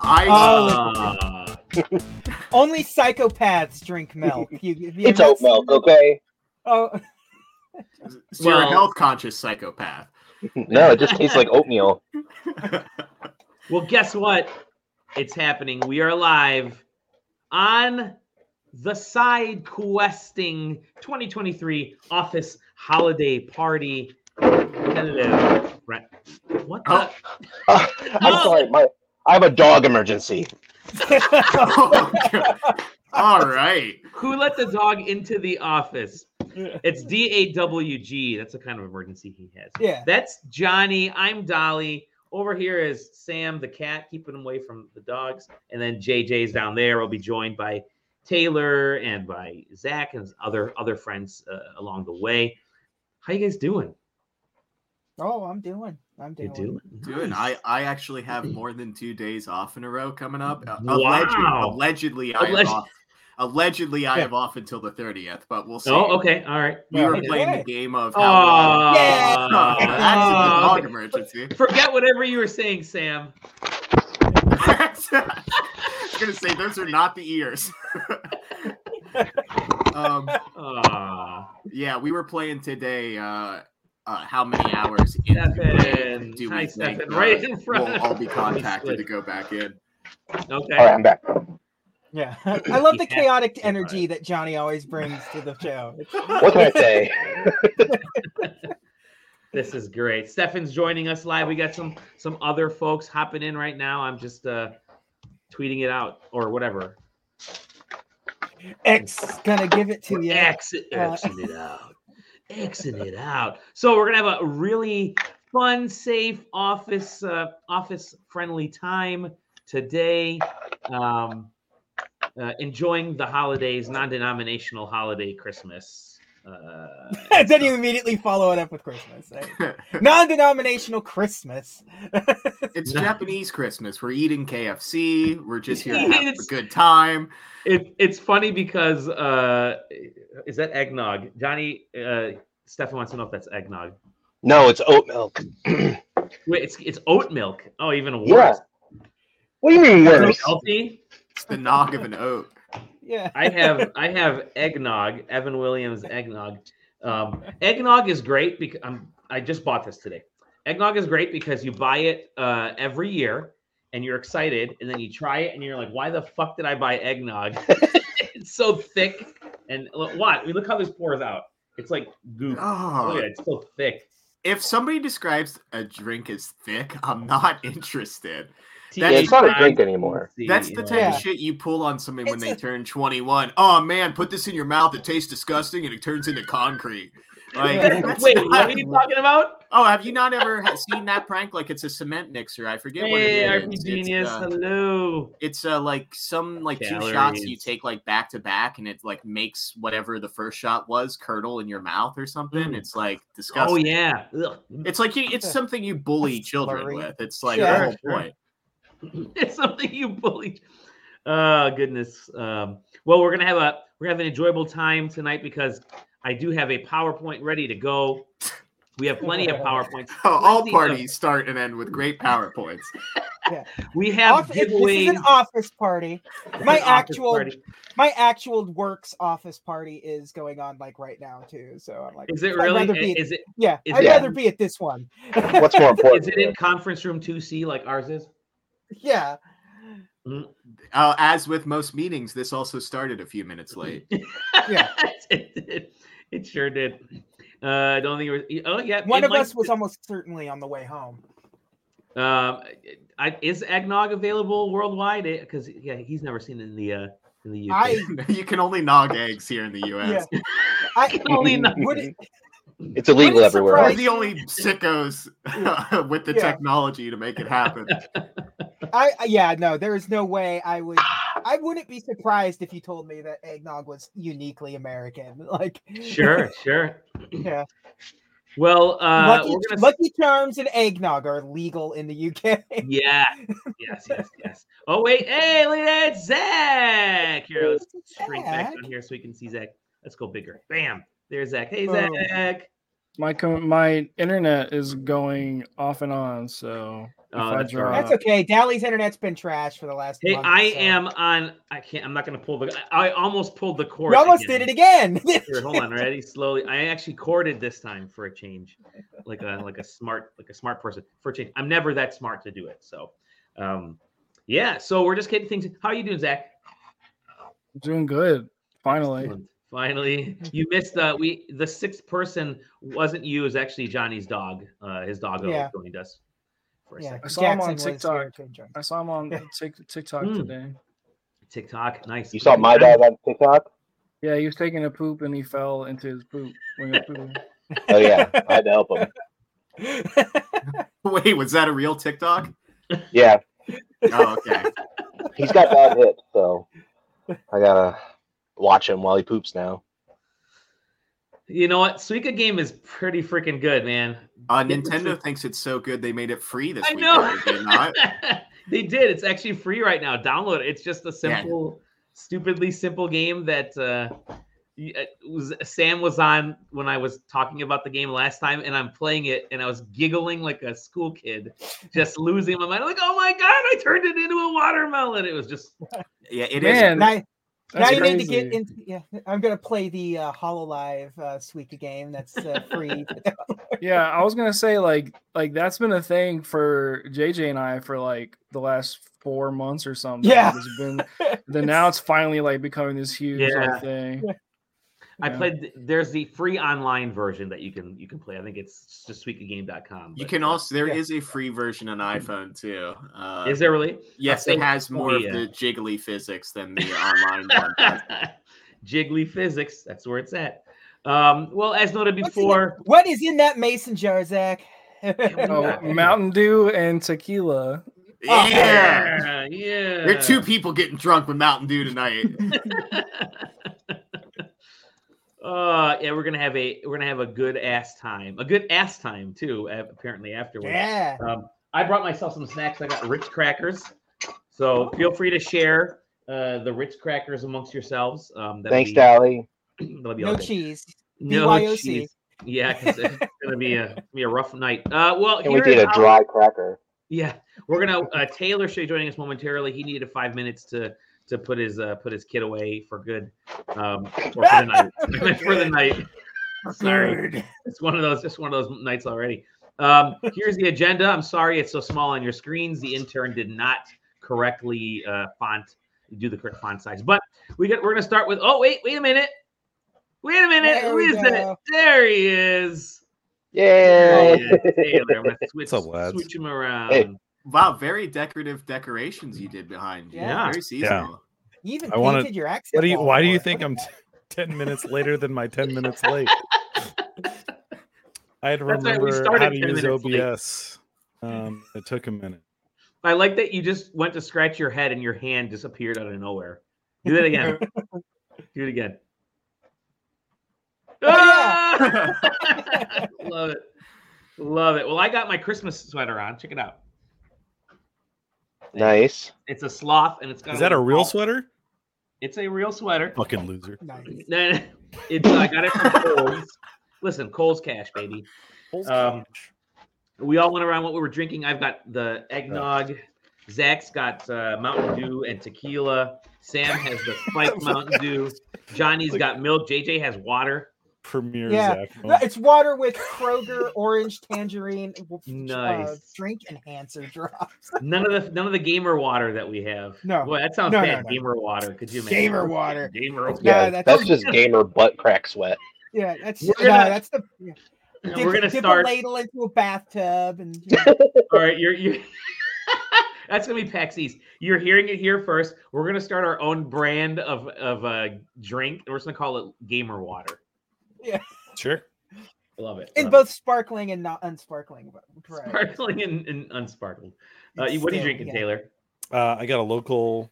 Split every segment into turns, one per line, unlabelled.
I
uh,
Oh. Only psychopaths drink milk. You, you-
It's
that's-
oat milk, okay?
Oh,
so you're a
Well-
health conscious psychopath.
No, it just tastes like oatmeal.
Well, guess what? It's happening. We are live on the side questing 2023 office holiday party. Hello, Brett. What the?
Oh.
I'm sorry, my I have a dog emergency.
Oh, God. All right.
Who let the dog into the office? It's DAWG. That's the kind of emergency he has.
yeah.
That's Johnny. I'm Dolly. Over here is Sam the cat, keeping him away from the dogs. And then JJ's down there. We'll be joined by Taylor and by Zach and other other friends uh, along the way. How you guys doing?
Oh, I'm doing. I'm doing.
Dude,
nice.
I, I actually have more than two days off in a row coming up. Uh,
Wow.
Allegedly, allegedly I
Alleg-
have off. Allegedly, I
Yeah.
have off until the thirtieth, but we'll see.
Oh, okay. All right.
We were
Okay.
playing the game of
Oh,
how long-
yeah.
That's a
Oh,
dog
okay.
emergency.
Forget whatever you were saying, Sam.
I was gonna say those are not the ears. um,
Aw.
yeah, we were playing today. Uh, uh, how many hours into
Stefan.
it do we
Hi,
think
Stefan.
uh,
Right in front
we'll
of
all be
us.
contacted to go back in?
Okay.
All right, I'm back.
Yeah. I love the
Yeah.
chaotic energy that Johnny always brings to the show.
What can I say?
This is great. Stefan's joining us live. We got some some other folks hopping in right now. I'm just uh tweeting it out or whatever.
X is gonna give it to you.
Exit,
Uh,
exit it out. Exit it out. So we're gonna have a really fun, safe office uh, office friendly time today. Um, uh, enjoying the holidays, non-denominational holiday Christmas. Uh,
then you immediately follow it up with Christmas. Non-denominational Christmas.
It's
No.
Japanese Christmas. We're eating KFC. We're just here to have a
It's-
good time.
it, it's funny because uh, is that eggnog? Johnny uh, Stefan wants to know if that's eggnog.
No, it's oat milk.
Wait, it's it's oat milk. Oh, even
Yeah.
worse.
What do you mean
Is it
worse?
Healthy.
It's the nog of an oat.
Yeah.
I have I have eggnog, Evan Williams eggnog. Um, eggnog is great because I'm, I just bought this today. Eggnog is great because you buy it uh, every year and you're excited, and then you try it and you're like, why the fuck did I buy eggnog? it's so thick and look, what? We look how this pours out. It's like goop.
Oh,
Look at it, it's so thick.
if somebody describes a drink as thick, I'm not interested.
Yeah, it's not a drink anymore.
That's the type
Yeah.
of shit you pull on somebody when
It's
they
a-
turn 21. Oh man, put this in your mouth. It tastes disgusting and it turns into concrete. Like,
Yeah.
that's
Wait,
not-
what are you talking about?
oh, have you not ever ha- seen that prank? Like, it's a cement mixer. I forget what
Hey,
it
RP
is. It's,
Genius,
uh,
hello.
it's uh like some like two shots you
Calories.
take like back to back and it like makes whatever the first shot was curdle in your mouth or something
Mm.
it's like disgusting
Oh yeah. Ugh.
it's like you, it's
Yeah.
something you bully
That's
children
slurry.
with it's like oh,
Sure,
the whole
sure.
point
it's something you bullied. Oh goodness. Um, well, we're gonna have a we're gonna have an enjoyable time tonight because I do have a PowerPoint ready to go. We have plenty of PowerPoints.
Oh, all
Plenty of-
parties start and end with great powerpoints
We have
Off- it- this is
giveaways.
an office party. My
Office
actual
party.
my actual works office party is going on like right now too. So I'm like,
Is it
I'd
really?
rather be at-
Is it
yeah,
is
I'd
it-
rather be at this one.
What's more important?
is it in conference room two C like ours is?
Yeah.
uh, as with most meetings this also started a few minutes late
Yeah.
it, did. It sure did. Uh, I don't think it was. Oh yeah,
One
it
of
might-
us was almost certainly on the way home.
Um, I, is eggnog available worldwide? Because yeah, he's never seen it in the uh, in the UK.
I
you can only nog eggs here in the
yeah.
us
I
Only not-
would it,
it's illegal
What a
everywhere.
we're
surprise.
Else.
the only sickos with the
Yeah.
technology to make it happen
I I- yeah, no, there is no way I would I wouldn't be surprised if you told me that eggnog was uniquely American. Like
sure, sure.
Yeah.
Well, uh,
Lucky,
we're gonna
Lucky Charms and eggnog are legal in the UK.
yeah, yes, yes, yes. Oh wait, hey, look at that, Zach. Here, let's shrink back
Zach.
down here so we can see Zach. Let's go bigger. Bam. There's Zach. Hey,
Boom.
Zach.
My co- my internet is going off and on, so
Uh, that's
Fudge, uh,
right.
That's okay. Dally's internet's been trash for the last.
Hey,
month,
I
so-
am on. I can't. I'm not going to pull the. I I almost pulled the cord.
You almost
again.
did it again.
Here, hold on, ready? Slowly. I actually corded this time for a change, like a like a smart like a smart person for a change. I'm never that smart to do it. So, um, yeah. So we're just getting things. How you doing, Zach?
Doing good. Finally.
Excellent. Finally, you missed uh we the sixth person wasn't you. It was actually Johnny's dog. Uh, his doggo
Yeah.
joined us for a
Yeah,
second.
I saw him on
Jackson was here
TikTok.
to enjoy.
I saw him
Yeah. Hmm.
on Tik TikTok
Mm.
today.
TikTok, nice.
You saw my dog on TikTok?
Yeah, he was taking a poop and he fell into his poop. when he was pooping.
Oh yeah, I had to help him.
Wait, was that a real TikTok?
Yeah,
Oh, okay.
he's got bad hips, so I gotta watch him while he poops now.
You know what? Suika game is pretty freaking good, man.
Uh,
Yeah, it's
Nintendo thinks it's so good they made it free this
I
week.
know.
did they not?
they did. It's actually free right now. Download it. It's just a
Yeah.
simple, stupidly simple game that uh, y- uh, was, Sam was on when I was talking about the game last time, and I'm playing it, and I was giggling like a school kid, just losing my mind. I'm like, oh my god, I turned it into a watermelon. It was just
Yeah, it is.
Man,
Now, now
that's
you need to
crazy.
get into. Yeah, I'm gonna play the uh, Hololive uh, Suika game. That's uh, free.
yeah, I was gonna say like like that's been a thing for JJ and I for like the last four months or something.
Yeah.
it's been. Then now it's finally like becoming this huge like,
Yeah.
thing.
I
Yeah.
played. th- There's the free online version that you can you can play. I think it's just sweetgame.com.
You
but,
can
uh,
also there
Yeah.
is a free version on iPhone too. Uh,
Is there really?
yes,
okay.
it has more
yeah.
of the jiggly physics than the online one. does.
Jiggly physics. That's where it's at. Um, well, as noted
What's in
before,
What is in that mason jar, Zach?
Oh,
Oh,
Yeah.
Mountain Dew and tequila.
Oh,
Yeah.
yeah,
There are two people getting drunk with Mountain Dew tonight.
Uh, yeah, we're gonna have a we're gonna have a good ass time, a good ass time too. a- Apparently afterwards.
yeah.
Um, I brought myself some snacks. I got Ritz crackers, so feel free to share uh the Ritz crackers amongst yourselves. Um, that'll
Thanks,
be-
Dally.
that'll be all
No
good.
cheese.
No
BYOC.
cheese. Yeah, 'cause it's gonna be a be a rough night. Uh, well,
And we
here
did
is
a
how-
dry cracker.
Yeah, we're gonna uh, Taylor should be joining us momentarily. He needed five minutes to to put his uh, put his kid away for good, um, or for the night. I meant for the night. Sorry,
Good.
it's one of those just one of those nights already. Um, here's the agenda. I'm sorry it's so small on your screens. The intern did not correctly uh, font do the correct font size, but we get we're gonna start with. Oh wait, wait a minute. Wait a minute.
There
Who
we
is it?
go.
There he is. There
Yay!
he is, Taylor. I'm gonna switch,
up, lads?
switch him around.
Hey.
Wow, very decorative decorations you did behind you.
Yeah.
Very seasonal.
You even
I
painted
wanna-
your accent.
What do you?
wall
Why do
for
you
it.
think I'm t- ten minutes later than my ten minutes late? I had to
That's right, we
remember
started
how to
10
use
minutes late.
OBS. Um, it took a minute.
I like that you just went to scratch your head and your hand disappeared out of nowhere. Do that again. Do it again.
Oh,
Ah! Love it. Love it. Well, I got my Christmas sweater on. Check it out.
Nice.
It's a sloth and it's got
Is that a
little
real
ball.
sweater? Oh.
It's a real sweater.
Fucking loser.
Nice.
No, it's I got it from Kohl's. Listen, Kohl's cash, baby. Um, We all went around what we were drinking. I've got the eggnog. Zach's got uh, Mountain Dew and tequila. Sam has the spiked Mountain Dew. Johnny's got milk. JJ has water.
Premier
Yeah.
Zach.
Oh.
No, It's water with Kroger orange tangerine w- uh,
Nice.
drink enhancer drops.
None of the none of the gamer water that we have.
No.
boy, that sounds
No, no,
bad.
no.
Gamer water. Could you imagine?
Gamer water.
Gamer.
Yeah,
Yeah,
that's-
that's, just gamer butt crack sweat.
Yeah, that's
We're
no,
gonna-
that's the. Yeah. Dip-
We're gonna
dip
start.
a ladle into a bathtub and you know,
All right, you're you. That's gonna be PAX East. You're hearing it here first. We're gonna start our own brand of of uh, drink. We're just gonna call it Gamer Water.
Sure.
I love it.
in
Love it.
both sparkling and not unsparkling. but- Right.
sparkling and, and unsparkled. Uh,
It's
you- what are you
still-
drinking,
yeah.
Taylor?
Uh, I got a local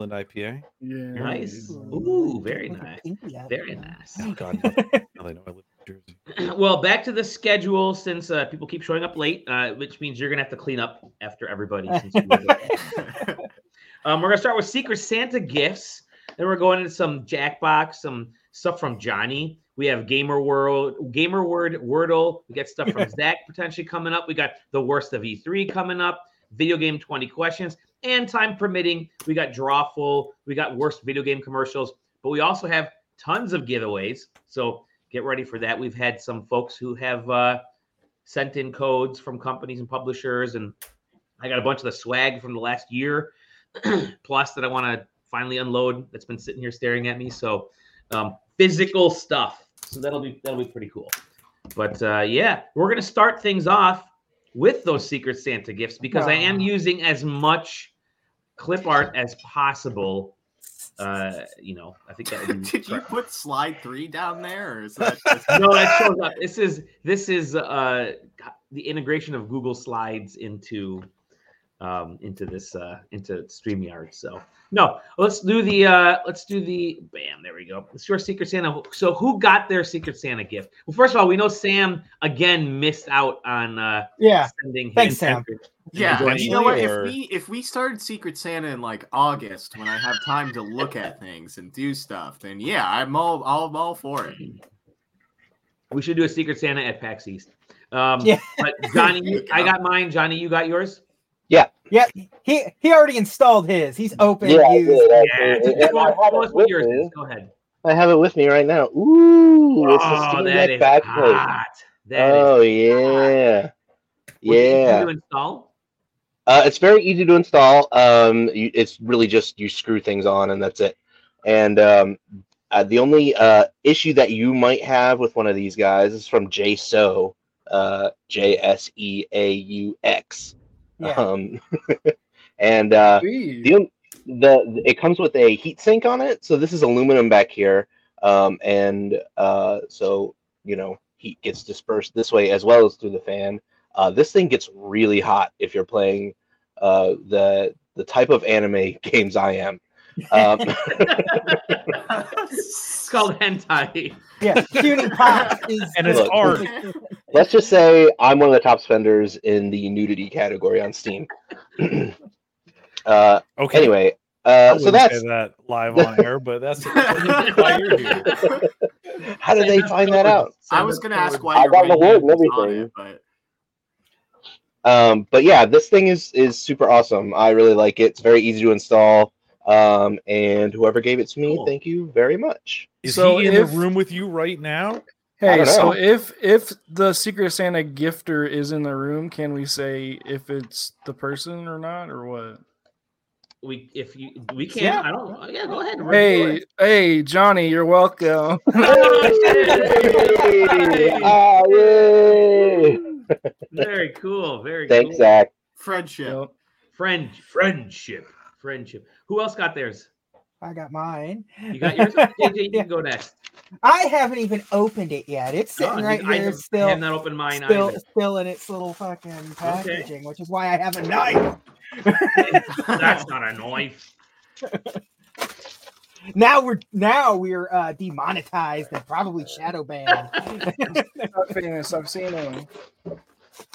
Lund IPA.
Yeah.
Nice.
Ooh,
Ooh, very
like a
nice.
pinky up,
Very
you know.
nice.
Oh God, no. Now they know I live in Jersey.
well, back to the schedule since uh, people keep showing up late, uh, which means you're gonna have to clean up after everybody. Since you were late. um, we're gonna start with Secret Santa gifts. Then we're going into some Jackbox, some stuff from Johnny. We have Gamer World, Gamer Word, Wordle. We got stuff from Zach potentially coming up. We got the worst of E3 coming up. Video game 20 questions, and time permitting, we got drawful. We got worst video game commercials, but we also have tons of giveaways. So get ready for that. We've had some folks who have uh, sent in codes from companies and publishers, and I got a bunch of the swag from the last year, plus that I want to finally unload. That's been sitting here staring at me. So um, physical stuff. So that'll be that'll be pretty cool. But uh, yeah, we're gonna start things off with those Secret Santa gifts because I am
Aw.
using as much clip art as possible. Uh, you know, I think that would
Mm,
be
Did you
correct.
put slide three down there, or is that just
no, that shows up. This is this is uh the integration of Google Slides into um into this uh into StreamYard. So no, let's do the uh let's do the bam, there we go. It's your Secret Santa. So who got their Secret Santa gift? Well, first of all, we know Sam again missed out on uh
Yeah.
sending him
Thanks, Sam.
secret-
yeah?
join
and you know what? If
later?
we if we started Secret Santa in like August, when I have time to look at things and do stuff, then yeah, I'm all I'm all for it.
We should do a Secret Santa at PAX East. Um
Yeah.
but Johnny, you- I got mine, Johnny, you got yours.
Yeah. He he already installed his. He's open.
Yeah, I
used.
did. actually.
Yeah.
And I
Show us-
have
show us
it
what
with
yours is.
me.
Go ahead.
I have it with me right now. Ooh, it's the
Oh,
Steam
that
Deck
is
backplate.
hot. That is-
Oh yeah,
was it easy
yeah.
to install?
Uh, it's very easy to install. Um, you, it's really just you screw things on and that's it. And um, uh, the only uh, issue that you might have with one of these guys is from JSO, uh, J S E A U X.
Yeah.
Um, and uh, the, on- the it comes with a heat sink on it, so this is aluminum back here, um, and uh, so you know heat gets dispersed this way as well as through the fan. Uh, this thing gets really hot if you're playing uh, the the type of anime games I am. Um,
It's called hentai.
Yeah. Shooting pops is
And it's
Look.
art.
let's just say I'm one of the top spenders in the nudity category on Steam. uh,
Okay.
anyway,
I
uh, so
wouldn't say
that's
that live on air, but that's why you're here.
how did they find that out?
I was gonna ask why
I
your
got the
ring
word
hand
and
was on
everything.
it, but
um, but yeah this thing is is super awesome i really like it it's very easy to install um, and whoever gave it to me
Cool.
thank you very much
Is
So
he in
if-
the room with you right now?
I
Hey,
don't
so
know.
if if the Secret Santa gifter is in the room, can we say if it's the person or not or what?
We if you we can
Yeah.
I don't oh, yeah go ahead.
Hey, hey, Johnny, you're welcome.
Hey!
Ah, yay!
Very cool. Very
thanks
cool.
zach
friendship.
Yep.
Friend friendship friendship. Who else got theirs?
I got mine.
You got yours. JJ, you can go next.
I haven't even opened it yet. It's
Oh,
sitting
dude,
right
I
here
have-
still.
I have not opened mine
still,
either.
still in its little fucking packaging, which is why I have a knife.
That's not a knife.
Now we're now we're uh, demonetized and probably shadow banned.
Stop saying this, I've seen him.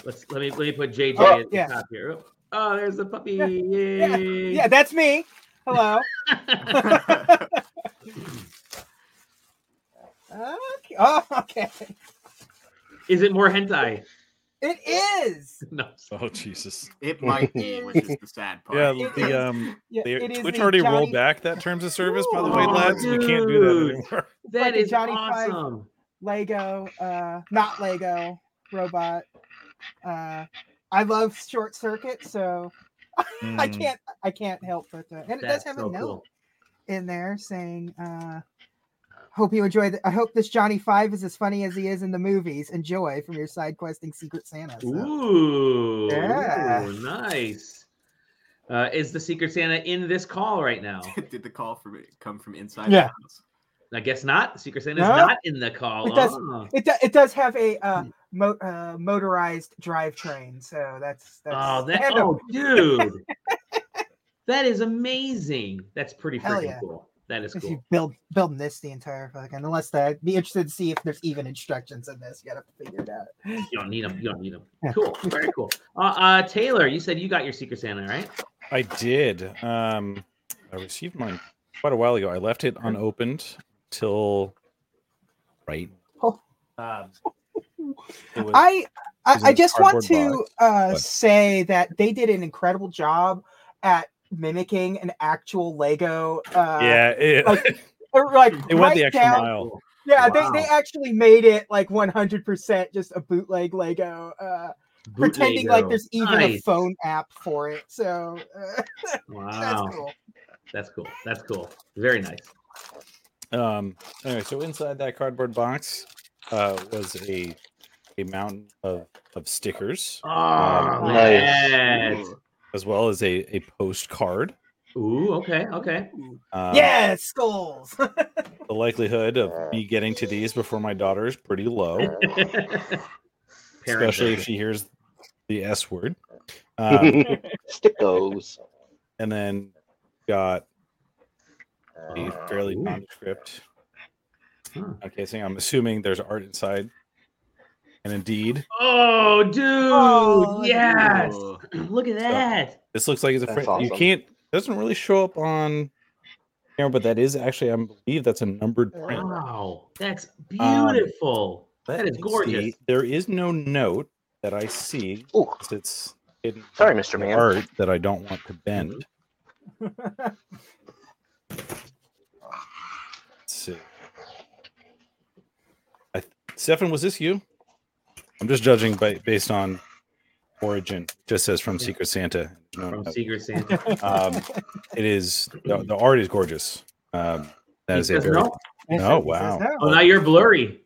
Let's let me let me put JJ
Oh,
at
yeah.
the top here. Oh, there's the puppy.
Yeah,
Yeah.
yeah, that's me. Hello. okay. Oh, okay.
Is it more hentai?
It is.
No.
Oh Jesus!
it might be, which is the sad part.
Yeah,
It is-
the um,
Yeah,
they,
it is
Twitch
the
already
Johnny-
rolled back that terms of service. By the way,
Ooh,
lads, we can't do that
dude.
anymore.
That
Like a
is
Johnny Five.
awesome.
Lego, uh, not Lego robot. Uh, I love Short Circuit, so I
Mm.
can't I can't help but uh, and it does
That's
have
so
a note.
cool.
in there saying, uh, "Hope you enjoy. The, I hope this Johnny Five is as funny as he is in the movies. Enjoy from your side questing Secret Santa." So,
Ooh,
Yeah.
ooh, nice. Uh, is the Secret Santa in this call right now?
Did the call from come from inside?
Yeah.
The house?
I guess not. Secret Santa's
No.
not in the call.
It does-
Oh.
It do, it does have a uh,
Hmm.
mo- uh, motorized drivetrain, so that's that's
Oh, that,
and a-
oh dude. that is amazing. That's pretty
Hell
freaking
yeah.
cool. That is
if
cool.
you build building this the entire fucking unless that I'd be interested to see if there's even instructions in this. You gotta figure it out.
You don't need them. You don't need them.
Yeah.
Cool. Very cool. Uh, uh, Taylor, you said you got your Secret Santa, right?
I did. Um, I received mine quite a while ago. I left it unopened till
right?
Um,
It was-
I I,
Is
I
it
just want to
cardboard
uh,
What?
say that they did an incredible job at mimicking an actual Lego. Uh,
yeah, it,
like, or, like
it went
right
the extra
down-
mile.
Yeah,
Wow.
they, they actually made it like 100% just a bootleg Lego, uh, pretending like
Bootleg.
there's even a
Nice.
phone app for it. So uh, that's
Wow,
cool.
that's cool. That's cool. Very nice.
Um, anyway, so inside that cardboard box uh, was a a mountain of, of stickers
Oh,
nice.
nice.
as well as a, a postcard.
Ooh, okay, okay.
Um,
yeah, skulls.
Oh, The likelihood of me getting to these before my daughter is pretty low,
Parent
especially if
version.
she hears the S word.
Uh,
Um,
Stickos.
and then got a fairly nondescript
Huh.
Okay, so I'm assuming there's art inside. And indeed,
Oh, dude!
Oh,
yes,
dude.
look at that.
this looks like it's a
That's
friend. You
awesome.
can't it doesn't really show up on camera, but that is actually I believe that's a numbered print.
Wow, that's
Um,
beautiful. that is
Let's
gorgeous.
see, there is no note that I see.
Ooh.
'cause It's hidden
Sorry, Mr.
in
Man.
art that I don't want to bend.
Mm-hmm.
Let's see. I, th- Stefan, was this you? I'm just judging by, based on origin. Just says from
Yeah.
Secret Santa. No,
From
no.
Secret Santa.
Um, it is the, the art is gorgeous. Um, that
He
is a
says
very
no?
No,
He says
wow.
no.
Oh, now you're blurry.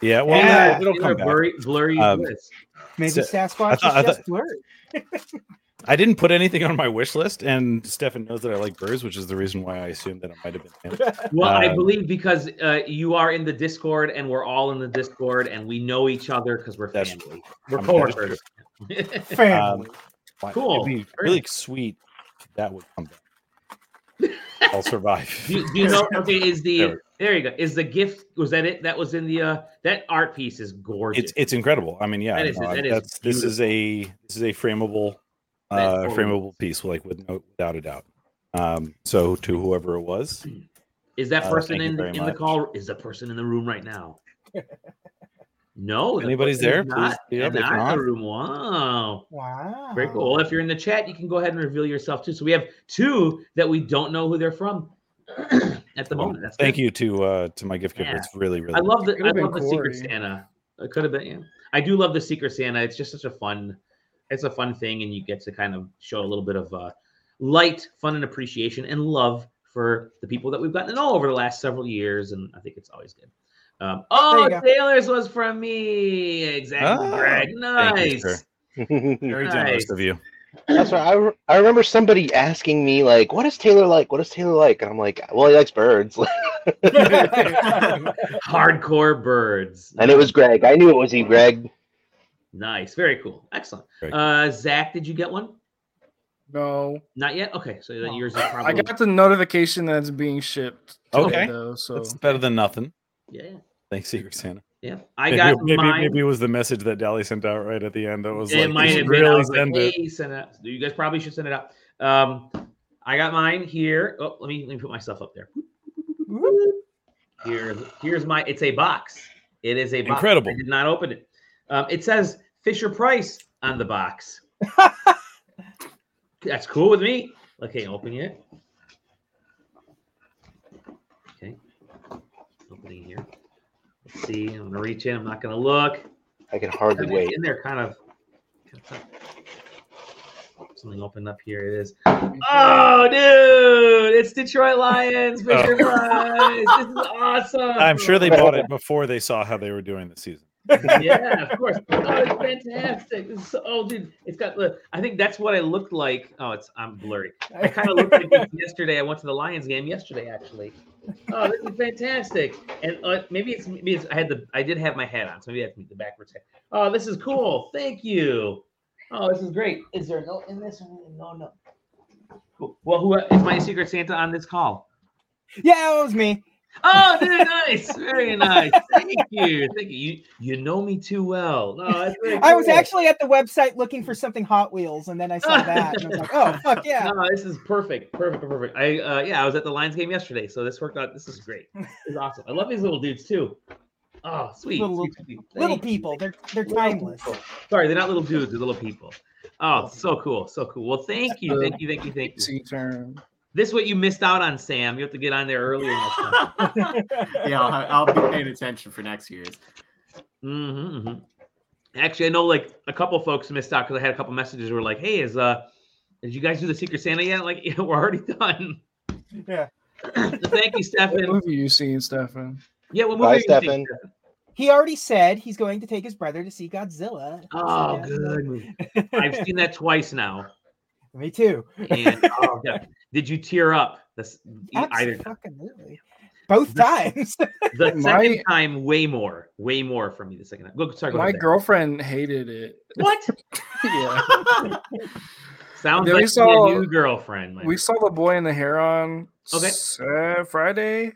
yeah. Well,
Yeah.
no, it'll
You're
come back.
blurry, blurry.
Um,
bliss.
Maybe
So-
Sasquatch
I thought- I
is
thought-
just blurred.
I didn't put anything on my wish list, and Stefan knows that I like birds, which is the reason why I assumed that it might have been him.
Well, I
um,
believe because uh, you are in the Discord and we're all in the Discord and we know each other because we're
That's-
family. We're
I'm-
coworkers.
uh,
Family.
Um, Why-
Cool.
It'd be
Very
really sweet. if That would come back. I'll
do,
survive.
you- do you know? Okay, is
There
the
we
there you go? Is the gift? Was that it? That was in the uh, that art piece is gorgeous.
it's it's incredible. I mean, yeah,
That is-
no, I-
that is
that's this is a this is a frameable
That's
uh,
totally-
frameable piece, like with no without a doubt. Um, so to whoever it was,
Is that
Uh,
person
thank you
in
very
in the
much.
call? Is the person in the room right now? No.
If
the
anybody's
person is
there, please
Not,
be up. If
not in
not-
the room. Wow.
Wow.
Very
Oh.
cool. Well, if you're in the chat, you can go ahead and reveal yourself too. So we have two that we don't know who they're from at the
Well,
moment. That's
thank
good.
you to uh, to my gift giver.
Yeah.
It's really really
I love the
Could've
I
been
love the Secret
Corey.
Santa. It could have been. Yeah. I do love the Secret Santa. It's just such a fun. It's a fun thing, and you get to kind of show a little bit of uh, light, fun, and appreciation and love for the people that we've gotten to know over the last several years, and I think it's always good. Um,
There
oh,
you go.
Taylor's was from me. Exactly,
Oh,
Greg.
thank you,
Nice.
sir. very generous
nice.
of you.
That's right. I, re- I remember somebody asking me like, "What is Taylor like? What is Taylor like?" And I'm like, "Well, he likes birds."
Hardcore birds.
and it was Greg. I knew it was he, Greg.
nice. Very cool. Excellent.
Very cool.
Uh, Zach, did you get one?
No,
Not yet. Okay, so that
Oh.
yours is probably.
I got the notification that it's being shipped. to
Okay.
Though, so
That's better than nothing.
yeah.
Thanks, Secret Santa.
Yeah, I
maybe,
got
maybe,
mine.
maybe it was the message that Dally sent out right at the end. That was
it
like,
might
"You
have
should
been. I
really
was like,
send it."
hey, send it. out." You guys probably should send it out. Um, I got mine here. Oh, let me let me put myself up there. Here, here's my. It's a box. It is a box.
Incredible.
I did not open it. Um, it says Fisher Price on the box. That's cool with me. Okay, open it. Okay, opening here. Let's see. I'm gonna reach in. I'm not gonna look.
I can hardly
Kinda
wait.
in there kind of kind of tough. something opened up here it is oh dude it's detroit lions Fisher Price. this is awesome
Oh. I'm sure they bought it before they saw how they were doing this season.
yeah of course oh it's fantastic This is so- oh dude it's got the i think that's what it looked like oh it's i'm blurry I kind of looked like this yesterday. I went to the Lions game yesterday, actually. Oh, this is fantastic! And uh, maybe it's maybe it's, I had the I did have my hat on, so maybe I had the backwards hat. Oh, this is cool. Thank you. Oh, this is great. Is there no in this? one? No, no. Cool. Well, who is my secret Santa on this call?
yeah, it was me.
Oh, very nice, very nice. Thank you, thank you. You you know me too well. No, that's very
I was
cool.
actually at the website looking for something Hot Wheels, and then I saw that, and I was like, "Oh fuck yeah!"
No, this is perfect, perfect, perfect. I uh, yeah, I was at the Lions game yesterday, so this worked out. This is great. This is awesome. I love these little dudes too. Oh, sweet.
Little-
sweet, sweet.
Little
Thank
people, they're they're
Little
timeless.
people. Sorry, they're not little dudes, they're little people. Oh, so cool, so cool. Well, thank
Uh,
you, thank you, thank you, thank you.
C term.
This is what you missed out on, Sam. You have to get on there earlier next time.
yeah, I'll, I'll be paying attention for next year's.
hmm Actually, I know like a couple folks missed out because I had a couple messages who were like, "Hey, is uh, did you guys do the Secret Santa yet?" Like, yeah, we're already done.
Yeah.
Thank you,
What
Stefan.
movie you seen, Stefan?
Yeah, what movie?
Bye,
are you seeing,
Stefan.
He already said he's going to take his brother to see Godzilla. So,
Oh,
yeah.
good. movie. I've seen that twice now.
Me too.
And oh, yeah. did you tear up? This either
Absolutely. Both times.
the
My-
second time, way more, way more for me. The second time. Look, sorry. go
My
ahead, Dan.
girlfriend hated it.
What?
yeah.
Sounds
Then we
like you
saw-
need a new girlfriend. my
We saw the boy in the hair on
Okay.
s- uh, Friday.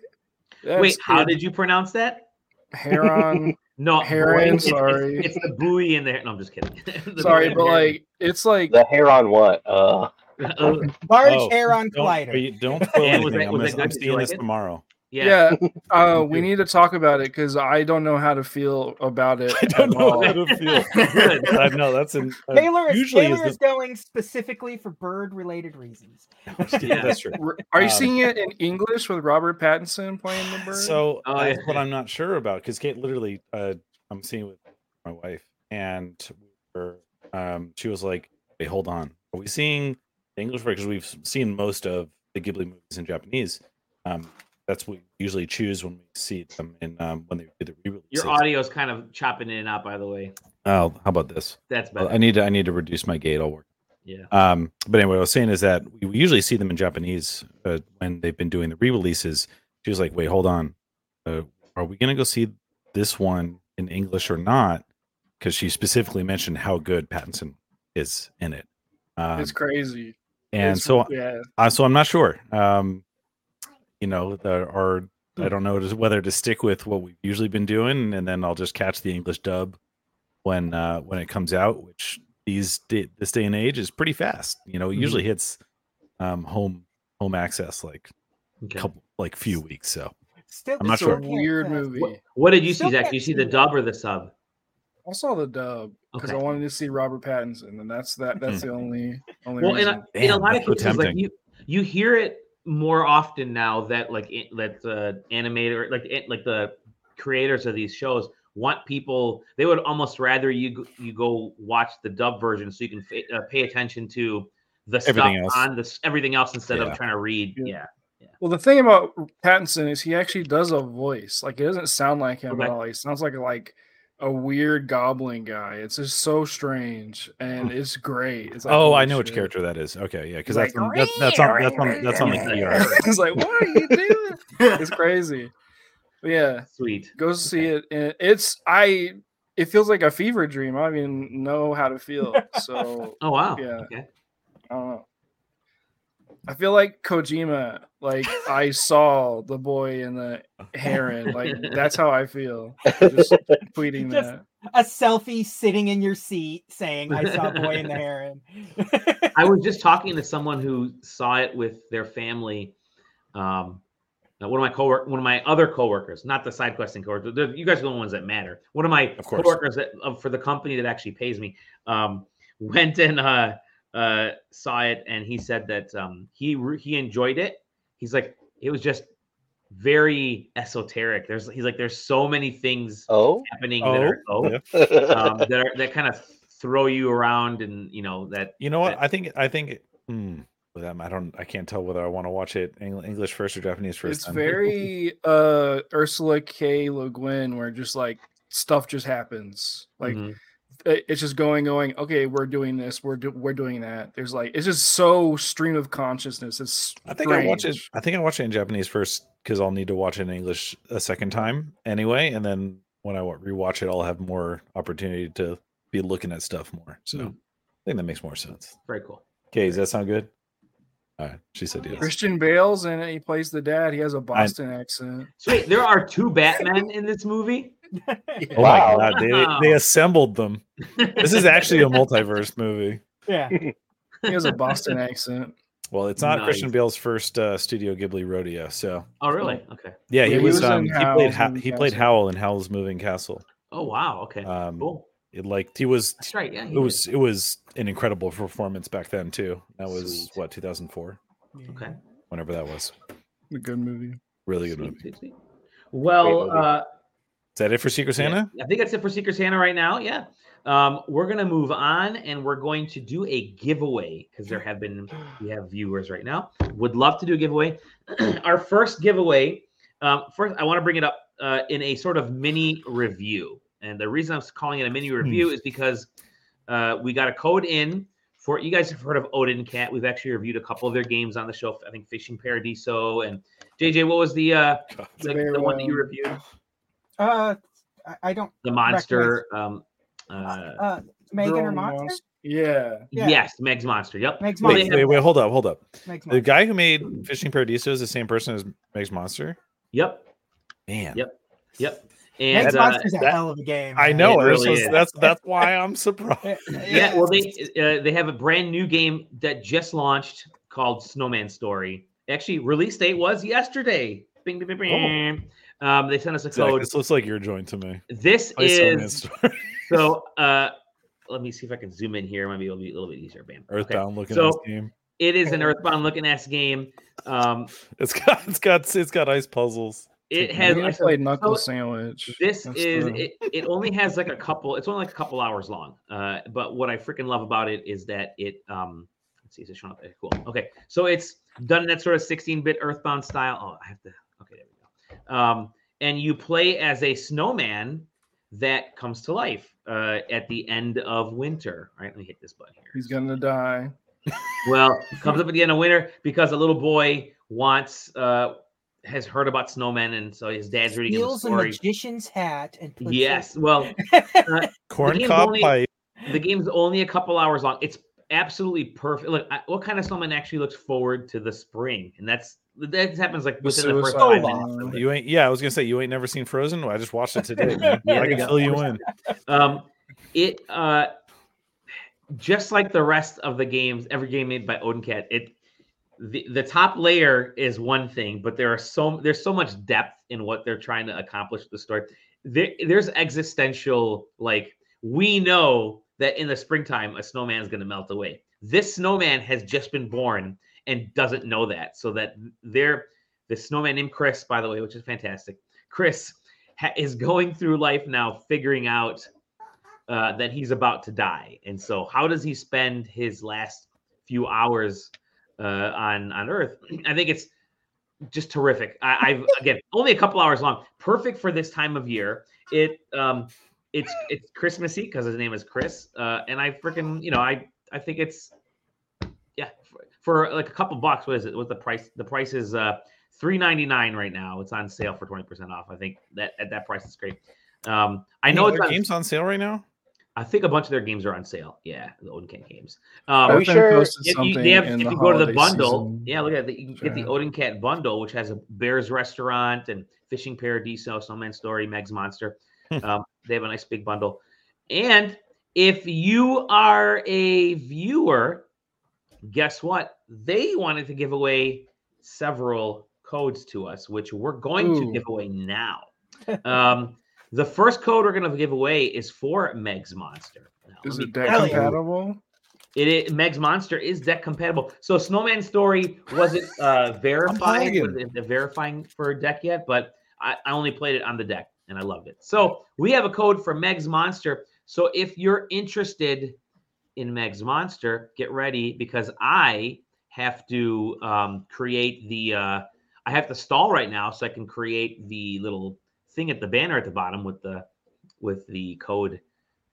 man. Wait,
That's
how
it.
did you pronounce that?
hair on?
No,
Heron,
boy, it's- it's-
sorry.
It's, the buoy in there. No, I'm just kidding. The
Sorry,
buoy
but
in there.
like it's like
The hair on what? Uh,
Uh,
Large
Oh,
hair on
Don't, are
collider.
you, don't spoil
Yeah, was
anything.
that-
I'm,
was that
gonna-
good?
I'm
Did you
seeing
like
this
it?
tomorw.
yeah.
yeah. uh, we need to talk about it because I don't know how to feel about it.
I don't
at
know
all.
how to feel.
Good.
I know that's an uh,
Taylor is,
usually
Taylor
is
is going specifically for bird related reasons.
the,
Yeah.
that's true.
R- Are you
Um,
seeing it in English with Robert Pattinson playing the bird?
So
Oh,
that's
yeah.
what I'm not sure about because Kate literally, uh, I'm seeing with my wife, and we were, um, she was like, "Wait, hold on, are we seeing the English version? Because we've s- seen most of the Ghibli movies in Japanese. Um, that's what we usually choose when we see them in um, when they do the re-releases.
Your audio's kind of chopping in and out, by the way.
Oh, how about this?
That's
Well,
better.
I need to I need to reduce my gate. I'll work.
yeah.
Um, but anyway, what I was saying is that we we usually see them in Japanese uh, when they've been doing the re-releases. She was like, "Wait, hold on, uh, are we gonna go see this one in English or not?" Because she specifically mentioned how good Pattinson is in it, um,
it's crazy.
and
It's-
so
yeah,
uh, so I'm not sure. Um, you know, the, or
Hmm.
I don't know just whether to stick with what we've usually been doing, and then I'll just catch the English dub when uh, when it comes out, which these da- this day and age is pretty fast. You know, it
Mhm.
Mm-hmm.
usually hits um, home home access like
Okay.
couple like few weeks. So
Still,
I'm not
it's
still
a
sure.
can't
weird
tell.
movie.
What, what did you see,
Still
Zach?
can't
Did you see
see
the
it.
dub or the sub?
I saw the dub because
Okay. Hmm.
I wanted to see Robert Pattinson, and that's that. That's the only only
Well, in
reason.
a, in a
Damn,
lot of
that's so
cases, like
tempting.
you, you hear it more often now that like it, that uh, animator, like it, like the creators of these shows want people. They would almost rather you go- you go watch the dub version so you can fa- uh, pay attention to the stuff
Everything else.
on this everything else instead
Yeah.
of trying to read.
Yeah.
Yeah.
Well, the thing about Pattinson is he actually does a voice. Like it doesn't sound like him at
Okay.
all. He sounds like like a weird goblin guy. It's just so strange and it's great. It's like,
Hmm. oh,
holy
I know which
shit.
character that is. Okay, yeah, because
Like,
that's, on- that's that's on that's on that's on the ER.
it's like, what are you doing? It's crazy. But yeah,
Sweet.
go see it. And it's I. It feels like a fever dream. I don't even know how to feel. So
Oh wow.
Yeah.
Okay.
I don't know. I feel like Kojima, like I saw the boy in the heron. Like that's how I feel. Just tweeting
Just-
that.
A selfie sitting in your seat saying, I saw Boy in the Heron.
I was just talking to someone who saw it with their family. Um, now one of my cowork, one of my other coworkers, not the side questing coworkers. the- You guys are the only ones that matter. One of my
Of course.
coworkers that uh, for the company that actually pays me um, went and uh, uh, saw it, and he said that um, he re- he enjoyed it. He's like, it was just very esoteric. There's he's like, there's so many things
oh,
happening that are
Oh,
oh,
yeah.
um, that are that kind of throw you around, and you know that
You know what?
But-
I think I think hmm, with them, I don't I can't tell whether I want to watch it Eng- English first or Japanese first.
It's
then.
very uh Ursula K. Le Guin, where just like stuff just happens. Like
Mhm.
it- it's just going, going. Okay, we're doing this. We're do- we're doing that. There's like it's just so stream of consciousness. It's
I think I watch it.
strange.
I think I watch it in Japanese first because I'll need to watch it in English a second time anyway, and then when I wa- rewatch it, I'll have more opportunity to be looking at stuff more. So
Hmm.
Mhm.
I think that makes more sense.
Very cool.
Okay, does that sound good? All right, she said yes.
Christian Bale's in it. He plays the dad. He has a Boston accent.
Sweet. There are two Batmen in this movie.
Oh
Wow.
my god, they, they assembled them. This is actually a multiverse movie.
yeah.
He has a Boston accent.
Well, it's not
Nice.
Christian Bale's first uh, Studio Ghibli rodeo. So
Oh, really? Okay.
yeah, he
Yeah, he
was,
was in
um, he played
Howl's
ha-
Moving
he played
Castle.
Howl in Howl's Moving Castle.
Oh, wow. Okay.
Um,
cool.
it, like he was
That's right. Yeah. he
it was
did.
it was an incredible performance back then too. That was
Sweet.
what 2004,
Okay.
whenever that was.
A good movie.
Really good
Sweet,
movie.
sweet, sweet. Well,
movie.
uh,
Is that it for Secret
Yeah.
Santa?
I think that's it for Secret Santa right now. Yeah. Um, we're gonna move on and we're going to do a giveaway because there have been we have viewers right now. Would love to do a giveaway. Our first giveaway. Um, first, I want to bring it up uh, in a sort of mini review, and the reason I'm calling it a
Hmm.
mini review is because uh, we got a code in for you guys have heard of Odin Cat. We've actually reviewed a couple of their games on the show. I think Fishing Paradiso and JJ. What was the uh, the, the one that you
Zero.
reviewed?
Uh, I, I don't.
the monster. Um, uh,
Uh, Megan
Girl
or Monster?
Monst- Yeah.
yeah.
Yes, Meg's monster. Yep.
Meg's
Well, they
Wait,
Monster.
have-
wait, wait, hold up, hold up.
Meg's
The
Monster.
guy who made Fishing Paradiso is the same person as Meg's Monster.
Yep.
Man,
Yep. Yep. And
Meg's
uh,
Monster's a
that-
hell of a game. Eh,
I
man.
know.
It
that's
really
just-
is.
that's that's why I'm surprised.
yeah, well, they uh, they have a brand new game that just launched called Snowman Story. Actually, release date was yesterday. Bing, bing, bing, bing.
Oh.
Um, they sent us a
Zach,
code.
this looks like your joint to me.
This
I saw that
is
story.
so. Uh, let me see if I can zoom in here. Maybe it'll be a little bit easier. Bam. Okay.
Earthbound looking
So-
ass game.
It is an Earthbound looking ass game. Um,
It's got it's got it's got ice puzzles.
it
I
I
has.
think I
so-
played Knuckle Sandwich.
This
That's
is
the-
it, it. Only has like a couple. It's only like a couple hours long. Uh, but what I freaking love about it is that it. Um, let's see, is it showing up? there? Cool. Okay, so it's done in that sort of 16-bit Earthbound style. Oh, I have to. Okay, there we go. Um, and you play as a snowman that comes to life uh, at the end of winter. All right, let me hit this button here.
He's gonna die.
Well, comes up at the end of winter because a little boy wants uh has heard about snowmen, and so his dad's reading him a
Steals a
story.
magician's hat and puts it-
Yes, well.
Corn
game's
cob
only-
pipe.
The game's only a couple hours long. It's absolutely perfect. Look, I, what kind of snowman actually looks forward to the spring? And that's that happens like
The
within the first
suicide
five
bomber.
minutes. of it.
You ain't yeah, I was gonna say you ain't never seen Frozen. Well, I just watched it today. man.
Yeah,
I
there you
can
go.
fill you in.
Um, it uh, just like the rest of the games, every game made by Odin Cat, it the, the top layer is one thing, but there are so there's so much depth in what they're trying to accomplish with the story. There, there's existential like we know that in the springtime a snowman is going to melt away. This snowman has just been born and doesn't know that, so that they're the snowman named Chris, by the way, which is fantastic. Chris ha- is going through life now, figuring out uh, that he's about to die. And so, how does he spend his last few hours uh, on on Earth? I think it's just terrific. I, I've again only a couple hours long, perfect for this time of year. It um, it's it's Christmassy because his name is Chris, uh, and I freaking you know I I think it's yeah for, for like a couple bucks. What is it? What the price? The price is uh. Three ninety nine right now. It's on sale for twenty percent off. I think that at that price it's great. Um, I know
Hey,
it's
are
on
games on sale right now.
I think a bunch of their games are on sale. Yeah, the Odin Cat games.
Both
Are
Um,
we
of them
sure-
posted
if you,
something
they have,
in
if you
the
go to the
holiday
bundle,
season.
yeah, look at that. You can get the
Yeah.
Odin Cat bundle, which has a Bears restaurant and Fishing Paradiso, Snowman Story, Meg's Monster. um, they have a nice big bundle. And if you are a viewer, guess what? They wanted to give away several codes to us, which we're going to
Ooh.
give away now. Um, the first code we're going to give away is for Meg's Monster. Now,
Is
let
it
me-
deck
tell you.
compatible?
it is Meg's Monster is deck compatible. So Snowman Story wasn't uh, verified
lagging.
was it the verifying for deck yet, but I, I only played it on the deck and I loved it. So we have a code for Meg's Monster. So if you're interested in Meg's Monster, get ready because I have to um, create the uh, I have to stall right now so I can create the little thing at the banner at the bottom with the with the code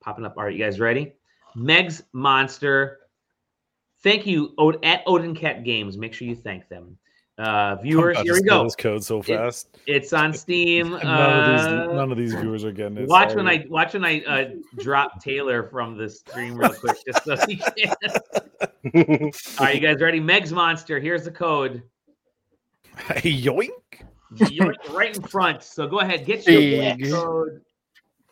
popping up. All right, you guys ready? Meg's Monster. Thank you Od- at Odin Cat Games. Make sure you thank them. Uh, viewers,
I'm about
here
to
we
steal
go.
This code so fast.
It's on Steam.
And none of
uh,
these none of these viewers are getting it.
Watch when
sorry.
I watch when I uh, drop Taylor from the stream real quick, just so he can. All right, you guys ready? Meg's Monster. Here's the code.
Yoink.
You're right in front. So go ahead, get your
Big.
code.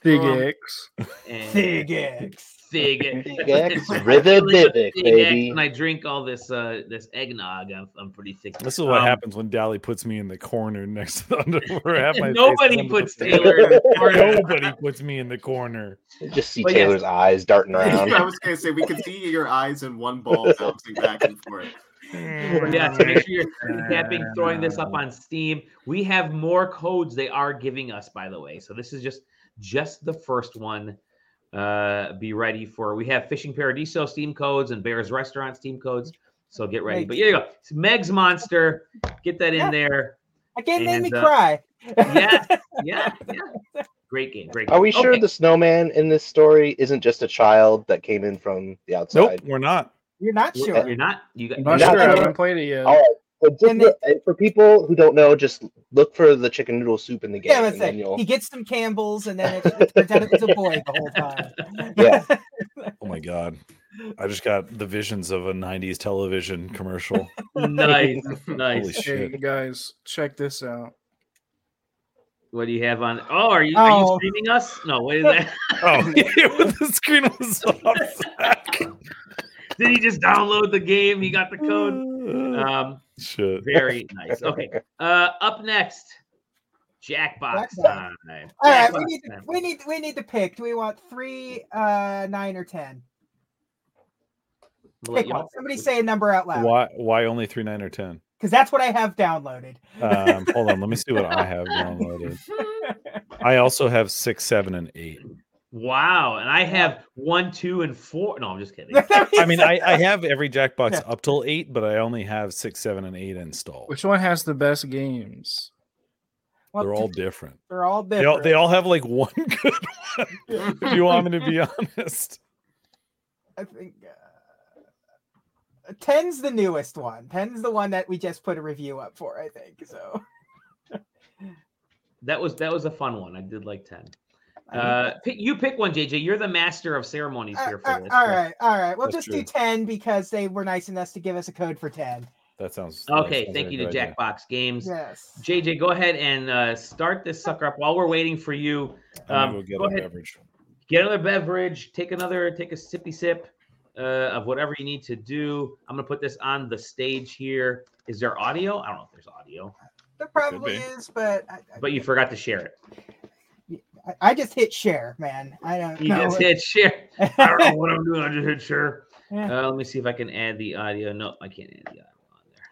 Big
Um,
X.
and
Big X.
Fig
Big X, Rivavivic, baby.
And I drink all this uh this eggnog. I'm, I'm pretty sick.
This is what
Um,
happens when Dally puts me in the corner next to the underwear. I have my face
Nobody
under the
puts
thing.
Taylor in the corner.
Nobody puts me in the corner.
Just see
But yes.
Taylor's eyes darting around.
I was gonna say we could see your eyes and one ball bouncing back and forth.
yeah, so make sure you're tapping, throwing this up on Steam. We have more codes they are giving us, by the way. So this is just just the first one. Uh, be ready for. We have Fishing Paradiso Steam codes and Bears Restaurant Steam codes. So get ready. But here you go. It's Meg's Monster. Get that in
Yeah.
there.
Again, made me
And, uh,
cry.
Yeah, yeah, yeah. Great game. Great. Game.
Are we sure
Okay.
the snowman in this story isn't just a child that came in from the
Nope,
outside?
we're not.
You're not
You're-
sure.
You're not. You got.
I'm not
Not
sure. I
sure.
haven't played it yet.
Oh,
All right. But just
And they-
look- and for people who don't know, just look for the chicken noodle soup in the game.
Yeah, let's
and then
say
you'll-
he gets some Campbell's and then it turns out it's a boy the whole time.
Yeah.
Oh my god. I just got the visions of a 90s television commercial.
nice,
Holy
nice.
Hey
shit.
guys, check this out.
What do you have on? Oh, are you are you
Oh.
streaming us? No, what is that?
Oh, yeah, when the screen was off. Zach.
Did he just download the game? He got the code.
Uh,
Um,
shit.
very nice. Okay. Uh, up next, Jackbox
Jackbox.
time.
All right, we
Jackbox
need, to,
time.
we need we need to pick. Do we want three, uh, nine, or ten?
We'll let
Pick
y'all-
one. Somebody say a number out loud
Why why only three, nine, or ten?
because that's what I have downloaded.
Um, hold on, let me see what I have downloaded. I also have six, seven, and eight.
Wow, and I have one, two, and four. No, I'm just kidding.
I mean, I, I have every Jackbox up till eight, but I only have six, seven, and eight installed.
Which one has the best games?
Well,
They're all different.
they're all different.
They all, they all have like one good one. If you want me to be honest,
I think uh, ten's the newest one. Ten's the one that we just put a review up for. I think so.
that was that was a fun one. I did like ten.
I mean,
Uh, pick, you pick one, JJ. You're the master of ceremonies
uh,
here
uh,
for this.
all
so-
right, all right. We'll
That's
just do
true.
ten because they were nice enough to give us a code for ten.
that sounds that
Okay,
sounds
thank
like
you
a
to
good idea.
Jackbox Games.
Yes.
JJ, go ahead and uh, start this sucker up while we're waiting for you. Um,
I'm gonna go get
go
a
ahead.
beverage.
Get another beverage, take another, take a sippy sip uh, of whatever you need to do. I'm gonna put this on the stage here. Is there audio? I don't know if there's audio,
There probably
be.
is, but I, I-
but you forgot to share it.
I, I just hit share, man. I don't
You
know.
just hit share. I don't know what I'm doing. I just hit share. Uh, let me see if I can add the audio. No, I can't add the audio on there.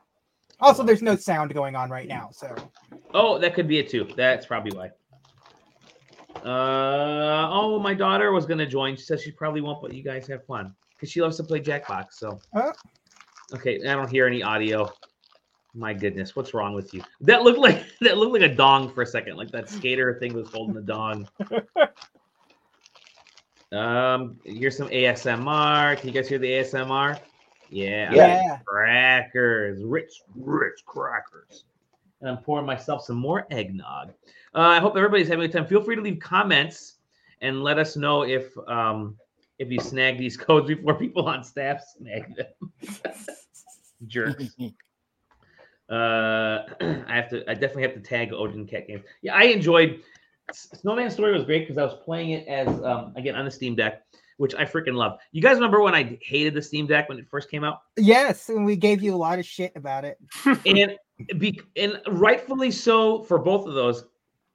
also, there's no sound going on right now, so
Oh, that could be it too. That's probably why. Uh oh, my daughter was gonna join. She says she probably won't, but you guys have fun because she loves to play Jackbox. So
Oh.
okay, I don't hear any audio. My goodness, what's wrong with you? That looked like that looked like a dong for a second, like that skater thing was holding the dong. um, here's some ASMR. Can you guys hear the ASMR? Yeah, I'm
yeah.
crackers, rich, rich crackers. And I'm pouring myself some more eggnog. Uh, I hope everybody's having a good time. Feel free to leave comments and let us know if um, if you snag these codes before people on staff snag them. Jerks. Uh, I have to. I definitely have to tag Odin Cat Games. Yeah, I enjoyed S- Snowman Story was great because I was playing it as um, again on the Steam Deck, which I freaking love. You guys remember when I hated the Steam Deck when it first came out?
Yes, and we gave you a lot of shit about it.
and be, and rightfully so for both of those.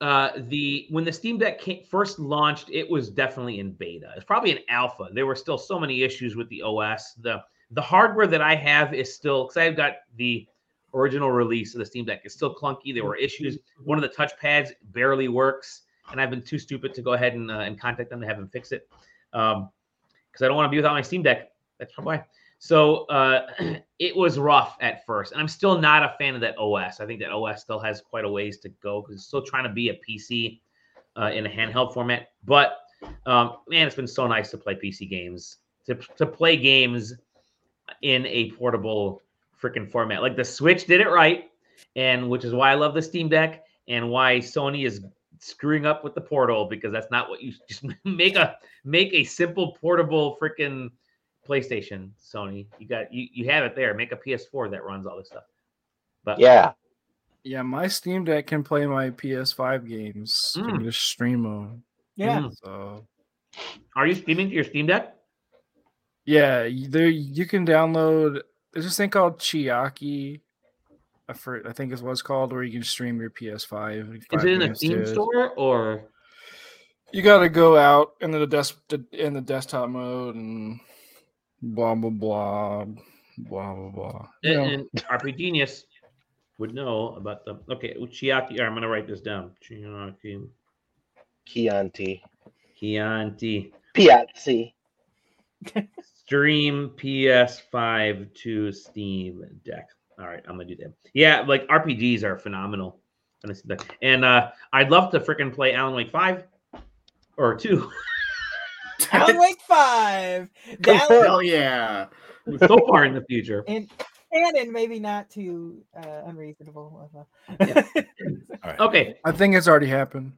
Uh, the when the Steam Deck came, first launched, it was definitely in beta. It's probably an alpha. There were still so many issues with the OS. The the hardware that I have is still because I've got the original release of the Steam Deck is still clunky. There were issues. One of the touchpads barely works, and I've been too stupid to go ahead and uh, and contact them to have them fix it because I don't want to be without my Steam Deck. That's probably why. So uh, it was rough at first, and I'm still not a fan of that OS. I think that OS still has quite a ways to go because it's still trying to be a PC uh, in a handheld format. But um, man, it's been so nice to play PC games, to to play games in a portable freaking format. Like the Switch did it right, and which is why I love the Steam Deck and why Sony is screwing up with the portal because that's not what you just make a make a simple portable freaking PlayStation, Sony. You got you, you have it there. Make a PS4 that runs all this stuff. But
yeah.
Yeah, my Steam Deck can play my PS5 games. I
Mm.
can just stream them.
Yeah.
Mm.
So
Are you streaming to your Steam Deck?
yeah, y- there you can download. There's this thing called Chiaki. I, for, I think is what it's called, where you can stream your PS5. and
Is
five
it in a
games
Steam
to it.
store or?
You gotta go out into the desk in the desktop mode and blah blah blah blah blah blah. You know,
And, and RP Genius would know about the okay Uchiaki. I'm gonna write this down. Chiaki
Chianti.
Chianti
Piazzi.
stream PS5 to Steam Deck. All right, I'm gonna do that. Yeah, like RPGs are phenomenal. on the Steam Deck. And uh, I'd love to freaking play Alan Wake Five or two.
Alan Wake Five. The Alan-
Hell yeah.
so far in the future.
and canon, maybe not too uh, unreasonable. of a-
All right.
Okay.
I think it's already happened.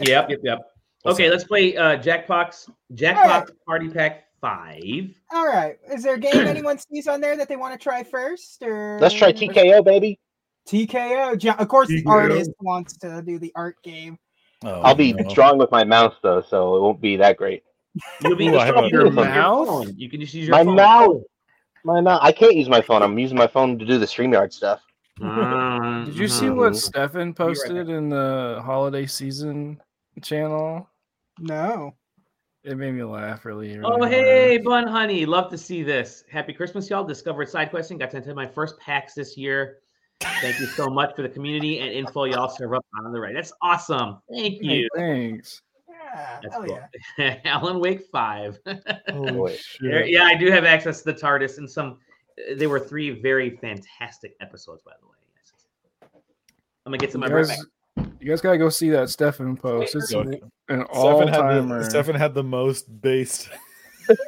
Yep. Yep. Yep.
What's
okay,
up?
let's play uh, Jackbox Jackbox Party Pack Five.
All right. Is there a game anyone sees on there that they want to try first? Or
Let's try TKO, baby.
TKO. Jo- Of course, the
TKO.
artist wants to do the art game.
Oh,
I'll be
no.
drawing with my mouse though, so it won't be that great.
You'll be
Ooh,
just
I have
talking
a-
Your
with
mouth?
phone. You can just use your
My
phone.
mouth. My mouth. I can't use my phone. I'm using my phone to do the StreamYard stuff.
Ah,
Did you see
uh-huh.
what
Mhm.
Stefan posted in the holiday season channel?
No.
It made me laugh really. really
Oh
hard.
hey, bun honey, love to see this. Happy Christmas, y'all! Discovered side questing. Got to attend my first PAX this year. Thank you so much for the community and info y'all serve up on the right. That's awesome. Thank
Hey,
you.
thanks.
Yeah.
That's
Oh
cool.
yeah.
Alan Wake Five.
Holy
Boy.
There-
shit.
yeah, I do have access to the TARDIS and some. uh, They were three very fantastic episodes, by the way. I'm gonna get to my
You
right
guys, you guys gotta go see that Stefan post. It's
Yo,
an all
Stefan had,
timer.
the, Stefan had the most based.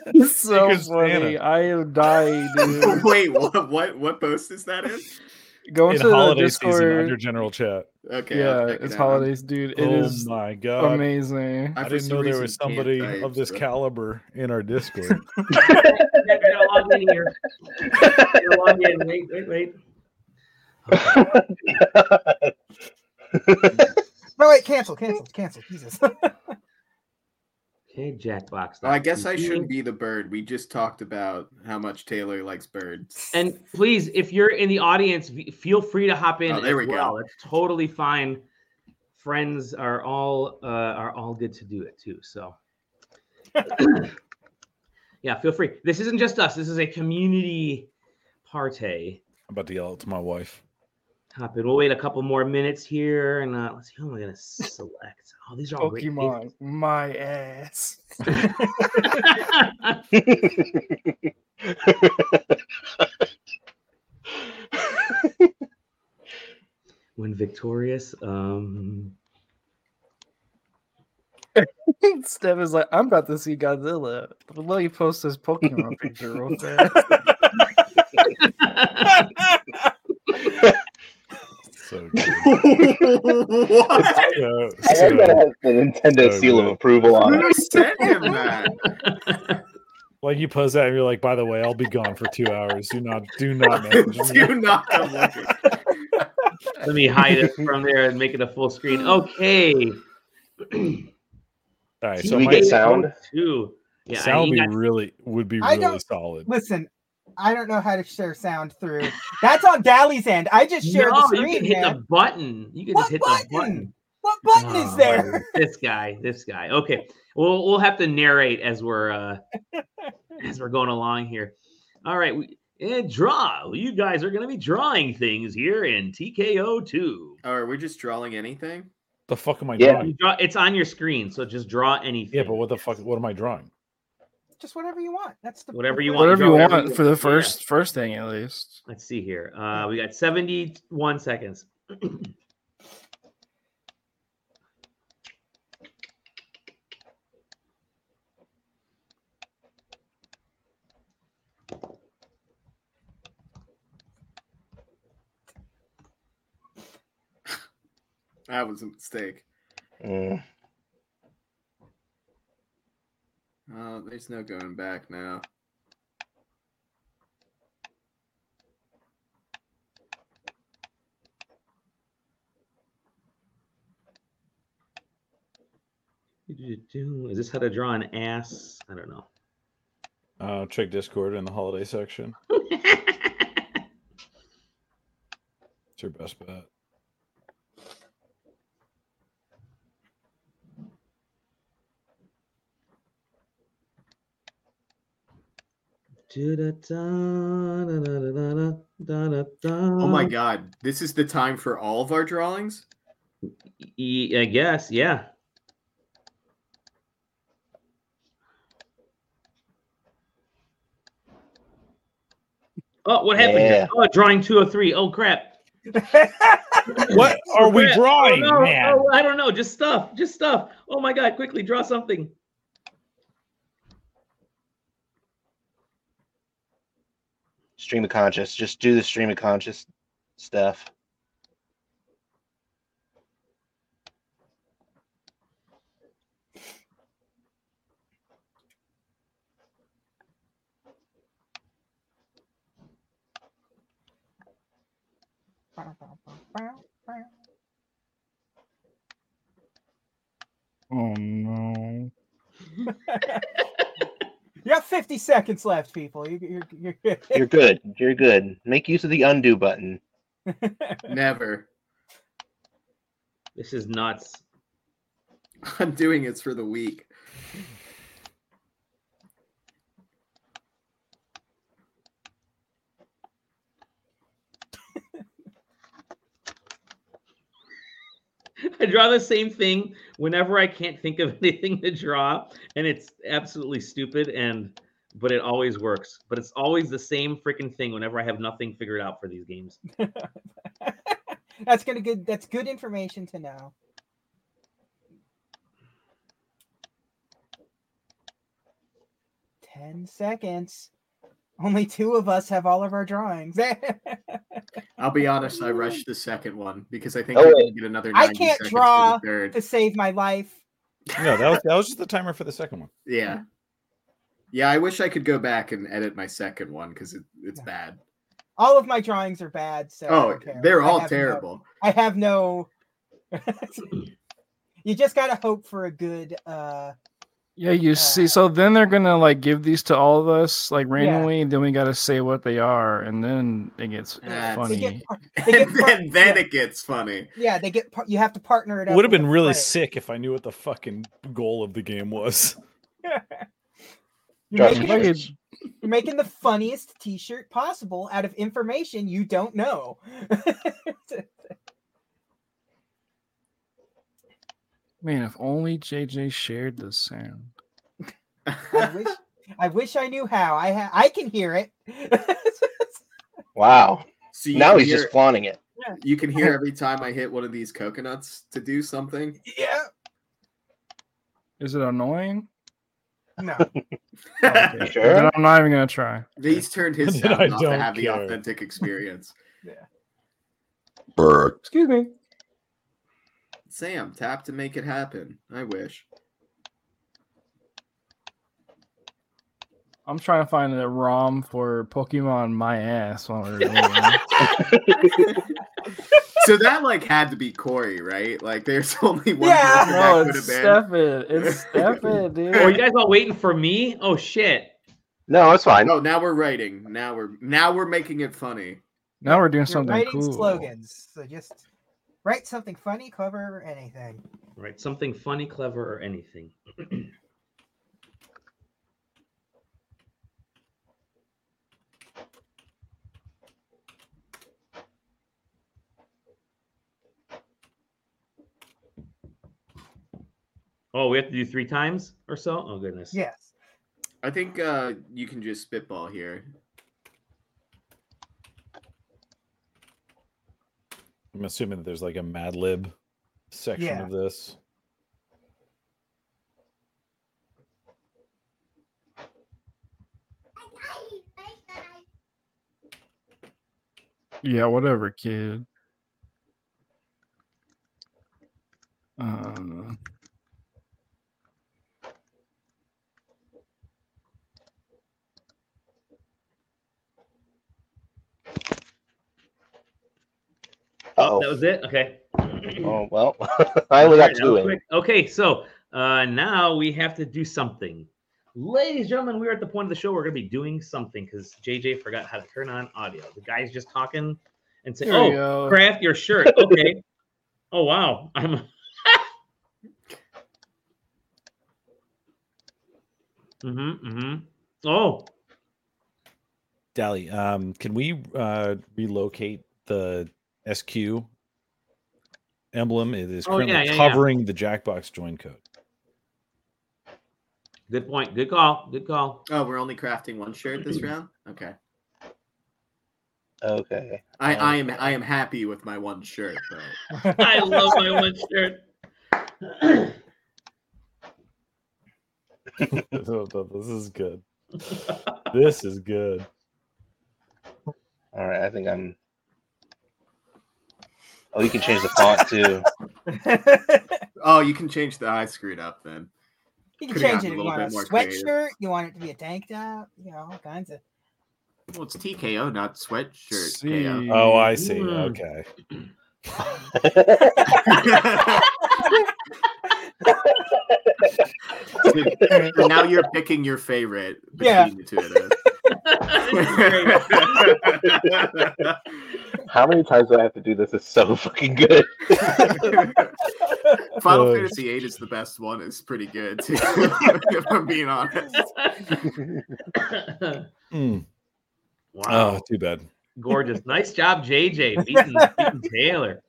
It's so
Secret
funny.
Santa.
I am dying, dude.
Wait, what, what what post is that in?
Go
in
into the
holiday season under
Discord.
general chat.
Okay. I'll
yeah,
check it
it's
out.
holidays, dude. It
oh
is
my god!
I
amazing.
I
for
didn't
some
know there
reason
was
can't
somebody
type,
of this
so-
caliber in our Discord.
back. Gotta log in here. Gotta log in. Wait, wait, wait.
No wait. Cancel. Cancel. Cancel. Jesus.
Okay, Jackbox.
Well, I guess I shouldn't be the bird. We just talked about how much Taylor likes birds.
And please, if you're in the audience, v- feel free to hop in.
Oh, there
as
we go.
well. It's totally fine. Friends are all uh, are all good to do it too. So, yeah, feel free. This isn't just us. This is a community party.
I'm about to yell out to my wife.
Top it. We'll wait a couple more minutes here, and uh, let's see who am I gonna select. Oh, these are all great
Pokemon, my ass.
names. when victorious, um,
Steph is like, I'm about to see Godzilla. But let me post this Pokemon picture real fast.
So good.
what?
So-
I
so-
heard that has the Nintendo
So
seal of
good.
approval on it.
Who sent him that?
like you post that and you're like, by the way, I'll be gone for two hours. Do not, do not message me.
Do not come looking.
let me hide it from there and make it a full screen. Okay,
All right,
Do
so
we
my
get sound?
two. Yeah, I
sound
ain't
would be
got-
really would be
I
really
don't-
solid.
Listen. I don't know how to share sound through. That's on Dally's end. I just shared
no,
the screen.
you can hit
man.
the button. You can
What
just hit the
button?
button.
What button is
Oh,
there?
This guy, this guy. Okay, we'll we'll have to narrate as we're uh, as we're going along here. All right, we, and draw. You guys are going to be drawing things here in TKO two.
Oh, are we just drawing anything?
The fuck am I
Yeah.
drawing?
Draw, it's on your screen, so just draw anything.
Yeah, but what the fuck? What am I drawing?
Just whatever you want. That's the
Whatever you want.
Whatever you
draw
want
whatever you
for the
want. Yeah.
first first thing at least.
Let's see here. Uh, we got seventy one seconds.
That was a mistake.
Mm.
Oh, there's no going back now.
You Is this how to draw an ass? I don't know.
Uh, check Discord in the holiday section. it's your best bet.
Oh
Oh my god, this is the time for all of our drawings.
E, I guess, yeah. Oh, what happened?
Yeah.
Here? Oh, drawing 203. Oh, crap.
What are we
Crap. Oh,
drawing,
no.
man?
Oh, I don't know. Just stuff. Just stuff. Oh, my God. Quickly draw something.
Stream of conscious. Just do the stream of conscious stuff.
Oh no.
You got 50 seconds left, people. You, you're, you're good.
You're good. You're good. Make use of the undo button.
Never.
This is nuts.
I'm doing it for the week.
I draw the same thing whenever I can't think of anything to draw, and it's absolutely stupid. And but it always works. But it's always the same freaking thing whenever I have nothing figured out for these games.
that's gonna good. That's good information to know. Ten seconds. Only two of us have all of our drawings.
I'll be honest, I rushed the second one because I think
Oh,
we're
wait.
gonna get another.
I
90
can't
seconds for the
draw.
third.
to save my life.
No, that was that was just the timer for the second one.
Yeah, yeah. I wish I could go back and edit my second one because it, it's
Yeah.
bad.
All of my drawings are bad. So I
Oh,
don't care.
they're
I
all
have no-
terrible.
I have no. you just gotta hope for a good. uh
Yeah, you see. So then they're gonna like give these to all of us like randomly. Then we gotta say what they are, and then it gets
That's-
they
funny.
get par- they get
And then, then
yeah.
it gets funny.
yeah, they get. par- You have to partner it up.
Would have
with
been
a
really
friend.
sick if I knew what the fucking goal of the game was.
You're
Josh,
making,
Look
the,
at-
you're making the funniest T-shirt possible out of information you don't know.
man, if only JJ shared this sound.
I wish. I wish I knew how. I ha- I can hear it.
Wow.
so you
Now
can
he's
hear,
just flaunting it.
you can hear every time I hit one of these coconuts to do something.
yeah.
Is it annoying?
No. Oh,
Okay.
You
Then
sure?
I'm not even gonna try.
These turned his
Then I
sound off to
don't
have the
care.
authentic experience.
Excuse me.
Sam, tap to make it happen. I wish.
I'm trying to find a ROM for Pokemon My Ass. While we're doing
So that like had to be Corey, right? Like there's only one
Yeah.
person
no,
that could
it's
have been.
Stefan. It's Stefan, dude.
Oh, you guys all waiting for me? Oh shit!
No, it's fine.
No, now we're writing. Now we're now we're making it funny.
Now we're doing
You're
something
writing
cool.
slogans, so just write something funny, clever, or anything.
Right, something funny, clever, or anything. Oh, we have to do three times or so. Oh goodness.
Yes.
I think uh you can just spitball here.
I'm assuming that there's like a Mad Lib section
Yeah.
of this.
Yeah, whatever, kid. Um,
Oh,
That was it. Okay.
oh well. I was got
All right, that
two
was
in.
quick. Okay, so Uh, now we have to do something. Ladies and gentlemen, we're at the point of the show. We're going to be doing something because JJ forgot how to turn on audio. The guy's just talking and saying,
There we
Oh,
go.
craft your shirt. Okay. oh, wow. I'm. mm-hmm, mm-hmm. Oh,
Dally, um, can we uh, relocate the SQ emblem? It is
Oh,
currently
yeah, yeah, yeah.
covering the Jackbox join code.
good point. Good call. Good call.
Oh, we're only crafting one shirt this round. Okay.
Okay.
I, I am I am happy with my one shirt though.
I love my one shirt.
this is good. this is good.
All right. I think I'm. Oh, you can change the font too.
Oh, you can change the I screwed up then.
you
Could've
can change
gotten
it
a
if you
little
want a
bit more creative.
sweatshirt, you want it to be a tank top, you know, all kinds of.
Well, it's TKO, not sweatshirt
See.
Oh, I see.
Mm.
Okay.
KO. So now you're picking your favorite between
Yeah.
the two of those.
This is great.
How many times do I have to do this? It's so fucking good.
Final
Uh,
Fantasy VIII is the best one. It's pretty good too, if I'm being honest.
Mm.
wow.
Oh, too bad.
Gorgeous. Nice job, JJ. Beating, beating Taylor.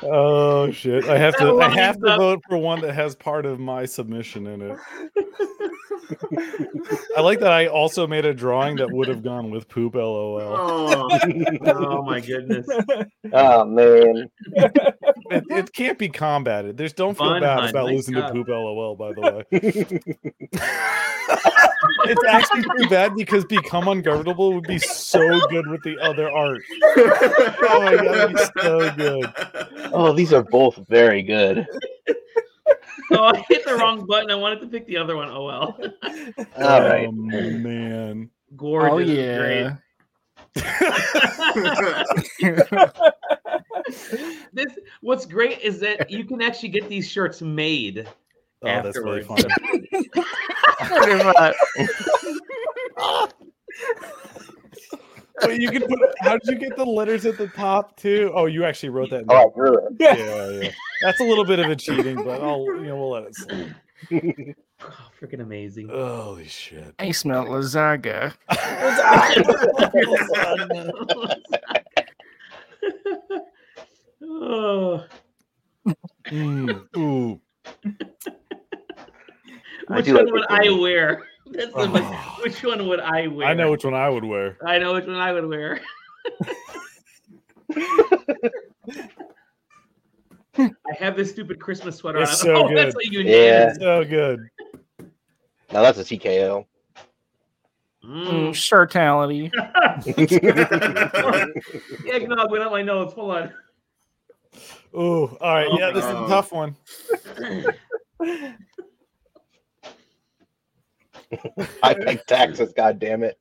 Oh shit! I have to. I
Lines
have to
up.
vote for one that has part of my submission in it. I like that. I also made a drawing that would have gone with poop. LOL.
Oh,
Oh my goodness.
Oh man.
It, it can't be combated. There's don't feel
Fun
bad
hunt,
about
nice
losing
job.
to poop. LOL. By the way, it's actually too bad because become ungovernable would be so good with the other art. Oh my god, that'd be so good.
Oh, these are both very good.
Oh, I hit the wrong button. I wanted to pick the other one. Oh well.
All right.
Oh man.
Gorgeous.
Oh yeah.
Great.
Oh,
this what's great is that you can actually get these shirts made.
Oh, that's really
Afterwards.
fun. Wait, you can put. How did you get the letters at the top too? Oh, you actually wrote that.
Oh, I drew it.
Yeah.
yeah, yeah. That's a little bit of a cheating, but I'll you know we'll let it slide.
Oh, freaking amazing.
Holy shit!
I smell lasagna.
oh,
Mm, ooh.
I
which
do
one
like
would
this
I
one.
wear? That's the,
Oh.
which one would I wear?
I know which one I would wear.
I know which one I would wear. I have this stupid Christmas sweater
It's
on.
so
oh, that's what
good.
you
Yeah.
So good.
Now that's a TKO.
Mm,
Mm.
shirtality.
Eggnog went up my nose. Hold on.
Ooh. All right.
Oh
yeah,
my
this is a
God.
tough one.
I paid taxes. God damn it.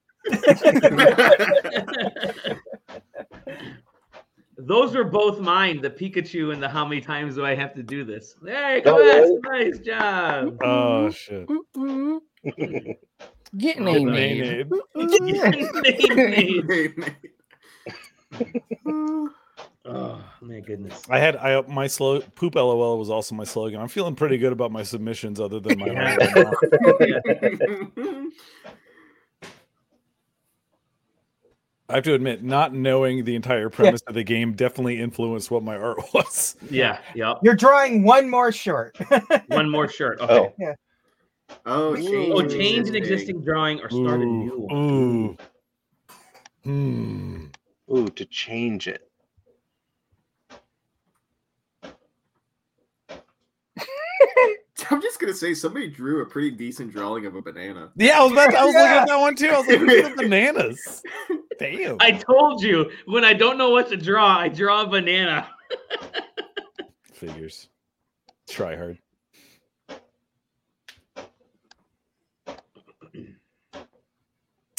Those were both mine, the Pikachu and the how many times do I have to do this? There you
Oh,
go. Nice job.
Oh shit.
Mm-mm. Getting
Good
a name.
Mayonnaise.
oh my goodness.
I had I my slow poop lol was also my slogan. I'm feeling pretty good about my submissions other than my
Yeah.
last one. I have to admit, not knowing the entire premise of the game definitely influenced what my art was.
Yeah, yep.
You're drawing one more short.
One more shirt. Okay.
Oh,
oh, change,
Oh,
an
change
existing-
an existing drawing or start a new one.
Ooh. Hmm.
ooh, to change it.
I'm just gonna say somebody drew a pretty decent drawing of a banana.
Yeah, I was about to, I was looking
Yeah.
at that one too. I was like, look at the bananas. Damn.
I told you when I don't know what to draw, I draw a banana.
Figures. Try hard.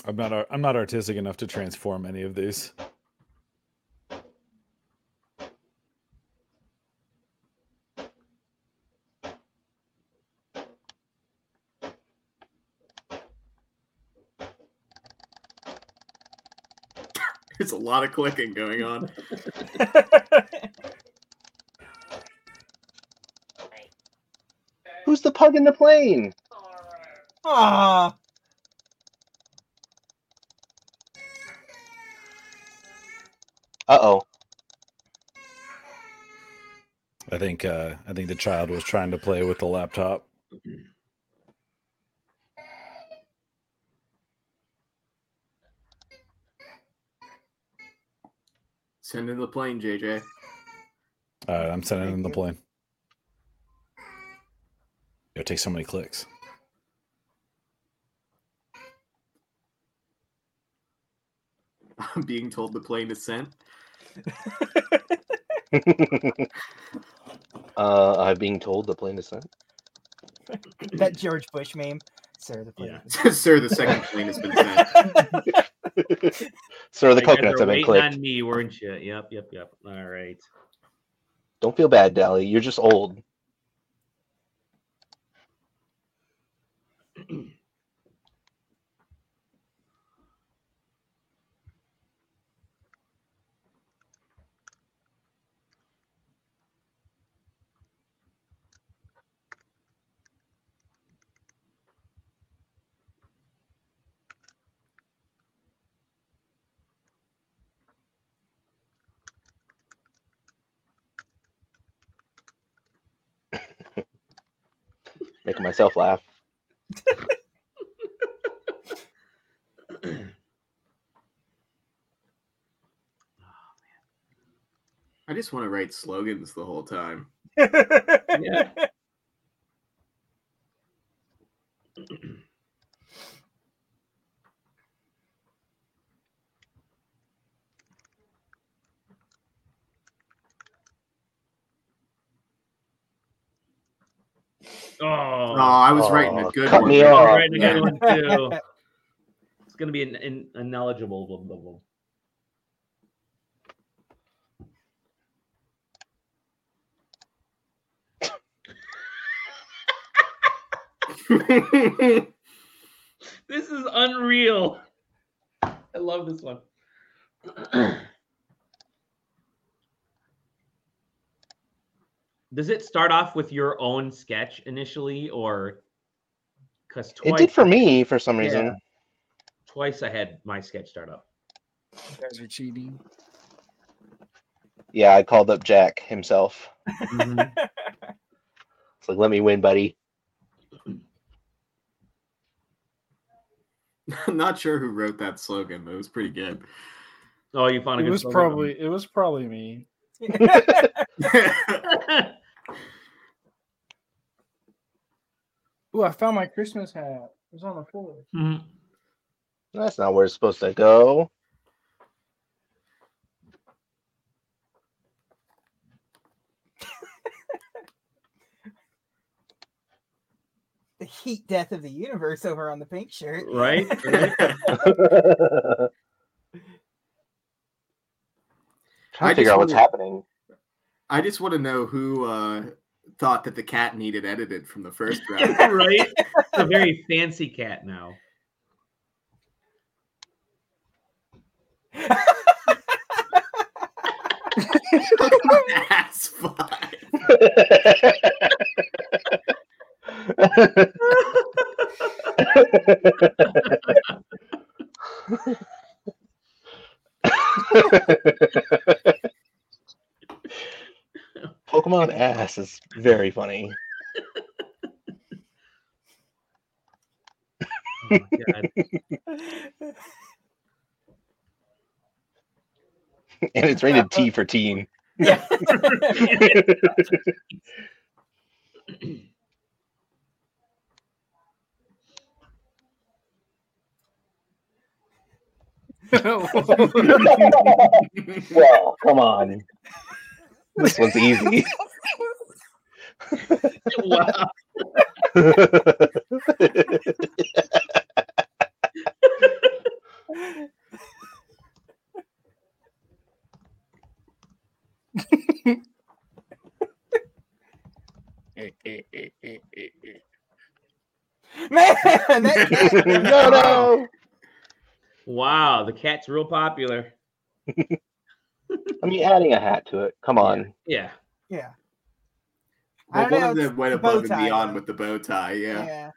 I'm not ar- I'm not artistic enough to transform any of these.
There's a lot of clicking going on.
Who's the pug in the plane?
Ah,
Uh oh.
I think uh, I think the child was trying to play with the laptop.
Send in the plane, JJ.
All right, Uh, I'm sending in the plane. It'll take so many clicks.
I'm being told the plane is sent.
uh, I'm being told the plane is sent.
that George Bush meme. Sir, the plane.
Yeah.
Sir, the second plane has been sent.
Sir, the
You guys
coconuts
were
have been
waiting
clicked.
on me, weren't you? Yep, yep, yep. All right.
Don't feel bad, Dally. You're just old. Making myself laugh.
I just want to write slogans the whole time.
Yeah.
Oh,
Oh,
I was writing a
Aw,
good
cut
one.
me
there.
All
off.
right, a good
Yeah.
one too. It's gonna be an, an, a knowledgeable blah, blah, blah. This is unreal. I love this one. Does it start off with your own sketch initially, or because
It
twice
did for me for some reason.
twice I had my sketch start up.
You guys are cheating.
Yeah, I called up Jack himself.
Mm-hmm.
It's like, let me win, buddy.
I'm not sure who wrote that slogan, but it was pretty good.
Oh, you found a
It
good
was
slogan.
probably it was probably me. Ooh, I found my Christmas hat. It was on the floor.
Mhm.
That's not where it's supposed to go.
the heat death of the universe over on the pink shirt.
right? right?
Trying
I
to figure
just
out what's
wonder-
happening.
I just want to know who uh, thought that the cat needed edited from the first round.
right? It's a very fancy cat now.
That's fine.
Pokemon ass is very funny.
Oh my God.
And it's rated T for teen.
yeah.
well, come on. This one's easy.
wow.
Man, that cat-
no, no.
Wow, the cat's real popular.
I mean, adding a hat to it. Come on.
Yeah.
Yeah. I
Well,
don't
one of
know,
them
it's
went
the
above
bow
and
tie,
beyond
though.
with the bow tie. Yeah.
yeah.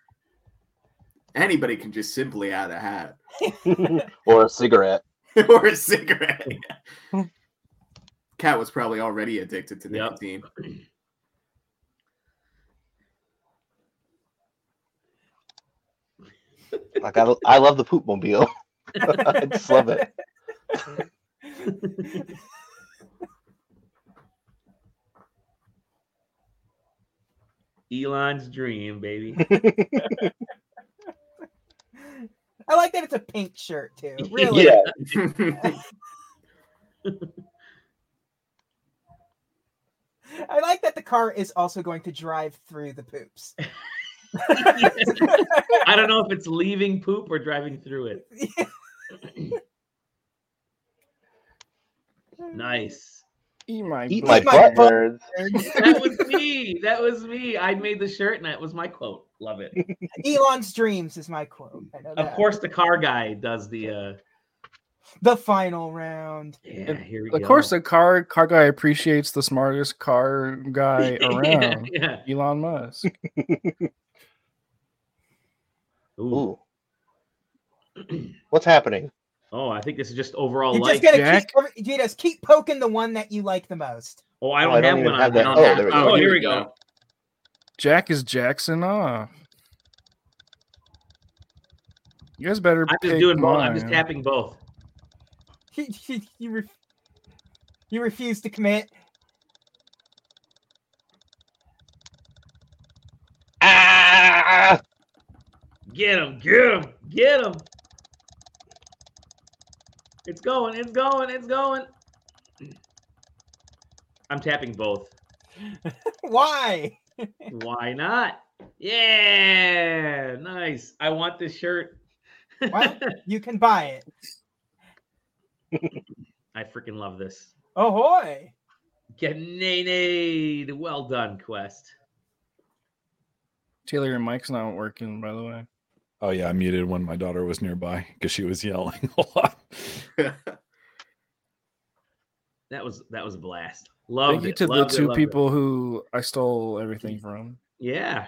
Anybody can just simply add a hat
or a cigarette.
or a cigarette. Cat was probably already addicted to
Yep.
nicotine.
Like I, I love the poop mobile. I just love it.
Elon's dream, baby.
I like that it's a pink shirt too. Really.
Yeah.
I like that the car is also going to drive through the poops.
I don't know if it's leaving poop or driving through it. Nice.
Eat my
Eat
butt.
my butt,
butt.
nerds.
That was me. That was me. I made the shirt and that was my quote. Love it.
Elon's dreams is my quote. I know
Of
that.
course, the car guy does the. uh
The final round.
Yeah, here we
Of
go.
course, the car car guy appreciates the smartest car guy around,
yeah.
Elon Musk.
yeah. Ooh.
Ooh. What's happening?
Oh, I think this is just overall
You're
like.
just gonna
Jack.
keep every- you just keep poking the one that you like the most.
Oh, I
Oh,
don't,
I don't
have
even
one.
have
on,
that.
I don't
Oh,
have-
there we
go.
oh, here we go.
Jack is Jackson off. You guys better.
I'm just
pick
doing both. I'm
mine.
just tapping both.
you, re- you refuse to commit.
Ah!
Get him! Get him! Get him! It's going! It's going! It's going! I'm tapping both.
Why?
Why not? Yeah, nice. I want this shirt.
Well, you can buy it.
I freaking love this.
Ahoy!
Grenade. Well done, Quest.
Taylor, your mic's not working, by the way.
Oh yeah, I muted when my daughter was nearby because she was yelling a lot.
That was that was a blast.
Thank
Loved
you
it.
to the
loved it,
two
loved it.
people who I stole everything from.
Yeah.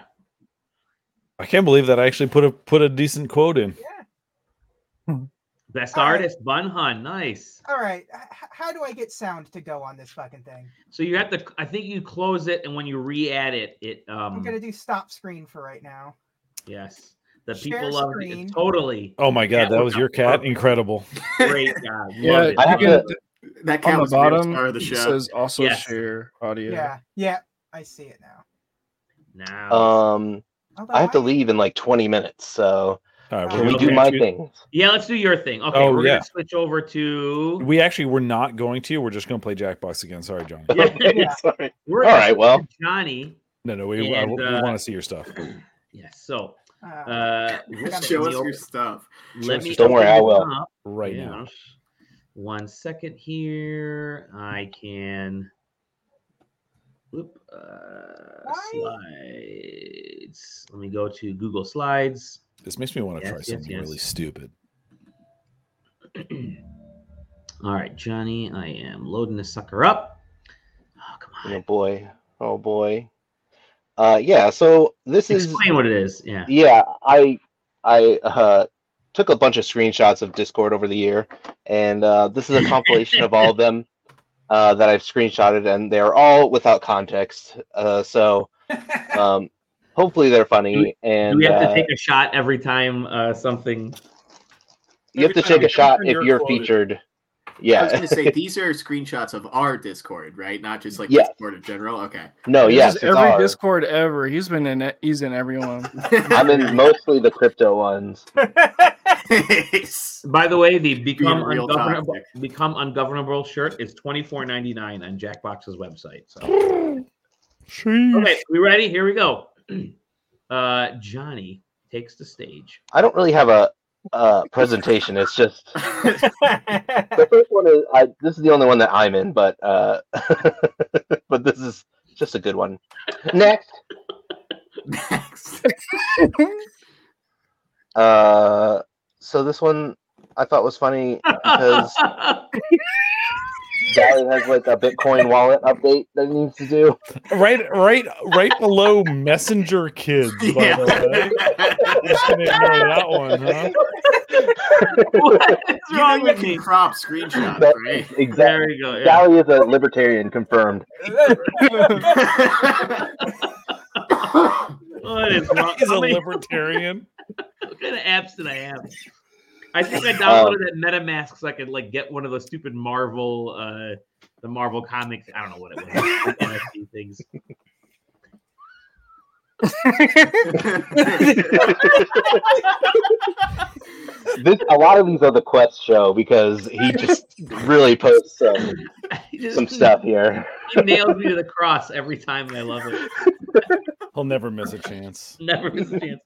I can't believe that I actually put a put a decent quote in.
Best
All right.
artist, Bun Hun. Nice.
All right. h- h- how do I get sound to go on this fucking thing?
So you have to. I think you close it, and when you re-add it, it. Um,
I'm gonna do stop screen for right now.
Yes, the
Share
people love it.
screen.
It's totally
Oh my
Yeah,
god, that was
no,
your cat.
perfect.
Incredible.
great. God,
Yeah,
love
I
you
have
it.
can,
to-
that cat
on the
was the real
bottom
star of the
it
show.
says also
Yes.
share audio.
Yeah. yeah. I see it now.
Now,
Um,
Although
I have to
why-
leave in like 20 minutes, so
All
Can
right,
can
we're
uh, we
gonna
do my
choose-
thing?
yeah, let's do your thing. Okay,
Oh,
we're
yeah.
gonna switch over to.
We actually were not going to. We're just going to play Jackbox again. Sorry, John.
Yeah.
Okay, sorry.
we're
All
gonna
right, well,
switch to Johnny.
No, no, we, I-
And,
we
uh,
want to see your stuff.
Yes. So,
uh,
uh, let
gotta
Show
me
us
open-
your stuff.
let me.
Don't worry,
open
I
this
will.
up.
Right
Yeah.
now,
One second here. I can. Whoop, uh,
Why?
slides. Let me go to Google Slides.
this makes me want to
Yes,
try
yes,
something
yes.
really stupid.
All right, Johnny, I am loading this sucker up. Oh, come
Oh
on.
boy. Oh boy. Uh, yeah, so this is
Explain what it is. Yeah.
yeah i i uh, took a bunch of screenshots of discord over the year and uh, this is a compilation of all of them uh, that i've screenshotted and they're all without context uh, so um, hopefully they're funny
Do
and
we have to
uh,
take a shot every time uh, something?
you have
every
to
time
take a
you
shot
open
if
your
you're
quoted.
featured
I was
yeah
gonna say these are screenshots of our Discord, right? Not just like
Yeah.
Discord in general. Okay.
no
This
yes
is
it's
every
ours.
Discord ever. He's been in. it- He's in everyone.
i'm in mostly the crypto ones
Yes.
By the way, the become
a real
ungovernable,
topic.
become ungovernable shirt is twenty four ninety nine on Jackbox's website. So. Okay, we ready? Here we go. Uh, Johnny takes the stage.
i don't really have a uh, presentation it's just
oh.
the first one is I, this is the only one that I'm in, but uh, but this is just a good one. Next,
Next.
uh, so this one I thought was funny because Dallin has like a Bitcoin wallet update that he needs to do.
Right, right, right below Messenger Kids. By
Yeah.
the way. Just gonna ignore that one, huh?
what is
You know
wrong
we
with
can
me?
crop screenshots,
That-
right?
Exactly.
There you go. Yeah.
Dally is a libertarian, confirmed.
What is wrong?
He's a
How many-
libertarian.
What kind of apps did I have? I think I
Um,
downloaded that MetaMask so I could like get one of those stupid Marvel, uh, the Marvel comics. I don't know what it was. NFT things.
This, a lot of these are the Quest show because he just really posts some,
He just
some stuff here.
He nails me to the cross every time. and I love it.
He'll never miss a chance.
Never miss a chance.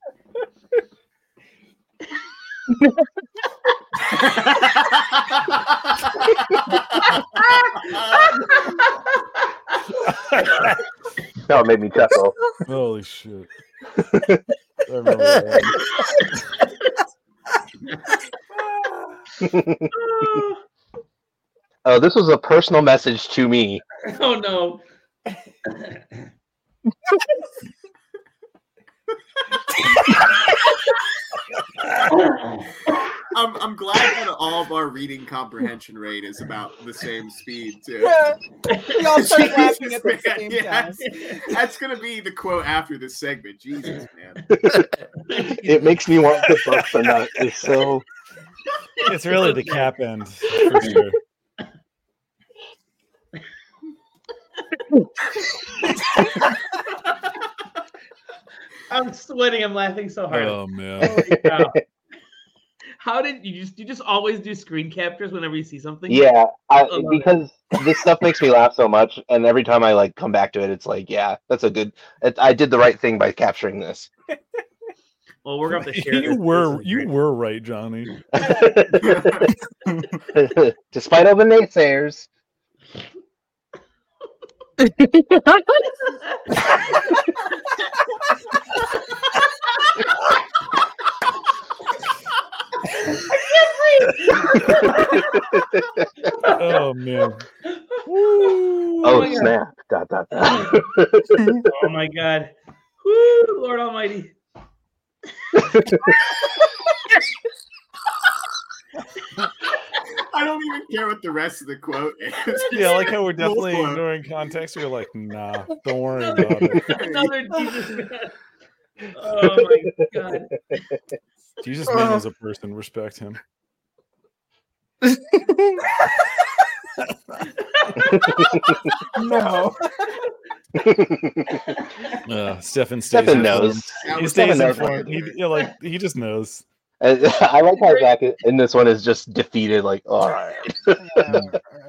That made me chuckle.
Holy shit! I remember that.
oh
Oh, this was a personal message to me.
Oh, no.
I'm, I'm glad that all of our reading comprehension rate is about the same speed too.
we all start laughing at the
Jesus, man,
same time.
yes. That's gonna be the quote after this segment. Jesus, man.
It makes me want to bust a nut. It's so
It's really the cap end. For sure.
I'm sweating. I'm laughing so hard.
Oh man!
Holy cow. How did you just you just always do screen captures whenever you see something?
yeah. I,
Oh, no.
because this stuff makes me laugh so much, and every time I like come back to it, it's like, yeah, that's a good. It, I did the right thing by capturing this.
Well, we're gonna have to share.
You
this.
were
This is
you
great.
were right, Johnny.
Despite all the naysayers,
Oh man!
oh,
my God.
snap! Dot dot dot.
Oh my god. Woo, Lord Almighty.
I don't even care what the rest of the quote is.
Yeah, I like how we're definitely
Lord.
ignoring context. We're like, nah, don't worry about it.
Another Jesus man. Oh my god.
Jesus man is a person. Respect him.
No.
Uh, Stefan stays
Stefan
informed.
knows.
That
He
was-
Stefan
stays
knows.
informed. He, yeah, like he just knows.
I Uh, I like how Zach in this one is just defeated. Like, all right.
uh,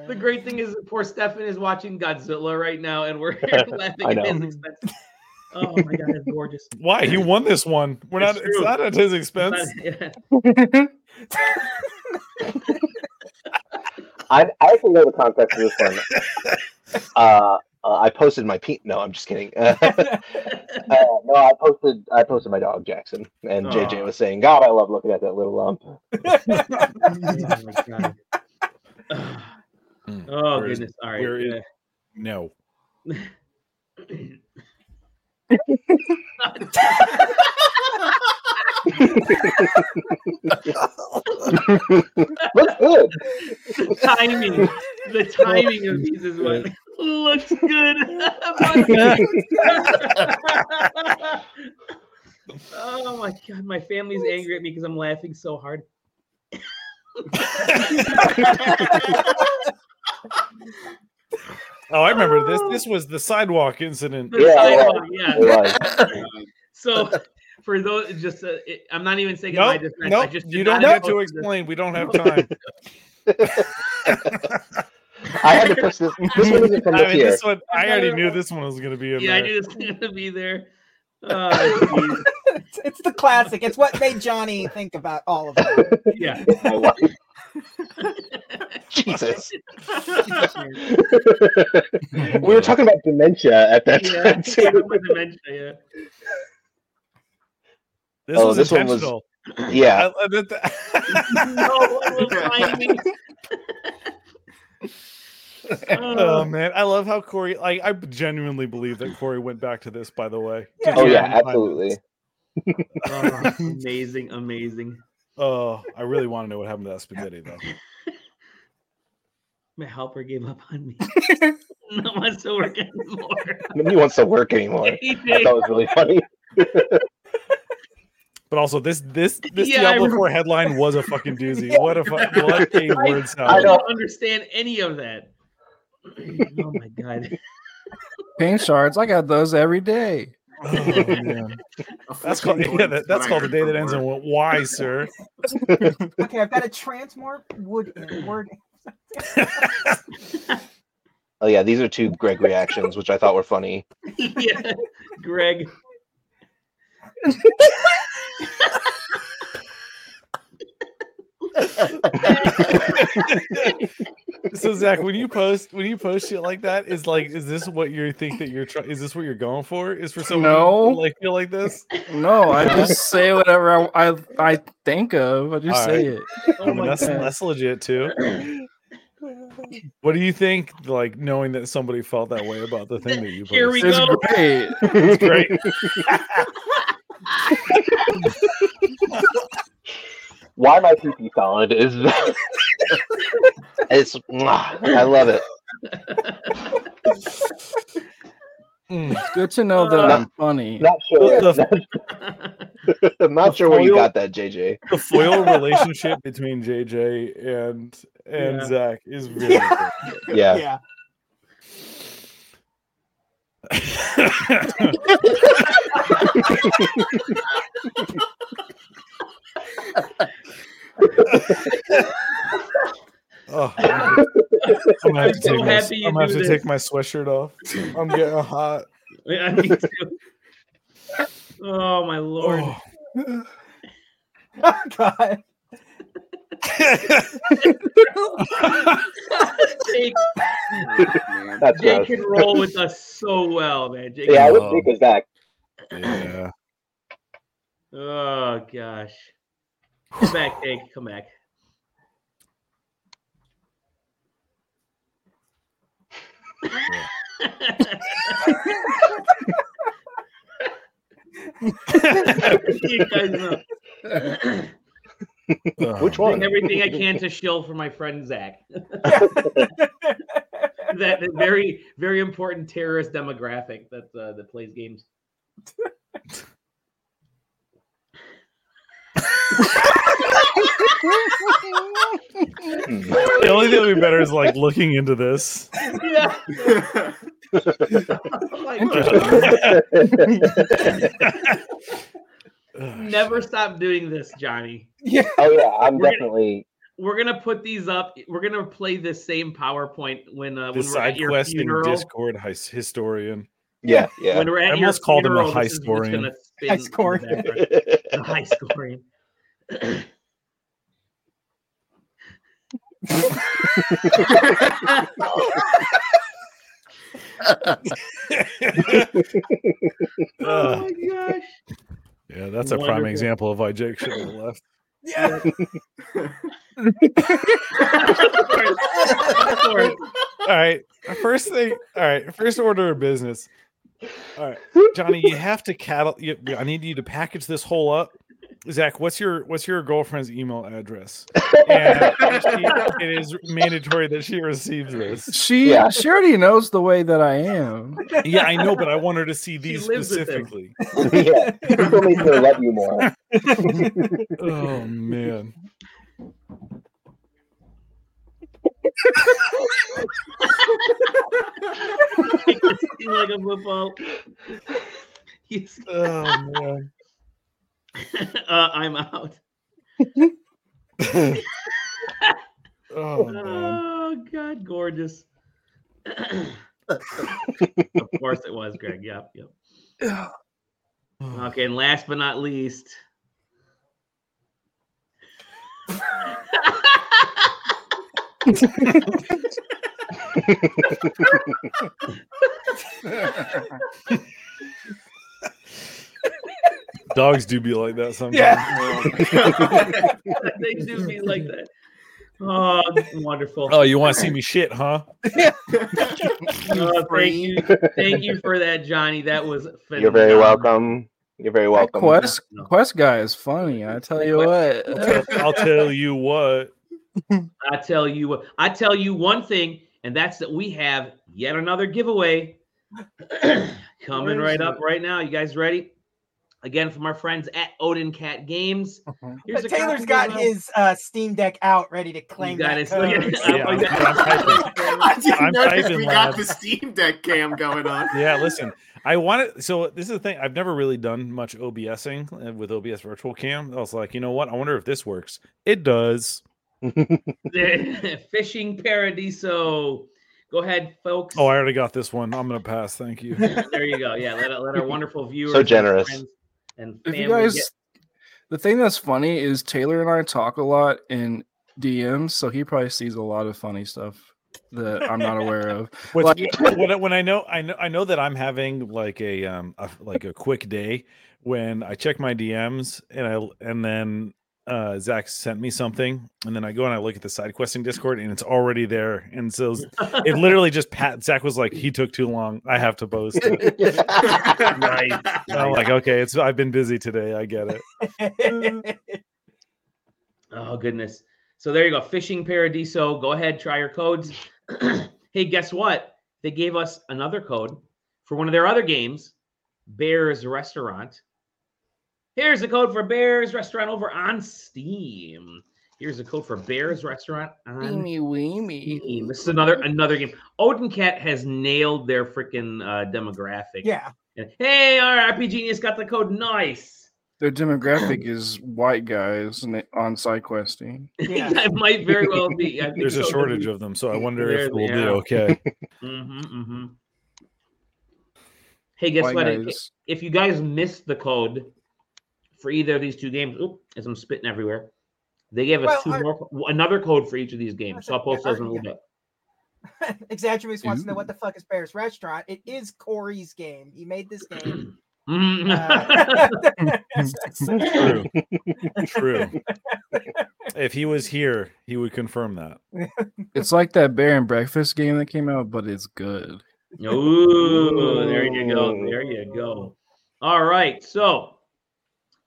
The great thing is that poor Stefan is watching Godzilla right now and we're here laughing
I
at
know.
his expense. Oh my god, it's gorgeous.
Why he won this one? We're
It's
not. It's
true.
not at his expense.
Yeah.
I I actually know the context of this one. Uh, uh, I posted my pe- No, I'm just kidding. Uh, no, I posted I posted my dog Jackson, and JJ
Aw.
was saying, "God, I love looking at that little um, lump."
Oh, my God.
Mm.
Oh,
Where is-
goodness. All right.
where is- No.
Looks good.
the timing. The
Oh,
timing of these is what looks good. oh my god, my family's angry at me because I'm laughing so hard.
Oh, I remember this. This was the sidewalk incident.
The
Yeah,
sidewalk, uh, yeah.
It was.
So for those, just uh, it, I'm not even saying
No,
I just, I
no,
just did
you don't
not
get to
post this.
explain. We don't have time.
I had to push this. This one isn't from
I
this
mean,
year.
this one. I already knew this one was going to be. in
Yeah, I
there.
knew this was gonna be there. Oh, geez.
it's, it's the classic. It's what made Johnny think about all of it.
yeah.
My wife. Jesus. we were talking about dementia at that
Yeah,
time too.
with dementia, yeah.
This
Oh,
was
this one was-
intentional.
Yeah.
I love it.
no one will find me.
oh man, I love how Corey. Like, I genuinely believe that Corey went back to this. By the way.
Yeah.
Oh
Did you
yeah,
have any
absolutely.
highlights?
Oh, amazing, amazing.
Oh, I really want to know what happened to that spaghetti though.
My helper gave up on me. no wants to work anymore.
Nobody wants to work anymore.
He
I
did.
thought it was really funny.
But also, this this this
Yeah, I
Diablo
remember-
Four headline was a fucking doozy. What a fu- what a
I-
word salad.
I
I know.
don't understand any of that. oh my god.
Pain shards. I got those every day.
Oh, man. That's called yeah, that, that's called a day that ends in what? Why, sir?
Okay, I've got a transmorph wood in word.
Oh yeah, these are two Greg reactions, which I thought were funny.
yeah. Greg.
So Zach, when you post when you post shit like that, is like, is this what you think that you're trying? Is this what you're going for? Is for someone
No.
to, like feel like this?
No, I just say whatever I I, I think of. I just
All
say
right.
it.
I
Oh
mean,
my
that's
God.
that's legit too. What do you think? Like knowing that somebody felt that way about the thing that you posted.
Here we
It's
go.
great.
Great.
Why my poopy solid is it's I love it.
Mm.
It's good to know that
Uh,
I'm funny.
Not sure.
The- the-
I'm not sure where you
foil-
got that, JJ.
the foil relationship between JJ and and
Yeah.
Zach is really
Yeah.
Yeah.
Yeah.
good. oh, I'm gonna have
I'm
to,
so
take, my,
happy you
I'm gonna have
do this.
to take my sweatshirt off. I'm getting hot.
Yeah, me too. Oh my lord.
Oh.
Oh god.
Jake,
That's
Jake
gross.
can roll with us so well, man. Jake
Yeah, I would think of Zach.
yeah.
Oh gosh. Come back, Jake. Come back. you guys know.
Oh.
Which
Doing
one?
everything I can to shill for my friend Zach. that that very, very important terrorist demographic that uh, that plays games.
Hmm.
The only thing that would be better is like looking into this.
Yeah. Never stop doing this, Johnny.
Yeah.
oh yeah, I'm
We're gonna-
definitely
We're gonna put these up. We're gonna play this same PowerPoint when uh, when we're
the
at
side
your
quest in
funeral.
Discord his- historian.
yeah, yeah.
When we're at
I
your
almost called him a
funeral,
high
this is what's
scoring.
gonna spin
High
in the
scoring.
background. The high scoring. Oh
Uh,
my gosh.
yeah, that's a prime
Wonderful.
example of why Jake should have left.
Yeah.
Of course.
All right, first thing. All right, first order of business. All right, Johnny, you have to cattle. You, I need you to package this whole up. Zach, what's your what's your girlfriend's email address? And she, it is mandatory that she receives this.
She
Yeah.
she already knows the way that I am.
Yeah, I know, but I want her to see these
lives with him.
specifically.
yeah. People need to love you more.
Oh man.
like a football. He's-
Oh man.
uh, I'm out.
Oh man.
Oh God, gorgeous. of course it was, Greg. Yep, yep. Okay, and last but not least.
dogs do be like that sometimes.
they do be like that. Oh, wonderful.
Oh, you want to see me shit, huh?
Oh, thank you, thank you for that, Johnny. That was phenomenal.
You're very welcome. You're very
That
welcome.
quest quest guy is funny. I tell you what.
I'll tell you what.
I tell you, what- I tell you one thing, and that's that we have yet another giveaway coming
Where is
right up right now. You guys ready? Again, from our friends at Odin Cat Games. Here's a
Taylor's
copy
got
of-
his uh, Steam Deck out ready to
You
claim
got
that
his.
code.
Yeah, I'm- I'm typing.
I didn't
I'm
notice
typing
we got
loud.
the Steam Deck cam going on.
Yeah, listen, I want to. So this is the thing. I've never really done much OBSing uh, with OBS Virtual Cam. I was like, you know what? I wonder if this works. It does.
Fishing Paradiso. Go ahead, folks.
Oh, I already got this one. I'm gonna pass. Thank you.
there you go. Yeah, let, let our wonderful viewers, and
generous.
friends and
if
family
you guys
get-
the thing that's funny is Taylor and I talk a lot in DMs, so he probably sees a lot of funny stuff that I'm not aware of.
What's,
Like-
when, I- when I know I know I know that I'm having like a um a, like a quick day when I check my DMs and I and then uh Zach sent me something and then I go and I look at the side questing Discord and it's already there and so it literally just pat Zach was like he took too long I have to post it.
Nice.
And I'm like okay it's I've been busy today I get it
Oh goodness. So there you go. Fishing Paradiso. Go ahead, try your codes. hey, guess what? They gave us another code for one of their other games, Bears Restaurant. Here's the code for Bears Restaurant over on Steam. Here's the code for Bears Restaurant on
Weemy weemy.
Steam. This is another another game. Odin Cat has nailed their freaking uh, demographic.
yeah.
And, hey, our RPG Genius got the code. Nice.
Their demographic is white guys and they- on side questing.
Yeah.
that might very well be. I think
there's a
so.
shortage of them so I wonder
There
if
they
we'll do
are.
okay
Mm-hmm, mm-hmm. Hey, guess
white
what? If-
guys.
If you guys missed the code for either of these two games, oop, as I'm spitting everywhere, they gave us
Well,
two
I-
more, co- another code for each of these games. So I'll post those in a little bit.
Exaggerates wants to know what the fuck is Bear's Restaurant. It is Corey's game. He made this game.
Mm.
Uh,
true true if he was here he would confirm that
It's like that bear and breakfast game that came out, but it's good.
Mm-hmm. Ooh, there you go. There you go. All right. So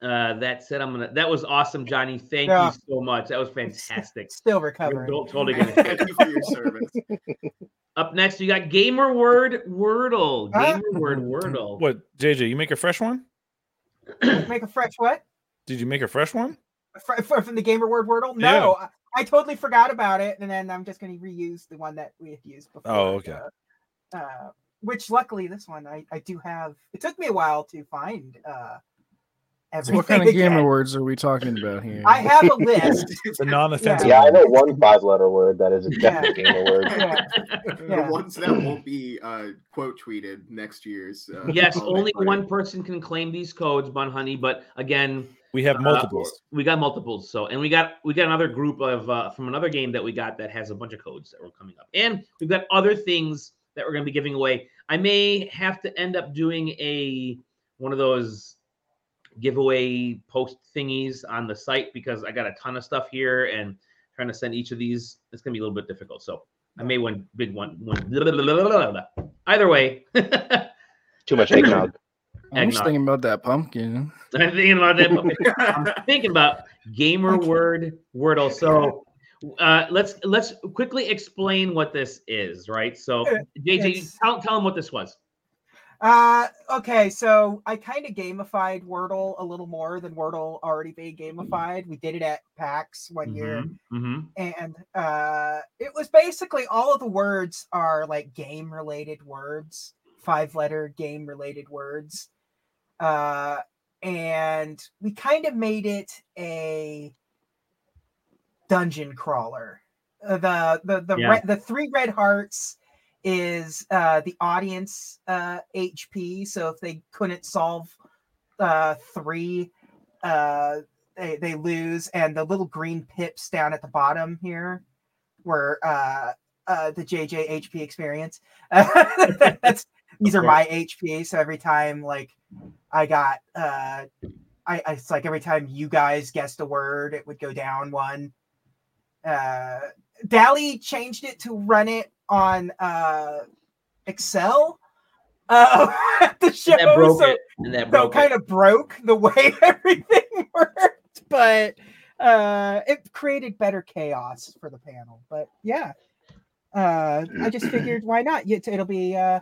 uh, that said, I'm gonna. That was awesome, Johnny. Thank
Yeah.
you so much. That was fantastic.
Still
You're
recovering.
totally gonna
Thank you for your service.
Up next, you got Gamer Word Wordle.
Huh?
Gamer Word Wordle.
What, JJ? You make a fresh one?
Make a fresh what?
Did you make a fresh one?
Fr- fr- from the gamer word wordle
Yeah.
no I, I totally forgot about it and then i'm just going to reuse the one that we had used before
Oh, okay.
uh, uh, which luckily this one I, I do have it took me a while to find uh everything
What kind of
again.
gamer words are we talking about here?
i have a list
The non-offensive.
yeah, I
one.
know one five-letter word that is a
Yeah.
definite gamer word.
yeah,
The
yeah.
ones that won't be uh, quote tweeted next year's. Uh,
Yes,
holiday
only
party.
one person can claim these codes, Bun Honey. But again,
We have
uh,
multiples.
we got multiples. So, and we got we got another group of uh, from another game that we got that has a bunch of codes that were coming up, and we've got other things that we're going to be giving away. I may have to end up doing a one of those giveaway post thingies on the site because I got a ton of stuff here and trying to send each of these. It's going to be a little bit difficult. So. I may one big one. one Either way,
Too much eggnog.
I'm just
eggnog.
thinking about that pumpkin.
I'm thinking about that. puppet. I'm thinking about gamer word wordle. So uh, let's let's quickly explain what this is, right? So JJ,
It's-
tell, tell them what this was.
Uh, okay, so I kind of gamified Wordle a little more than Wordle already being gamified. We did it at PAX one year,
Mhm, mhm.
and uh it was basically all of the words are like game related words five letter game related words uh and we kind of made it a dungeon crawler Uh, the the the,
Yeah.
re- the three red hearts is uh the audience uh hp so if they couldn't solve uh three uh they, they lose and the little green pips down at the bottom here were uh uh the jj hp experience that's these are
course.
my hp so every time like i got uh I, I it's like every time you guys guessed a word, it would go down one. Uh, Dally changed it to run it on uh, Excel uh, at the show,
that broke
so
it, and that
so
broke
kind of broke the way everything worked, but uh, it created better chaos for the panel. But yeah, uh, I just figured why not? It- It'll be uh,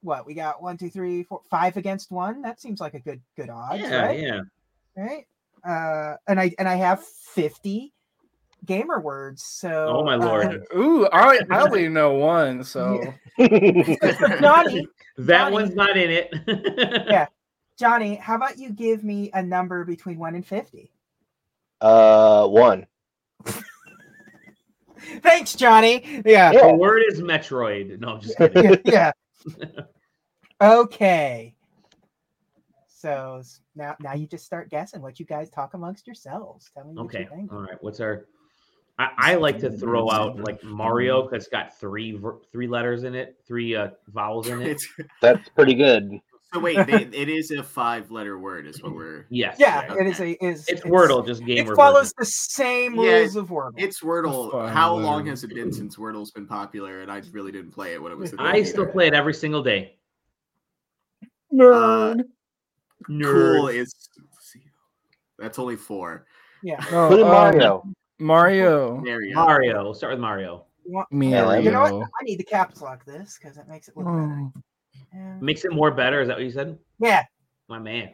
what we got one, two, three, four, five against one. That seems like a good good
it.
odds,
Yeah,
right?
yeah.
Right? Uh, and I and I have fifty gamer words. So
Oh my
uh,
lord,
Ooh, I, I only know one, so
Johnny,
that
Johnny.
one's not in it. yeah.
Johnny, how about you give me a number between one and fifty?
uh, one.
Thanks, Johnny. Yeah.
The
Yeah.
word is Metroid. No, I'm just kidding.
yeah, yeah. okay. So s- now, now you just start guessing what you guys talk amongst yourselves. Tell me what
Okay,
you think.
all right. What's our? I, I like to throw out like Mario because it's got three ver- three letters in it, three uh, vowels in it.
It's,
That's pretty good.
so wait, they, it is a five-letter word, is what we're.
Yes.
Yeah,
Okay.
it is a it is
It's Wordle, just
It
gamer.
follows the same
Yeah,
rules of Wordle.
It's Wordle.
Five
How long
letters.
has it been since Wordle's been popular? And I really didn't play it when it was. a
version. I
thing
still
either.
play it every single day. Uh,
Nerd.
Nerd.
Cool is. That's only four.
yeah.
No,
Put in
um,
Mario.
Mario.
There you go.
Mario. We'll start with Mario.
You want-
Mario.
You know what?
Oh.
I need to caps lock this because it makes it look better.
Oh,
Um,
Makes it more better. Is that what you said?
yeah.
My man.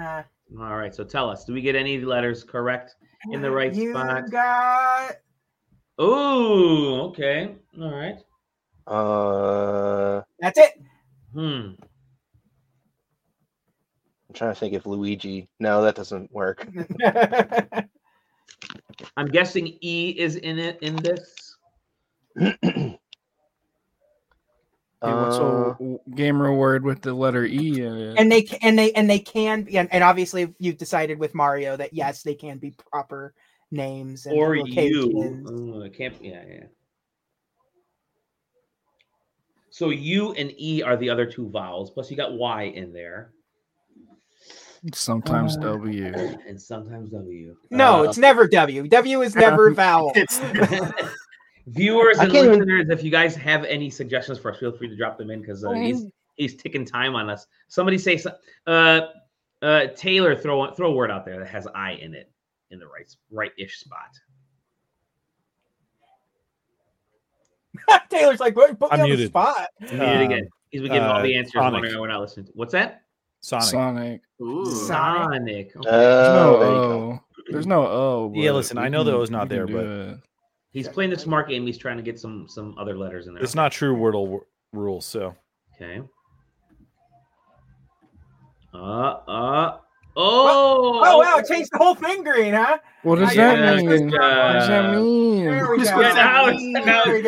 Uh,
All right. So tell us, do we get any letters correct? In the right
you
spot.
got
Ooh. Okay. All right.
Uh,
that's it.
Hmm.
I'm trying to think if Luigi. No, that doesn't work.
I'm guessing E is in it in this.
hey, what's a
Uh,
w- gamer word with the letter E in it?
and they ca- and they and they can be and, and obviously you've decided with mario that yes they can be proper names and
or you.
locations.
Oh, it can't. Yeah, yeah. So U and E are the other two vowels. Plus, you got Y in there,
Sometimes
Uh,
W.
and sometimes W.
no
Uh,
it's never w w is never a vowel
It's
viewers
I
and
can't even-
listeners, if you guys have any suggestions for us, feel free to drop them in because uh, he's he's ticking time on us. Somebody say, so- uh, uh, Taylor, throw throw a word out there that has I in it in the right right ish spot.
taylor's like "Put- put me
I'm
on the
muted.
spot
Mute it again.
Um,
He's been giving all
uh,
the answers,
Sonic.
wondering why we're not listening. To. What's that?
Uh, Sonic.
Sonic.
ooh.
Sonic.
Sonic.
oh,
Okay.
Uh,
There's no
there you go.
O. There's no O.
Yeah,
but
listen,
we
I know that
can-
O's not
we can
there,
do
but-
it.
He's playing the smart game. He's trying to get some some other letters in there.
It's not true Wordle w- rules. So
okay. Uh uh oh
oh wow it changed the whole thing green huh
What does
Yeah,
that
it's
just,
mean? what does that
uh,
mean?
there we
Just
go
went
out. Now
there we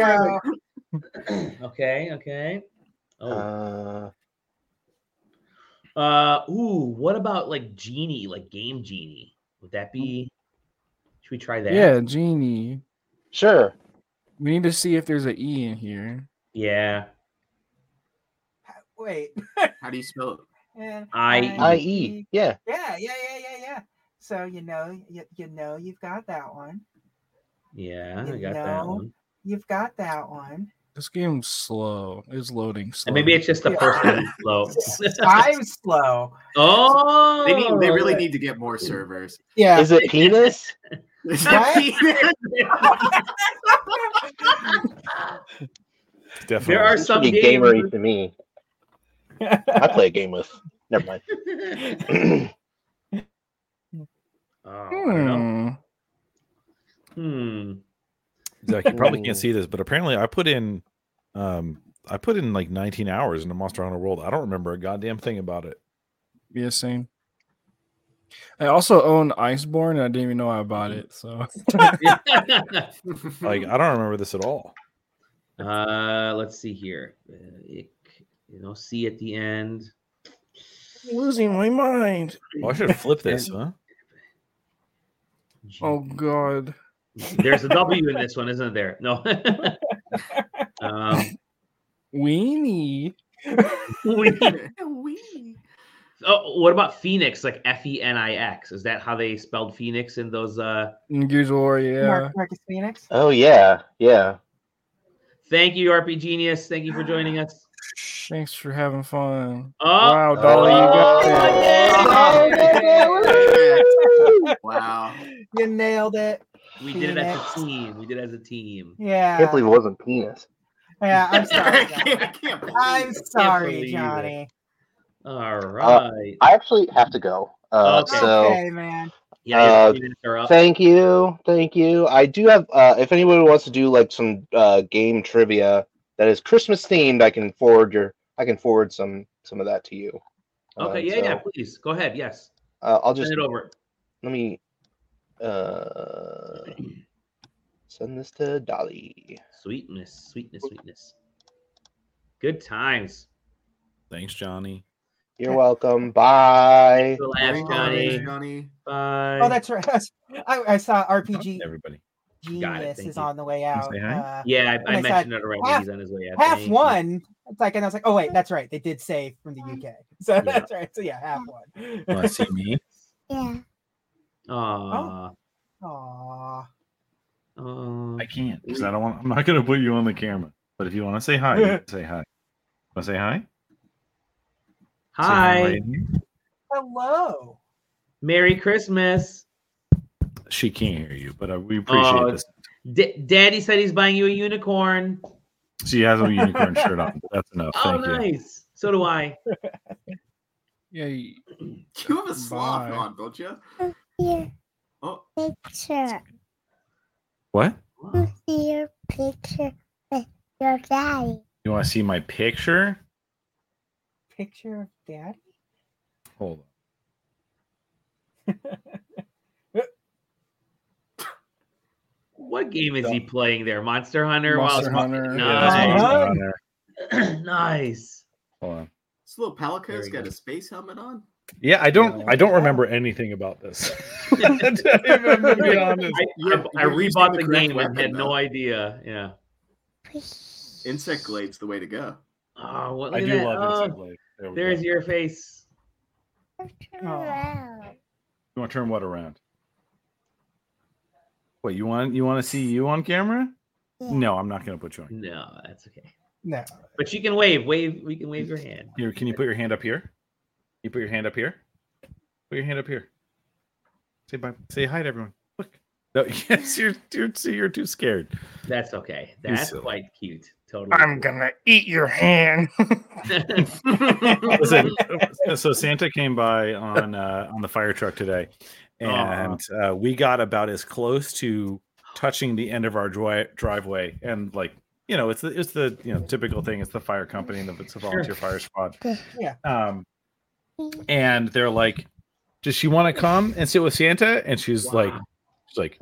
go
okay okay. Oh
Uh,
uh ooh. What about like genie? Like game genie? Would that be? Should we try that?
Yeah, genie.
sure.
We need to see if there's an E in here.
Yeah.
wait
How do you spell it?
yeah,
I-
I E. Yeah.
yeah yeah yeah yeah yeah so you know you, you know you've got that one
Yeah. I
You
got that
know,
one.
you've got that one
This game's slow. It's loading slow.
And maybe it's just the
Yeah.
first one. that's Slow.
i'm slow
oh.
They need. They really need to get more servers.
yeah
Is it penis?
What?
definitely.
There are
It's
some
pretty
games.
gamery E to me. I play a game with. Never mind.
oh, I don't know.
Hmm.
Hmm.
Zach, you probably can't see this, but apparently I put in, um, I put in like 19 hours into Monster Hunter World. I don't remember a goddamn thing about it.
Yeah, same. I also own Iceborne, and I didn't even know I bought it. So
hmm.
Like I don't remember this at all.
uh, let's see here. Uh, it, you know, C at the end.
losing my mind.
Well, Oh, I should flip this, huh?
G.
Oh God.
There's a W in this one, isn't there? No. um,
Weenie.
we- Oh, what about Phoenix? Like F E N I X. Is that how they spelled Phoenix in those? uh
Unusual warrior, yeah.
Mark, Marcus Phoenix.
Oh yeah, yeah.
Thank you, RP Genius. Thank you for joining us.
Thanks for having fun.
Oh,
Wow, Dolly, you got that.
Oh, yeah.
Wow.
You nailed it.
we did it as a team. We did it as a team.
Yeah.
Can't believe it wasn't penis.
yeah, I'm sorry.
I
Johnny.
can't, I can't believe
I'm
it.
sorry,
believe it.
Johnny.
All right.
I actually have to go. Uh,
Okay.
So.
okay, man.
yeah, your
uh,
three minutes are up.
Thank you, thank you. I do have. Uh, if anyone wants to do like some uh, game trivia that is Christmas themed, I can forward your. I can forward some some of that to you. Uh,
okay, yeah,
so,
yeah. Please go ahead. Yes,
Uh, I'll just
send it over.
let me uh, send this to Dolly.
Sweetness, sweetness, sweetness. Good times.
Thanks, Johnny.
You're welcome. Bye.
The last
Thank you,
Johnny.
Johnny.
Bye.
Oh, that's right. I, I saw RPG
Everybody.
Got it,
Genius
thank
is
you.
on the way out.
say hi?
Uh,
yeah, I, I
Like I said,
mentioned it already.
half-
He's on his way out.
half
Thank you.
one. It's like, and I was like, oh wait, that's right. They did say from
Mm.
the UK. So
Yeah.
that's right. So yeah, half one.
Want to see me?
Yeah.
Aw.
Aww.
aw.
I can't because I don't want. I'm not going to put you on the camera. But if you want to say hi, you can say hi. Want to say hi? Say
Hi.
right here.
Hello.
Merry Christmas.
She can't hear you, but uh, we appreciate
Oh.
this.
D- Daddy said he's buying you a unicorn.
She has a unicorn shirt on. but That's enough.
oh,
Thank you.
nice. So do I.
Yeah,
You have a sloth
Bye.
on, don't you?
Your
Oh,
picture.
What?
Who's your picture with your daddy?
You want to see my picture?
Picture of daddy.
Hold on.
What game is he playing there? Monster Hunter?
Monster
wow, Nice.
Hunter.
Yeah,
Hi.
on there.
nice.
Hold on.
this little pelican's
Very
got
good.
a space helmet on.
Yeah, I
Yeah.
don't. I don't remember anything about this. if I'm gonna be honest.
I,
You're-
I, I
you're using
rebought
the
the
correct
game and had
weapon,
no
though.
idea. Yeah.
Insect glade's the way to go.
Oh, what,
I
look at
do
that.
love
Oh,
insect blade. There we
There's
go.
your face.
Turn
Aw.
around.
You want to turn what around? Wait, you want you want to see you on camera? No, I'm not gonna put you on.
No, that's okay.
No.
But you can wave. Wave. We can wave your hand.
Here, can you put your hand up here? You put your hand up here. Put your hand up here. Say bye. Say hi to everyone. Look. No, yes, you're you're see, you're too scared.
That's okay. That's
silly.
quite cute. Totally.
I'm gonna eat your hand.
gonna.
Listen, so Santa came by on uh, on the fire truck today, and uh, we got about as close to touching the end of our dri- driveway, and like you know, it's the it's the you know typical thing. It's the fire company, and the, it's a volunteer fire squad.
Yeah.
Um, and they're like, "Does she want to come and sit with Santa?" And she's like,
Wow.
"She's like,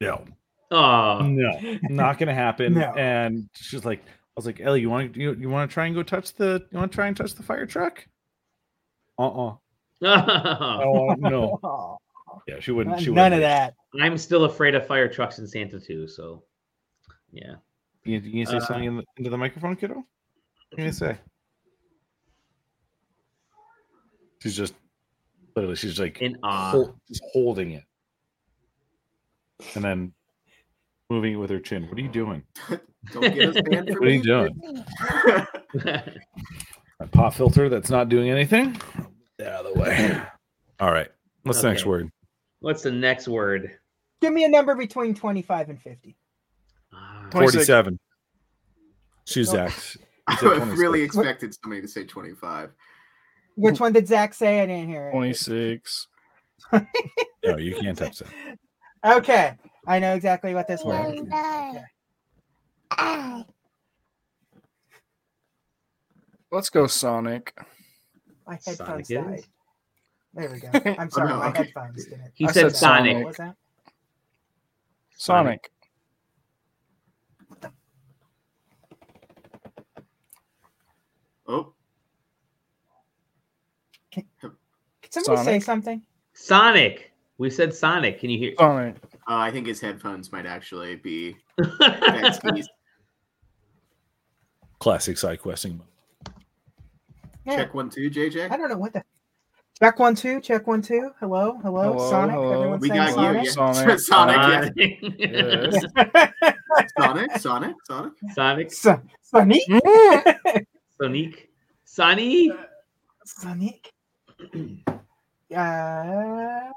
no,
oh,
no, not gonna happen."
No.
And she's like, "I was like, Ellie, you want to you, you want to try and go touch the you want to try and touch the fire truck?" Uh uh Oh no.
Aw.
Yeah, she wouldn't. She
None of
wouldn't.
that.
I'm still afraid of fire trucks in Santa too. So, yeah.
You, you gonna say
Uh,
something in the, into the microphone, kiddo? What you gonna say? She's just literally. She's like
In awe.
hol- just holding it, and then moving it with her chin. What are you doing?
Don't get us banned for
What are you doing? A pop filter that's not doing anything. Get out of the way. All right. What's the next
Okay.
word?
What's the next word?
Give me a number between 25 and 50.
Ah,
Twenty- 26.
Forty-seven. She's
Nope.
Zach. said
I
26.
really expected somebody to say 25.
Which one did Zach say? I didn't hear it.
Twenty six.
No, you can't touch that.
Okay. I know exactly what this word is.
No. Ah.
Let's go, Sonic.
My
Sonic
headphones
is?
died. There we go. I'm sorry,
no,
my
okay.
headphones didn't.
He
I
said,
said
Sonic.
What was that?
Sonic.
Oh,
Can somebody
Sonic.
say something?
Sonic. We said Sonic. Can you hear?
Sonic.
uh, I think his headphones might actually be.
That's
That's easy.
Classic side questing.
Yeah.
Check one, two,
I
JJ.
don't know what the. Check one two. Check one two. Hello, hello,
Hello,
Sonic.
hello.
Everyone's
We
saying
got
Sonic.
you. Yeah. Sonic. Sonic,
Sonic. Yes.
yeah. Sonic, Sonic, Sonic.
Sonic,
So- Sonic.
Sonic, Sonny.
Sonic. Yeah.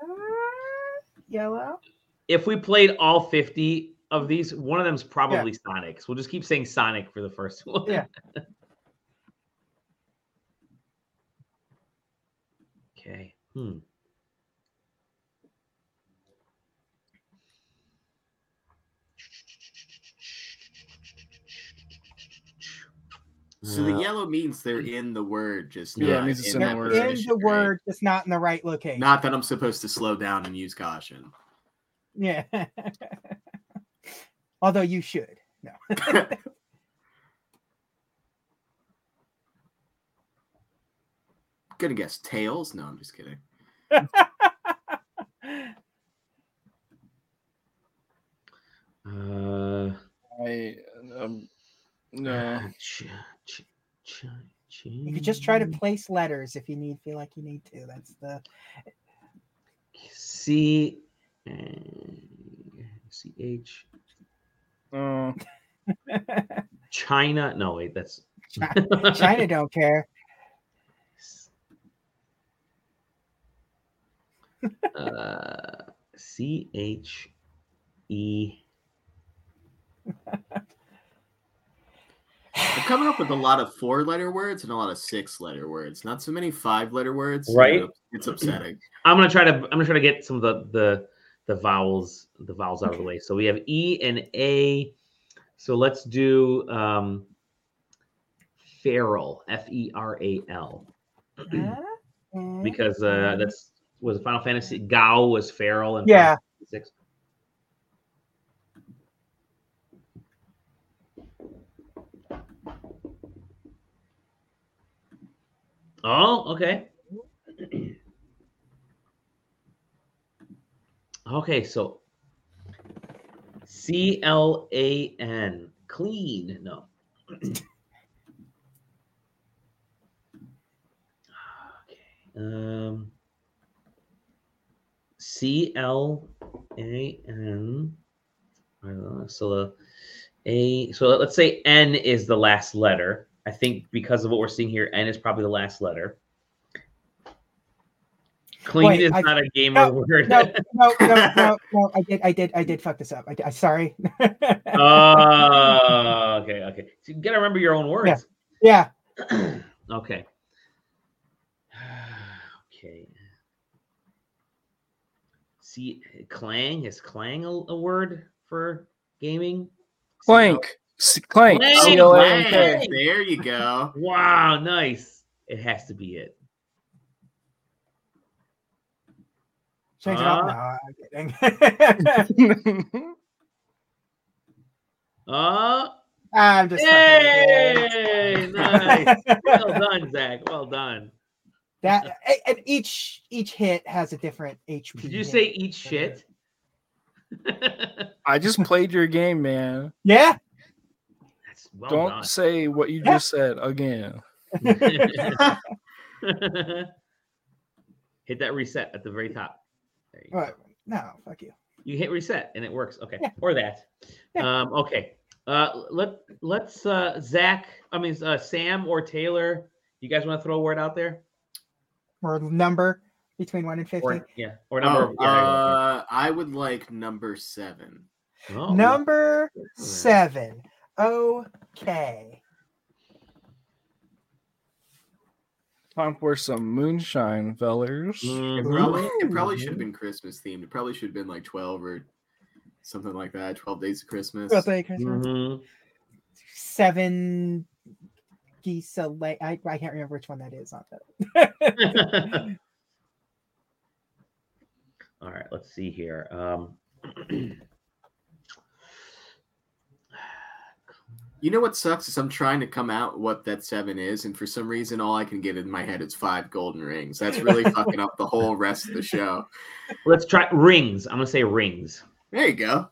Yellow.
If we played all 50 of these, one of them's probably Sonic. So we'll just keep saying Sonic for the first one.
Yeah.
okay. Hmm.
So the yellow means they're in the word, just
Yeah, it
not
means it's in
that
the word.
In
position,
the
right?
word, just not in the right location.
Not that I'm supposed to slow down and use caution.
Yeah. Although you should. No.
Gonna guess tails? No, I'm just kidding.
Uh, ah,
I um, no.
ch- ch- ch- ch-
You could just try to
Mm.
place letters if you need feel like you need to. That's the
C eh, C H
Uh,
China. No, wait, that's
China don't care.
uh, C H E.
I'm coming up with a lot of four letter words and a lot of six letter words. Not so many five letter words. you
Right.
know, It's upsetting.
I'm gonna try to. I'm gonna try to get some of the the, the vowels the vowels out of the way. So we have E and A. So let's do um, feral. F E R A L.
Huh? Eh?
because uh, that's was Final Fantasy. Gao was feral and
yeah,
Six. Oh, okay. okay, so C L A N, clean. No. okay. Um. C L A N. I don't know, So the A. So let- let's say N is the last letter. I think because of what we're seeing here, N is probably the last letter. Clean
Wait,
is
I-
not a gamer
no,
word.
no, no, no, no, no. I did, I did, I did fuck this up. I, did- I sorry.
oh, okay, okay. So you gotta remember your own words.
yeah,
okay. okay. See, clang is clang a, a word for gaming?
clank. C- clank.
Clank.
C L A N K.
Oh, Hey, there you go.
Wow, nice. It has to be it.
change it
Huh?
up. No, I'm kidding.
Uh,
I'm just.
yay! Nice.
fucking-
Well done, Zach. Well done.
that a- and each each hit has a different HP.
Did you
hit.
say eat shit?
I just played your game, man.
yeah?
That's well
Don't
done.
say what you
Yeah.
just said again.
hit that reset at the very top. There you, go.
What? No, fuck you.
you hit reset and it works. Okay,
Yeah.
or that.
Yeah.
Um, okay. Uh, let let's uh, Zach. I mean uh, Sam or Taylor. You guys want to throw a word out there?
Or number between one and fifty.
Or, yeah, or number.
Oh,
yeah, there you go.
uh, I would like number seven.
Oh,
Number
yeah.
seven. Okay.
Time for some moonshine, fellers.
It
Mhm.
probably, it probably
Ooh.
should have been Christmas themed. It probably should have been like 12 or something like that. 12 days of Christmas.
Well, thank you, Christmas.
Mhm.
Seven Gisela. I, I can't remember which one that is on that.
All right, let's see here. Um,
You know what sucks is I'm trying to come out what that seven is, and for some reason, all I can get in my head is five golden rings. That's really fucking up the whole rest of the show.
let's try rings. I'm gonna say rings.
There you go.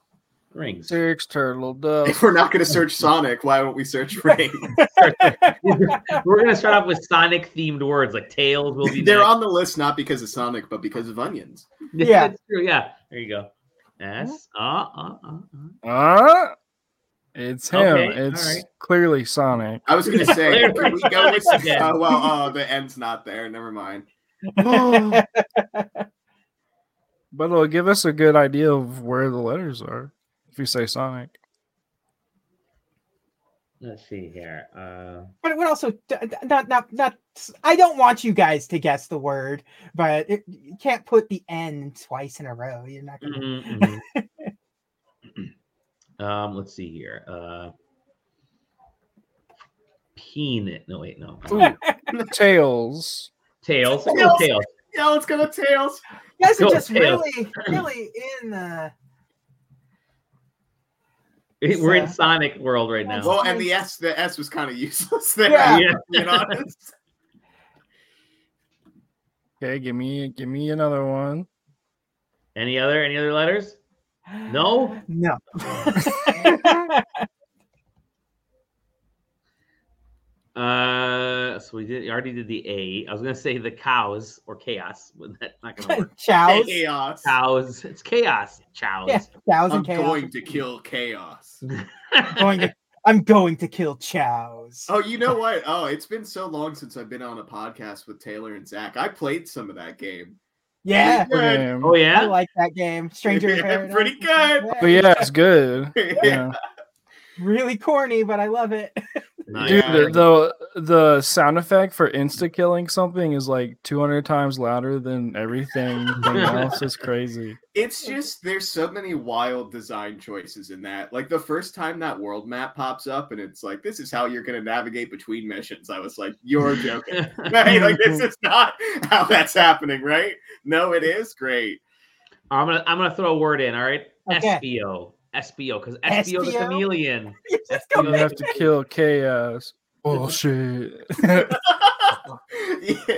Rings.
Six turtle doves.
If we're not going to search Sonic, why won't we search rings?
start we're gonna start off with Sonic themed words like tails will be
They're
next.
on the list not because of Sonic, but because of onions.
Yeah.
That's true. Yeah. There you go. S. Uh, uh, uh, uh.
Ah, it's him.
Okay,
it's
alright.
clearly Sonic.
I was gonna say,
Clearly
can we go with?
Sonic again.
Oh well, oh the end's not there. Never mind.
But it'll give us a good idea of where the letters are if you say Sonic.
Let's see here. Uh,
but it would also d- d- not not not. I don't want you guys to guess the word, but it, you can't put the N twice in a row. You're not gonna.
mhm, mhm. um, let's see here. Uh, peanut. No, wait, no. Uh,
Tails.
tails.
Tails.
Tails. tails.
Yeah, let's go with tails.
You guys are
Go
just
tail.
really really in the.
It- We're in
So-
Sonic world right now.
Well, and the S, the S was kind of useless there.
Yeah.
Yeah.
Being honest.
Okay, give me give me another one.
Any other any other letters? No?
No.
Uh, so we did already did the A. I was gonna say the cows or chaos, but that's not gonna work.
Chows.
Chaos.
Cows. It's chaos. Chows.
Yeah. Chows
I'm
and chaos.
going to kill chaos.
going to, I'm going to kill Chows.
Oh, you know what? Oh, it's been so long since I've been on a podcast with Taylor and Zach. I played some of that game.
yeah,
Pretty good.
Damn.
oh
I
yeah.
like that game. Stranger in
Yeah,
Paradise.
pretty good.
But yeah, it's good. Yeah.
Really corny, but I love it.
Nice.
Dude,
Yeah.
the, the the sound effect for insta killing something is like 200 times louder than everything else. It's crazy.
It's just there's so many wild design choices in that. Like the first time that world map pops up and it's like, this is how you're gonna navigate between missions. I was like, you're joking. right? Like this is not how that's happening, right? No, it is great.
I'm gonna I'm gonna throw a word in. All right,
Okay.
SBO, SBO, because SBO the
SBO?
chameleon.
You just
You
go
Yeah.
have to kill chaos. Bullshit.
yeah,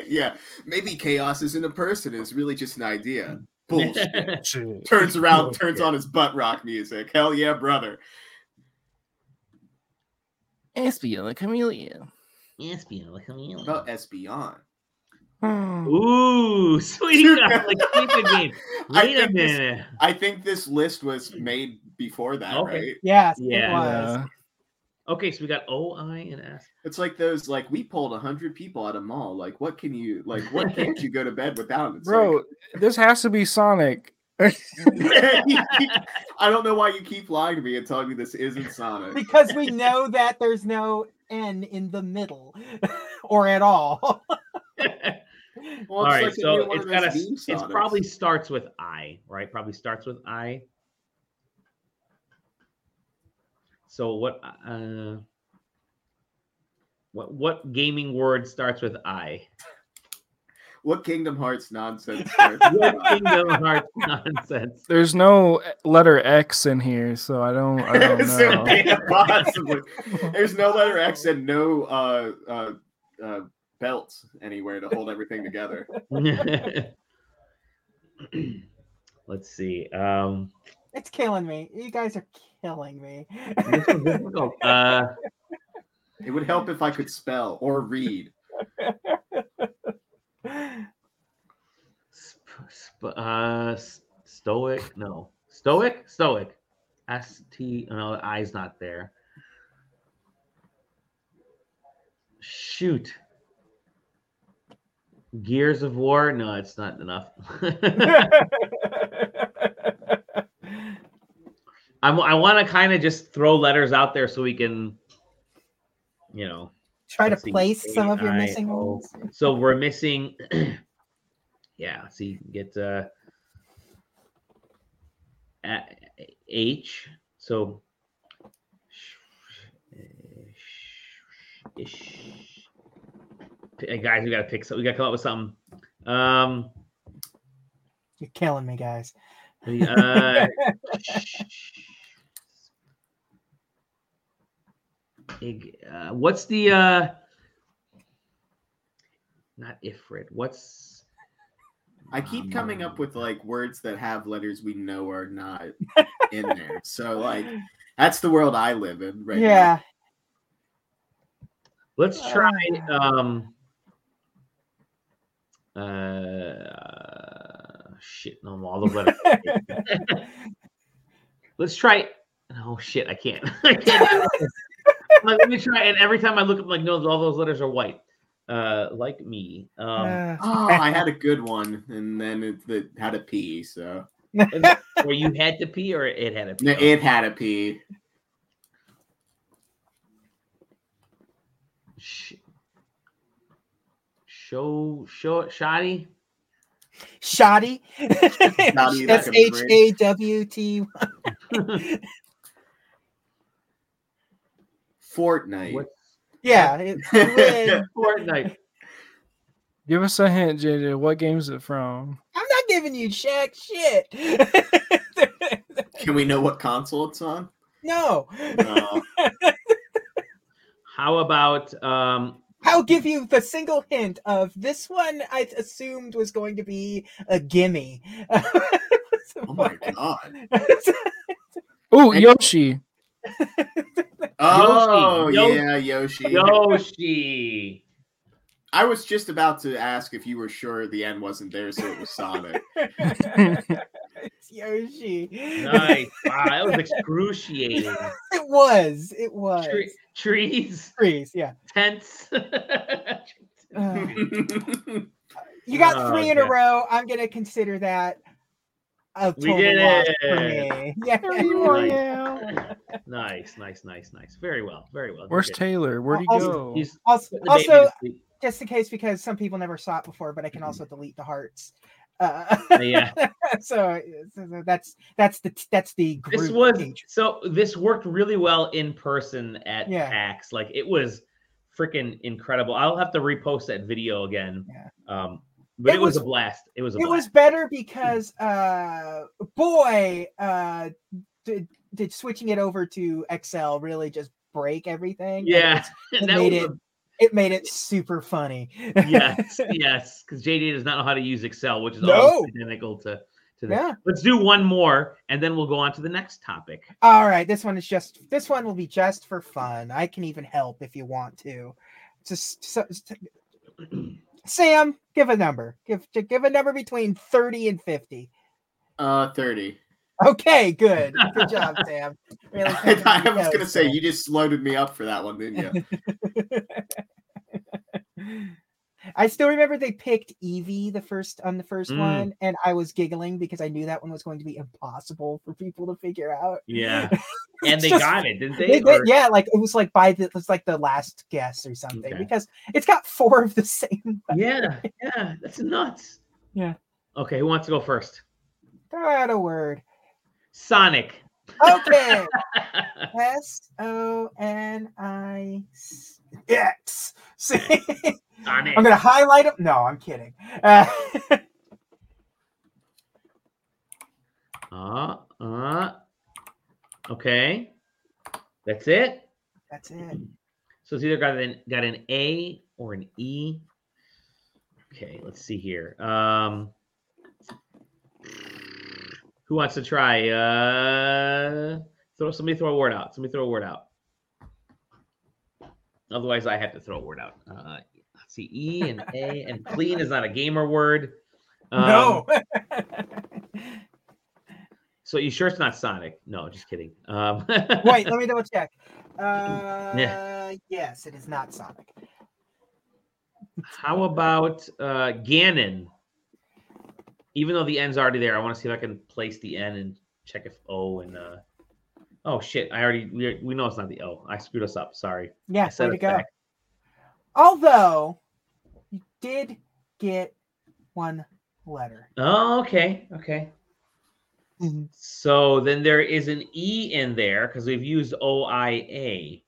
yeah. Maybe chaos isn't a person, it's really just an idea. Bullshit.
Shit.
turns
Oh,
around, turns on his butt rock music. Hell yeah, brother.
Espio the chameleon.
SBO the chameleon.
What About Espeon. Oh.
Hmm. Ooh, sweet. I like FIFA game.
I
Wait a
think this-
minute.
I think this list was made before that,
Okay.
right?
Yes,
Yeah.
it was.
Yeah.
Okay, so we got O, I, and S.
It's like those like we pulled hundred people at a mall. Like, what can you like? What can't you go to bed without? It's
Bro, this has to be Sonic.
like- I don't know why you keep lying to me and telling me this isn't Sonic.
Because we know that there's no N in the middle or at all.
Well,
All right,
like the
so
new one
it's
of
got
those
a.
meme
It
Sonics.
probably starts with I, right? Probably starts with I. So what? Uh, what what gaming word starts with I?
what Kingdom Hearts nonsense. starts with
What
Sonic?
Kingdom Hearts nonsense?
There's no eh, letter X in here, so I don't I don't
So
Oh.
know.
damn possibly. There's no letter X and no uh, uh, uh, belt anywhere to hold everything together.
Let's see. Um,
It's killing me. You guys are killing me.
this one's difficult. Uh,
It would help if I could spell or read.
sp- sp- uh, s- stoic? No, stoic, stoic. S T. No, the I's not there. Shoot. Gears of War? No, it's not enough. I'm, I want to kind of just throw letters out there so we can, you know.
Try to
Let's see,
place some of your
AI,
missing
oh.
ones.
So we're missing. yeah, let's see, get uh, a- H. So ish. Hey, guys, we gotta pick. So we gotta come up with something. Um,
You're killing me, guys.
the, uh, ig- uh, what's the uh, not ifrit? What's
I keep coming up with like words that have letters we know are not in there. So like that's the world I live in right now.
yeah.
Let's
uh,
try. Um, uh, shit, no, I'm all over. the- Let's try. Oh shit, I can't. I can't. do it. I'm like, Let me try. And every time I look up, like, no, all those letters are white. Uh, like me. Um,
Uh,
Oh, I had a good one, and then it, it had a P. So
where you had to pee, or it had a pee.
No, it had a P.
Sh- show, show, shoddy.
shoddy.
Shoddy, that
S
could be
H
great.
A W T.
Fortnite.
What's
Yeah. it- I'm
Fortnite?
Give us a hint, JJ. What game is it from?
not giving you check shit.
Can we know what console it's on?
no.
No.
How about um?
I'll give you the single hint of this one I assumed was going to be a gimme.
oh my god.
Oh,
And-
Yoshi.
Oh
Yoshi.
yeah, Yoshi.
Yoshi.
I was just about to ask if you were sure the N wasn't there, so it was Sonic.
it's Yoshi.
Nice. Wow, that was excruciating.
It was. It was.
Tre- trees,
Trees, yeah.
tents.
Uh,
we
you got
Oh,
three in
yeah.
a row. I'm gonna consider that a
We
total
did
loss for
it.
me. Yeah.
nice, nice, nice, nice. Very well, very well. Good
Where's
kid.
Taylor? Where'd he
Also-
go?
He's
Also,
put the baby Mm-hmm.
also,
to sleep.
just in case because some people never saw it before, but I can also delete the hearts. Uh,
yeah.
so, uh, so that's that's the that's the group
This was
page.
so. This worked really well in person at
Yeah.
PAX. Like it was freaking incredible. I'll have to repost that video again.
Yeah.
Um, but
It
it, was,
was-
a blast. It was a
It was
blast.
better because uh boy uh did, did switching it over to Excel really just break everything. and
yeah.
it's-
That
made
was
it
a
it made it super funny.
yes, yes, because JD does not know how to use Excel, which is
No.
almost identical to to that.
yeah.
Let's do one more, and then we'll go on to the next topic.
All right, this one is just this one will be just for fun. I can even help if you want to. Just so, Sam, give a number. Give ju- give a number between 30 and 50.
uh, thirty.
Okay, good. Good job, Sam. Really
I,
cranking your
was gonna
toes
say
there.
you just loaded me up for that one, didn't you?
I still remember they picked Evie the first on the first
Mm.
one, and I was giggling because I knew that one was going to be impossible for people to figure out.
Yeah, and they
Just-
got it, didn't
They
they?
did,
Or-
yeah, like it was like by the it was like the last guess or something
Okay.
because it's got four of the same.
yeah, yeah, that's nuts.
Yeah.
Okay, who wants to go first?
Throw out a word.
Sonic.
Okay. S O N I S- X. See, I'm
Sonic.
gonna highlight them. No, I'm kidding. Uh,
Uh, uh, okay, that's it.
that's it.
So it's either got an got an A or an E. Okay, let's see here. Um, who wants to try? Uh, throw somebody throw a word out. Somebody throw a word out. Otherwise, I have to throw a word out. Uh, let's see, E and A and clean is not a gamer word.
Um,
Um,
no.
So you sure it's not Sonic? No, just kidding. Um,
Wait, let me double check. Uh, yes, it is not Sonic.
How about uh, Gannon? Even though the N's already there, I want to see if I can place the N and check if O and uh, oh shit, I already we, we know it's not the O. I screwed us up. Sorry. I
Yeah,
set
way to
us
go.
back.
Although you did get one letter.
Oh, okay, okay. Mm-hmm. So then there is an E in there because we've used O I A.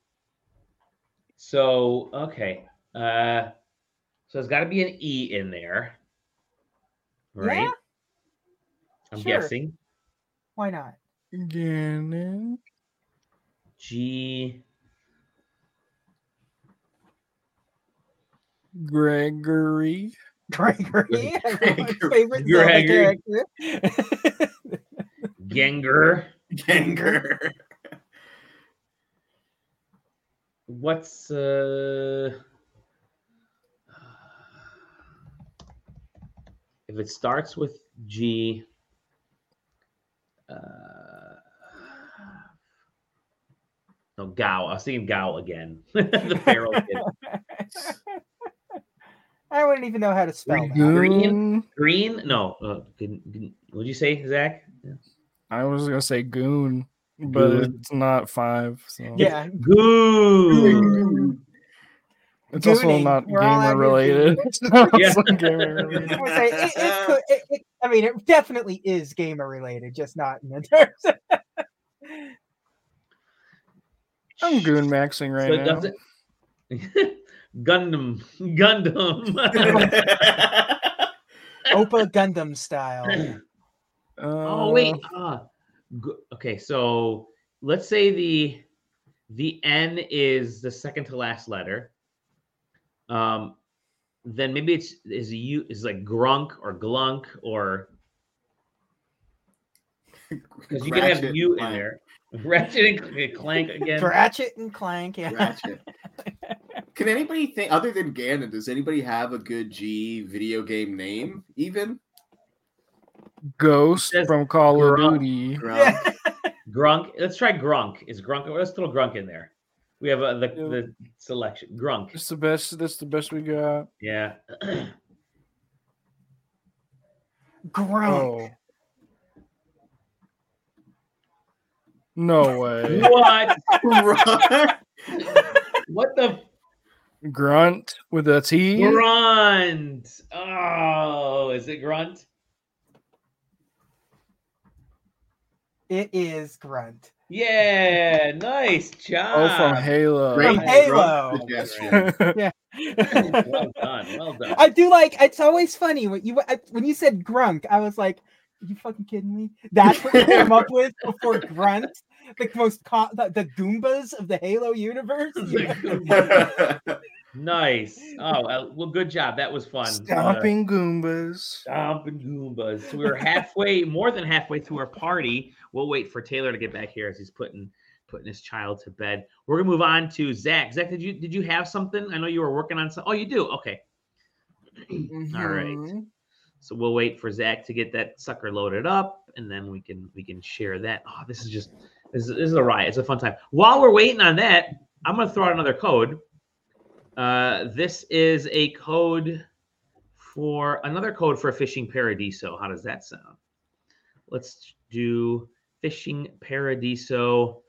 So okay, uh, so there's got to be an E in there, right?
Yeah,
I'm
sure.
guessing.
Why not?
Gannon.
G
Gregory.
Gregory, everyone's
Gregory.
favorite Zelda
Gregory.
character.
Genger.
Ganger.
what's uh if it starts with G uh no Gao. I was thinking Gao again. the feral kid.
I wouldn't even know how to spell that.
Goon.
Green? No. Uh, didn't, didn't, what'd you say, Zach?
I was gonna say goon, but
Goon.
it's not five. So.
Yeah.
Goo.
it's also
Gooning.
not
We're all
gamer
out here
related.
gooning.
It's not
Yeah.
gamer
I
related.
would say it, it could- it- it- I mean, it definitely is gamer related, just not in the terms. Of,
I'm goon maxing right
so it
now.
doesn't Gundam. Gundam.
Opa Gundam style.
oh
Uh,
wait. Uh, g- okay, so let's say the the N is the second to last letter. Um then maybe it's is a U is like grunk or glunk or because you can have
Ratchet
U in
clank.
there. Ratchet and clank again.
Ratchet and Clank. Yeah.
Ratchet. Can anybody think other than Ganon? Does anybody have a good G video game name? Even
Ghost
Says
from Call of
Grok.
Duty.
Grunk?
Grunk. Let's try Grunk. Is Grunk? Let's throw Grunk in there. We have uh, the
Yeah.
the selection. Grunk.
It's the best. That's the best we got.
Yeah.
Grunk.
Oh. No way.
what?
Grunk?
What the
Grunt with a T.
grunt? Oh, is it grunt?
It is Grunt.
Yeah. Nice
Oh, from
job.
Halo.
Great
From Halo.
grunk suggestion.
yeah.
well done. Well done.
I do like. It's always funny when you I, when you said grunk. I was like, "Are you fucking kidding me?" That's what you came up with before grunt, the most co- the, the Goombas of the Halo universe.
nice. Oh, uh, well, good job. That was fun. Uh,
Stomping Goombas.
Stomping Goombas. So we were halfway, more than halfway through our party. We'll wait for Taylor to get back here as he's putting putting his child to bed. We're gonna move on to Zach. Zach, did you did you have something? I know you were working on some. Oh, you do. Okay. All right.
Mm-hmm.
Mhm.
So we'll wait for Zach to get that sucker loaded up, and then we can we can share that. Oh, this is just this is, this is a riot. It's a fun time. While we're waiting on that, I'm gonna throw out another code. Uh, this is a code for another code for fishing paradiso. How does that sound? Let's do fishing paradiso.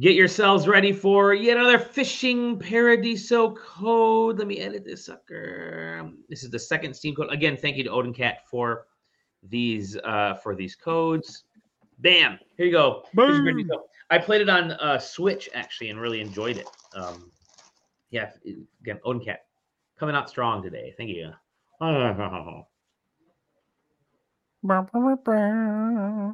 Get yourselves ready for yet another fishing paradiso code. Let me edit this sucker. This is the second Steam code. Again, thank you to Odin Cat for these uh, for these codes. Bam! Here you go. Fishing
Boom.
Paradiso. I played it on uh, Switch actually and really enjoyed it. Um, yeah, again, Odin Cat coming out strong today. Thank you.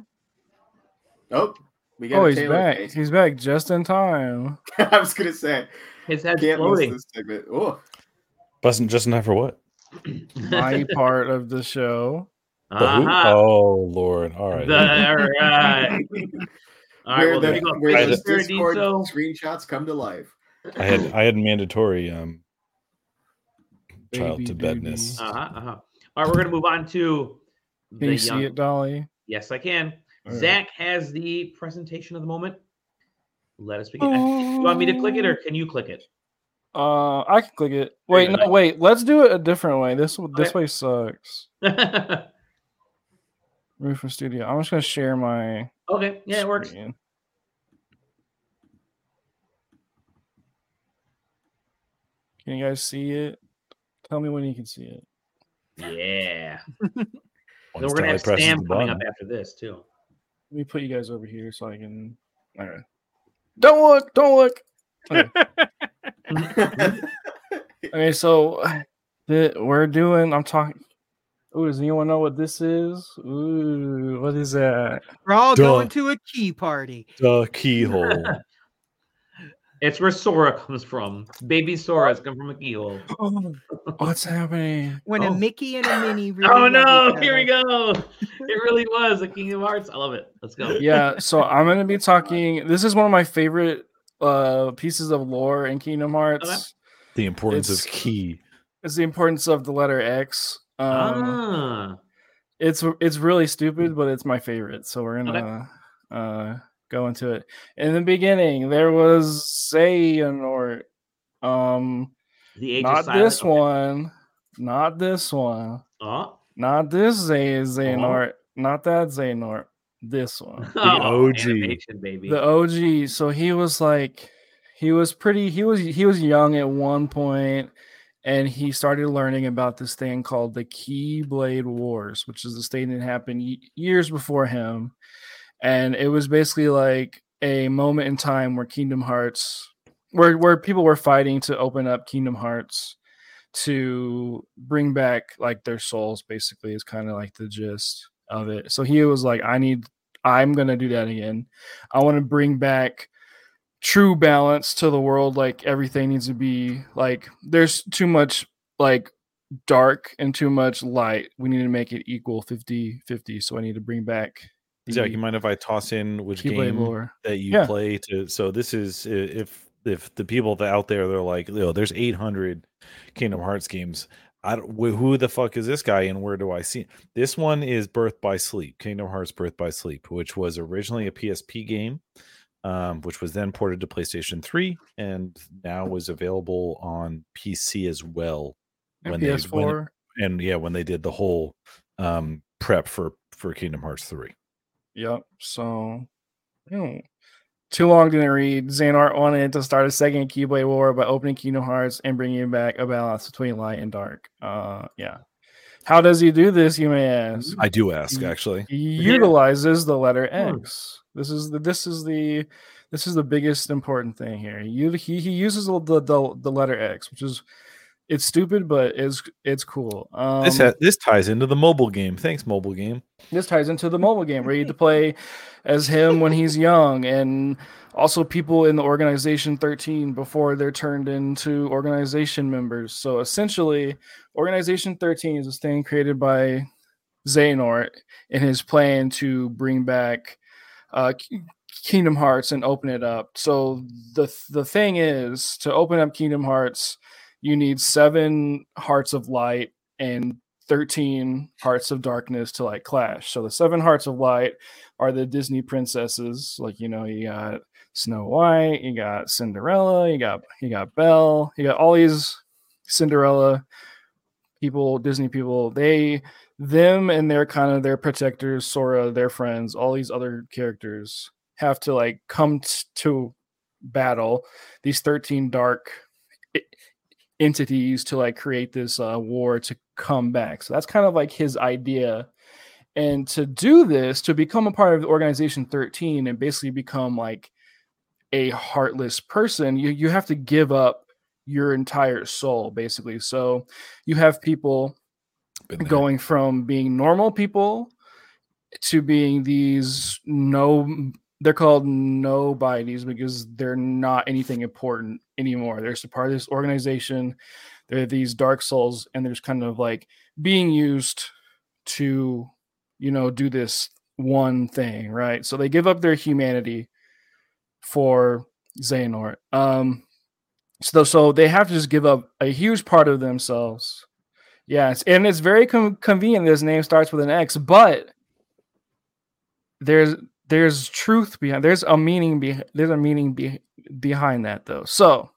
Oh, we got
Oh,
a
he's
Taylor
back.
face.
He's back just in time.
I was gonna say
His head's
can't miss
floating.
this segment. Oh,
Wasn't just enough for what?
My part of the show.
The who?
Uh-huh.
Oh Lord! All right.
The- all right. All right.
where
Well, there
the,
you go.
where the
Fishing
Discord
Paradiso.
screenshots come to life.
I had I had mandatory um child
Baby
to bedness.
doobie.
Uh-huh, uh-huh. All right, we're gonna move on to
Can you see it, Dolly?
Yes, I can.
All right.
Zach has the presentation of the moment. Let us begin. I think- You want me to click it or can you click it?
Uh, I can click it. Wait,
you
no,
go.
wait. Let's do it a different way. This this
Okay.
way sucks. Move from studio. I'm just gonna share my.
okay, yeah, it works.
screen. Can you guys see it? Tell me when you can see it.
Yeah.
Once
Then we're gonna
Dolly
have
presses
Sam
the
coming up
button.
after this too.
Let me put you guys over here so I can. All right. Don't look! Don't look! Okay, so the, we're doing. I'm talking. Oh, does anyone know what this is? Ooh, what is that?
We're all
Duh.
going to a key party.
The keyhole.
It's where Sora comes from. Baby Sora's come from a keyhole.
Oh, what's happening?
When
Oh.
a Mickey and a Minnie. Really
Oh
love
no,
each
here we
other.
go. It really was a Kingdom Hearts. I love it. Let's go.
Yeah, so I'm gonna be talking. This is one of my favorite uh, pieces of lore in Kingdom Hearts
The importance
It's-
of key.
is the importance of the letter X. Um,
ah,
it's it's really stupid, but it's my favorite. So we're gonna uh, go into it. In the beginning, there was Xehanort. Um,
the age
not
of silence.
this one, not this one,
Oh,
not this Xehanort, Xehanort, not that Xehanort. This one.
Oh,
OG.
animation, baby.
the OG. So he was like, he was pretty. He was he was young at one point, and he started learning about this thing called the Keyblade Wars, which is this thing that happened y- years before him, and it was basically like a moment in time where Kingdom Hearts, where where people were fighting to open up Kingdom Hearts to bring back like their souls basically is kind of like the gist of it so he was like i need i'm gonna do that again I want to bring back true balance to the world. Like everything needs to be like there's too much like dark and too much light. We need to make it equal 50 50. So I need to bring back the
Zach, you mind if I toss in which
Keyblade
game
lore.
that you
Yeah.
play to? So this is i- if if the people that out there they're like, oh, there's 800 Kingdom Hearts games. I don't, wh- who the fuck is this guy and where do I see this one? Is Birth by Sleep, Kingdom Hearts Birth by Sleep, which was originally a PSP game, um, which was then ported to PlayStation 3 and now was available on PC as well.
And
when they- when the-
PS4.
And yeah, when they did the whole um, prep for for Kingdom Hearts 3.
Yep. So, hmm. too long didn't read. Xanart wanted to start a second Keyblade War by opening Kingdom Hearts and bringing back a balance between light and dark. Uh, yeah. How does he do this, you may ask?
I do ask
Mm.
actually.
He utilizes the letter
Hmm.
X. This is the this is the this is the biggest important thing here. He u- he, he uses the, the the the letter X, which is it's stupid, but it's it's cool. Um,
this ha- this ties into the mobile game. Thanks, mobile game.
this ties into the mobile game where you get to play as him when he's young and also people in the organization 13 before they're turned into organization members so essentially organization 13 is this thing created by xehanort in his plan to bring back uh, K- kingdom hearts and open it up so the the thing is to open up kingdom hearts you need seven hearts of light and 13 hearts of darkness to like clash. So the seven hearts of light are the Disney princesses. Like, you know, you got Snow White, you got Cinderella, you got you got Belle, you got all these Cinderella people, Disney people. They them and their kind of their protectors, Sora, their friends, all these other characters have to like come t- to battle these 13 dark i- entities to like create this uh, war to come back. So that's kind of like his idea. And to do this, to become a part of Organization 13 and basically become like a heartless person, you, you have to give up your entire soul, basically. So you have people
Been there.
going from being normal people to being these no they're called nobodies because they're not anything important anymore they're just a part of this organization they're these dark souls and they're just kind of like being used to you know do this one thing right so they give up their humanity for xehanort um so so they have to just give up a huge part of themselves Yes, and it's very com- convenient. that His name starts with an X, but there's there's truth behind. There's a meaning behind. There's a meaning be- behind that, though. So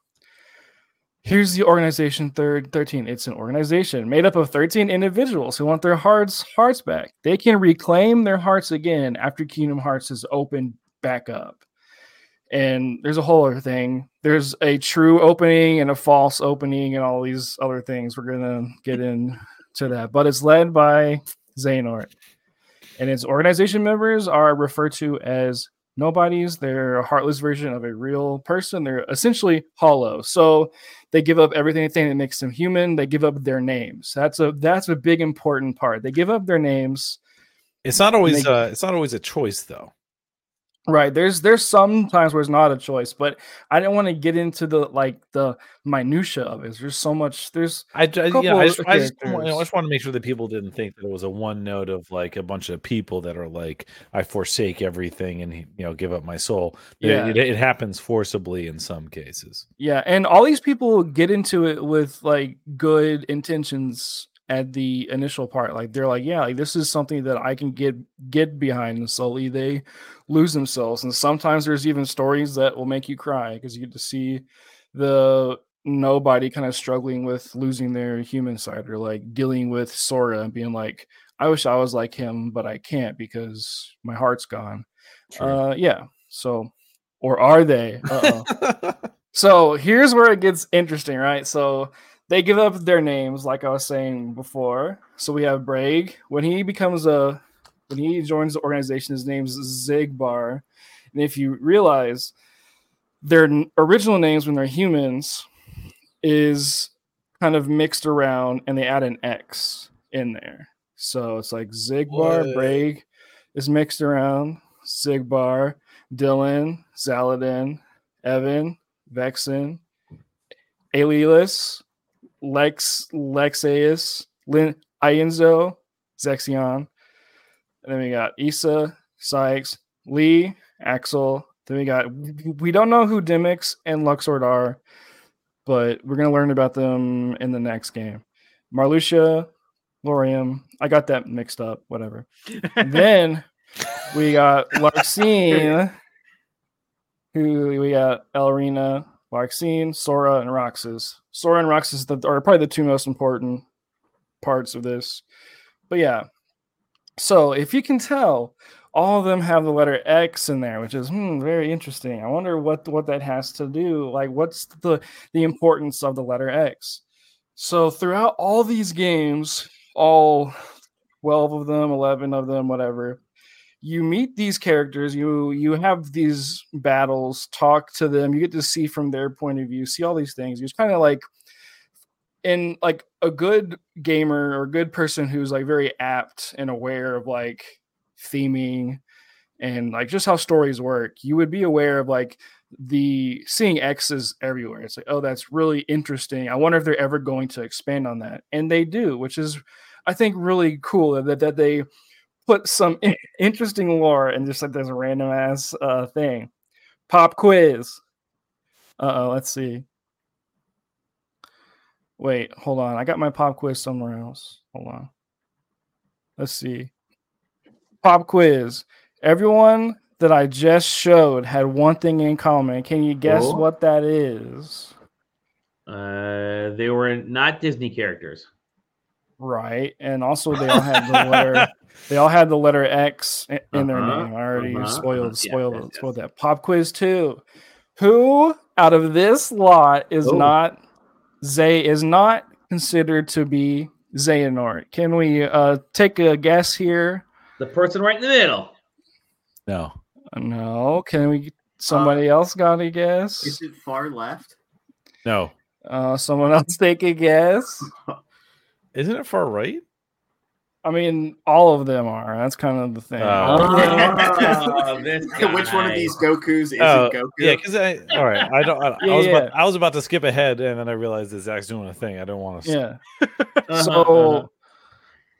here's the organization third thirteen. It's an organization made up of thirteen individuals who want their hearts hearts back. They can reclaim their hearts again after Kingdom Hearts is opened back up. And there's a whole other thing. There's a true opening and a false opening, and all these other things. We're gonna get into that, but it's led by Xehanort, and its organization members are referred to as nobodies. They're a heartless version of a real person. They're essentially hollow. So they give up everything anything that makes them human. They give up their names. That's a that's a big important part. They give up their names.
It's not always
They-
uh, it's not always a choice though.
Right. There's there's some times where it's not a choice, but I didn't want to get into the like the minutia of it. There's so much. There's
I, ju-
couple
yeah, I just,
of
I, just, want- you know, I
characters.
just want to make sure that people didn't think that it was a one note of like a bunch of people that are like, I forsake everything and you know give up my soul.
Yeah.
Yeah, it, it happens forcibly in some cases.
yeah, and all these people get into it with like good intentions at the initial part. Like they're like, yeah, like this is something that I can get get behind. And slowly they lose themselves, and sometimes there's even stories that will make you cry because you get to see the nobody kind of struggling with losing their human side or like dealing with Sora and being like, I wish I was like him, but I can't because my heart's gone. Uh, yeah. So, or are they? Uh-oh. so here's where it gets interesting, right? So they give up their names, like I was saying before. So we have Brag when he becomes a when he joins the organization. His name's Zigbar, and if you realize their n- original names when they're humans is kind of mixed around, and they add an X in there. So it's like Zigbar,
What?
Brag is mixed around. Sigbar, Dylan, Zaladin, Evan, Vexen, Alilis, Lex, Lexaeus, Lin, Ienzo, Zexion. And then we got Issa, Sykes, Lee, Axel. Then we got, we don't know who Dimix and Luxord are, but we're going to learn about them in the next game. Marluxia, Lorium. I got that mixed up, whatever. then we got Larxene, who we got Elrina, Larxene, Sora, and Roxas. Sora and Roxas the, are probably the two most important parts of this. But yeah, so if you can tell, all of them have the letter X in there, which is hmm, very interesting. I wonder what what that has to do. Like, what's the the importance of the letter X? So throughout all these games, all twelve of them, eleven of them, whatever, you meet these characters you you have these battles talk to them you get to see from their point of view see all these things it's kind of like in like a good gamer or good person who's like very apt and aware of like theming and like just how stories work you would be aware of like the seeing x's everywhere it's like oh that's really interesting i wonder if they're ever going to expand on that and they do which is i think really cool that, that they put some in- interesting lore and just like this random ass uh, thing. Pop quiz. Uh oh, let's see. Wait, hold on. I got my pop quiz somewhere else. Hold on. Let's see. Pop quiz. Everyone that I just showed had one thing in common. Can you guess
Cool.
what that is?
Uh, they were not Disney characters.
Right. And also they all had the letter They all had the letter X i- in their
Uh-huh,
name. I already
uh-huh, uh-huh.
spoiled,
Yes,
spoiled,
yes,
spoiled that. Pop quiz two. Who out of this lot is
Oh.
not Zay is not considered to be Xehanort? Can we uh, take a guess here?
The person right in the middle.
No,
No. Can we? Somebody
Uh,
else got a guess?
Is it far left?
no,
Uh, someone else take a guess?
isn't it far right?
I mean, all of them are. That's kind of the thing.
Oh.
Oh,
this
Which one of
guy.
these Goku's isn't
Oh,
Goku?
Yeah, because I all right. I don't. I,
Yeah,
I was
yeah.
about I was about to skip ahead, and then I realized that Zach's doing a thing. I don't want to.
Yeah.
Uh-huh,
so
uh-huh.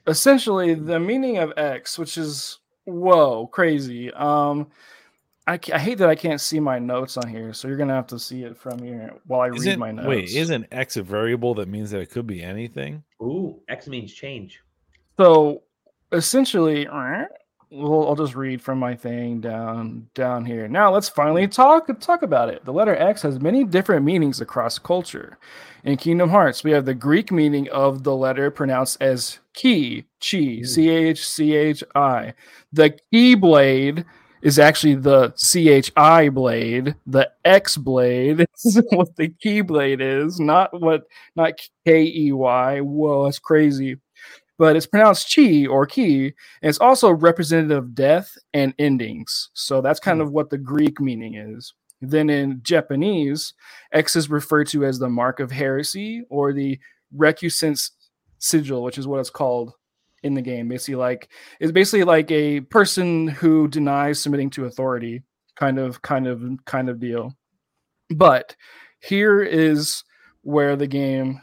essentially the meaning of x which is whoa crazy um I, ca- I hate that i can't see my notes on here so you're gonna have to see it from here while i read
Isn't,
my notes
wait, isn't X a variable that means that it could be anything?
Ooh, X means change.
so essentially well i'll just read from my thing down down here now let's finally talk talk about it the letter x has many different meanings across culture in kingdom hearts we have the greek meaning of the letter pronounced as key chi c-h-c-h-i the key blade is actually the chi blade the x blade is what the key blade is not what not k-e-y whoa that's crazy but it's pronounced chi or ki, and it's also representative of death and endings. So that's kind of what the Greek meaning is. Then in Japanese, X is referred to as the mark of heresy or the recusant's sigil, which is what it's called in the game. Basically, like it's basically like a person who denies submitting to authority. kind of kind of kind of deal. But here is where the game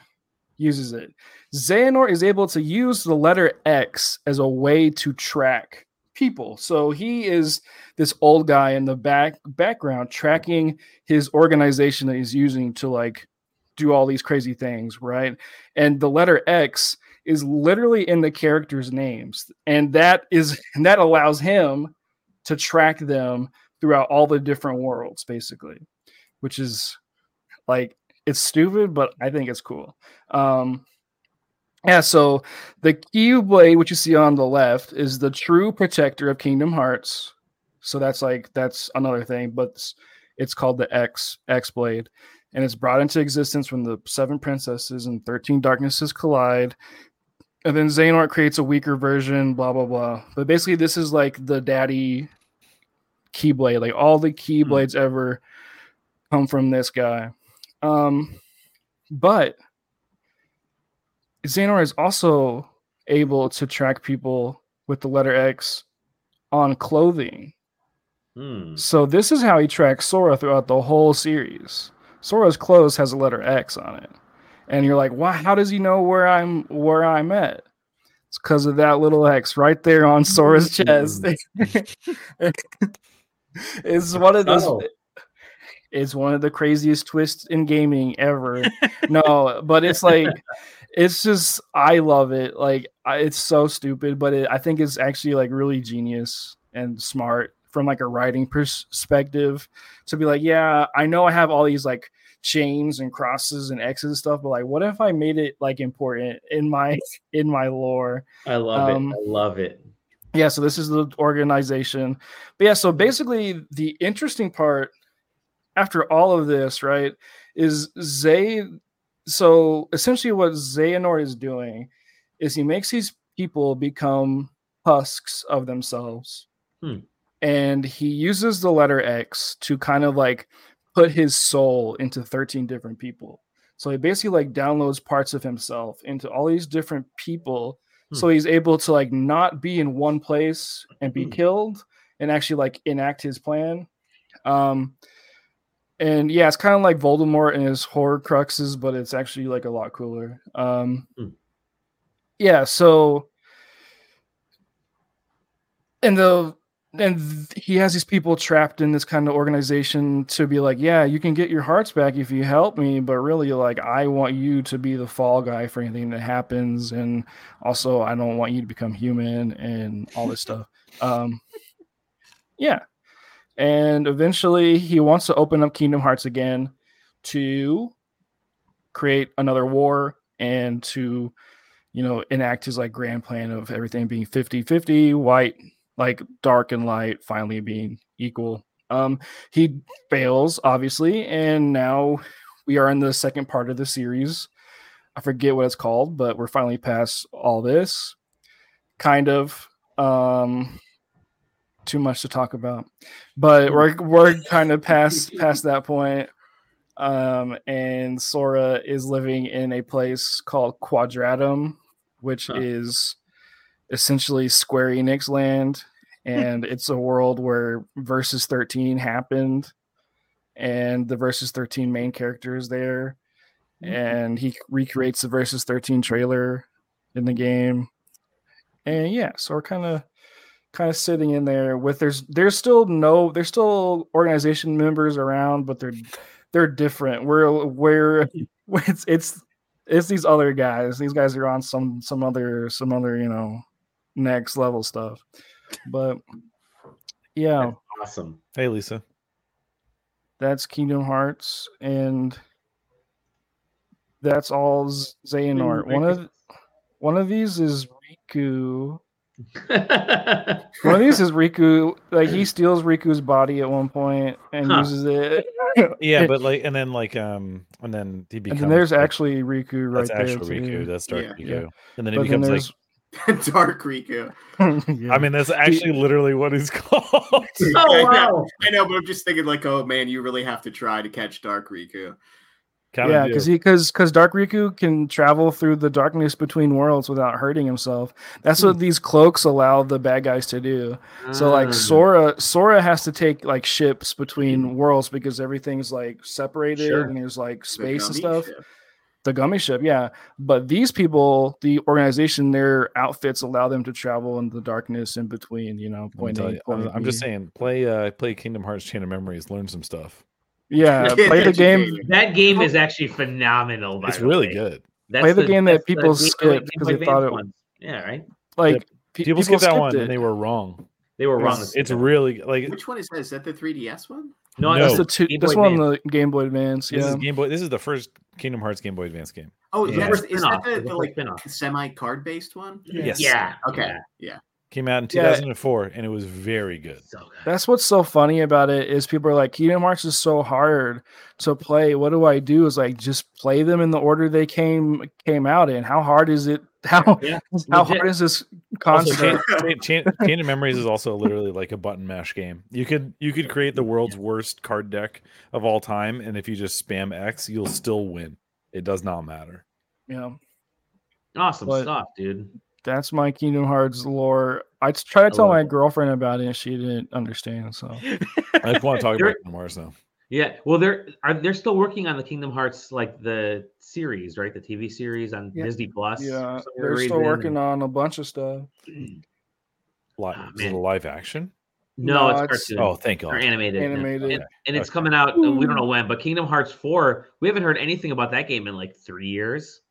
uses it. Xehanort is able to use the letter X as a way to track people. So he is this old guy in the back background tracking his organization that he's using to like do all these crazy things, right? And the letter X is literally in the characters' names. And that is and that allows him to track them throughout all the different worlds, basically, which is like it's stupid, but I think it's cool. Um, yeah, so the Kiyu blade, which you see on the left, is the true protector of Kingdom Hearts. So that's like that's another thing, but it's, it's called the X X blade, and it's brought into existence when the seven princesses and thirteen darknesses collide. And then Xehanort creates a weaker version, blah blah blah. But basically, this is like the daddy Keyblade. Like all the Keyblades ever come from this guy. Um, but Xehanort is also able to track people with the letter X on clothing.
Hmm.
So this is how he tracks Sora throughout the whole series. Sora's clothes has a letter X on it. And you're like, why how does he know where I'm where I'm at? It's because of that little X right there on Sora's chest. it's one of those
Oh.
it's one of the craziest twists in gaming ever. no, but it's like it's just I love it. Like I, it's so stupid, but it, I think it's actually like really genius and smart from like a writing perspective to be like, yeah, I know I have all these like chains and crosses and X's and stuff, but like, what if I made it like important in my in my lore?
I love
Um,
it. I love it.
yeah so this is the organization but yeah so basically the interesting part after all of this right is zay so essentially what xehanort is doing is he makes these people become husks of themselves
Hmm.
and he uses the letter x to kind of like put his soul into 13 different people so he basically like downloads parts of himself into all these different people so he's able to like not be in one place and be killed and actually like enact his plan um and yeah it's kind of like voldemort and his horror cruxes but it's actually like a lot cooler um
Hmm.
yeah so and the and th- he has these people trapped in this kind of organization to be like yeah you can get your hearts back if you help me but really like i want you to be the fall guy for anything that happens and also i don't want you to become human and all this stuff um yeah and eventually he wants to open up kingdom hearts again to create another war and to you know enact his like grand plan of everything being 50 50 white like dark and light finally being equal um he fails obviously and now we are in the second part of the series I forget what it's called, but we're finally past all this. Kind of. Um too much to talk about. But we're we're kind of past past that point. Um and Sora is living in a place called Quadratum, which
Huh.
is essentially Square Enix land. And it's a world where versus 13 happened, and the versus 13 main character is there and he recreates the versus 13 trailer in the game and yeah so we're kind of kind of sitting in there with there's there's still no there's still organization members around but they're they're different we're we're it's it's it's these other guys these guys are on some some other some other you know next level stuff but yeah
Awesome.
Hey, Lisa.
that's kingdom hearts and that's all Z- xehanort one of One of these is Riku.
Oh,
One of these is Riku. Like he steals Riku's body at one point and
Huh.
uses it.
Yeah, but like, and then like, um, and then he
and
becomes.
then there's
like,
actually Riku right
that's
there.
actual Riku.
too.
That's Dark
Yeah.
Riku.
Yeah.
And then it
But then
becomes like.
there's,
Dark Riku.
Yeah.
I mean, that's actually literally what it's called.
oh wow.
I know, but I'm just thinking like, oh man, you really have to try to catch Dark Riku.
Kind
yeah,
of
because because because Dark Riku can travel through the darkness between worlds without hurting himself. That's what these cloaks allow the bad guys to do. So
Hmm. Mm.
like Sora, Sora has to take like ships between worlds because everything's like separated
Sure.
and there's like
The
space and
gummy
stuff.
ship.
The gummy ship, yeah. But these people, the organization, their outfits allow them to travel in the darkness in between. You know,
I'm,
point
tell
A,
you,
point
I'm- I'm just
B.
saying, play uh, play Kingdom Hearts Chain of Memories, learn some stuff.
Yeah, play the game.
That game is actually phenomenal. By
It's
the
really
way.
good.
That's
Play the game that
that's the
people
game that
skipped
Game
'cause
Boy
they thought
Advance
it-
ones. Yeah, right.
Like
Yep.
pe-
People, skip that
skipped
one
it.
and they were wrong.
They were wrong.
It's, it's really like
Which one is that? Is that the 3DS one?
no,
No.
That's
that's
the two.
Game
This
Boy
one,
Advance.
the Game Boy Advance.
this
Yeah,
is Game Boy. This is the first Kingdom Hearts Game Boy Advance game.
Oh,
Yeah.
that's, is that
Spin-off.
the,
It's
the
a
like
spin-off.
semi card based one?
Yes.
Yeah.
Okay.
Came out in
Yeah.
2004 and it was very good.
So good.
that's what's so funny about it is people are like, Kingdom Hearts is so hard to play. What do I do? Is like just play them in the order they came came out in. How hard is it? How
Yeah.
how
Legit.
hard is this
Also,
concept?
Chain, Chain, Chain, Chain of Memories is also literally like a button mash game. You could you could create the world's worst card deck of all time, and if you just spam X, you'll still win. It does not matter.
yeah,
Awesome
But-
stuff, dude.
that's my Kingdom Hearts lore. I t- try to tell
love
my
it.
girlfriend about it, and she didn't understand. So
I just want to talk
You're-
about Kingdom Hearts now.
Yeah. Well, they're are they're still working on the Kingdom Hearts like the series, right? The TV series on
Yeah.
Disney Plus.
yeah, they're still working on a bunch of stuff.
Live,
Ah,
is it a
man.
live action?
No,
No,
it's,
it's-
cartoon.
Oh, thank
Or
God.
animated. And-
Animated.
And, and it's
Okay.
coming out. uh, We don't know when, but Kingdom Hearts Four. We haven't heard anything about that game in like three years.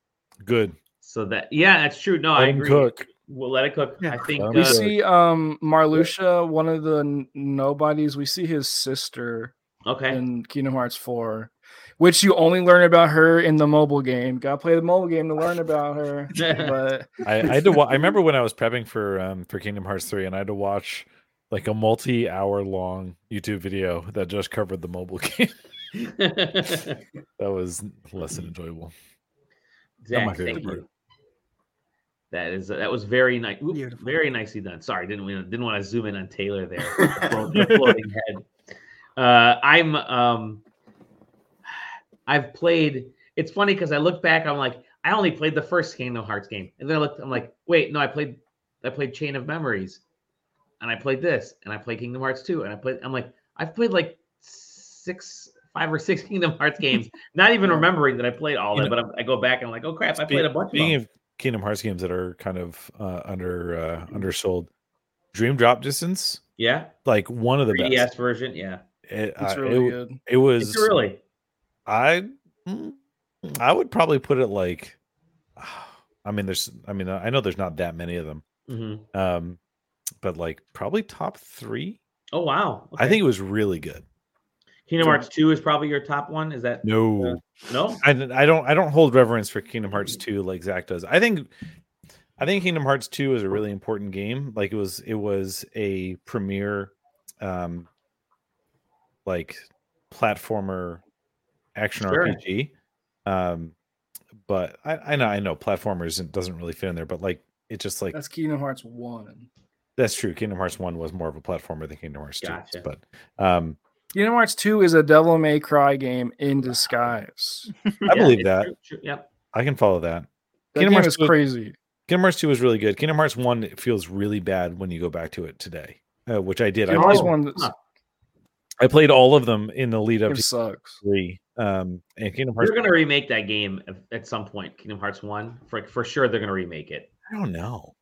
Good.
So that yeah, that's true. No, Oh, I
Home
agree.
cook.
We'll let it cook.
Yeah.
I think
Um,
We
uh,
Good.
see um Marluxia, one of the n- nobodies. We see his sister
okay.
in Kingdom Hearts 4, which you only learn about her in the mobile game. Got to play the mobile game to learn about her. But
I, I had to. Wa- I remember when I was prepping for um for Kingdom Hearts three, and I had to watch like a multi hour long YouTube video that just covered the mobile game. that was less than enjoyable.
Zach,
my favorite
Mm. thank
part.
you. That is that was very nice. oop,
Beautiful.
Very nicely done. Sorry, didn't we didn't want to zoom in on Taylor there. the float- the floating head. Uh, I'm um I've played it's funny because I look back, I'm like, I only played the first Kingdom Hearts game. And then I looked, I'm like, wait, no, I played I played Chain of Memories and I played this and I played Kingdom Hearts 2. And I played I'm like, I've played like six five or six Kingdom Hearts games, not even remembering that I played all
You
that, but I'm, I go back and I'm like, oh crap, I played a bunch of
Speaking
them.
of Kingdom Hearts games that are kind of uh, under uh,
Mm-hmm.
undersold, Dream Drop Distance,
yeah,
like one of the
3DS
best.
version, yeah.
It,
it's
I-
really
it,
good.
it was
It's really
I mm, I would probably put it like I mean there's I mean I know there's not that many of them.
mhm.
Um but like probably top 3.
oh wow.
I think it was really good.
Kingdom Hearts 2 is probably your top one. Is that
No.
Uh, no?
I, d- I don't I don't hold reverence for Kingdom Hearts 2 like Zach does. I think I think Kingdom Hearts 2 is a really important game. Like it was it was a premier um like platformer action
Sure.
RPG. Um but I, I know I know platformers it doesn't really fit in there, but like it just like
That's Kingdom Hearts 1.
that's true. Kingdom Hearts 1 was more of a platformer than Kingdom Hearts 2.
Gotcha.
But um
Kingdom Hearts 2 is a Devil May Cry game in disguise.
I believe
it's
that.
true, true, Yep.
I can follow that.
That
Kingdom
game
Hearts
is
2
crazy.
Kingdom Hearts 2 is really good. Kingdom Hearts 1 it feels really bad when you go back to it today, uh, which I did. I
I always
played,
Oh,
wanted
huh.
I played all of them in the lead up
It
to
sucks.
3. Um, and Kingdom Hearts,
They're gonna remake that game at- at some point. Kingdom Hearts One, for for sure, they're gonna remake it.
I don't know.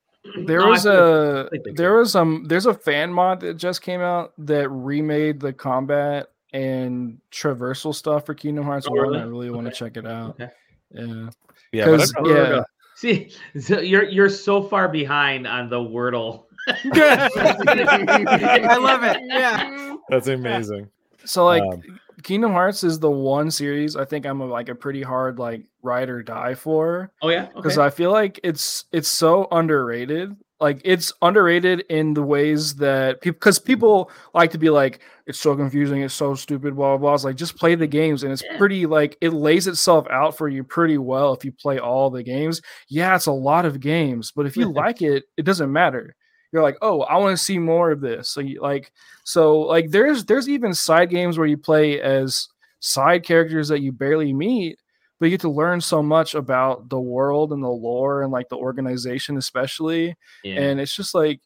Mm-hmm.
There
No, I
was
feel-
a
like they
there
could.
was um there's a fan mod that just came out that remade the combat and traversal stuff for Kingdom Hearts
Oh,
1.
really?
I really want to
Okay.
check it out.
Okay.
Yeah.
Yeah, but I
'Cause-
probably-
yeah.
See, so you're you're so far behind on the Wordle.
I love it. Yeah.
that's amazing.
So like
Um,
Kingdom Hearts is the one series I think I'm a, like a pretty hard like ride or die for
Oh yeah. Okay.
because I feel like it's it's so underrated. Like it's underrated in the ways that because people like to be like it's so confusing, it's so stupid, blah blah blah. It's like just play the games, and it's
Yeah.
pretty like it lays itself out for you pretty well if you play all the games. Yeah, it's a lot of games, but if you like it, it doesn't matter. You're like, oh, I want to see more of this. So you, like, so like there's there's even side games where you play as side characters that you barely meet but you get to learn so much about the world and the lore and like the organization, especially.
Yeah.
And it's just like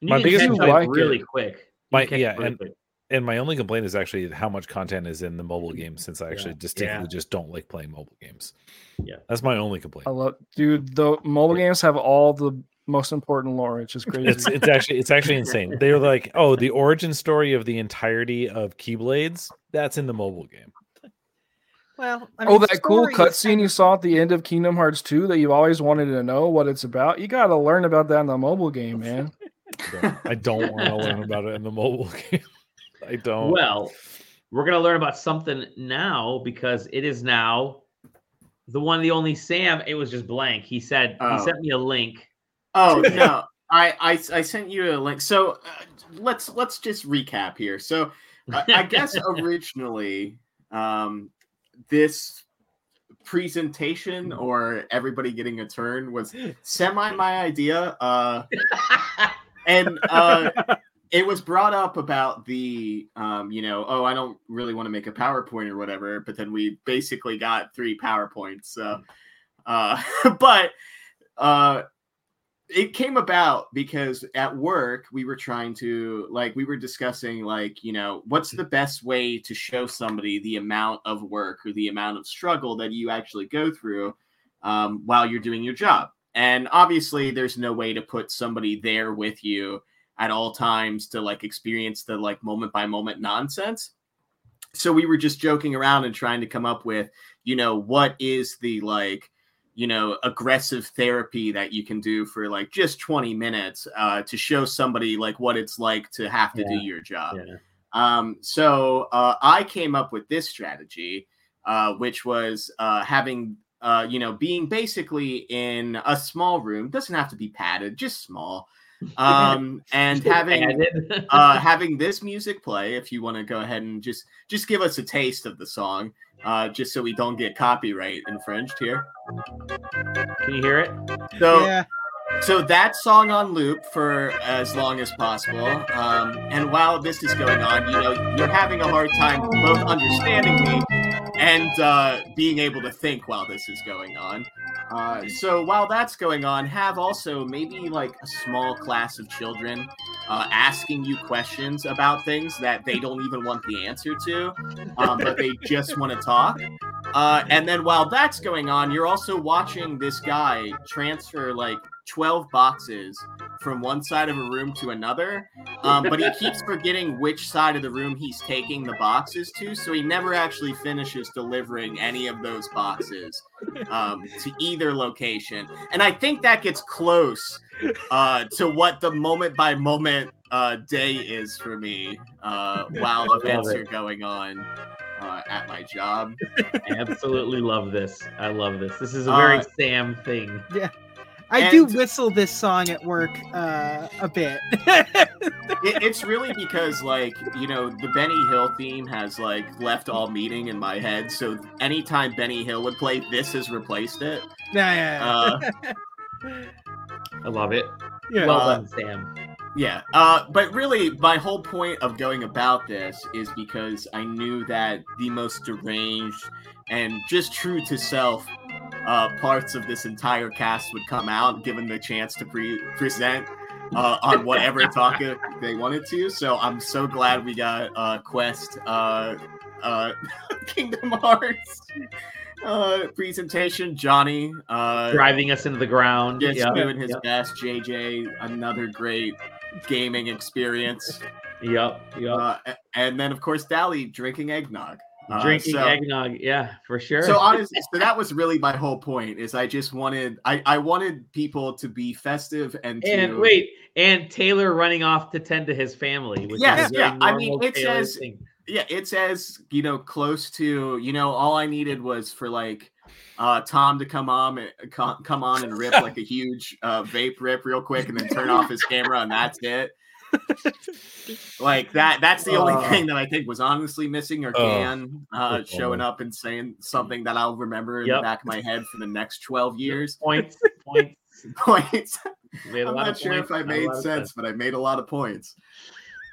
And
My
you
biggest
can catch
thing-
up
like it.
really quick. You
My-
can catch
yeah,
up really
and-
quick.
And my only complaint is actually how much content is in the mobile game since I
Yeah.
actually distinctly
Yeah.
just don't like playing mobile games.
Yeah.
That's my only complaint.
I love, dude. The mobile games have all the most important lore. It's just crazy.
It's it's actually it's actually insane. They're like, oh, the origin story of the entirety of Keyblades, that's in the mobile game.
Well, I
oh,
mean,
that cool
story is
cutscene
kind
you
of-
saw at the end of Kingdom Hearts 2 that you've always wanted to know what it's about. You got to learn about that in the mobile game, man.
So I don't want to learn about it in the mobile game. I
Oh.
don't.
Well, we're gonna learn about something now because it is now the one, the only Sam. It was just blank. He said
Oh.
he sent me a link.
Oh no, I, I I sent you a link. So uh, let's let's just recap here. So I, I guess originally um, this presentation or everybody getting a turn was semi my idea. Uh, and uh, it was brought up about the um, you know oh i don't really want to make a powerpoint or whatever but then we basically got three powerpoints so uh, but uh, it came about because at work we were trying to like we were discussing like you know what's the best way to show somebody the amount of work or the amount of struggle that you actually go through um, while you're doing your job and obviously there's no way to put somebody there with you at all times to like experience the like moment by moment nonsense. So we were just joking around and trying to come up with, you know, what is the like, you know, aggressive therapy that you can do for like just 20 minutes uh, to show somebody like what it's like to have to do your job.
Yeah.
Um, so uh, I came up with this strategy, uh, which was uh, having, uh, you know, being basically in a small room, doesn't have to be padded, just small, um, and having
Added.
uh, having this music play. If you want to go ahead and just just give us a taste of the song, uh, just so we don't get copyright infringed here.
Can you hear it?
So
Yeah.
so that song on loop for as long as possible. Um, and while this is going on, you know you're having a hard time both understanding me and uh, being able to think while this is going on. Uh, so while that's going on, have also maybe like a small class of children uh, asking you questions about things that they don't even want the answer to, um, but they just want to talk. Uh, and then while that's going on, you're also watching this guy transfer like 12 boxes from one side of a room to another. Um, but he keeps forgetting which side of the room he's taking the boxes to. So he never actually finishes delivering any of those boxes um, to either location. And I think that gets close uh, to what the moment by moment uh, day is for me uh, while events
it.
are going on uh, at my job.
I absolutely love this. I love this. This is a very
Uh,
Sam thing.
I do
and-
whistle this song at work uh, a bit.
it, it's really because like you know the benny hill theme has like left all meaning in my head so anytime benny hill would play this has replaced it
yeah, yeah,
uh,
I love it.
yeah.
Well
Uh,
done, Sam.
yeah uh, but really my whole point of going about this is because i knew that the most deranged and just true to self uh, parts of this entire cast would come out given the chance to pre- present uh, on whatever topic they wanted to. So I'm so glad we got uh, Quest uh, uh, Kingdom Hearts uh, presentation. Johnny uh,
Driving us into the ground.
just
Yeah.
doing his best. JJ, another great gaming experience.
Yep. Yep.
Uh, a- and then, of course, Dally drinking eggnog. Uh,
Drinking
so-
eggnog. Yeah, for sure.
so honestly, so that was really my whole point. Is I just wanted I I wanted people to be festive and to,
and wait, and Taylor running off to tend to his family. Which
Yes,
is a very
yeah, I mean,
normal
it
Taylor
says-
thing.
yeah, it's as you know close to you know all I needed was for like uh Tom to come on and co- come on and rip like a huge uh vape rip real quick and then turn off his camera and that's it. Like that that's the only
Uh.
thing that I think was honestly missing or
Oh.
can uh
Oh,
showing
boy.
up and saying something that I'll remember in the
Yep.
back of my head for the next 12 years.
Points. Points.
Points.
Made a
I'm
lot
not
of
sure
points,
if I
not a
made
lot of
sense, but I made a lot of points.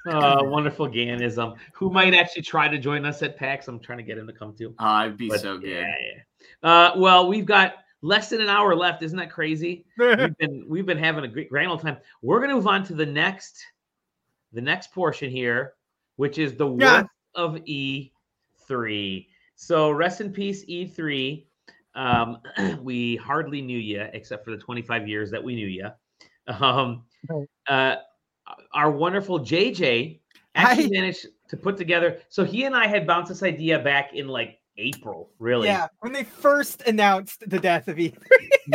Uh, wonderful Ganism, who might actually try to join us at PAX. I'm trying to get him to come too.
Uh, I'd be
But
so good.
Yeah, yeah. Uh, well, we've got less than an hour left. Isn't that crazy? we've been we've been having a great grand old time. We're gonna move on to the next the next portion here, which is the
Yeah.
worth of E3. So rest in peace, E3. Um, we hardly knew you, except for the 25 years that we knew you. Um,
Right.
uh, our wonderful JJ actually
I-
managed to put together. So he and I had bounced this idea back in like April, really.
Yeah, when they first announced the death of E3.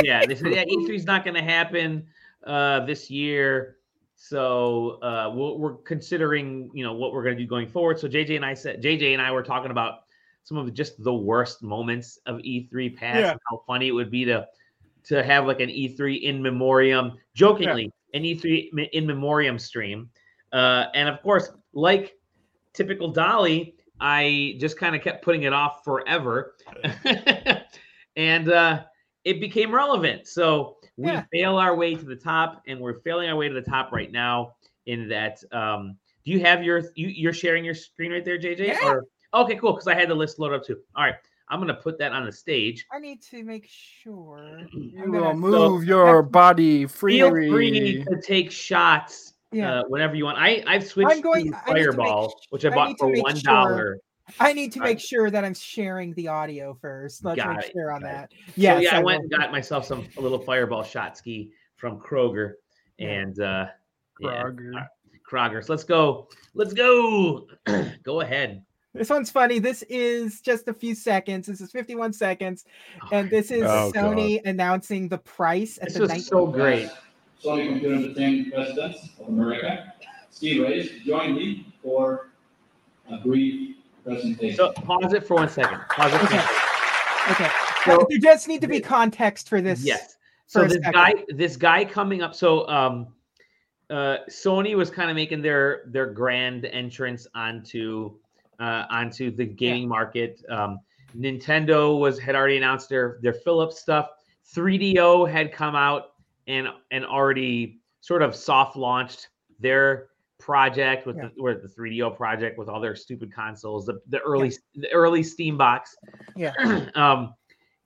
yeah, they said yeah, E3 is not going to happen uh, this year, so uh, we'll, we're considering you know what we're going to do going forward. So JJ and I said JJ and I were talking about some of just the worst moments of E3 past,
Yeah.
and how funny it would be to to have like an E3 in memoriam, jokingly an E3 me- in memoriam stream, uh, and of course, like typical Dolly. I just kind of kept putting it off forever. and uh, it became relevant. So we
Yeah.
fail our way to the top, and we're failing our way to the top right now. In that, um, do you have your you, you're sharing your screen right there, JJ?
Yeah.
Or, okay, cool. Because I had the list loaded up too. All right, I'm gonna put that on the stage.
I need to make sure.
You
I'm
will
gonna-
move your body free.
Feel free to take shots
Yeah,
uh, whenever you want. I I've switched
I'm going-
to
I need to make
Fireball,
sh-
which I
I
bought
need to
for
make
one
sure-
dollar.
I need to
I-
make sure that I'm sharing the audio first. Let's
Got
make
it,
sure on
got
that. Yes,
so yeah, I went
will.
and got myself some a little Fireball shot ski from Kroger,
Yeah.
and uh, yeah,
Kroger.
Kroger's. Let's go. Let's go. go ahead.
This one's funny. This is just a few seconds. This is 51 seconds, and this is
Oh,
Sony announcing the price at
This
the
was
night.
so great.
Sony Computer Entertainment President of America, Steve Reyes, join me for a brief presentation.
So pause it for one second. Pause it. For one
Okay.
second.
okay,
So-
there does need to be context for this.
yes.
for
So
a
this
second.
guy, this guy coming up. So um, uh, Sony was kind of making their their grand entrance onto uh, onto the gaming market. Um, Nintendo was had already announced their their Philips stuff. 3DO had come out and and already sort of soft launched their project with
Yeah.
the, or the 3DO project with all their stupid consoles, the, the early the early Steam box.
Yeah.
um,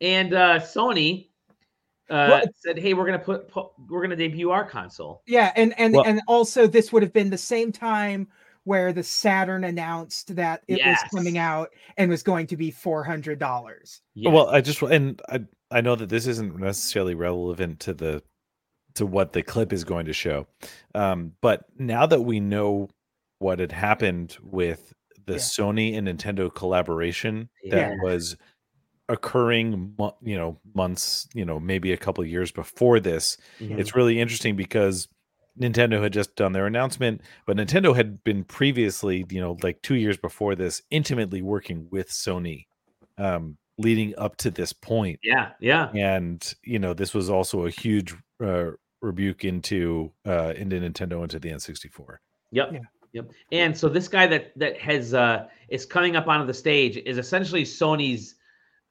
and uh, Sony uh,
Well-
said, "Hey, we're gonna put, pu- we're gonna debut our console."
Yeah, and and
Well-
and also this would have been the same time where the Saturn announced that it
Yes.
was coming out and was going to be four hundred dollars.
Yeah.
Well, I just and I I know that this isn't necessarily relevant to the to what the clip is going to show. Um, but now that we know what had happened with the
Yeah.
Sony and Nintendo collaboration that
Yeah.
was occurring mo- you know months, you know, maybe a couple years before this,
Mm-hmm.
it's really interesting because Nintendo had just done their announcement, but Nintendo had been previously, you know, like two years before this, intimately working with Sony, um, leading up to this point.
yeah, yeah,
And you know, this was also a huge uh, rebuke into uh, into Nintendo into the N64.
yep,
Yeah.
yep. And so this guy that that has uh is coming up onto the stage is essentially Sony's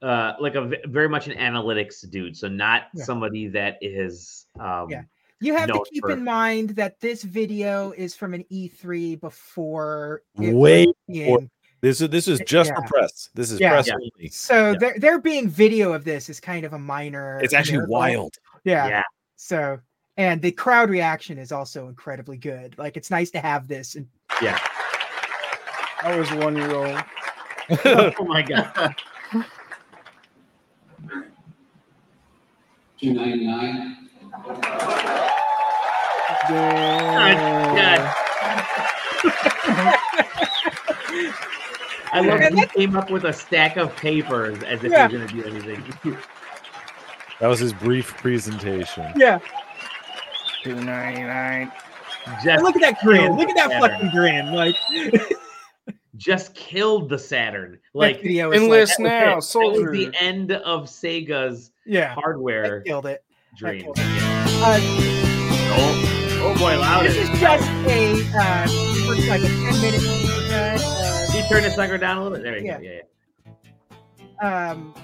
uh like a v- very much an analytics dude. So not
Yeah.
somebody that is um
Yeah. You have
No,
to keep
for-
in mind that this video is from an E3 before it
Way
was
before-
being-
This is this is just for
Yeah.
press. This is
Yeah.
press
Yeah.
only.
So
Yeah.
there, there being video of this is kind of a minor.
It's actually
miracle.
wild.
Yeah.
yeah.
So, and the crowd reaction is also incredibly good. Like it's nice to have this. And
I was one year old.
Oh my god.
299
Yeah.
I love
And
that he came up with a stack of papers as if
Yeah.
he was gonna do anything.
That was his brief presentation.
yeah,
Two ninety nine.
Just
look at that grin. Look at that
Saturn.
fucking grin. Like
just killed the Saturn.
like
Like
video is like,
Enlist now,
That was
soldier.
the end of Sega's
yeah, I
hardware
killed it. I
dream.
killed it. Uh,
Oh, oh boy, loud.
This is just a uh, for like a 10 minute uh,
Can you turn the sucker down a little bit? There you
Yeah.
go. Yeah, yeah.
uh, um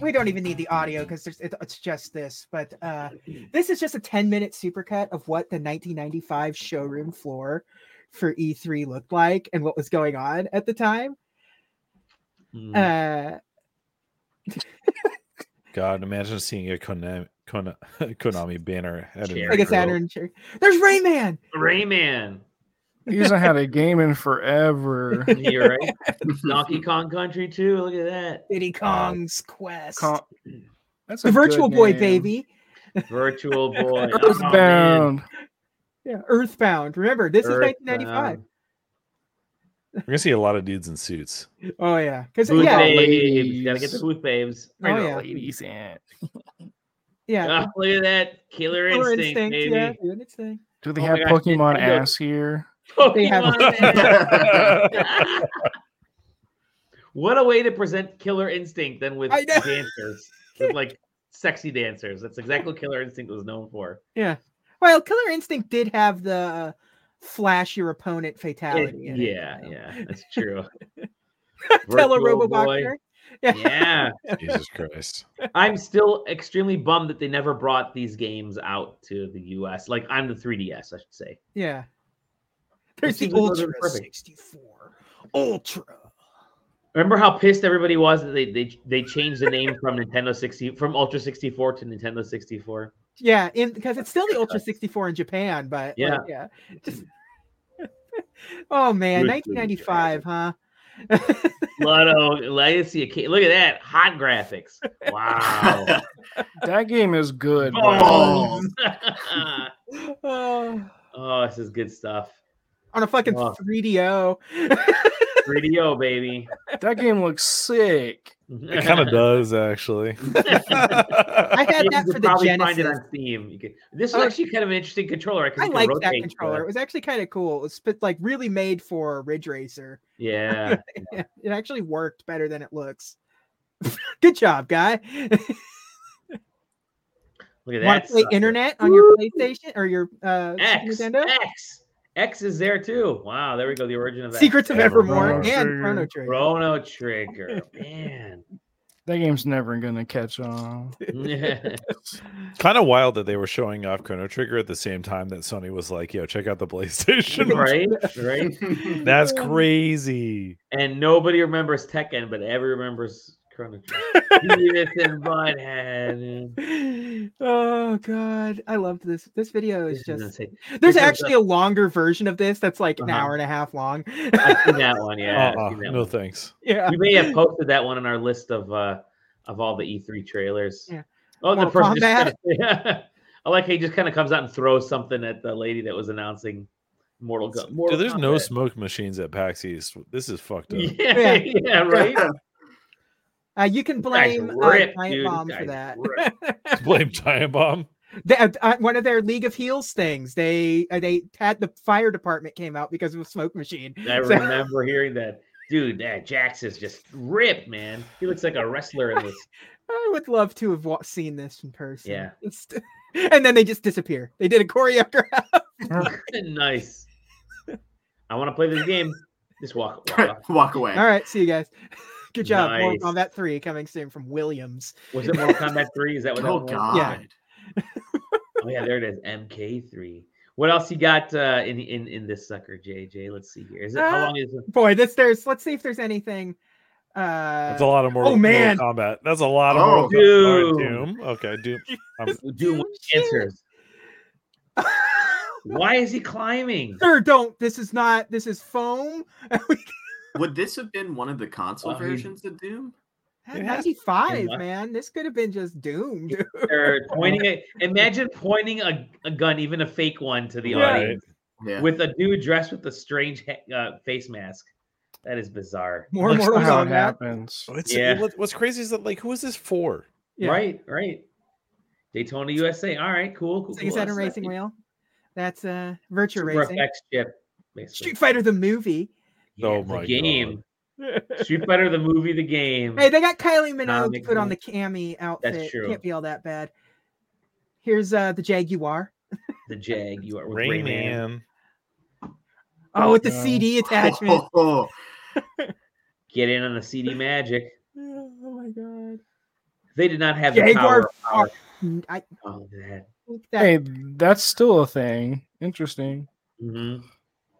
we don't even need the audio because there's it, it's just this but uh this is just a 10 minute supercut of what the 1995 showroom floor for E3 looked like and what was going Mm-hmm. Uh,
Hmm.
on at the time
Mm.
uh
god! Imagine seeing a Konami, Kona- Konami banner at
Cherry
an
Like a Saturn chair. There's Rain Man.
Rayman.
He hasn't had a game in forever.
You're right. Donkey Kong Country 2. Look at that.
Diddy Kong's Quest.
Con- That's
the
a good
Virtual Boy
name.
baby.
Virtual Boy. Oh, man.
Earthbound.
Yeah, Earthbound. Remember, this is 1995.
Earthbound.
We're gonna see a lot of dudes in suits.
Oh yeah, because
Booth
yeah,
babes. Gotta get the booth babes.
Oh, yeah.
Ladies and
yeah.
Oh, look at that. Killer,
Killer
instinct,
Instinct,
baby.
yeah, doing its thing.
do they
Oh my
have
gosh,
Pokemon
Nintendo.
ass here?
They have-
Pokemon Man. what a way to present Killer Instinct than with
I know.
dancers, with like sexy dancers. That's exactly what Killer Instinct was known for.
Well, Killer Instinct did have the uh, flash your opponent fatality. in it,
yeah,
so.
yeah, that's true.
Tell a
Virtual
Roboboxer.
Boy. Yeah,
Jesus Christ!
I'm still extremely bummed that they never brought these games out to the U.S. Like I'm the 3DS, I should say.
Yeah. There's
seems
the
like those are
Ultra
perfect.
64. Ultra.
Remember how pissed everybody was that they they, they changed the name from Nintendo 60 from Ultra 64 to Nintendo 64.
Yeah, in because it's still the Ultra 64 in Japan, but yeah,
Yeah.
yeah. Just... oh man,
Good for you,
1995, huh?
Lotto Legacy of K- Look at that hot graphics. Wow.
That game is good. but
Oh.
Oh,
oh, this is good stuff.
on a fucking
Wow.
3DO.
3DO baby.
That game looks sick.
It kind of does actually.
I had
You
that
could
for the
probably find it
Genesis.
on Steam. You could, this is
Oh.
actually kind of an interesting controller. I,
I
can
liked that
rotate the-
controller. It was actually kind of cool. It was sp- like really made for Ridge Racer.
Yeah.
Yeah, it actually worked better than it looks. Good job, guy.
Look at
Want
that.
to play
sucker.
internet on your PlayStation or your uh,
X,
Nintendo?
X. X is there too. Wow, there we go. The origin of X.
Secrets of Evermore
Evermore.
and Chrono Trigger.
Chrono Trigger. Man.
That game's never gonna catch on.
kind of wild that they were showing off Chrono Trigger at the same time that Sony was like, "Yo, check out the PlayStation."
right? Right?
That's crazy.
And nobody remembers Tekken, but everyone remembers Chrono Trigger. Beavis and Butthead.
Oh god, I loved this. This video is
This is
just.
insane. this
There's
is a-
actually a longer version of this that's like an
Uh-huh.
hour and a half long.
I've seen that one. Yeah. I've
Uh-uh,
seen that
no
one.
thanks.
yeah.
We may have posted that one on our list of uh of all the E3 trailers.
Yeah.
Oh, and the
Mortal
person just, yeah. I like how he just kind of comes out and throws something at the lady that was announcing Mortal, Go- Mortal
Dude, there's no
Kombat.
smoke machines at PAX East. This is fucked up.
Yeah, yeah, right.
Uh, you can
Guys
blame uh,
ripped,
Giant
dude.
Bomb for
Guys
that.
ripped.
Blame Giant Bomb.
They- uh, uh, one of their League of Heels things. They uh, they had the fire department came out because of a smoke machine.
I
So-
remember hearing that. Dude, that Jax is just ripped, man. He looks like a wrestler in this.
I would love to have wa- seen this in person.
Yeah.
It's- and then they just disappear. They did a choreograph.
nice. I want to play this game. Just walk. walk off.
Walk away.
All right, see you guys. Good job.
Nice.
On that three coming soon from Williams.
Was it Mortal Kombat 3? Is that what that
Oh
was?
God.
Yeah.
Oh yeah, there it is. MK3. What else you got uh, in in in this sucker, JJ? Let's see here. Is it how
Uh,
long is it?
Boy, this there's let's see if there's anything. Uh
That's a lot of Mortal,
man.
Mortal Kombat. That's a lot of
Oh,
Mortal Kombat.
Oh,
Alright,
dude.
Doom. Okay, Doom. I'm,
Dude,
shit.
answers. Why is he climbing?
Sir, don't. This is not this is foam.
Would this have been one of the console
Oh, he-
versions of Doom?
It has-
95,
Yeah.
man. This could have been just doomed.
They're pointing a, imagine pointing a, a gun, even a fake one, to the
Yeah.
audience
Yeah.
with a dude dressed with a strange he- uh, face mask. That is bizarre.
More
That's
Mortal
not how it
Kombat.
happens.
it's,
Yeah.
what- What's crazy is that like, who is this for?
Yeah.
Right, right. Daytona USA. All right, cool. cool,
It's like a
cool.
Saturn
That's-
Racing Wheel. That's uh Virtua
Super
Racing.
effects chip. basically.
Street Fighter the movie.
Yeah,
Oh
the
my God.
game. Street Fighter the movie, the game.
Hey, they got Kylie Minogue to
Comic
put on the
book.
cami outfit.
true.
Can't be all that bad. Here's uh the Jaguar.
the Jag. You are with
Rain
Rayman.
Man.
Oh, with the
Yeah.
CD attachment.
Oh,
Get in on the CD magic.
oh my god.
They did not have the power.
Jaguar.
of power.
F- I
Oh, that.
think that
Hey, that's still a thing. Interesting.
Mhm.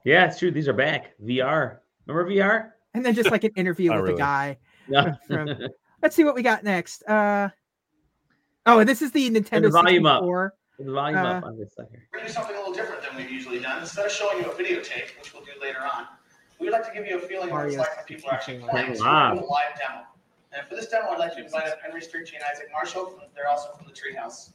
Yeah, it's true. These are back. VR. Remember VR?
and then just like an interview
Not
with a
really.
guy.
No.
From- Let's see what we got next. Uh Oh, this is the Nintendo
volume up.
64.
Volume
Uh-huh.
up on this sucker.
We're going to do something a little different than we've usually done. Instead of showing you a videotape, which we'll do later on, we'd like to give you a feeling of what it's
Mario's
like when people are actually playing. So
Wow.
we'll do a live demo. And for this demo, I'd like to invite up Henry Strickland and Isaac Marshall. From, they're also from the Treehouse.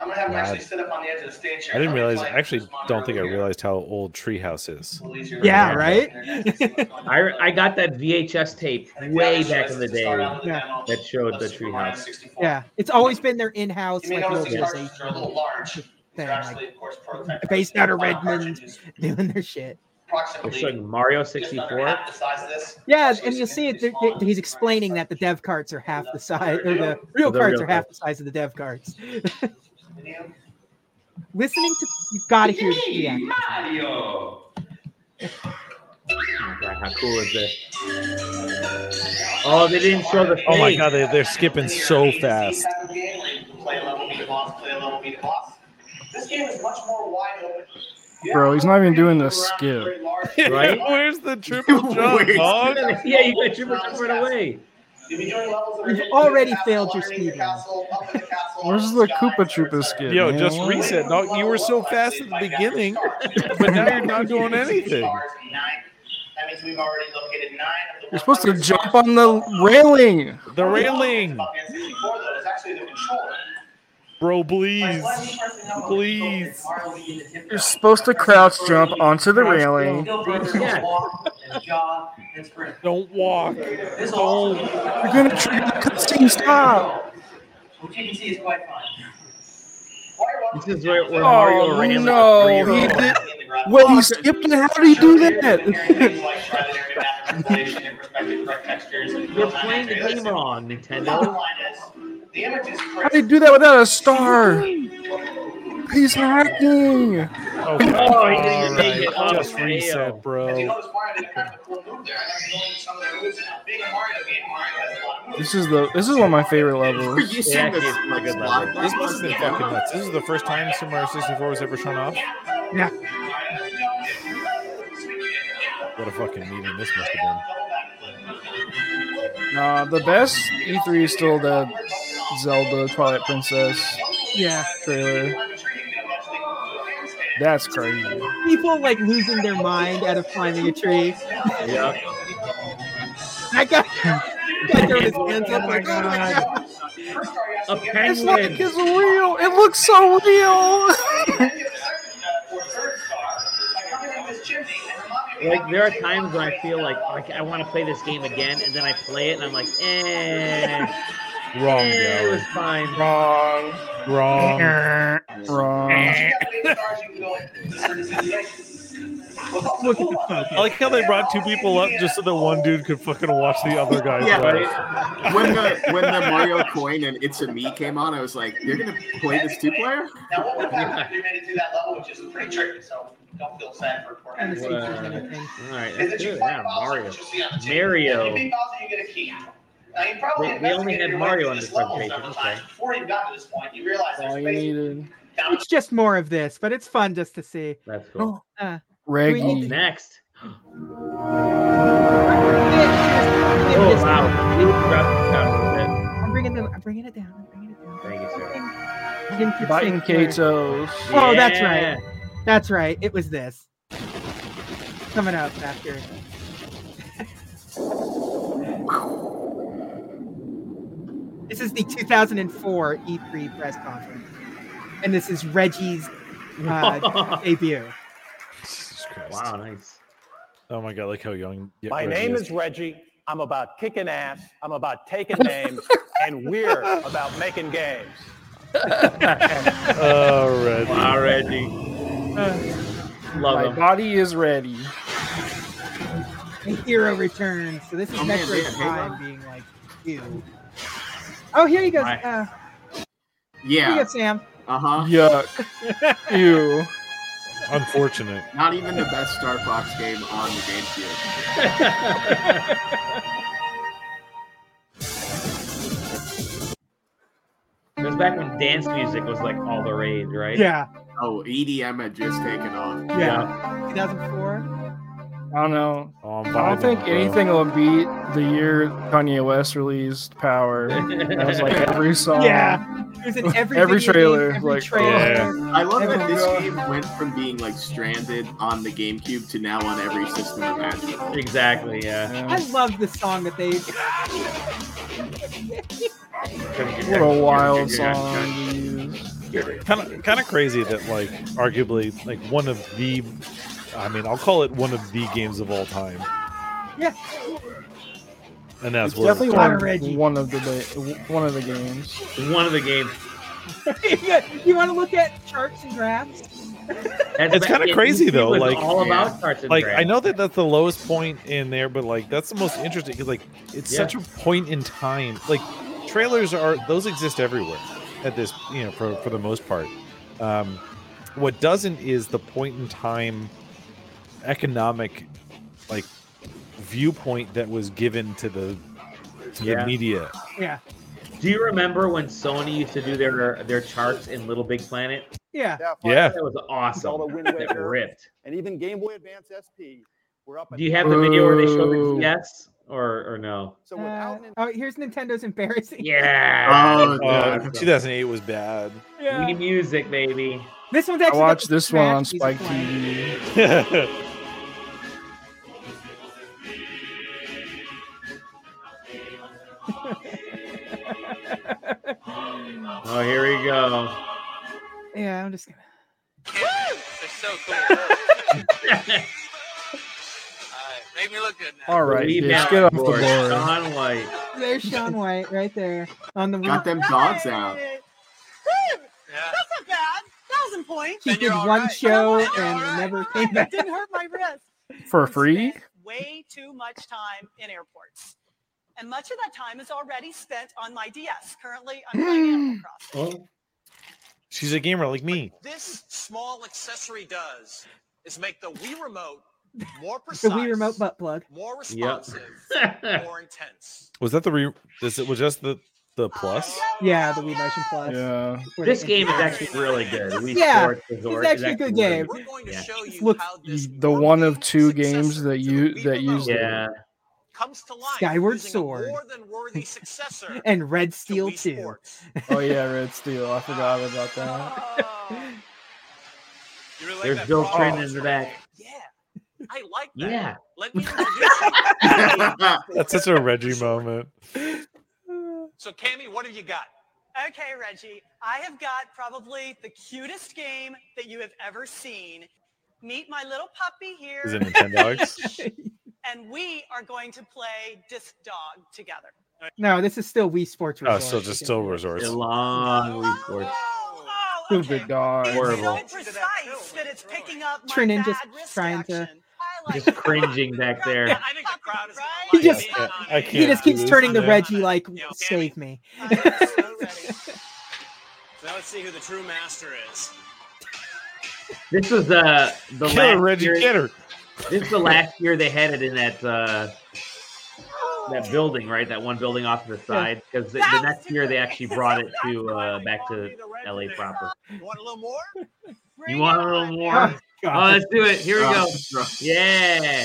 I'm going to have them
Wow.
actually sit up on the edge of the stage here.
I didn't
I'll be
realize. I
playing
actually
this monitor
don't think I
over here.
realized how old Treehouse is.
It's a little easier to
Yeah,
read.
right?
I I got that VHS tape way back in the day
Yeah.
that showed the treehouse.
Yeah, it's always been their in-house
You may
like,
notice these
organization
cartridges are a little large. These
thing,
are
like,
actually, of course, prototype
based
cartridges.
out of
Final
Redmond.
cartridge is
doing their shit.
They're
Approximately
showing Mario
just under
64.
half the size of this.
Yeah,
Actually,
and you'll see it. th-
significantly
th-
smaller.
he's explaining that the dev carts are half the size, or the
The
real carts
real
are half the size of the dev carts.
Video.
Listening to, you've got to hear the reaction.
Mario.
Oh my God, how cool is this? Oh, they didn't show the
Oh my
face.
god, they, they're skipping so fast.
Type of game where you can Play a level, beat a boss, play a level, beat a boss. This game is much more wide open. You
Bro,
don't
he's
have
not
to
even doing
go
the
around
skip.
very large.
Right?
Where's the triple jump,
Where's-
dog?
Yeah, you got your covered away.
You'll be doing levels that are
You've
in the
already
castle,
failed your
underneath
speed
the castle, up in the castle,
Where's
up in
the
sky,
Koopa
et
Troopa
cetera, et cetera.
skip?
Yo,
man?
just
What?
Wait,
reset.
what
No, you were so
level I
fast
played
at the
by Dr.
beginning,
Star.
but now you're not doing
Stars,
anything.
nine. That means we've already located nine of the
You're supposed to
100
jump
stars.
on the railing.
The railing,
About the N64 though, it's actually the controller.
bro.
Like,
Please,
why do you press the number?
please.
You're supposed to crouch jump onto the railing.
Still further
Yeah.
walk and jog and sprint.
Don't walk.
This
Oh.
also means-
You're gonna trigger the cutscene. Stop.
Which you can see is quite fun. Why are walking
This is where, where Mario
Oh
ran
no!
like a
He
three-year-old.
did.
in the garage?
Wait, he skipped it. How did he do that?
You're playing the game wrong, Nintendo.
The image is
How did he do that without a star? He's hacking.
Oh,
Oh, he didn't make it. Oh,
Just
damn.
reset,
If you
bro.
notice Mario did a kind of a cool move there, and I'm going some of the moves now. Being a Mario game, Mario has a lot of moves.
This is the. This is one of my favorite
Were
levels.
you
Yeah,
seeing this?
it's a
Like,
good
slide
This must have been
down?
fucking nuts. This is the first time Super Mario 64 was ever shown off.
Yeah.
What a fucking meeting this must have been.
Nah, Uh, the best E3 is still the Zelda Twilight Princess
Yeah,
trailer. That's crazy.
people like losing their mind out of climbing a tree.
Yeah.
That guy, that guy throwing his hands up like, oh my god.
A
It's like
penguin.
it's real. It looks so real.
Like there are times when I feel like like I want to play this game again, and then I play it, and I'm like, eh,
Wrong,
eh it was
Gary.
fine.
Wrong.
Wrong.
Wrong.
Look at the focus.
I like how they brought two people up just so that one dude could fucking watch the other guy.
Yeah.
play.
when the when the Mario coin and It's a Me came on, I was like, "You're gonna play this two player?"
Now, what would happen if we made it through that level, which is pretty tricky, so don't feel sad for poor
Trying to see if
Henry.
there's anything.
All right,
Is
that's
that you
good.
find
Yeah,
Bowser,
Mario.
which you'll see on the tape.
Mario.
If you beat Bowser, you get a key. Now, you probably
They- they only
investigated
had
your way
Mario
through
on
this
this
level
webpage,
several
okay.
times Before you got to this point, you realize
All
there's
you
basically
needed.
down
It's just more of this, but it's fun just to see.
That's cool.
We
Reggie.
need
Next. Oh
Oh,
wow. You dropped it down
I'm bringing them. I'm bringing it down. I'm bringing it down.
a little bit. Thank you, sir.
I didn't keep
Biting
sync where-
Kato's.
Oh, that's
Yeah.
That's right. It was this. Coming up after. this is the 2004 E3 E press conference, and this is Reggie's uh, debut.
Jesus Christ.
wow, nice.
Oh my god, like how young. yeah,
My
Reggie
name is Reggie. I'm about kicking ass. I'm about taking names. and we're about making games.
Oh, Reggie.
Wow, Reggie.
My
Love him.
body is ready.
The hero returns. So this is
Oh, man,
Metroid
yeah, hang on.
Prime being like, ew. Oh, here you go.
Right.
Uh, here you
Yeah.
go, Sam.
Uh huh.
Yuck. Ew.
Unfortunate.
Not even the best Star Fox game on the GameCube.
It was back when dance music was like all the rage, right?
E
Yeah.
Oh, EDM had just taken off.
Yeah. 2004.
I don't know.
Oh, I'm
I don't
vibing,
think
bro.
anything will beat the year Kanye West released Power. That was like every song.
Yeah. It was in every,
Um, Every
video game,
trailer,
every
like-
trailer.
Yeah.
I love that
Every-
this game went from being like stranded on the GameCube to now on every system imaginable.
Exactly. Yeah.
Yeah.
I love the song that they.
What a wild song. dude.
kind of kind of crazy that like arguably like one of the i mean i'll call it one of the games of all time
Yeah.
and that's
It's definitely
where definitely
Fire
one,
Reggie.
one of the ba- one of the games.
One of the games.
you want to look at charts and graphs?
That's
It's
back
kinda
in
crazy, though,
was
like-
all
Yeah.
about charts and
like i
graphs.
know that that's the lowest point in there but like that's the most interesting because like it's
Yeah.
such a point in time like trailers are those exist everywhere at this you know for for the most part um what doesn't is the point in time economic like viewpoint that was given to the to
Yeah.
the media
Yeah.
Do you remember when Sony used to do their their charts in Little Big Planet?
Yeah.
yeah
That was
Zelda
awesome.
Wind
That
Waker.
ripped.
And even Game Boy Advance SP, we're up.
Do you have the video where they show
Ooh.
the yes or or no?
So
Uh,
without an
oh, here's Nintendo's embarrassing.
Yeah.
Oh,
Uh,
dude.
2008 was bad.
Yeah.
Wii Music, baby.
This one's
I
actually. got
watched
the
this one on
Smash
Spike
music playing.
TV.
yeah,
Oh, here we go.
Yeah, I'm just gonna.
They're so cool. All right, make me look good now.
All right,
Leave
bitch,
that
get off the
board.
board.
Sean White.
There's Sean White right there on the.
Got them dogs out.
Yeah.
That's not bad. Thousand points.
She
Then
did
you're all
one
right.
show
You're all
and
right.
never
All
came
right. It
back.
didn't hurt my wrist.
For
We
free?
spent Way too much time in airports. And much of that time is already spent on my DS. Currently, I'm playing Animal Crossing.
Oh,
she's a gamer like me.
This small accessory does is make the Wii remote more
The
precise,
Wii remote butt plug.
more
Yep.
responsive, more intense.
Was that the re? This it was just the the plus.
Yeah, the Wii Motion Plus.
Yeah.
Where
this
they-
game is actually really good. Wii
Yeah,
Sports Resort is
actually a good game.
We're going to
Yeah.
show
Just
you
look-
how this
the one of
working
two games
successor
that
to the
you-
Wii
that
remote
use the-
Yeah.
comes to life
Skyward
using a
Sword.
more than worthy successor
And Red
to
Steel
Wii
2.
Sports.
Oh yeah, Red Steel. I forgot about that.
Oh, you really like
There's
that
Bill
frog?
Trenton in the back.
Yeah, I like that.
Yeah.
Let me introduce you.
That's such a Reggie moment.
so, Cammy, what have you got?
Okay, Reggie, I have got probably the cutest game that you have ever seen. Meet my little puppy here.
Is it Nintendo? X?
And we are going to play Disc Dog together.
No, this is still Wii Sports
Oh,
Resort.
still just still resorts.
A long Wii Sports.
Oh, oh, okay.
Stupid dog.
It's
Horrible.
so precise that it's picking up my
Trinan
bad
just
wrist
trying to-
action. I like
Just cringing back there.
Yeah, I think the crowd is. gonna
Right?
like
He just-
being on
I
it.
can't
He just keeps
Yeah.
turning to
Yeah.
Reggie like,
You know,
save me.
I'm so ready.
So now let's see who the true master is.
This was uh, the
Get her,
last
Reggie.
year,
Get her.
This is the last year they had it in that uh,
Oh,
that building, right? That one building off to the side. Because the, the
That was
next year they actually brought it to uh, back
Call me
to
the red
LA
today.
proper.
You want a little more?
Bring it
want a little
on,
more?
baby.
Oh, let's do it. Here we
Oh,
go.
bro.
Yeah.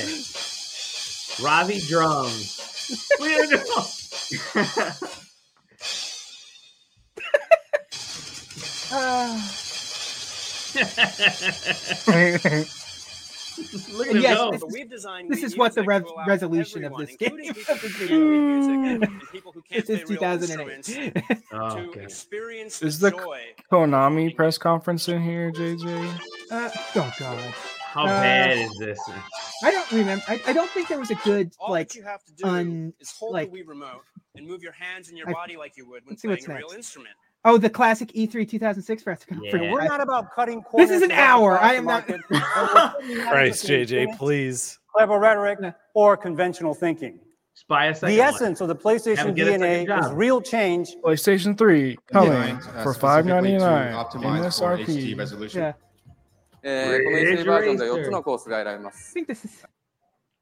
Ravi drums. We are doing- Look at him
Yes,
go.
this-
But we've designed
this
Wii
is what the
music
rev-
to allow
resolution of
everyone,
this game
including people who
is.
can't read music and people who can't
This is
play real instruments,
2008.
Oh,
to
God.
experience
Is
the
the-
joy.
Konami press conference in here, JJ.
Uh, oh god,
How bad is this?
I don't remember. I, I don't think there was a good
All
like.
that you have to do
un-
is hold
like-
the Wii remote and move your hands and your
I-
body like you would when
let's see what's
playing a real
next.
instrument.
Oh, the classic E3 2006 press conference.
Yeah.
We're not about cutting corners.
This is an
left and
hour.
right
I
to
am not-
market, and we're certainly not
Christ,
interested in
JJ,
gimmicks,
please.
Clever rhetoric
No.
or conventional thinking.
Spy a second.
the
one.
essence of the
Have him
PlayStation
get a second
DNA is
job.
real change.
PlayStation 3 coming
Designed, uh,
for five
specifically
ninety
to
nine.
optimize for HD
MSRP.
resolution.
Yeah.
えーこの HD バージョンでは4つのコースが選べま
I
す。
think this is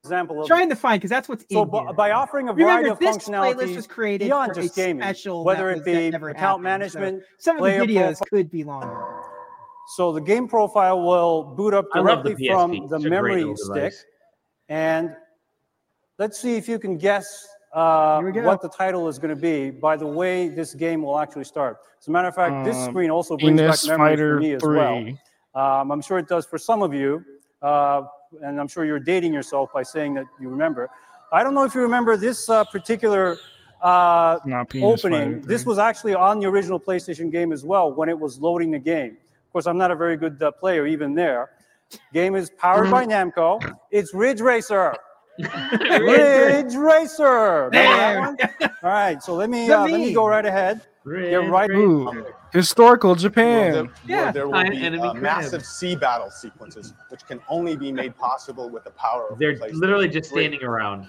Example of
trying to find because that's what's
so
in
b-
here.
by offering a variety
Remember,
of
this playlist was
functionalities
created
beyond
for
just
a
gaming,
special
whether
that
it
was-
be
that never
account
happened, so
management.
some of the
player
videos
profile-
could be longer.
So the game profile will boot up
I love the
directly
PSP.
from the
It's a great
memory
little
stick.
device.
And let's see if you can guess uh, what the title is going to be by the way this game will actually start. As a matter of fact, this
Um,
screen also brings
Venus
back memories
Fighter
for me as
3.
well. Um, I'm sure it does for some of you, uh, and I'm sure you're dating yourself by saying that you remember. I don't know if you remember this uh, particular uh,
Not Penis
opening.
Fighter
This was actually on the original PlayStation game as well when it was loading the game. Of course, I'm not a very good uh, player even there. Game is powered by Namco. It's Ridge Racer. Mm-hmm. Ridge Racer. Remember that one? All right, so let me
The
uh, let me
meme.
go right ahead. Get right.
Ooh, historical Japan.
where there will be uh, massive sea battle sequences, which can only be made possible with the power of
They're
the PlayStation
literally just
3.
standing around.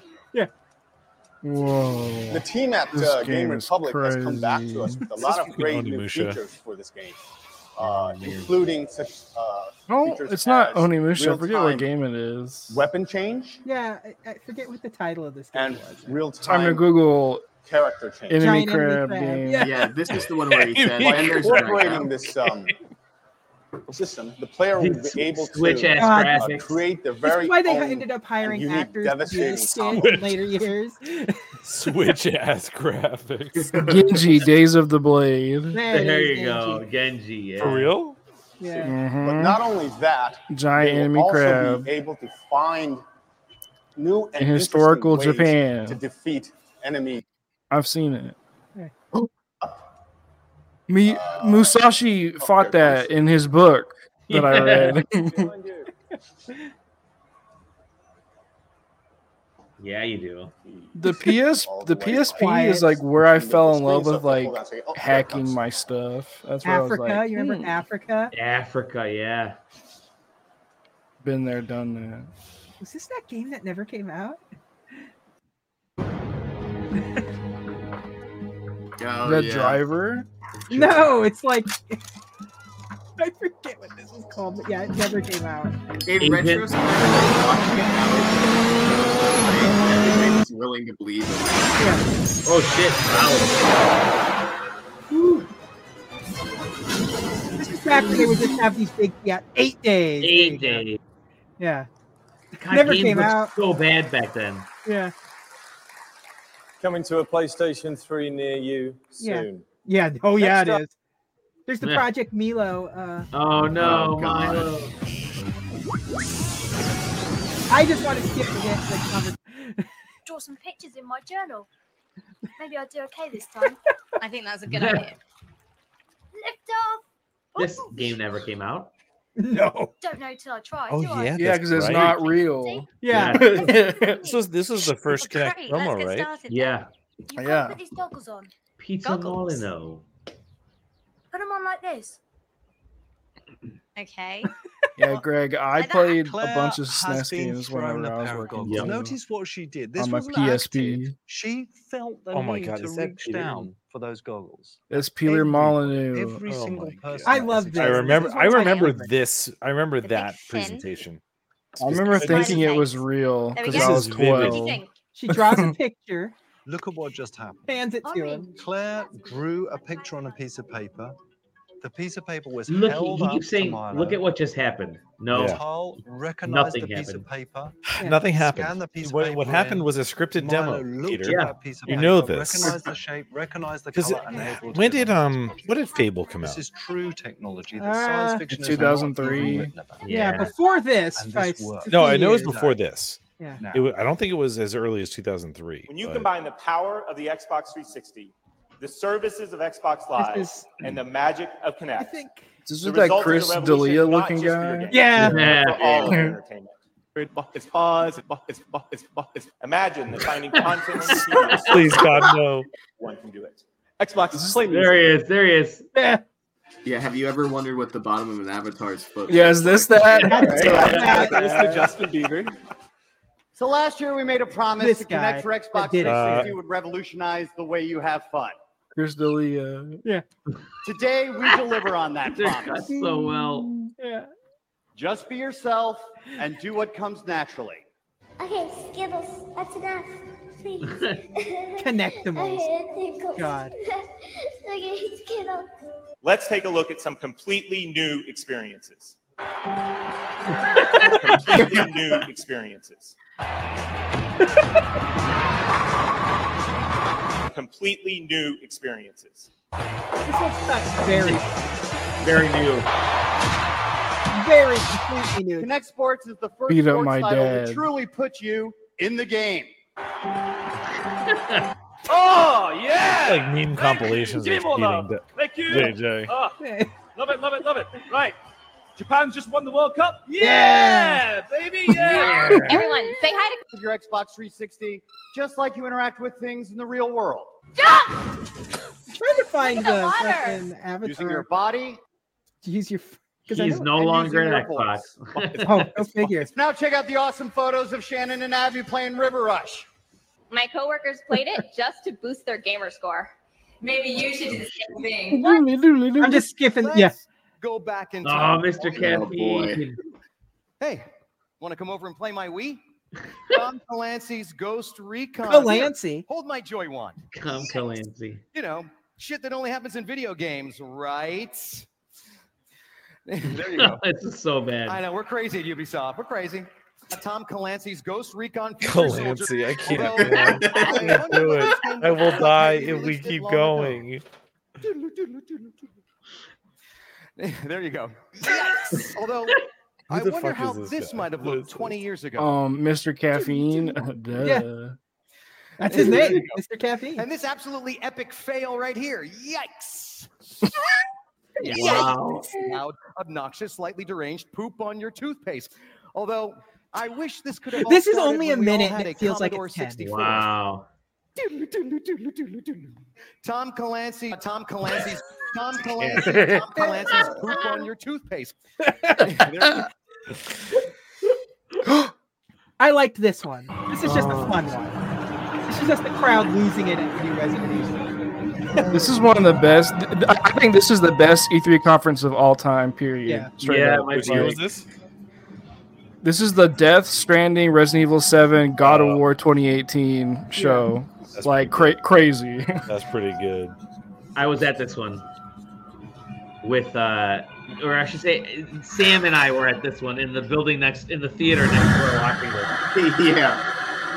Whoa.
The team at
This
uh,
game
Game
is
Republic has come back to us
crazy. Oh,
with a
This
lot
is
of great
fucking
new
Onimusha.
features for this game, uh, including such uh,
No,
features
it's not
as
Onimusha. I forget what
real-time
game it is.
weapon change
Yeah, I, I forget what the title of this game
and
was.
real
Time to
time
Google
character change.
enemy crab game.
Yeah.
this is the
one where he said,
by
"Fenders are back
incorporating
out."
this um, system, the player will be able
switch
to
ass
uh,
graphics.
create the
That's
very
why they
own
ended up hiring
unique,
actors to do
devastating
this shit
combo.
in later years.
Switch ass graphics.
Genji Days of the Blade.
There
There you go, Genji. Yeah.
For real?
But
Mm-hmm.
Mhm.
not only that,
Giant
they will
enemy
also
crab.
be able to find new and
In historical
interesting ways
Japan.
to defeat enemy.
I've seen it. Me Musashi fought that in his book that I read.
Yeah, you do.
the PS the PSP is like where I fell in love with like hacking my stuff. That's where
Africa,
I was like hmm.
you remember Africa?
Africa, yeah.
been there, done that.
Was this that game that never came out?
Oh,
the
yeah.
driver.
No, it's like I forget what this was called, but yeah, it never came out.
In retrospect, watching it now, it's like, everything's willing to believe. it.
Oh shit! Wow.
This is back when they would just have these big yeah eight days.
Eight days.
Yeah.
God,
never
games
came
looked
out.
So bad back then.
Yeah.
Coming to a PlayStation 3 near you
Yeah.
soon.
Yeah. Oh yeah,
Next
it
up-
is. There's the
Yeah.
Project Milo. Uh,
Oh
Oh,
no,
God.
Milo.
I just want to skip the next like, conversation.
Draw some pictures in my journal. Maybe I'll do okay this time. I think that's a
good idea.
Lift off.
This game never came out.
No.
Don't know till I try.
Oh
do I?
yeah,
Yeah,
that's
'cause it's
right.
not real.
Yeah.
this was this was the first
Great,
Connect promo,
let's get
right?
started.
Yeah.
You can't
Yeah.
put these goggles on.
Pizza
Goggles.
Molino.
Put them on like this. Okay.
Yeah, Greg, I played a bunch of SNES games whenever I was working.
goggles.
too,
Notice what she did. This
on my
wasn't
PSP.
She felt the
Oh my
need
God,
to
is that
reach
Peter?
down for those goggles.
It's Peter Molyneux.
Every single person.
oh I
that
love
is
this.
I
exposed
remember.
to
I
this.
remember this. I remember that presentation.
I remember
Specifically.
thinking it was real
There we
because
go.
I was
This is vivid.
twelve.
She draws a picture,
Look at what just happened.
hands it to him.
Claire drew a picture on a piece of paper. The piece of paper was
Look, he,
held
he
up
keeps
to
saying,
Milo.
"Look at what just happened." No,
Tal recognized
nothing
the piece
happened.
of paper.
Nothing
Scanned
happened.
the piece of
What, what
paper
happened
in.
was a scripted
Milo
demo,
looked
Peter.
at that piece of
you
paper,
know this.
Recognized the shape, recognized the
Because
color, and able to
when did um what did Fable come out?
This is true technology that
Uh,
science fiction is not even
2003.
written about.
Yeah, before this,
And
by
this
s-
worked.
No, I know it was
years.
before this.
Yeah.
It wa- I don't think it was as early as 2003.
When you
but-
combine the power of the Xbox 360, the services of Xbox Live,
is-
and the magic of Kinect,
This
the
is that
result a
Chris
revolution
D'Elia
not
looking
just for your
guy.
game, but for all of your entertainment. It's bu- It's buzz. It's buzz. It's buzz. It's buzz. Imagine that finding content. on TV
Please, God, no.
One can do it. Xbox is playing.
There he is. There he is.
Yeah, have you ever wondered what the bottom of an avatar's foot?
Yeah, is this that?
This is
Justin Bieber.
So last year we made a promise
This
to connect
guy.
for Xbox
This guy.
Uh,
360 would revolutionize the way you have fun.
Chris D'Elia.
Yeah.
Today we deliver on that promise.
so well.
Yeah.
Just be yourself and do what comes naturally.
Okay, Skittles, that's enough. Please.
Connectimals.
Okay,
God.
okay, Skittles.
Let's take a look at some completely new experiences.
completely new experiences. completely new experiences.
very,
very new.
very completely new.
Connect Sports is the first
Beat up
sports
my
title
dad.
to truly put you in the game. oh yeah!
like meme compilations.
Give
of
me more
eating
love.
di-
Thank you.
JJ.
Ah, love it, love it, love it. Right. Japan's just won the World Cup.
Yeah,
Yeah, baby. Yeah.
Everyone, say hi to your Xbox 360, just like you interact with things in the real world.
trying to find
the
the
water.
fucking avatar.
Using your body.
to use your. 'cause I
He's
know
no
it.
longer
using
an
your
Xbox.
Oh, go figure.
Now check out the awesome photos of Shannon and Abby playing River Rush.
My coworkers played it just to boost their gamer score. Maybe you should do the same thing.
I'm just skipping. Yeah.
Go back in
Oh,
time.
Mr. Caffeine.
Hey, want to come over and play my Wii? Tom Clancy's Ghost Recon.
Clancy?
Here, Hold my Joy Wand.
Come, Calancy.
You know, shit that only happens in video games, right? there you go.
this is so bad.
I know we're crazy at Ubisoft. We're crazy. Tom Clancy's Ghost Recon. Future
Clancy,
Soldier.
Oh, I can't
Although-
do it. I can't do it. I will die if we keep going.
there you go. Yes. Although I
the
wonder
fuck
how
is
this,
this guy?
might have looked 20 years ago.
Um, Mr. Caffeine. Duh.
Yeah.
That's his
There you
name,
go.
Mr. Caffeine.
And this absolutely epic fail right here. Yikes. Yikes.
Wow.
Loud, obnoxious, slightly deranged poop on your toothpaste. Although I wish this could have. all
This is
started
only
when
a
we all
minute
had
and
a
it feels like
Commodore
it's 10.
64.
Wow.
Tom Clancy. Tom Clancy's. Tom Clancy. Tom Clancy's poop on your toothpaste.
I liked this one. This is just a fun
Oh.
one. This is just the crowd losing it at the new Resident Evil.
This is one of the best. I I think this is the best E3 conference of all time. Period.
Yeah.
Straight
Yeah,
up.
my
It's
year
like-
was
this?
This is the Death Stranding, Resident Evil Seven, God of War 2018 show. Like cra- crazy.
That's pretty good.
I was at this one with, uh, or I should say, Sam and I were at this one in the building next, in the theater next door watching this.
yeah.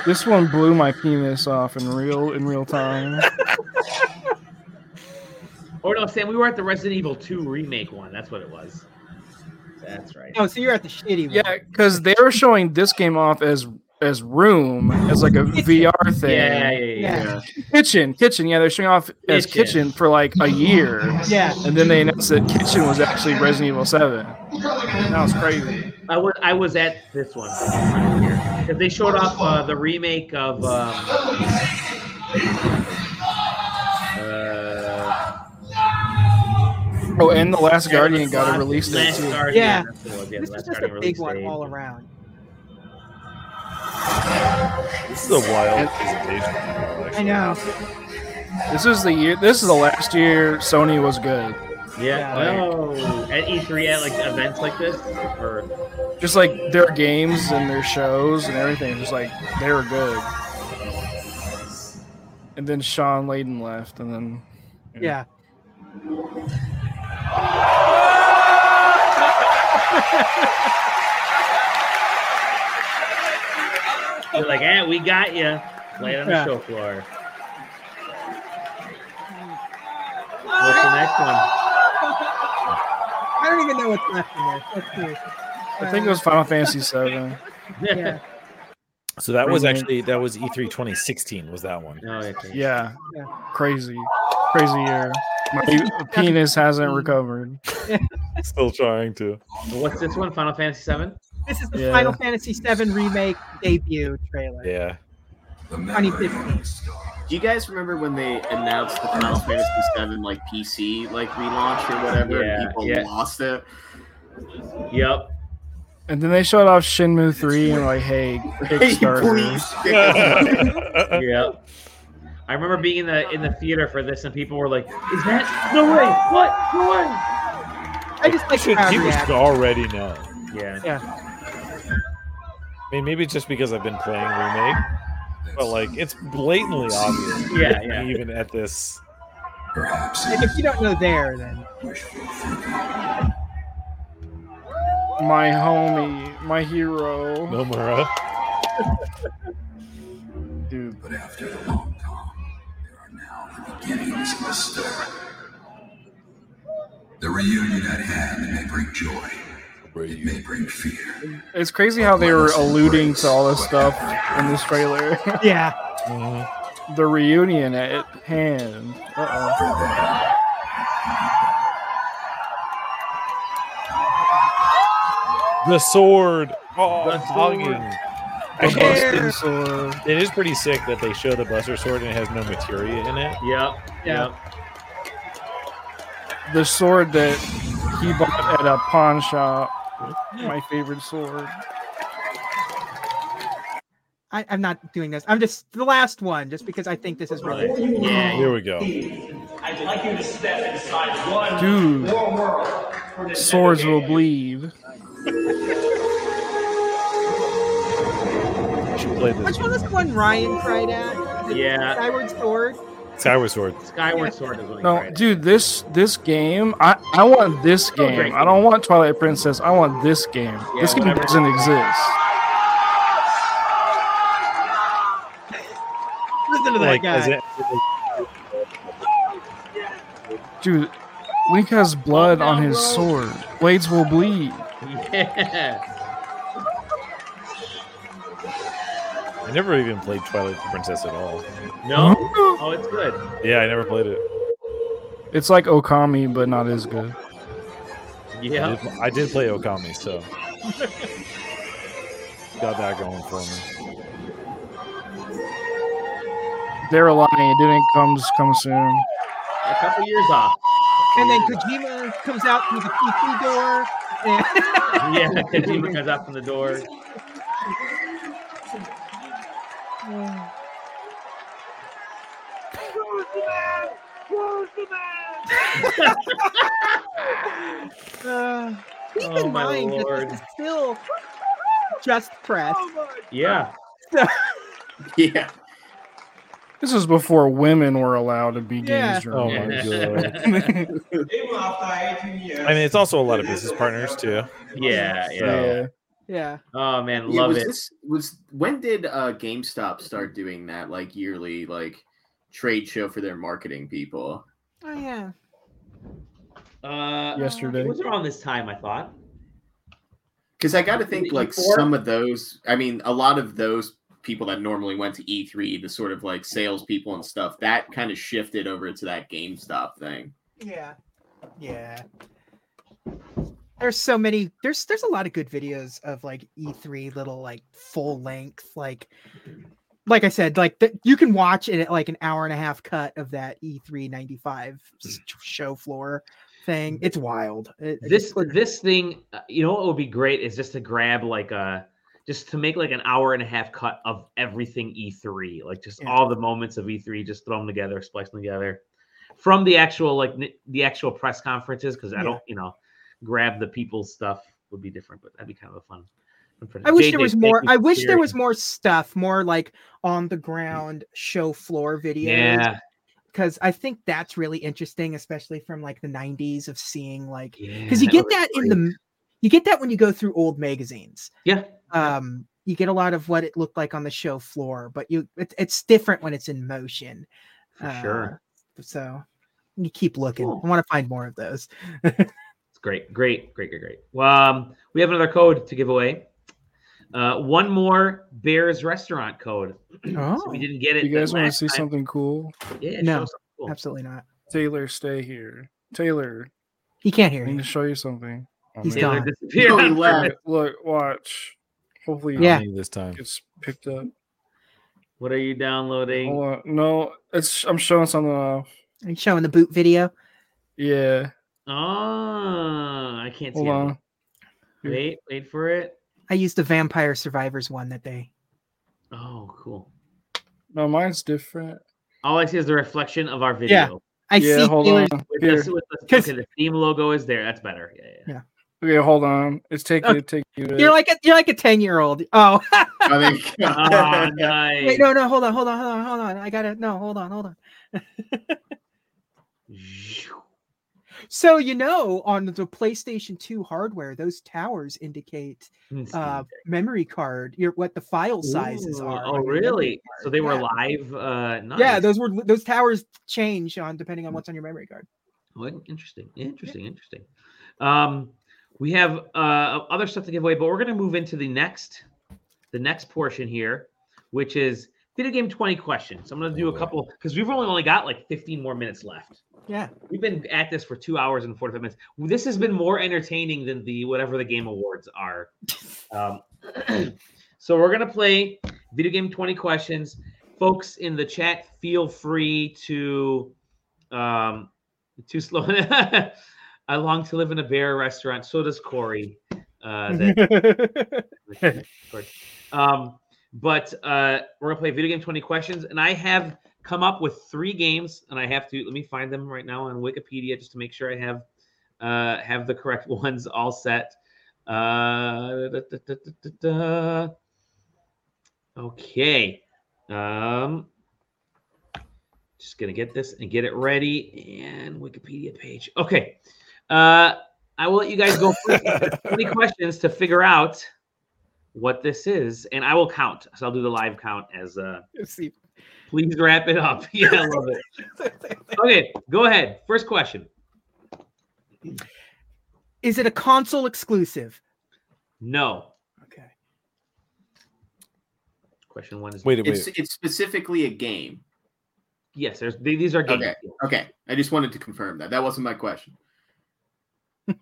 this one blew my penis off in real in real time.
Or no, Sam, we were at the Resident Evil 2 remake one. That's what it was. That's right.
Oh, so you're at the shitty one.
yeah, because they were showing this game off as as room as like a VR thing.
Yeah, yeah, yeah,
Yeah.
Kitchen, kitchen. Yeah, they're showing off as
Kitchen.
kitchen for like a year.
Yeah.
And then they announced that kitchen was actually Resident Evil Seven.
That was crazy.
I was I was at this one because they showed off uh, the remake of. Um, uh,
Oh, and the Last Guardian got a release date
Last
too.
Guardian,
Yeah.
that's what it was, yeah,
This
Last
is just
Guardian
a big
release
one
date.
all around.
This is a wild presentation.
I know.
This is the year. This is the last year Sony was good.
Yeah. Oh, at E3 at like events like this, or
Just like their games and their shows and everything, just like they were good. And then Sean Layden left, and then
Mm-hmm.
Yeah.
they're like, "Eh, we got you." Lay it on the
Yeah.
show floor. What's the next one?
I don't even know what's left in there. Let's see.
I think it was Final Fantasy Seven.
Uh, yeah.
So that was
Remake.
actually that was E E3 2016 was that one.
Oh, okay.
Yeah,
Yeah.
crazy, crazy year. My penis hasn't recovered.
Still trying to.
What's this one? Final Fantasy Seven.
This is the
Yeah.
Final Fantasy VII remake debut trailer.
Yeah.
2015.
Do you guys remember when they announced the Final Fantasy VII like PC like relaunch or whatever?
Yeah,
and people
yeah.
lost it.
Yep.
And then they showed off Shinmu Three and like, hey, Kickstarter.
yeah. I remember being in the in the theater for this, and people were like, "Is that no way? What? No way!"
I just like the
Should,
crowd
people should
reaction.
already know.
Yeah.
Yeah.
I mean, maybe it's just because I've been playing remake, but like it's blatantly obvious.
Yeah, yeah.
Even at this,
And if you don't know there, then
my homie, my hero.
Nomura.
Dude.
But after the long tom, there are now the beginnings of a story. The reunion at hand may bring joy. It may bring fear.
It's crazy how they were alluding to all this stuff in this trailer.
Yeah.
The reunion at hand. Uh oh.
The sword. Oh, the
sword.
I hate
Buster
it.
sword.
It is pretty sick that they show the Buster Sword and it has no materia in it.
Yep.
yep. The sword that he bought at a pawn shop. My favorite sword.
I, I'm not doing this. I'm just the last one, just because I think this is really.
Yeah. Here we go.
I'd like you to step inside one
Dude.
more world. for this
Swords will bleed.
You should play this.
Which one was the one Ryan cried at? Is it
Yeah.
Skyward Sword.
Skyward Sword.
Skyward Sword is what he
No,
created.
dude, this this game, I, I want this
great
game. I don't want Twilight Princess. I want this game. this game
whatever.
doesn't exist.
Listen to that
Like,
guy.
is it-
Dude, Link has blood on his sword. Blades will bleed.
Yeah.
I never even played Twilight Princess at all.
No. Oh, it's good.
Yeah, I never played it.
It's like Okami, but not as good.
I did, I did play Okami, so got that going for me.
They're lying. It didn't comes come soon.
A couple years off.
And then Kojima comes out through the PC door. And
Yeah, Kojima comes out from the door.
Uh, keep
Oh,
in
my
mind that
lord.
this is still just press.
Yeah.
yeah.
This is before women were allowed to be
Yeah.
games.
Oh my god! I mean, it's also a lot of business partners too.
Yeah,
So-
yeah.
Yeah.
Oh man,
Yeah,
love
was
it.
This, was when did uh, GameStop start doing that like yearly like trade show for their marketing people?
Oh yeah.
Uh,
Yesterday.
It was around this time, I thought.
Because I got to think
The
like
E4?
some of those. I mean, a lot of those people that normally went to E3, the sort of like salespeople and stuff, that kind of shifted over to that GameStop thing.
Yeah. Yeah. There's so many there's there's a lot of good videos of like E3 little like full length like like I said like that you can watch it at like an hour and a half cut of that E3 95
Mm.
s- show floor thing. It's wild. It-
This this thing, uh, you know, what would be great is just to grab like a just to make like an hour and a half cut of everything E3, like just all the moments of E3, just throw them together, splice them together from the actual like n- the actual press conferences because I
Yeah.
don't, you know, grab the people's stuff would be different, but that'd be kind of a fun. fun project.
I wish
JJ,
there was
thank
more.
you
I
for
wish there
sharing.
was more stuff, more like on the ground show floor videos.
Mm. Yeah.
Because I think that's really interesting, especially from like the '90s of seeing like
Yeah,
because you
that
get
was
that in the you get that when you go through old magazines.
Yeah.
Um, you get a lot of what it looked like on the show floor, but you it, it's different when it's in motion. uh,
For
Uh,
sure.
So you keep looking.
Cool.
I want to find more of those.
It's great, great, great, great, great. Well, um, we have another code to give away. Uh, one more Bears restaurant code.
Oh.
so we didn't get it.
You guys
the
want to
last
see
time.
something cool?
Yeah,
No,
show something cool.
absolutely not.
Taylor, stay here. Taylor,
He can't hear
I need
you.
to show you something.
He's
man.
gone.
Oh,
disappeared.
No, he left. Look, watch. Hopefully,
Yeah.
it
Me This time.
gets picked up.
What are you downloading?
Hold on. No, it's I'm showing something off.
Are you showing the boot video?
Yeah.
Oh, Ah, I can't see
Hold on.
it. Wait, wait for it.
I used the Vampire Survivors one that they.
Oh, cool.
No, mine's different.
All I see is the reflection of our video.
I
yeah,
see
hold
Taylor's-
on.
With
Here.
the, with the, okay, the theme logo is there. That's better. Yeah, yeah.
Okay, hold on. It's
Oh.
taking
Okay.
it taking you.
You're like a you're like a ten year old. Oh
I mean,
Ah,
wait,
nice.
no no hold on hold on hold on hold on I gotta no hold on hold on. So you know, on the PlayStation 2 hardware, those towers indicate
Let's see.
uh, memory card, your what the file sizes
Ooh,
are.
Oh,
on your memory
really?
card.
So they were
Yeah.
live. Uh, nice.
Yeah, those were those towers change on depending on what's on your memory card.
Oh, in- interesting, interesting, interesting. Um, we have uh, other stuff to give away, but we're going to move into the next, the next portion here, which is video game twenty questions. I'm going to do a couple because we've only only got like 15 more minutes left.
Yeah.
We've been at this for two hours and 45 minutes. This has been more entertaining than the whatever the game awards are. Um, so we're gonna play video game 20 questions. Folks in the chat, feel free to um too slow. I long to live in a bear restaurant. So does Corey.
Mm-hmm.
Uh, that, um, but uh, we're gonna play video game 20 questions, and I have come up with three games, and I have to let me find them right now on Wikipedia just to make sure I have uh, have the correct ones all set. Uh, da, da, da, da, da, da. Okay. Um, just gonna get this and get it ready and Wikipedia page. Okay. Uh, I will let you guys go first. Any questions to figure out what this is, and I will count. So I'll do the live count as uh.
See.
Please wrap it up. Yeah, I love it. Okay, go ahead. First question.
Is it a console exclusive?
No.
Okay.
Question one is
Wait,
It's it's specifically a game.
Yes, there's th- these are games.
Okay. Okay. I just wanted to confirm that. That wasn't my question.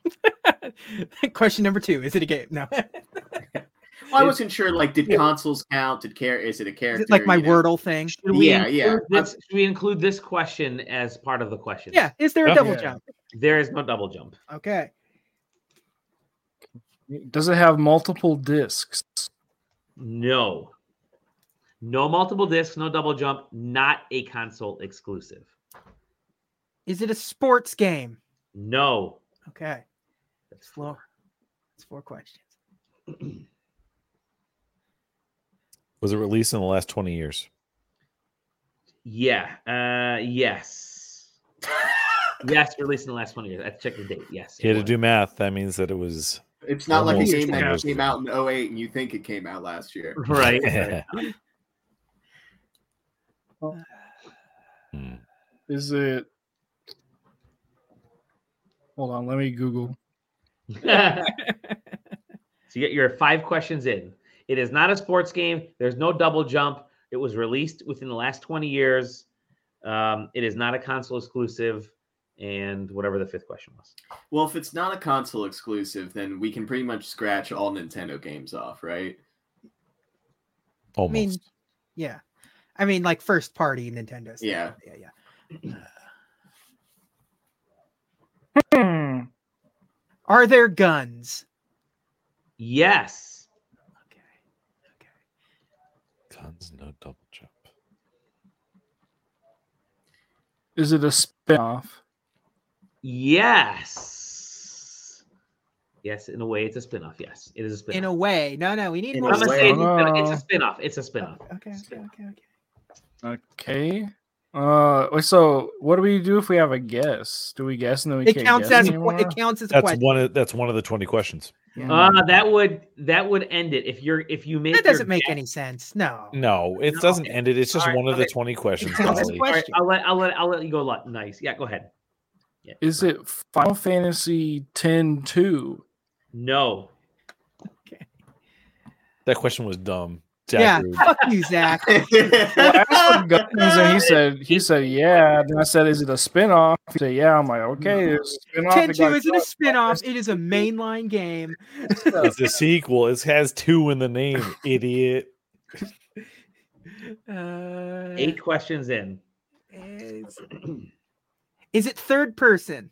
Question number two: Is it a game? No.
Well, I wasn't sure. Like, did consoles count? Did care? Is it a character?
like my
you know?
Wordle thing.
Should we
Yeah, yeah.
include This, should we include this question as part of the question?
Yeah, is there a double Yeah. jump?
There is no double jump.
Okay.
Does it have multiple discs?
No. No multiple discs, no double jump, not a console exclusive.
Is it a sports game?
No.
Okay. That's four. That's four questions.
Was it released in the last 20 years?
Yeah. Uh yes. yes, released in the last one year. Let's check the date. Yes.
You had to do math. That means that it was.
It's not like a
almost
game
20
that
years
came
ago.
out in 08 and you think it came out last year.
Right, right. Hmm.
Is it? Hold on, let me Google.
so you get your five questions in. It is not a sports game. There's no double jump. It was released within the last 20 years. Um, it is not a console exclusive. And whatever the fifth question was.
Well, if it's not a console exclusive, then we can pretty much scratch all Nintendo games off, right?
I mean, yeah. I mean, like first party Nintendo. stuff.
Yeah.
Yeah.
Yeah.
Are there guns?
Yes.
Guns, no double jump.
Is it a spinoff?
Yes. Yes, in a way, it's a spinoff. Yes, it is a spinoff.
In a way. No, no. We need
I'm
more.
gonna say it's a spin- it's a spinoff. It's
Uh,
a spinoff.
Okay. Okay. Okay. okay.
Okay. Uh, wait, so what do we do if we have a guess? Do we guess and then we
It
can't
counts
guess
as a point. It
anymore?
counts as a
That's
question.
one of that's one of the 20 questions.
Uh, that would that would end it if you're if you make
That
your
doesn't make
guess-
any sense. No.
No, it doesn't end it. It's just
All right,
one of the
okay.
20 questions.
All
Dolly.
right, I'll let I'll let I'll let you go. Lot nice. Yeah, go ahead.
Is it Final Fantasy 10 2?
No.
That question was dumb.
Yeah.
Zach Rude.
Fuck you, Zach.
Well, I asked him guns and he said he said yeah. Then I said, is it a spinoff? He said, yeah. I'm like, okay, it's a spinoff. It got
Tenchu isn't a
shot.
spin-off. It is a mainline game.
It's a sequel. It has two in the name, idiot.
Uh,
Eight questions in.
is, is it third person?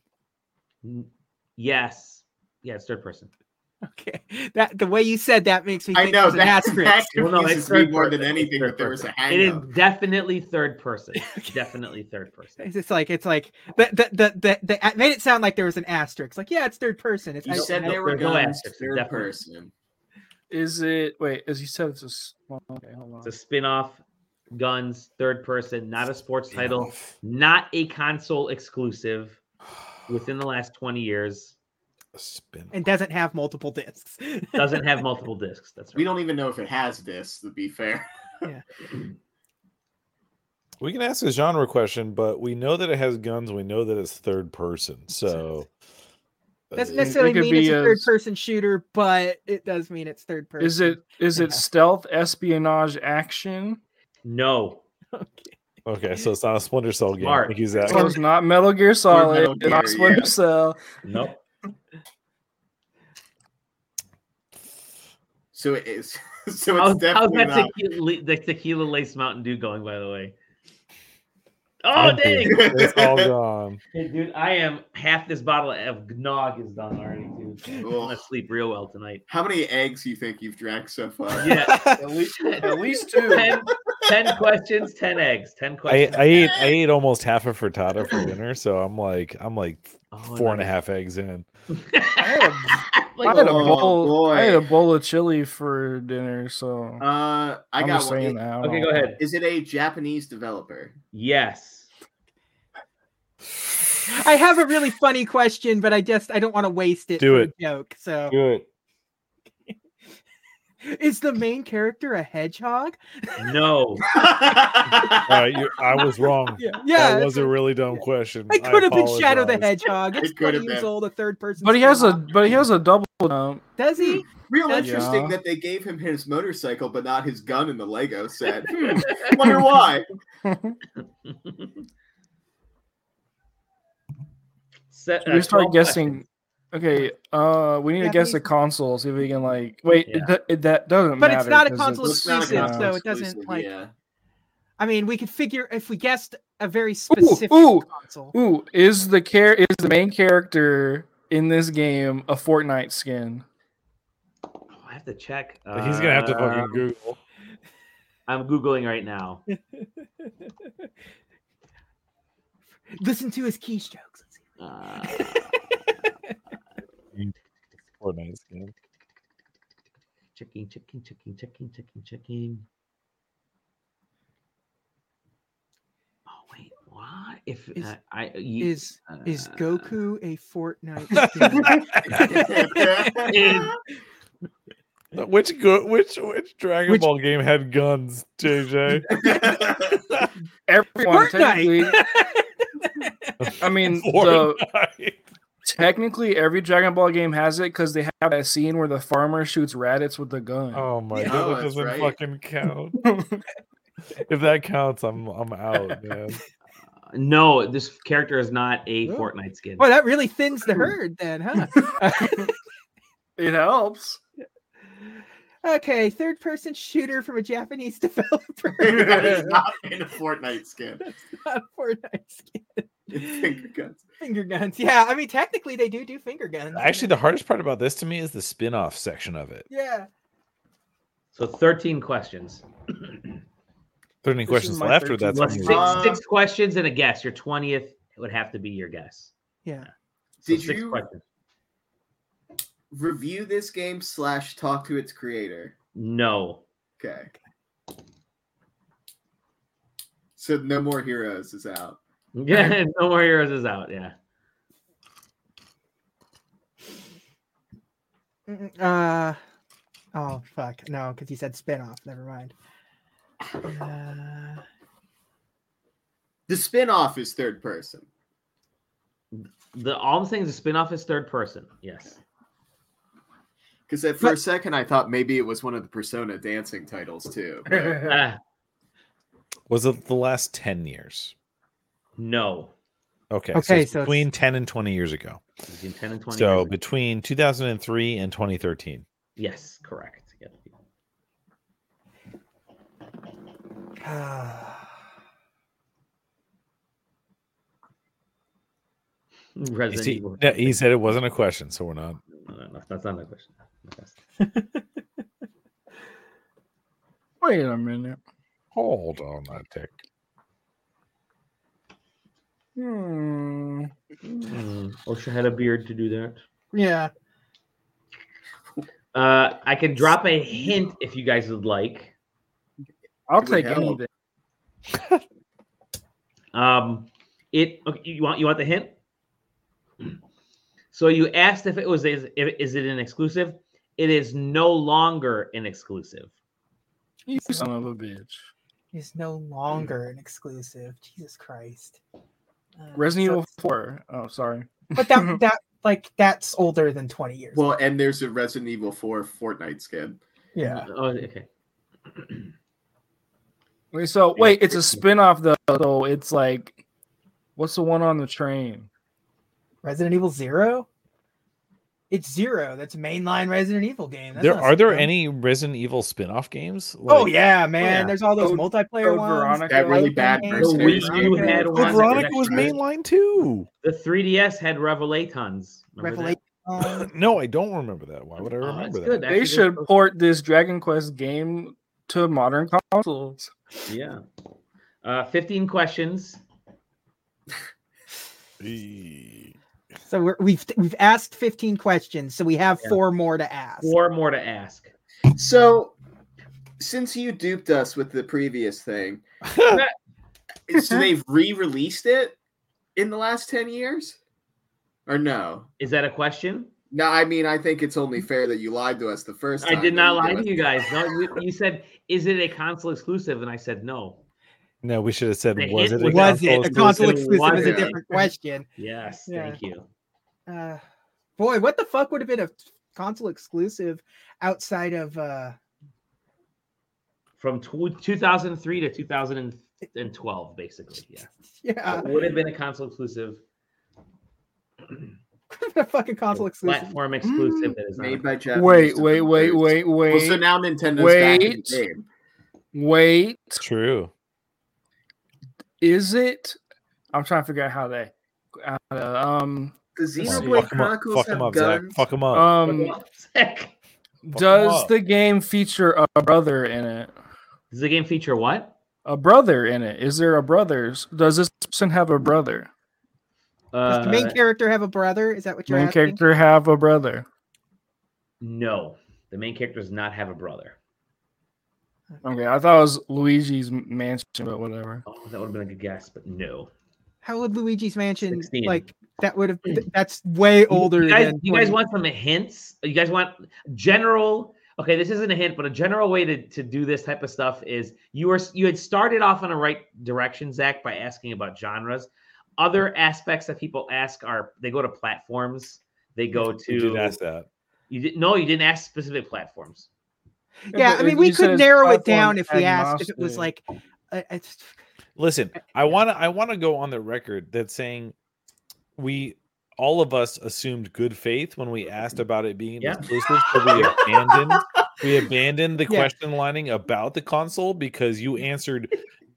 N- Yes. Yeah, it's third person.
Okay. That the way you said that makes me.
I
Think
know,
there's an
that-
asterisk.
that Well, no, confuses it's me third more than person. anything,
Third
but there was a
person. It is
hang-up.
definitely third person. definitely third person.
It's just like it's like the the the the, the it made it sound like there was an asterisk. Like yeah, it's third person. It's
You
I-
said
I-
there were
there's no
guns,
asterisk,
third
definitely.
person.
Is it wait? As you said, it's a s- well, okay. Hold on.
It's a spin-off, guns, third person, not a sports title, not a console exclusive. within the last 20 years.
and doesn't have multiple discs.
Uh,
Doesn't have multiple discs. That's right.
We don't even know if it has this, to be fair.
Yeah.
We can ask a genre question, but we know that it has guns. We know that it's third person. So uh,
Doesn't necessarily
could
mean it's
be
a
a-
third person shooter, but it does mean it's third person.
Is it is it stealth, espionage, action?
No.
okay, so it's not a Splinter Cell game.
Smart.
Thank you, Zach.
So it's not Metal Gear Solid.
Metal
it's not
Gear,
Splinter
yeah.
Cell.
Nope.
So it is. So it's
how's, how's
definitely
that
not.
tequila, the tequila laced Mountain Dew going, by the way? Oh,
Thank
dang.
you. It's all gone.
Hey, dude, I am half this bottle of Gnog is done already, dude. I'm gonna sleep real well tonight.
How many eggs you think you've drank so far?
Yeah.
at least
at
least
Ten, ten questions, ten eggs, ten
I,
questions.
I ate I ate almost half a frittata for dinner, so I'm like I'm like
Oh,
four and a half eggs in.
I had a
Oh,
bowl. I had a
boy.
bowl of chili for dinner, so
Uh, I
I'm
got
just
one.
saying
It-
that. I don't
Okay,
know.
go ahead.
Is it a Japanese developer?
Yes.
I have a really funny question, but I just I don't want to waste it
Do
for
it.
a joke. So
Do it.
is the main character a hedgehog?
No.
All right, Uh, you, I was wrong.
Yeah, yeah,
that
that's
was a really dumb question.
I could have been Shadow the
apologize.
Hedgehog. It's
It could
twenty
have
years
been.
old, a third person.
But he has a but he has a double jump.
Does he?
Real
Does he?
interesting
Yeah.
that they gave him his motorcycle, but not his gun in the Lego set. Hmm, Wonder why?
Set,
Should we
uh,
start
12
guessing. Okay, uh, we need
Yeah,
to guess
these-
the console. See if we can like wait.
Yeah.
It, do- it, that doesn't
But
matter.
it's not a
'cause
console
it's-
exclusive, so it doesn't
Exclusive,
like.
yeah.
I mean, we could figure if we guessed a very
Ooh,
specific
ooh,
console.
ooh! Is the care is the main character in this game a Fortnite skin?
questions. Oh, I have to check.
He's gonna have to
Um,
fucking Google.
I'm googling right now.
Listen to his key strokes.
Uh,
Fortnite skin.
checking, checking, checking, checking, checking, checking. Oh wait, what? If
Is-
uh, I you-
Is is
uh,
Goku a Fortnite? skin?
Which go, which which Dragon
Which-
Ball game had guns, JJ?
Everyone technically.
Fortnite.
I mean, the,
Fortnite.
technically every Dragon Ball game has it because they have that scene where the farmer shoots Raditz with the gun.
Oh my
Yeah.
god,
Oh,
that
that's
doesn't
right.
fucking count. if that counts, I'm I'm out, man.
no, this character is not a Fortnite skin.
Well, that really thins the herd, then, huh?
It helps.
okay, third person shooter from a Japanese developer.
that is not in a Fortnite skin.
Not Fortnite skin.
Finger guns.
Finger guns. Yeah, I mean, technically they do do finger guns.
Actually, the hardest part about this to me is the spin-off section of it.
yeah.
So 13 questions.
Thirteen
is
questions
my
left, or
13
that's
Well,
left.
on
six,
you?
Uh,
six questions and a guess. Your 20th would have to be your guess.
Yeah.
So
Did
six
you-
questions.
Review this game slash talk to its creator.
No.
Okay. So no more heroes is out.
Yeah, No More Heroes is out. Yeah.
Mm, Uh, oh fuck no, because he said spin-off. Never mind. Uh,
The spin-off is third person.
The all I'm saying is the spin-off is third person. Yes.
Because for
But-
a second I thought maybe it was one of the Persona dancing titles too. but-
Ah, Uh,
Was it the last ten years?
no.
Okay, so
Okay,
it's
so it's-
between ten and twenty years ago.
Between 10 and 20.
So
years ago.
between 2003 and 2013.
yes, correct. Yep.
You
Uh,
Resident
see-
Evil.
yeah, he said it wasn't a question, so we're not.
No, no, no, that's not my question.
Wait a minute.
Hold on, I tick.
Hmm.
Mm, Osha had a beard to do that.
yeah.
Uh, I can drop a hint if you guys would like.
I'll
It would
take
help.
anything.
Um, it okay, you want you want the hint? So you asked if it was is, if, is it an exclusive? It is no longer an exclusive.
You son of a bitch.
It's no longer an exclusive. Jesus Christ. Uh,
Resident
so-
Evil 4. Oh, sorry.
But that that like that's older than twenty years.
Well, and there's a Resident Evil 4 Fortnite skin.
Yeah.
Ah.
Oh, okay.
Wait, so wait, it's a spin-off though. So it's like what's the one on the train?
Resident Evil Zero. It's Zero. That's a mainline Resident Evil game. That's
there
not
are there
something-
any Resident Evil spin-off games?
oh
Like-
yeah, Oh, man. There's all those
Code-
multiplayer
Code
ones.
Veronica. That really bad
games.
mercenary
The Wii U game. had
Code
one that was
Veronica was
actually-
mainline too.
The 3DS had Revelatons. Remember that? Oh,
no, I don't remember that. Why would I remember
good.
that?
Actually,
They
they're
should
supposed-
port this Dragon Quest game to modern consoles.
Yeah. Uh, 15 questions.
So we're, we've we've asked 15 questions, so we have
Yeah.
four more to ask.
Four more to ask.
So, since you duped us with the previous thing, so they've re-released it in the last ten years, or no?
Is that a question?
No, I mean I think it's only fair that you lied to us the first
I
time.
did
that
not lie
gave
to
us-
you guys. No, you, you said, "Is it a console exclusive?" And I said, "No."
No, we should have said
They
was
hit
it
with
a
it.
Was it a
console
console
exclusive?
exclusive? Is a
Yeah.
different question.
Yes,
Yeah.
thank you.
Uh, boy, what the fuck would have been a console exclusive outside of uh
From tw 2003 to 2012, basically. Yeah.
yeah,
It would have been a console exclusive,
a fucking console exclusive?
platform exclusive that is not
Made by Japanese.
Wait, wait, wait,
developers.
wait, wait.
Well, so now Nintendo's back in
Wait.
the game.
Wait,
True.
is it? I'm trying to figure out how they. How to, um,
The
Fuck
Xenoblade
him up,
Chronicles
fuck him
have
up, Zach.
guns.
Fuck him up.
um, does the game feature a brother in it?
Does the game feature what?
A brother in it? Is there a brother's? Does this person have a brother?
Uh,
Does the main character have a brother? Is that what you're
Main
asking?
character have a brother.
no, the main character does not have a brother.
Okay, I thought it was Luigi's mansion, but whatever.
Oh, that would have been a good guess, but no.
How would Luigi's Mansion
16.
like that would have
Hmm.
that's way older
You guys,
than
you guys
20.
want some hints? You guys want general? Okay, this isn't a hint, but a general way to, to do this type of stuff is you were you had started off in the right direction, Zach, by asking about genres. Other aspects that people ask are they go to platforms, they go to
You did ask that.
You did no, you didn't ask specific platforms.
Yeah, I
but
mean
it-
we
you said
could
it's
narrow it
platform
down if we asked if it was like
agnostic.
uh, it's-
Listen,
Uh,
I want to I want to go on the record that saying we all of us assumed good faith when we asked about it being
Mm-hmm. Yeah.
exclusive, so we abandoned we abandoned the
Yeah.
question lining about the console because you answered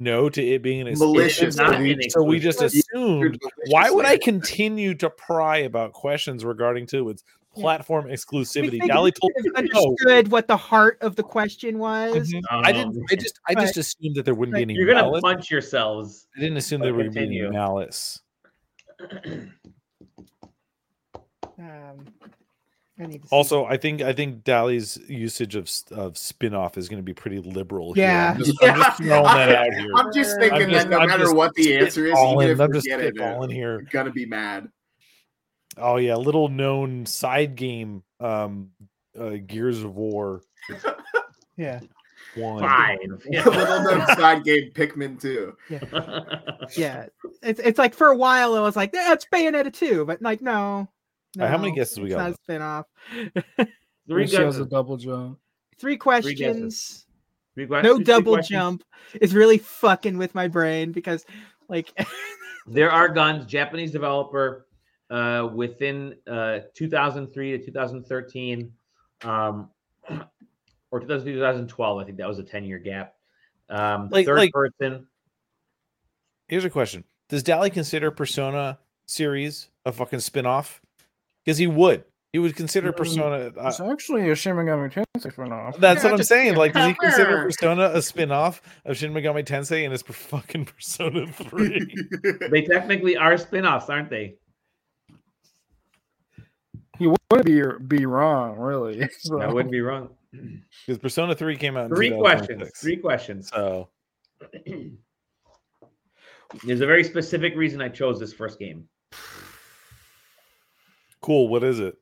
no to it being an exclusive.
Malicious.
So
Not
we,
an
so we just
exclusive.
assumed. Why would I continue to pry about questions regarding to its
Yeah.
platform
we
exclusivity?
figured we
Dolly told
could
you
have
no.
understood what the heart of the question was.
Mhm.
Oh,
I didn't. I
man.
just. I just assumed that there wouldn't be any.
You're gonna
malice.
punch yourselves.
I didn't assume
But
there would be any
continue.
malice.
Um, I need to see.
Mm-hmm. Also, I think I think Dally's usage of s- of spin-off is going to be pretty liberal.
Yeah.
here. I'm just, I'm just throwing that out here.
I'm just thinking
I'm just-
that no
I'm
matter
just
what the answer is,
spitballing.
even if
I'm
we
just
get it,
spitballing here.
you're gonna be mad.
Oh yeah, little known side game, um, uh, Gears of War
yeah,
one.
Fine.
Little known side game Pikmin too.
yeah. It's, it's like for a while I was like that's Bayonetta two, but like no, no
Alright, how many guesses we
it's
got
Not a spin off.
Three
Luigi has a
guesses.
double jump.
Three
guesses.
questions.
Three que-
no
three
double
questions.
jump is really fucking with my brain because like
There are guns. Japanese developer uh, within uh, 2003 to 2013, um, or 2003 2012. I think that was a 10 year gap. Um,
Like-
third
like-
person.
Here's a question: Does Dally consider Persona series a fucking spin-off? Because he would. He would consider
Mm,
Persona. Uh,
It's actually a Shin Megami Tensei spin-off.
That's
Yeah,
what I'm
just-
saying. Like, does he consider
However.
Persona a spin-off of Shin Megami Tensei and it's per- fucking Persona 3?
They technically are spin offs, aren't they?
You would be be wrong, really. So,
I wouldn't be wrong.
Because Persona 3 came out in
Three questions.
2006.
Three questions.
So
There's a very specific reason I chose this first game.
Cool. What is it?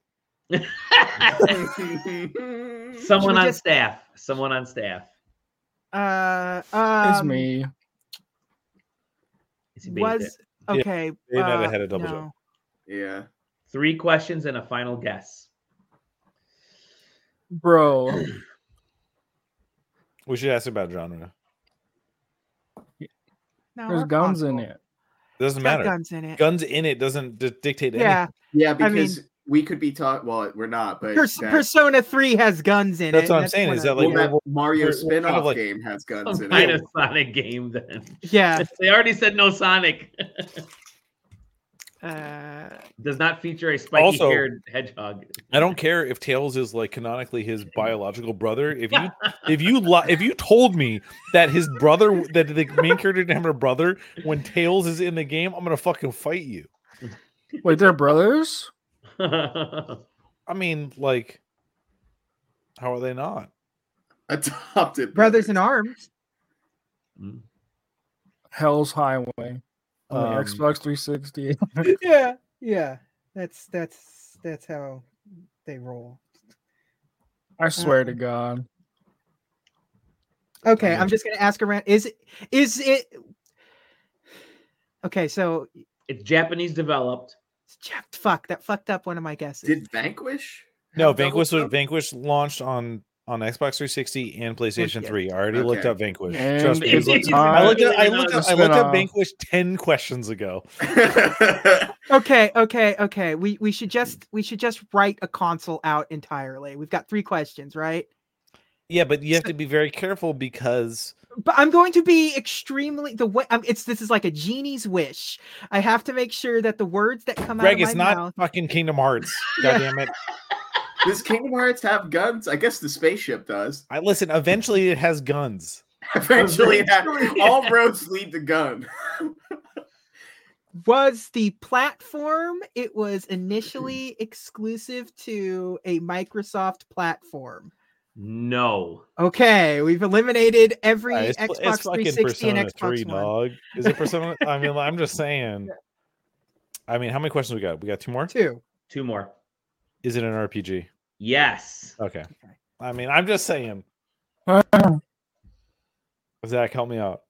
Someone
Should we
on
just-
staff. Someone on staff.
Uh, um,
it's me.
Was okay. uh, no.
Yeah.
Three questions and a final guess.
Bro.
We should ask about genre.
No,
There's
we're
guns in it.
doesn't
got
matter.
guns in it.
Guns in it doesn't d- dictate anything.
Yeah,
I mean-
because we could be talking. Well, we're not, but
Pers-
that-
Persona Three has guns in
That's
it.
what I'm saying,
one
is
of-
that, like,
well, that
we're-
Mario
we're
spin
kind
off
of like-
game has guns
Some
in
kind
it.
of Sonic game then.
Yeah.
they already said no Sonic.
uh,
Does not feature a spiky
Also-
haired hedgehog.
I don't care if Tails is like canonically his biological brother. If you if you li- if you told me that his brother that the main character didn't have a brother when Tails is in the game, I'm gonna fucking fight you.
Wait, they're brothers?
I mean, like, how are they not?
Adopted
Brothers in Arms.
Hell's Highway. On the
Um,
Xbox 360.
yeah, yeah. That's that's that's how they roll. Uh,
I swear to God.
Okay, I'm just gonna ask around. Is it? Is it? Okay, so
It's Japanese developed.
fuck that fucked up one of my guesses.
Did Vanquish?
No,
Have Double
Vanquish was,
Trouble?
Vanquish launched on on Xbox 360 and PlayStation 3. I already looked
Oh, Okay.
up Vanquish.
And
Trust me.
it's a
I looked up, I
time-
looked up, I
Spin
looked up
off.
Vanquish 10 questions ago.
Okay, okay, okay. We we should just we should just write a console out entirely. We've got three questions, right?
Yeah, but you have to be very careful because
But I'm going to be extremely the way I'm, it's this is like a genie's wish. I have to make sure that the words that come
Greg,
out
it's
of my
not
mouth.
fucking Kingdom Hearts.
Yeah.
God damn it.
Does Kingdom Hearts have guns? I guess the spaceship does.
I listen, eventually it has guns.
Eventually, it had-
Eventually,
all
yeah.
roads lead to gun.
Was the platform it was initially exclusive to a Microsoft platform?
No.
Okay, we've eliminated every
Uh, it's, it's
Xbox
fucking
360 and
Persona
Xbox
3,
One.
dog. Is it Persona? I mean, I'm just saying. I mean, how many questions we got? We got two more?
Two.
Two more.
Is it an RPG?
Yes.
Okay. I mean, I'm just saying. Zach, help me out.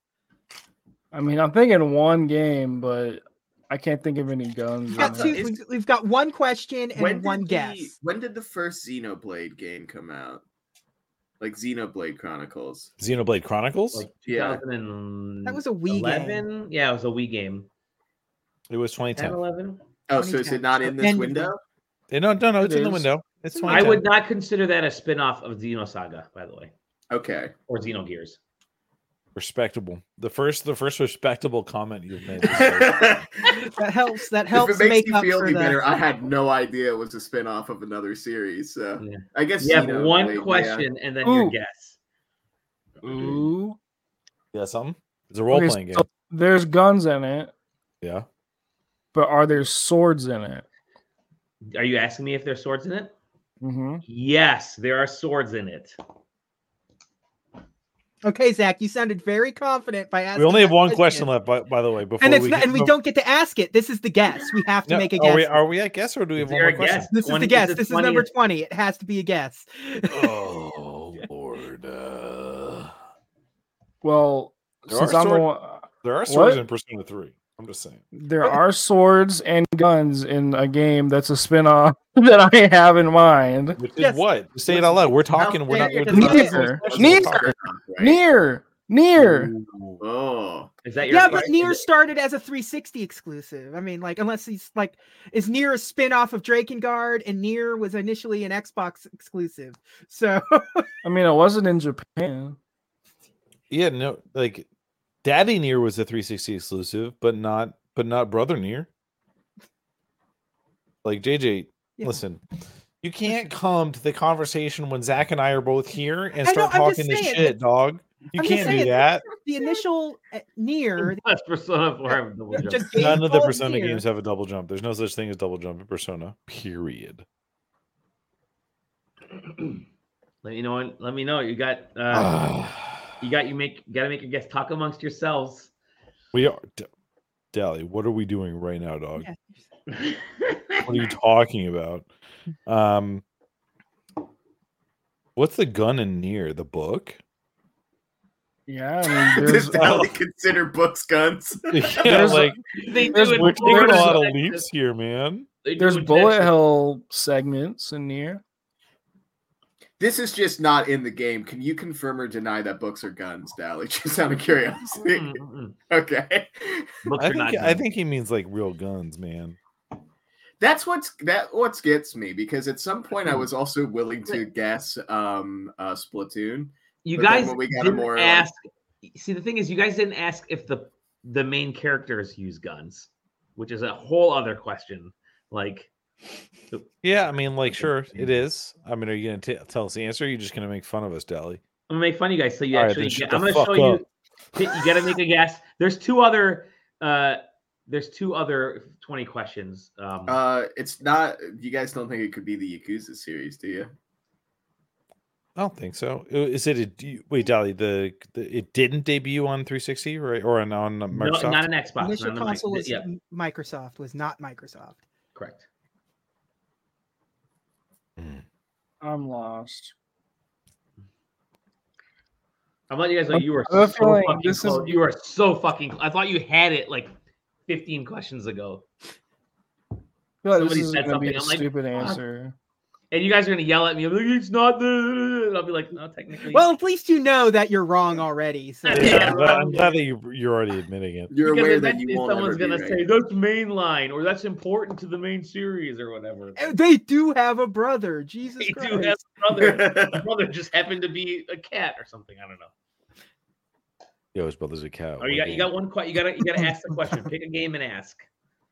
I mean, I'm thinking one game, but I can't think of any guns.
We've got,
in
two,
it.
we've, we've got one question and
When
one
did
guess.
the- when did the first Xenoblade game come out? Like Xenoblade Chronicles.
Xenoblade Chronicles?
Like
Yeah.
2000
That was a Wii game.
Yeah, it was a Wii game.
It was
10,
2010.
11.
Oh, so is it not in this
End of
window?
Eh, No, no, no.
It
It's in the
is.
window. It's
I
2010.
would not consider that a spin off of Xenosaga, by the way,
Okay.
or Xenogears.
respectable. The first, the first respectable comment you've made.
That helps. That
If
helps
it makes
make
you
up
feel
for
any better, I
the.
had no idea it was a spin-off of another series. So
Yeah.
I guess
You have
Xenoblade,
one
yeah.
question and then
Ooh.
your guess.
Ooh.
yeah, something. It's a role
Okay,
playing
so
game.
there's guns in it,
Yeah.
but are there swords in it?
Are you asking me if there's swords in it?
Mm-hmm.
Yes, there are swords in it.
Okay, Zach, you sounded very confident by asking.
We only have
that
one question left, by, by the way. Before
and it's
we
not,
get
and we
to-
don't get to ask it. This is the guess. We have to
No,
make a
Are
guess.
we, are we at guess or do we have
Is
one
there
more
a
question?
guess?
this is
20
the guess. This is number
20th?
twenty. It has to be a guess.
Oh, Lord. Uh,
Well,
There
since
are
I'm the
sword-
one,
there are swords
What?
in Persona 3. I'm just saying.
there are swords and guns in a game that's a spin-off that I have in mind.
Which is
Uh, Yes.
what? Say it out loud. We're
How
talking. We're not.
fair
We're
does
not
that
asking
Neither.
those questions, we're
Neither.
talking-
Right.
Near. Near.
Mm-hmm.
Ooh.
Oh.
Is that your
Yeah, but
is
Near
it-
started as a 360 exclusive. I mean, like, unless he's like, is Near a spin off of Drakengard, and Near was initially an Xbox exclusive. So
I mean, it wasn't in Japan.
Yeah, no, like Daddy Near was a 360 exclusive, but not but not Brother Near. Like JJ,
Yeah.
listen, you can't come to the conversation when Zach and I are both here and
I know,
start
I'm just
talking this
saying,
shit, dog. You
I'm just
can't do
saying,
that.
the initial uh, Near
That's Persona 4 have double jump.
just gave
Oh, None of the
full
Persona
Nier.
games have a double jump. There's no such thing as double jump in Persona. Period.
Let me know. Let me know. You got. Uh,
Ah,
you got. You make. Got to make a guess. Talk amongst yourselves.
we are d- Dally, what are we doing right now, dog? what are you talking about? Um, what's the gun in near the book?
Yeah, I mean,
Does
there's,
Dally consider books guns?
Yeah,
There's-
like
They do
there's,
it
we're
more
taking a lot
in
of leaps here, man.
there's bullet hell segments in here.
This is just not in the game. Can you confirm or deny that books are guns, Dally? Just out of curiosity.
Hmm.
okay.
I think, I think he means like real guns, man.
that's what's that what gets me because at some point I
Hmm.
was also willing to guess um uh Splatoon.
You
but then
guys
when we got a
didn't
more, like-
ask. See, the thing is, you guys didn't ask if the the main characters use guns, which is a whole other question. Like,
Yeah, I mean, like, sure, it is. I mean, are you gonna t- tell us the answer? Or are you just gonna make fun of us, Dally?
I'm gonna make fun of you guys. So you
All right,
actually,
then shut
get- I'm
the
gonna show
fuck
you. You gotta make a guess. There's two other. uh There's two other twenty questions. Um,
Uh it's not you guys don't think it could be the Yakuza series, do you?
I don't think so. I- Is it a do you- wait, Dally? The, the it didn't debut on 360, right? Or on on uh, Microsoft?
Initial console was M- Microsoft, was not Microsoft.
Correct.
I'm lost.
I'm letting you guys know you were
I have
so
a feeling
fucking
this is-
close. You are so fucking. cl- I thought you had it like 15 questions ago.
I feel like
Somebody
this is
said
gonna be
something,
a
I'm like,
stupid
"Fuck."
answer.
And you guys are gonna yell at me. I'm like, it's not the. I'll be like, no, technically.
Well, at least you know that you're wrong already. So.
Yeah, I'm glad- I'm glad that you, you're already admitting it.
You're
Because
aware that
eventually
you won't ever
someone's
be
gonna
right.
say that's mainline or that's important to the main series or whatever.
Uh, They do have a brother. Jesus
They
Christ.
do have a brother. His brother just happened to be a cat or something. I don't know.
Yo, his brother's a cow.
Oh, you got you got one question. You gotta you gotta ask the question. Pick a game and ask.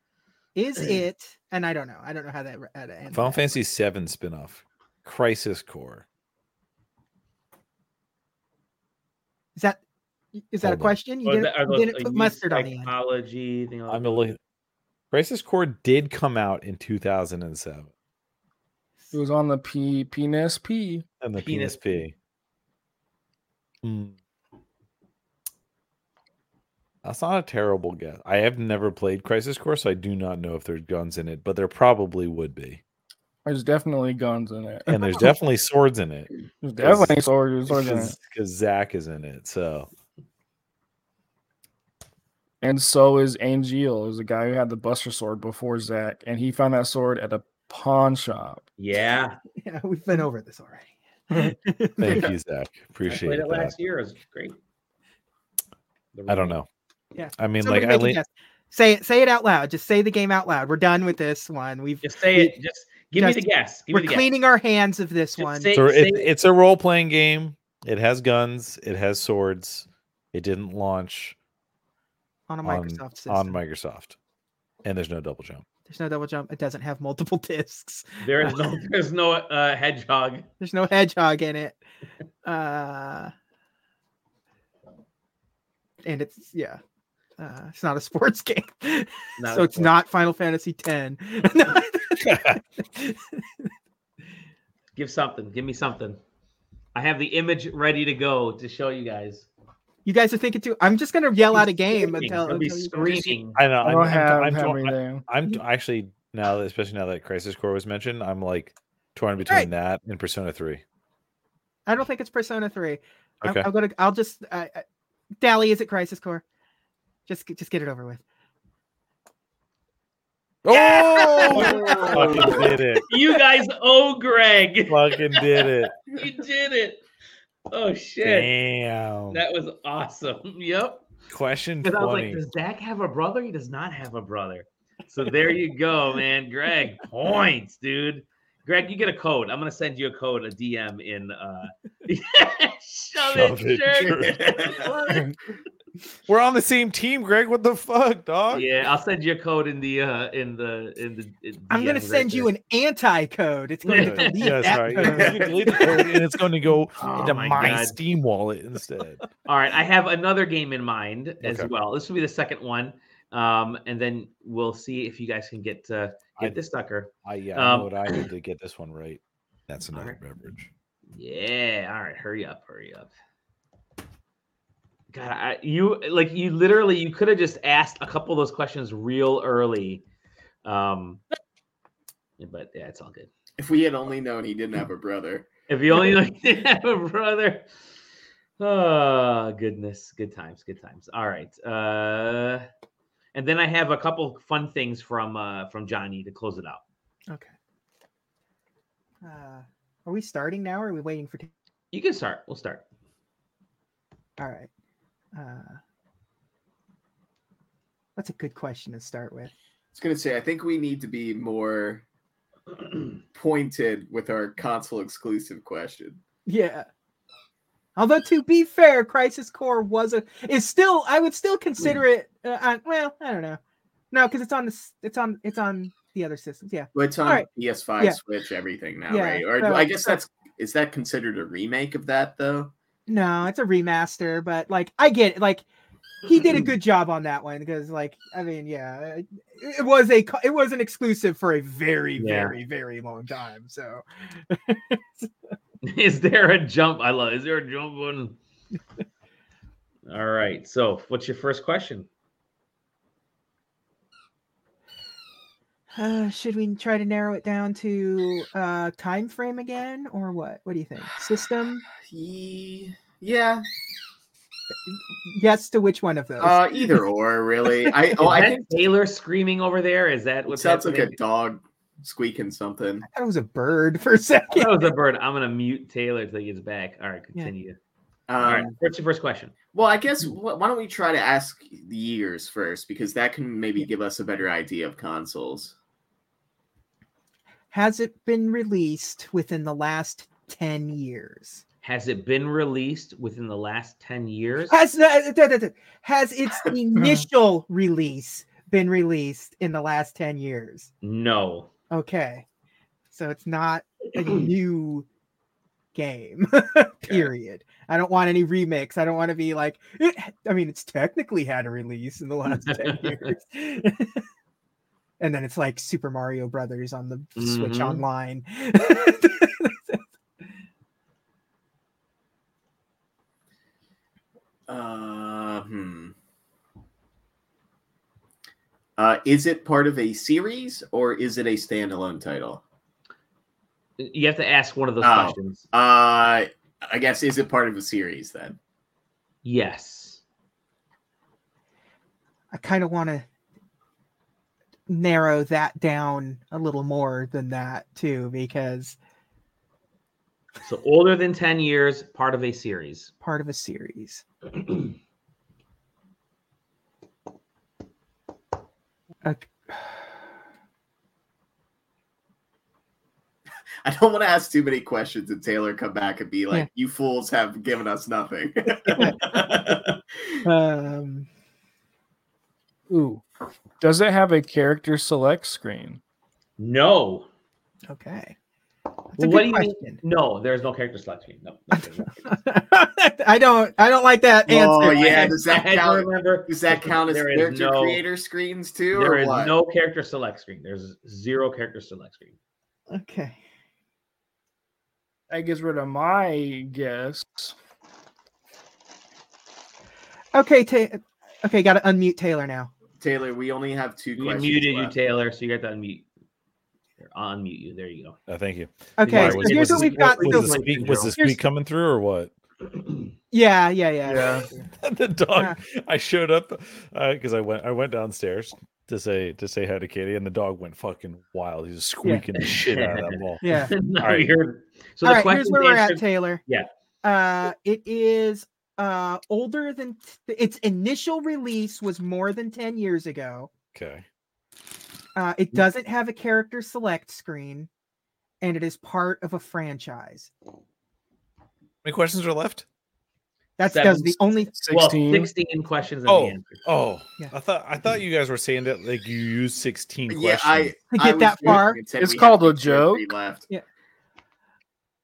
Is it? And I don't know. I don't know how that how to end.
Final Fantasy VII spin-off, Crisis Core.
Is that is that a
Hold on.
question? You
Or
didn't,
the- are
you
those,
didn't
uh,
put
youth
mustard on the end.
Psychology, thing like
I'm a look. Crisis Core did come out in 2007,
It was on the P PNSP.
and the
Penis
PSP. Mm. That's not a terrible guess. I have never played Crisis Core, so I do not know if there's guns in it, but there probably would be,
There's definitely guns in it.
and there's definitely swords in it.
There's definitely swords- swords in it.
because Zach is in it. So
And so is Angeal, is the guy who had the Buster sword before Zach, and he found that sword at a pawn shop.
Yeah.
Yeah, we've been over this already.
thank you, Zach.
I
Appreciate
played it
that.
last year. It was great.
I don't know.
Yeah.
I mean,
Somebody
like, I
make a
lean-
guess. say it. Say it out loud. Just say the game out loud. We're done with this one. We've
just say it. Just give me the guess. Give me
we're
the guess.
cleaning our hands of this one.
say-
So it, it's a role playing game. It has guns. It has swords. It didn't launch
on a
on-
Microsoft system.
on Microsoft, and there's no double jump.
There's no double jump. It doesn't have multiple discs.
There is no there's no uh, hedgehog.
There's no hedgehog in it. Uh, and it's yeah, uh, it's not a sports game,
Not a
so it's
sport.
not Final Fantasy X.
Give something. Give me something. I have the image ready to go to show you guys.
you guys are thinking too. I'm just gonna yell out a game
Screaming.
until,
It'll be
until you-
screaming.
I know.
I
I'm,
don't
I'm-
have
I'm, torn- I-
anything.
I'm t- actually now, that- especially now that Crisis Core was mentioned, I'm like torn between
Right.
that and Persona Three.
I don't think it's Persona Three. I'm-
Okay.
I'm, gonna. I'll just. I I- Dally, is it Crisis Core? Just, just get it over with.
Oh, fucking did it!
You guys owe Greg.
Fucking did it!
You did it. Oh shit.
Damn.
That was awesome. Yep.
Question
Because I was like,
twenty.
does Zach have a brother? He does not have a brother. So there you go, man. Greg, points, dude. Greg, you get a code. I'm gonna send you a code, a DM in uh shove,
Shove
it, jerk.
it, We're on the same team, Greg. What the fuck, dog?
yeah, I'll send you a code in the uh in the in the in
I'm gonna
DM right
send you
there.
an anti-code. It's going to
Yeah,
delete
yeah,
that
sorry.
code.
You delete the code and it's going to go
Oh
into
my
my,
God.
Steam wallet instead.
All right, I have another game in mind as
Okay.
well. This will be the second one, um, and then we'll see if you guys can get uh, get this sucker.
I yeah, I know
Um,
what I need to get this one right. That's another beverage.
Yeah. All right. Hurry up. Hurry up. God, I, you like you literally you could have just asked a couple of those questions real early, um, but yeah, it's all good.
If we had only known he didn't have a brother.
If you only know you didn't have a brother. Oh goodness, good times, good times. All right, uh, and then I have a couple fun things from uh, from Johnny to close it out.
Okay. Uh, are we starting now or are we waiting for? T-
You can start. We'll start.
All right. Uh, that's a good question to start with.
was gonna say, I think we need to be more pointed with our console exclusive question.
Yeah. Although to be fair, Crisis Core was a is still I would still consider it. Uh, on, well, I don't know. No, because it's on the s- it's on it's on the other systems. Yeah.
Well, it's on
All right.
PS5,
Yeah.
Switch, everything now,
Yeah,
right? Or
so-
I guess that's is that considered a remake of that though?
No, it's a remaster, but like I get it. Like he did a good job on that one because like I mean, yeah, it, it was a co- it was an exclusive for a very
Yeah.
very very long time. So
Is there a jump? I love. Is there a jump button? All right. So, what's your first question?
uh, should we try to narrow it down to uh time frame again or what? What do you think? System?
Yeah.
Yes to which one of those?
Uh, either or, really. I
Is
oh, I
that
think
Taylor screaming over there. Is that
it
what's
sounds like a
happening?
dog squeaking something.
thought it was a bird for a second.
That was a bird. I'm gonna mute Taylor till he gets back. All right, continue. All right.
Um,
What's your first question?
Well, I
Hmm.
guess wh- why don't we try to ask the years first because that can maybe give us a better idea of consoles.
Has it been released within the last 10 years?
Has it been released within the last ten years?
Has uh, the- da- da- da- has its initial release been released in the last 10 years?
No.
Okay. So it's not a new game. Period. I don't want any remix. I don't want to be like "It h- I mean it's technically had a release in the last 10 years. and then it's like Super Mario Brothers on the Switch
Mhm.
online.
Uh, hmm. Uh, is it part of a series or is it a standalone title?
You have to ask one of those
Oh,
questions.
Uh, I guess is it part of a series then?
Yes.
I kind of want to narrow that down a little more than that too because
So older than ten years, part of a series.
part of a series. Ok-
I don't want to ask too many questions and Taylor come back and be like,
Yeah.
"You fools have given us nothing." Oh,
um,
Ooh. Does it have a character select screen?
No.
Okay. That's a
Well, what do
good
you mean? No, there's no character selection. No. no, there's no.
I don't I don't like that answer.
oh yeah, does that
I had to
count?
remember.
Does that count as
There is
character
no-
creator screens too,
There
or
is
what?
no character select screen. There's zero character select screen.
Okay.
That gets rid of my guess.
Okay, ta- okay, got to unmute Taylor now.
Taylor, we only have two
We
questions.
muted you,
left.
Taylor, so you got to unmute. Or unmute you. There you go.
Oh, thank you.
Okay,
Why,
so
was-
here's
was
what
the-
we've got.
Was,
So-
the squeak, was the
Here's-
squeak coming through or what?
Yeah, yeah, yeah.
the dog. I showed up because I went. I went downstairs to say to say hi to Katie, and the dog went fucking wild. He was squeaking the shit out of that ball.
Yeah.
No,
All right.
you're- So
All
the
right,
question
here's where we're at,
answered-
Taylor.
Yeah.
Uh, it is uh older than t- its initial release was more than 10 years ago.
Okay.
Uh, it
Mm-hmm.
doesn't have a character select screen, and it is part of a franchise.
How many questions are left?
That's that's the only
Well, 16 questions. in the
Oh,
end.
oh!
Yeah.
I thought I thought you guys were saying that like you use sixteen
Yeah,
questions.
I-
To get I was that joking far? and said
It's called a joke.
Left.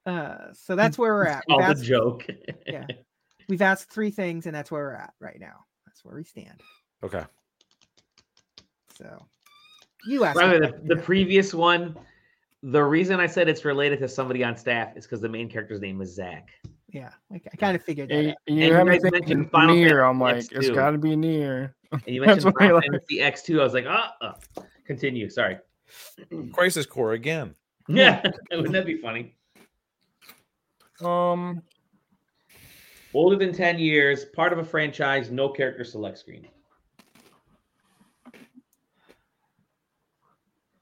Uh, so that's where we're at. We've
All Oh, the
asked,
joke.
yeah, we've asked three things, and that's where we're at right now. That's where we stand.
Okay.
So you asked.
By the
me
way,
that.
the, the previous one, the reason I said it's related to somebody on staff is because the main character's name is Zach.
yeah, like I kind of figured that.
And
out.
you have me thinking near. I'm like, it's got to be near.
And you
That's
mentioned
why,
Final
like,
Fantasy X2. I was like, ah, uh, continue. Sorry.
Crisis Core again.
Yeah, wouldn't that be funny?
Um,
older than ten years, part of a franchise, no character select screen.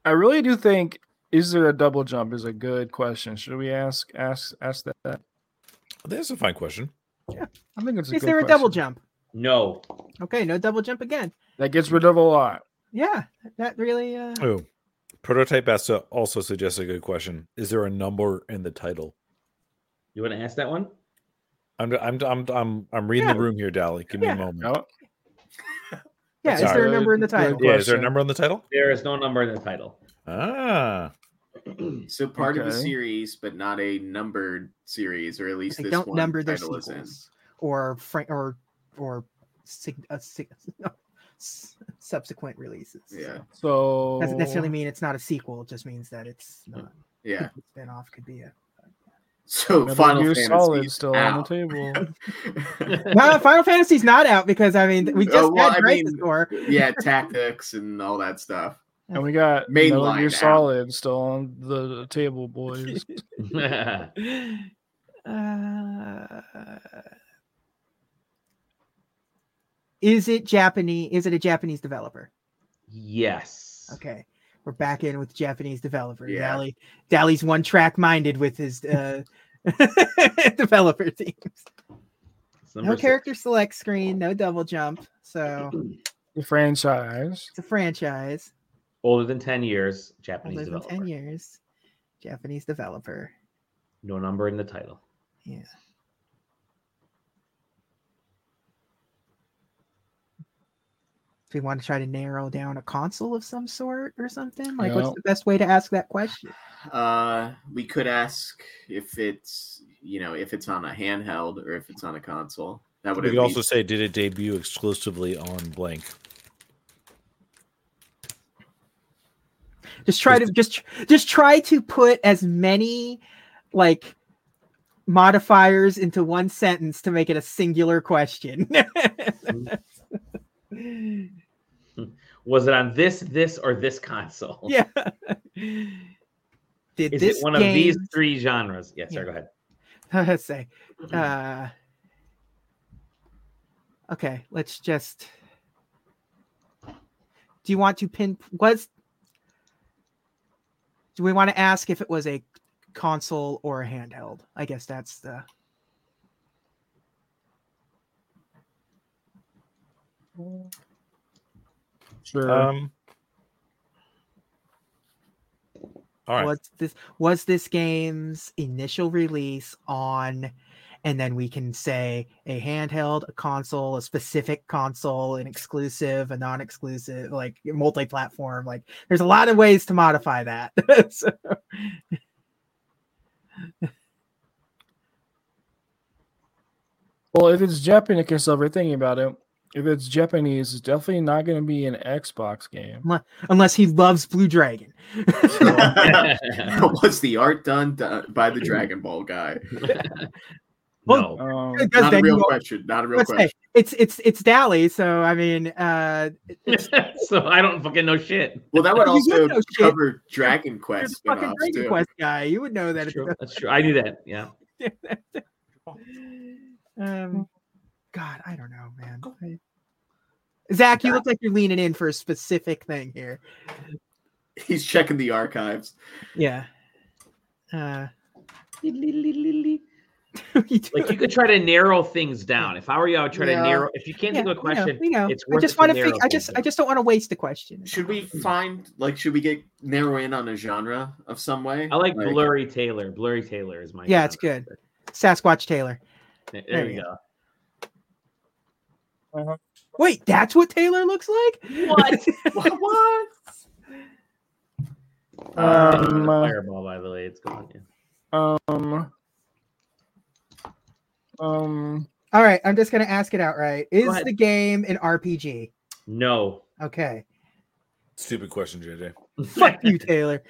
I really do think is there a double jump is a good question. Should we ask ask ask that?
That's a fine question.
I think it's a
Is
good
there a
question.
double jump?
No.
Okay, no double jump again.
That gets rid of a lot.
Yeah, that really. Uh,
Oh, Prototype Esta also suggests a good question. Is there a number in the title?
You want to ask that one?
I'm I'm I'm I'm, I'm reading the room here, Dally. Give me a moment.
yeah, is there a number in the title?
Yeah, is there a number on the title?
There is no number in the title.
Ah.
So part of a
Okay.
series, but not a numbered series, or at least
They
this
don't
one
number their
title is in.
sequels. or fr- or or sig- uh, sig- no, s- subsequent releases.
Yeah.
So
doesn't necessarily mean it's not a sequel. It just means that it's not.
Yeah.
Spin off could be a.
So
Metal
Final
Gear
Fantasy
Solid
is
still
out.
on the table.
no, Final Fantasy's not out because I mean we just
Oh, well,
had
I
Crisis
mean,
Core.
yeah, tactics and all that stuff.
and we got Metal
Mainline
Gear
out.
Solid still on the table, boys.
Uh, is it Japanese? Is it a Japanese developer?
Yes.
Okay, we're back in with Japanese developer.
Yeah.
Dally, Dally's one track minded with his uh, developer teams.
It's
No
number six.
character select screen, no double jump. So
the franchise.
it's a franchise.
Older than ten years, Japanese
Older than
developer.
ten years. Japanese developer.
No number in the title.
Yeah. Do we want to try to narrow down a console of some sort or something? Like,
No.
what's the best way to ask that question?
Uh, we could ask if it's you know if it's on a handheld or if it's on a console. That would
we
at
could also
least-
say, did it debut exclusively on blank?
Just try to just just try to put as many like modifiers into one sentence to make it a singular question.
Mm-hmm. Was it on this, this, or this console?
yeah. Did
Is
this
it one
game...
of these three genres? Yeah, sorry,
Yeah.
go ahead.
let's say uh okay let's just do you want to pin was do we want to ask if it was a console or a handheld i guess that's the
Sure.
Um, all right.
was this was this game's initial release on and then we can say a handheld a console a specific console an exclusive a non-exclusive like multi-platform like there's a lot of ways to modify that So-
Well, if it's Japanese, I guess over thinking about it. If it's Japanese, it's definitely not going to be an Xbox game.
unle- unless he loves blue dragon
was the art done, do- by the Dragon Ball guy?
Well,
Um,
Because
not a
then you
real
won't-
question. Not a real
let's say
question.
it's it's it's dally so i mean uh it's,
so I don't fucking know shit.
Well, that would
You would
also
know shit.
cover Dragon
you're
Quest
the fucking
spin-offs
dragon
too.
quest guy you would know that it's
True. That's true. I knew that. Yeah.
Mm.
Um, God, I don't know, man. I- Zach, you look like you're leaning in for a specific thing here.
He's checking the archives.
Yeah. Uh,
Like you could try to narrow things down. If I were you, I would try
Yeah.
to narrow. If you can't
yeah,
think of a question,
you know, you know.
it's
I
worth
just
want to
fig- I just, I just don't want to waste the question.
Should we find like should we get narrow in on a genre of some way?
Oh.
I like Blurry Taylor. Blurry Taylor is my.
yeah, it's good. Sasquatch Taylor.
There,
there
you
you
go.
Wait, that's what Taylor looks like?
What?
what? What?
Uh, that was a
Um, uh,
fireball, by the way, it's gone. Yeah.
Um. Um.
All right, I'm just gonna ask it outright. Is
ahead.
the game an RPG?
No.
Okay.
Stupid question, JJ.
Fuck you, Taylor.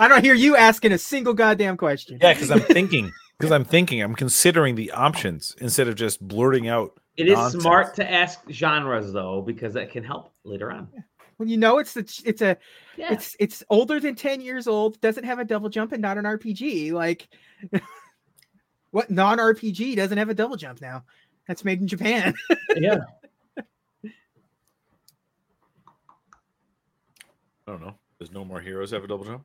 I don't hear you asking a single goddamn question.
Yeah, because I'm thinking. Because I'm thinking. I'm considering the options instead of just blurting out.
It is
nonsense.
smart to ask genres though, because that can help later on.
when you know it's the ch- it's a
Yeah.
it's it's older than 10 years old doesn't have a double jump and not an rpg like what non-rpg doesn't have a double jump now that's made in japan
yeah
I don't know. Does No More Heroes have a double jump?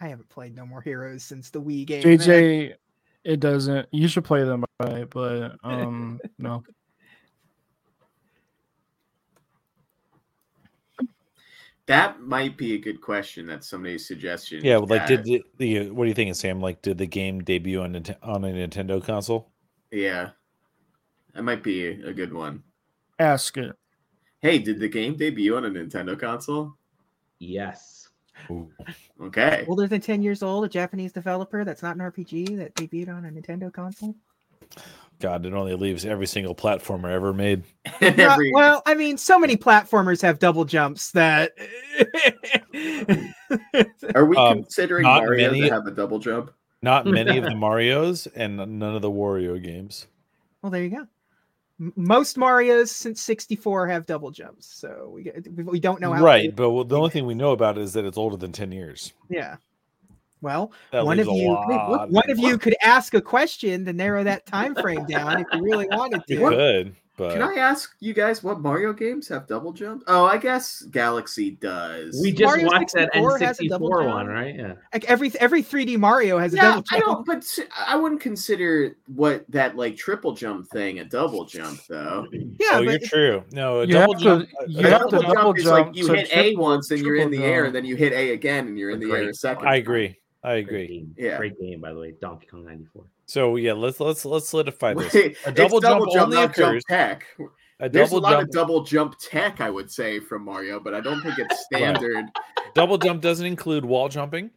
i haven't played no more heroes since the wii game man.
JJ, it doesn't. You should play them, right? But um, no.
That might be a good question. That's somebody's suggestion.
Yeah, well, like,
Yeah.
did the, the what do you think, Sam? Like, did the game debut on Nint- on a Nintendo console?
Yeah, that might be a good one.
Ask it.
Hey, did the game debut on a Nintendo console?
Yes.
Okay.
older than 10 years old a japanese developer that's not an rpg that debuted on a nintendo console
God, it only leaves every single platformer ever made.
Not- well i mean so many platformers have double jumps that
Are we
Um,
considering
not
Mario
many-
to have a double jump?
Not many of the Mario's and none of the Wario games.
Well, there you go. M- Most Mario's since 64 have double jumps, so we get, we- we don't know how.
right, but well, the only thing we know about it is that it's older than ten years.
Yeah. Well,
That
one of
leaves a
you, hey,
lot
look,
of
one of you could ask a question to narrow that time frame down if you really wanted
We
to.
could, but
Can I ask you guys what Mario games have double jump? Oh, I guess Galaxy does.
We just
Mario
watched that
64 has a double
N64
jump.
one, right? Yeah.
Like every every 3D Mario has a
Yeah,
double
I
jump.
don't. But s- I wouldn't consider what that like triple jump thing a double jump though.
Yeah,
oh, you're
but
true. No, a
You have
double
to-
jump.
you
A
have
double,
to
jump,
double
is like
jump
you
to
hit A
triple-
once and you're in the
triple
air,
jump.
and then you hit A again and you're in the air a second.
I agree. I agree.
Game.
Yeah.
Great game, by the way. Donkey Kong 94.
So yeah, let's let's let's solidify this.
It's
A double, jump, only
not jump
occurs.
tech.
A
There's a
double
lot
jump.
of double jump tech, I would say, from Mario, but I don't think it's
Right.
standard.
double jump doesn't include wall jumping,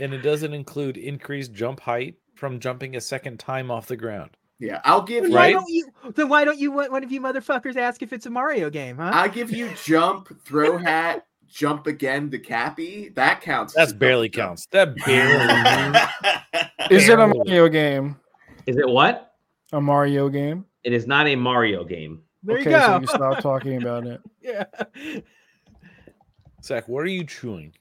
and it doesn't include increased jump height from jumping a second time off the ground.
Yeah, I'll give
Then
you.
why
Right?
don't you? Then why don't you? One one of you motherfuckers ask if it's a Mario game, huh?
I'll give you jump, throw hat, jump again to Cappy. That counts. as
That's
a
barely counts. That barely.
Is it a
Barely.
Mario game?
Is it what?
A Mario game?
It is not a Mario game.
there
okay,
you go.
so you stop talking about it.
yeah.
Zach, what are you chewing?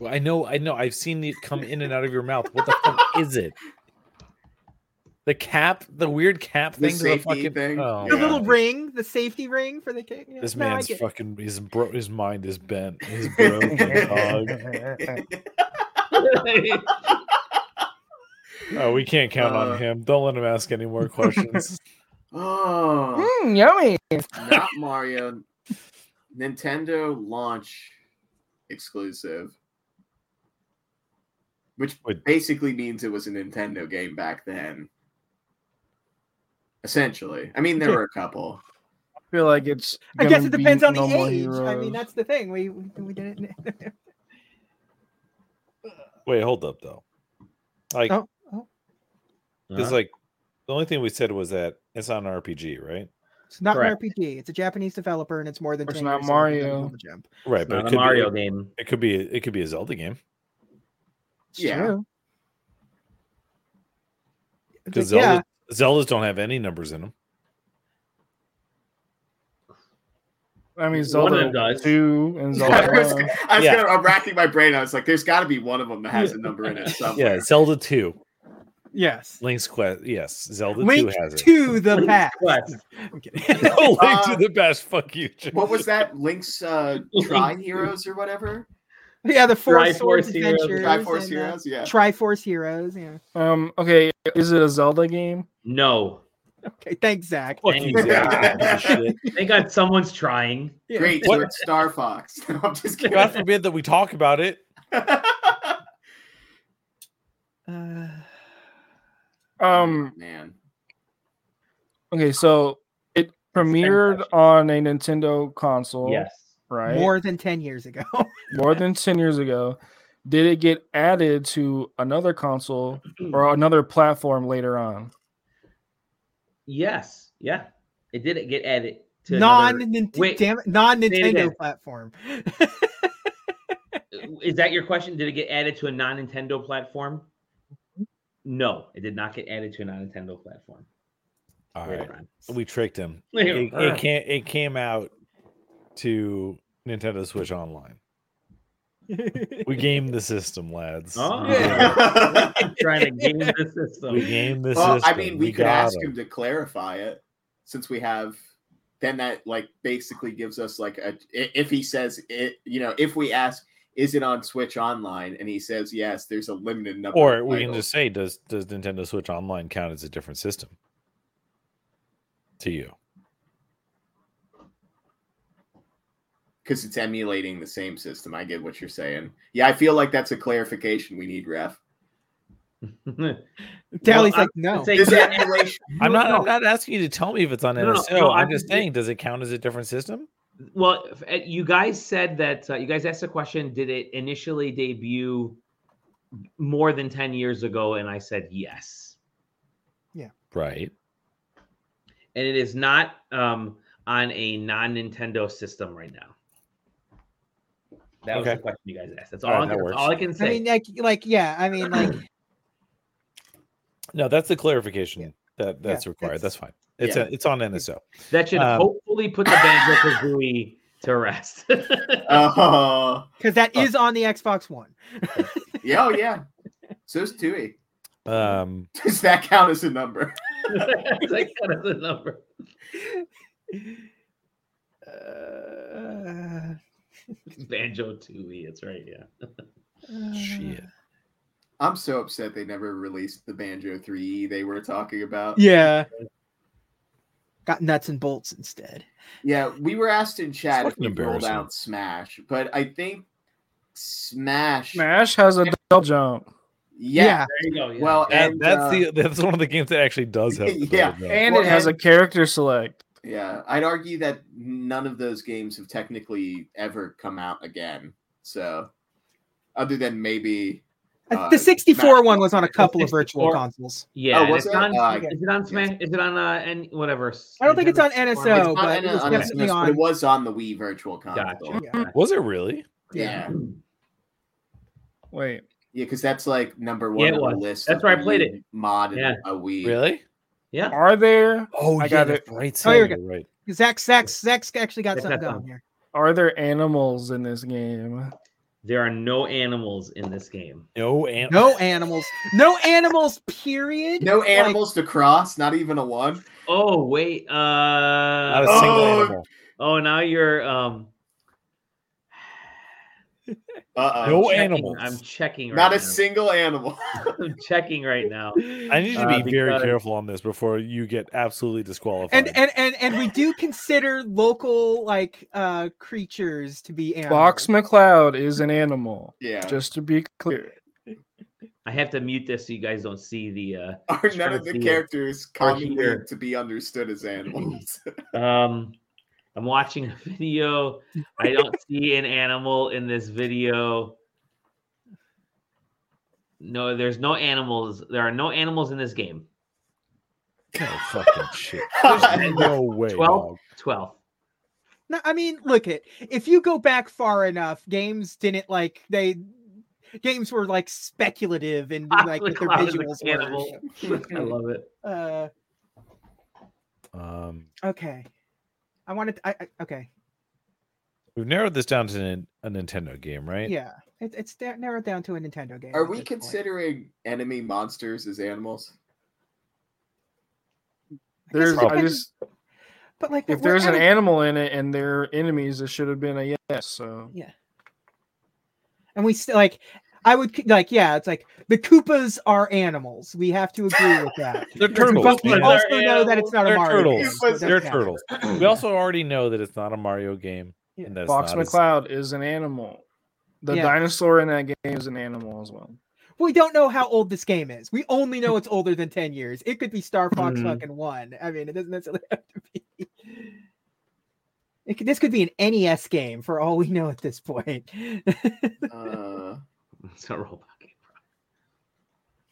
Well, I know, I know. I've seen it come in and out of your mouth. What the fuck is it? The cap, the weird cap
The
thing, to the
safety
fucking
thing?
Oh,
Yeah.
The little ring, the safety ring for the cake. yeah.
this
No, I
man's
get-
fucking his bro, his mind is bent. He's broken. dog. Oh, we can't count
Uh,
on him. Don't let him ask any more questions.
Oh,
Mm, yummy.
not Mario. Nintendo launch exclusive. Which
Wait.
basically means it was a Nintendo game back then. Essentially. I mean, there were a couple.
I feel like it's.
I guess
gonna
it depends
be
on the
No More
age. I
Heroes.
mean, that's the thing. We we, we didn't.
Wait, hold up though. Like,
oh, oh,
it's like the only thing we said was that it's not an RPG, right?
it's not
Correct.
an RPG. It's a Japanese developer, and it's more than.
It's
10
not
years old. It doesn't
Mario.
have a Jump.
Right,
It's
but it
not a
could
Mario
be,
game.
It could be. It could be a Zelda game.
It's
Yeah.
true. It's
Because
like, yeah,
Zelda, Zeldas don't have any numbers in them.
I mean,
One of them
Zelda
does.
two and
I was,
Zelda.
I was
Yeah.
gonna, I'm racking my brain. I was like, there's got to be one of them that has a number in it
Yeah,
somewhere.
Zelda Two,
yes.
Link's Quest. Yes, Zelda
Link
Two has it.
to the past.
Quest.
I'm kidding.
oh, Link
Uh,
to the Best. Fuck you. Jim.
What was that? Link's uh, Tri Heroes or whatever?
yeah, the four swords
Triforce Heroes.
adventures.
Triforce
and, uh,
Heroes? Yeah.
Triforce heroes. Yeah.
Um. Okay. Is it a Zelda game?
No.
Okay. Thanks, Zach.
Fuck you, Zach. Piece of shit.
Thank God someone's trying.
Yeah.
Great. So
What-
it's Star Fox. No, I'm just kidding.
God forbid that we talk about it.
Uh,
Um.
Man.
Okay. So it premiered on a Nintendo
Oh.
console.
Yes.
Right.
More than ten years ago.
more than 10 years ago did it get added to another console or another platform later on
Yes. Yeah. It did get added to another-
Non
Wait.
Nintendo. Non
Say it again.
Nintendo platform.
is that your question? Did it get added to a non-Nintendo platform? No, it did not get added to a non-Nintendo platform.
All
Later
right,
on.
we tricked him.
Later
It,
on.
it can It came out to Nintendo Switch Online. We gamed the system, lads.
Oh.
We did it.
Trying to game the system.
We game the
well,
system.
I mean, we, could
got
ask him to clarify it since we have. Then that like basically gives us like a i- if he says it, you know, if we ask, is it on Switch Online, and he says yes, there's a limited number.
Or
of
we can
titles.
just say, does does Nintendo Switch Online count as a different system to you?
because it's emulating the same system. I get what you're saying. Yeah, I feel like that's a clarification we need, Ref. Well,
Dally's like, no.
Is it emulation?
I'm not.
No.
I'm not asking you to tell me if it's on
No, no,
NSO.
no,
I'm
I'm-
just saying, does it count as a different system?
Well, if- uh, you guys said that uh, you guys asked the question. Did it initially debut more than ten years ago? And I said yes,
Right.
and it is not um, on a non-Nintendo system right now. That was
Okay.
the question you guys asked. That's all.
All right,
I,
that
that's
works.
all I can say.
I mean, like, like, yeah. I mean, like,
No, that's the clarification that that's required. That's, fine. It's
yeah.
a, it's on NSO.
that should
Um,
hopefully put the banjo kazooie to rest.
Oh,
because that is on the Xbox One.
yeah, oh, yeah. So's Tui.
Um,
Does that count as a number?
that kind of the number.
Uh,
Banjo Tooie. That's right. Yeah.
Uh,
Shit.
I'm so upset they never released the Banjo 3E they were talking about.
yeah. Got nuts and bolts instead.
Yeah, we were asked in chat
It's
if we
fucking
rolled
embarrassing.
out Smash, but I think Smash.
Smash has a double jump.
Yeah.
Yeah.
There you go. Yeah.
Well,
That-
and,
that's
uh,
the that's one of the games that actually does have. the
Yeah,
double jump.
And
Well,
it has a
and-
character select.
Yeah, I'd argue that none of those games have technically ever come out again. So, other than maybe
Uh,
uh,
the 64
Smash
one was on a couple of
64
virtual consoles.
Yeah. and
was
it's
it?
on.
Uh,
is it on Smash? Is it on uh and whatever?
I don't think it's on NSO,
platform?
It's not
but
in
it
a-
was
on a
definitely
SNES, but
on-
it was on the Wii Virtual Console.
Gotcha.
Yeah.
Was it really?
Yeah,
Wait.
yeah, because that's like number
Yeah,
one
it
on the
was.
list.
That's
of
where I
the
played
Wii
it.
Mod and
Yeah.
a Wii.
Really?
Yeah.
Are there
Oh,
I
yeah,
got
that's right.
Oh, here we
Sam,
go.
you're right.
Zach, Zach, Zach's actually got
Zach
something
got
going here.
are there animals in this game?
There are no animals in this game.
No, and
No animals. No animals, period.
No
Like,
animals to cross, not even a one.
Oh wait. Uh.
not a single
Oh.
animal.
oh, now you're um.
Uh
No
oh,
checking-
animals.
I'm checking. Right
not
now.
a single animal.
I'm checking right now.
I need you to
Uh,
be very
because-
careful on this before you get absolutely disqualified.
and, and and and we do consider local like uh creatures to be animals.
Fox McCloud is an animal.
Yeah.
Just to be clear.
I have to mute this so you guys don't see the. uh
Are none of the
Trophy.
characters commonly
here.
to be understood as animals?
Um, I'm watching a video. I don't see an animal in this video. No, there's no animals. There are no animals in this game.
oh, fucking shit. There's no way.
Twelve.
dog.
Twelve.
No, I mean, look at if you go back far enough, games didn't like they games were like speculative and like with their
Cloud is an
visuals
animal.
were.
I love it.
Uh,
Um,
okay, I wanted. I, I okay,
we've narrowed this down to nin- a Nintendo game, right?
yeah, it, it's da- narrowed down to a Nintendo game.
Are
at
we
this point.
considering enemy monsters as animals?
I guess
There's
it
I
depends-
just
but like
if
we're
there's
at
an
a-
animal in it and they're enemies, it should have been a yes. So
yeah, and we still like. I would c- like, yeah, it's like the Koopas are animals. We have to agree with that.
They're
Because we
turtles,
both- We
man.
also know that it's not
They're
a Mario. game,
turtles.
so it doesn't
They're
count.
turtles. We also already know that it's not a Mario game.
Yeah.
And that's
Fox
not a s-
McCloud is an animal. The
Yeah.
dinosaur in that game is an animal as well.
We don't know how old this game is. We only know it's older than 10 years. It could be Star Fox
Mhm.
fucking 1. I mean, it doesn't necessarily have to be. It could, this could be an NES game for all we know at this point.
Uh,
It's a robot game.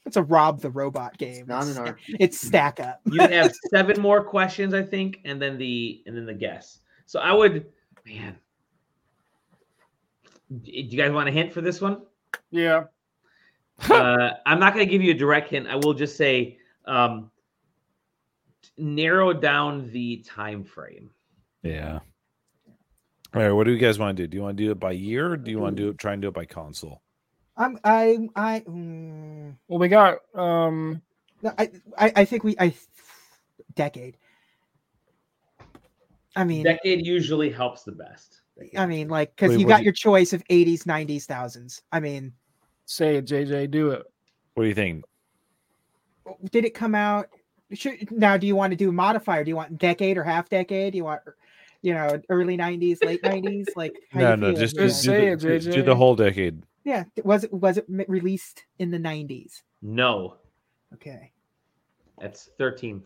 it's a Rob the Robot game.
not an
sta-
RPG.
It's stack up.
you have seven more questions, I think, and then the and then the guess. So I would, man, Do you guys want a hint for this one?
Yeah.
uh, I'm not going to give you a direct hint. I will just say um, narrow down the time frame.
Yeah. All right. What do you guys want to do? Do you want to do it by year? Or do you want to do it, try and do it by console?
I'm I I. mm,
Well, we got um.
no, I, I I think we I decade. I mean,
Decade usually helps the best.
I mean, like because
Wait,
you
what
got
do
your choice of 80s, 90s, thousands. I mean,
Say it, JJ. Do it.
What do you think?
did it come out? Should, now, do you want to do modifier? Do you want decade or half decade? Do you want, you know, early 90s, late 90s? Like, how
no,
you
no,
feeling?
just,
Yeah.
just do, the, do- do the whole decade.
Yeah, th- was it was it m- released in the 90s?
No,
Okay,
that's 13.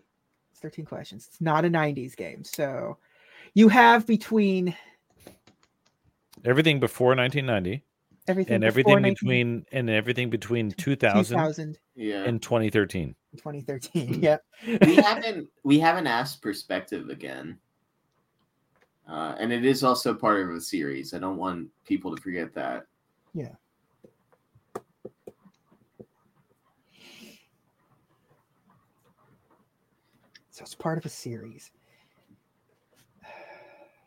it's 13 questions. It's not a 90s game, so you have between
Everything before 1990.
Everything
and
before
everything
19
between and everything between 2000,
2000.
Yeah.
and 2013.
2013. Yep.
we haven't we haven't asked perspective again. Uh, and it is also part of a series. I don't want people to forget that.
Yeah. So it's part of a series.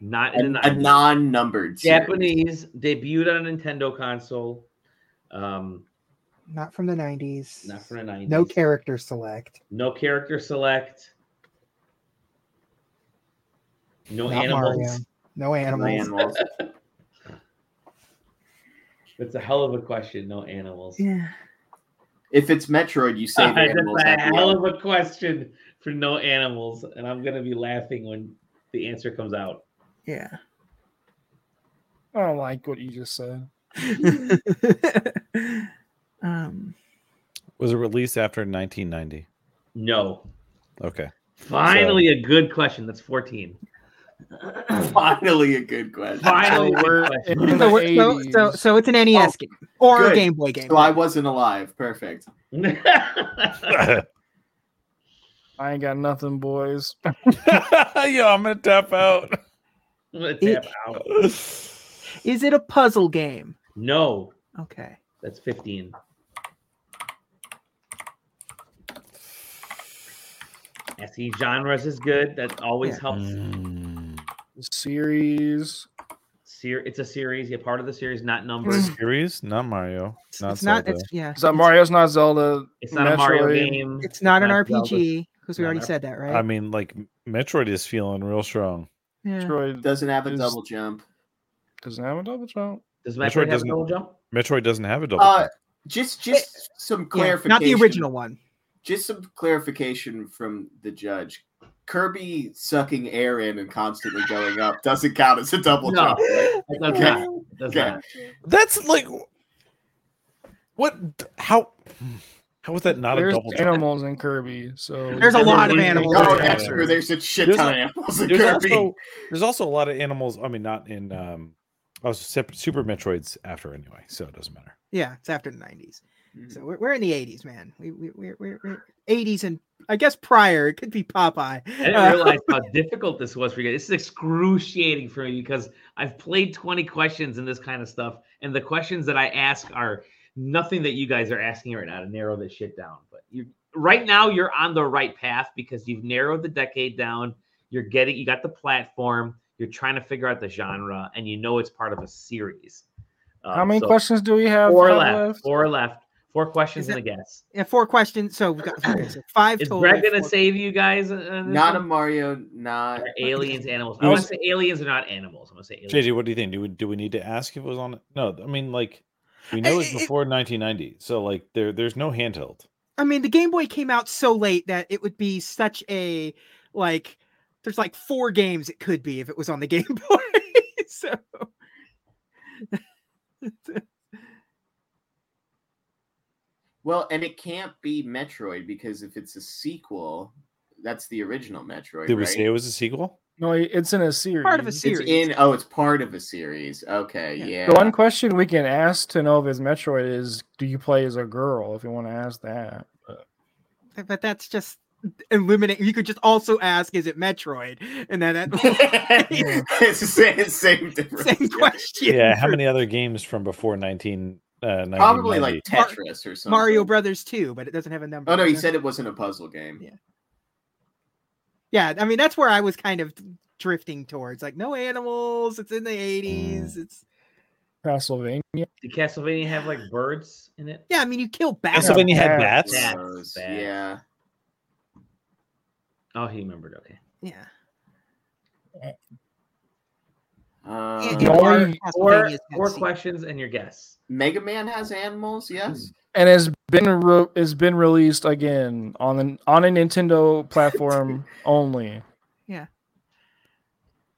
Not
A-
in
a
the 90s.
non-numbered series.
Japanese debuted on a Nintendo console. Um,
Not from the 90s.
not from the 90s.
No character select.
No character select. No
Not
animals.
Mario. No animals.
That's a hell of a question. No animals.
Yeah.
If it's Metroid, you say the
That's
animals.
a
have the
hell
animals.
of a question for no animals, and I'm gonna be laughing when the answer comes out.
Yeah.
I don't like what you just said.
um,
Was it released after 1990?
No.
Okay.
Finally, a good question. That's 14.
Finally, a good question.
Finally, a good question.
So, we're- so, so, so it's an NES game Oh, or a
Good.
Game Boy game.
So I wasn't alive. Perfect.
I ain't got nothing, boys.
Yo, I'm gonna tap out.
I'm gonna
It-
tap out.
Is it a puzzle game?
No,
Okay.
that's 15. I see genres is good. That always
Yeah.
helps.
Mm.
Series.
Ser- it's a series. Yeah, part of the series, not numbers.
Mm. Series? Not Mario. Not
it's not-
Zelda.
it's- yeah.
It's not Mario's not Zelda.
It's not a Mario game.
It's not an
Not
RPG because we
Not
already
an
said that, right?
I mean, like Metroid is feeling real strong.
yeah.
Metroid
Doesn't have a
is-
double jump.
Doesn't have a double jump.
Does
Metroid
Metroid have a
doesn't-
double jump?
Metroid doesn't have a double.
Uh,
jump.
just just some
Yeah,
clarification.
not the original one.
Just some clarification from the judge. Kirby sucking air in and constantly going up doesn't count as a double
No,
jump.
it does not. It does
Okay.
not.
That's like what? How? How was that not
There's
a double jump?
animals in Kirby, so
There's a lot of animals.
Oh, that's true. There's a shit
There's
ton
a-
of animals in
there's
Kirby.
also there's also a lot of animals. I mean, not in um, I was sep- Super Metroid's after anyway, so it doesn't matter.
Yeah, it's after the 90s. So we're, we're in the 80s, man. We, we, we're, we're, we're 80s and I guess prior. It could be Popeye.
I didn't
Uh,
realize how difficult this was for you. This is excruciating for me because I've played 20 questions in this kind of stuff, and the questions that I ask are nothing that you guys are asking right now to narrow this shit down. But you right now you're on the right path because you've narrowed the decade down. You're getting you got the platform. You're trying to figure out the genre, and you know it's part of a series. Um,
How many
so
questions do we have?
Four
have
left, Four left. Four questions
Is
and a guess.
yeah, four questions. So we've got okay, so five
Is
total.
Greg gonna
four-
save you guys? uh, uh, this
Not a
one?
Mario. Not
Are aliens animals. I
It
want
was-
to say aliens are not animals. I'm gonna say aliens.
JJ, what do you think? Do we do we need to ask if it was on? No, I mean like we know it's
It- it-
before 1990, so like there there's no handheld.
I mean, the Game Boy came out so late that it would be such a like. There's like four games it could be if it was on the Game Boy. so.
Well, and it can't be Metroid because if it's a sequel, that's the original Metroid.
Did we
right?
say it was a sequel?
No, it's in a series.
Part of a
It's
series.
in. Oh, it's part of a series. Okay, yeah.
The one question we can ask to know if it's Metroid is, do you play as a girl? If you want to ask that,
But that's just illuminate. You could just also ask, "Is it Metroid?" And then that
it's the same, same difference.
Same question.
Yeah, how many other games from before 19 uh,
Probably like
1990?
Tetris or something.
Mario Brothers Two, but it doesn't have a number.
Oh no, he said it wasn't a puzzle game.
Yeah. Yeah, I mean that's where I was kind of drifting towards. Like, no animals. It's in the eighties.
Mm.
It's
Castlevania.
Did Castlevania have like birds in it?
yeah. I mean, you kill bats.
Castlevania had bats.
Bats, bats.
Yeah.
Oh, he remembered. Okay.
Yeah.
Uh,
Four-
Or-
four,
Castlevania's
four
cutscene.
questions and your guess.
Mega Man has animals. Yes.
and has been re- has been released again on an on a Nintendo platform only.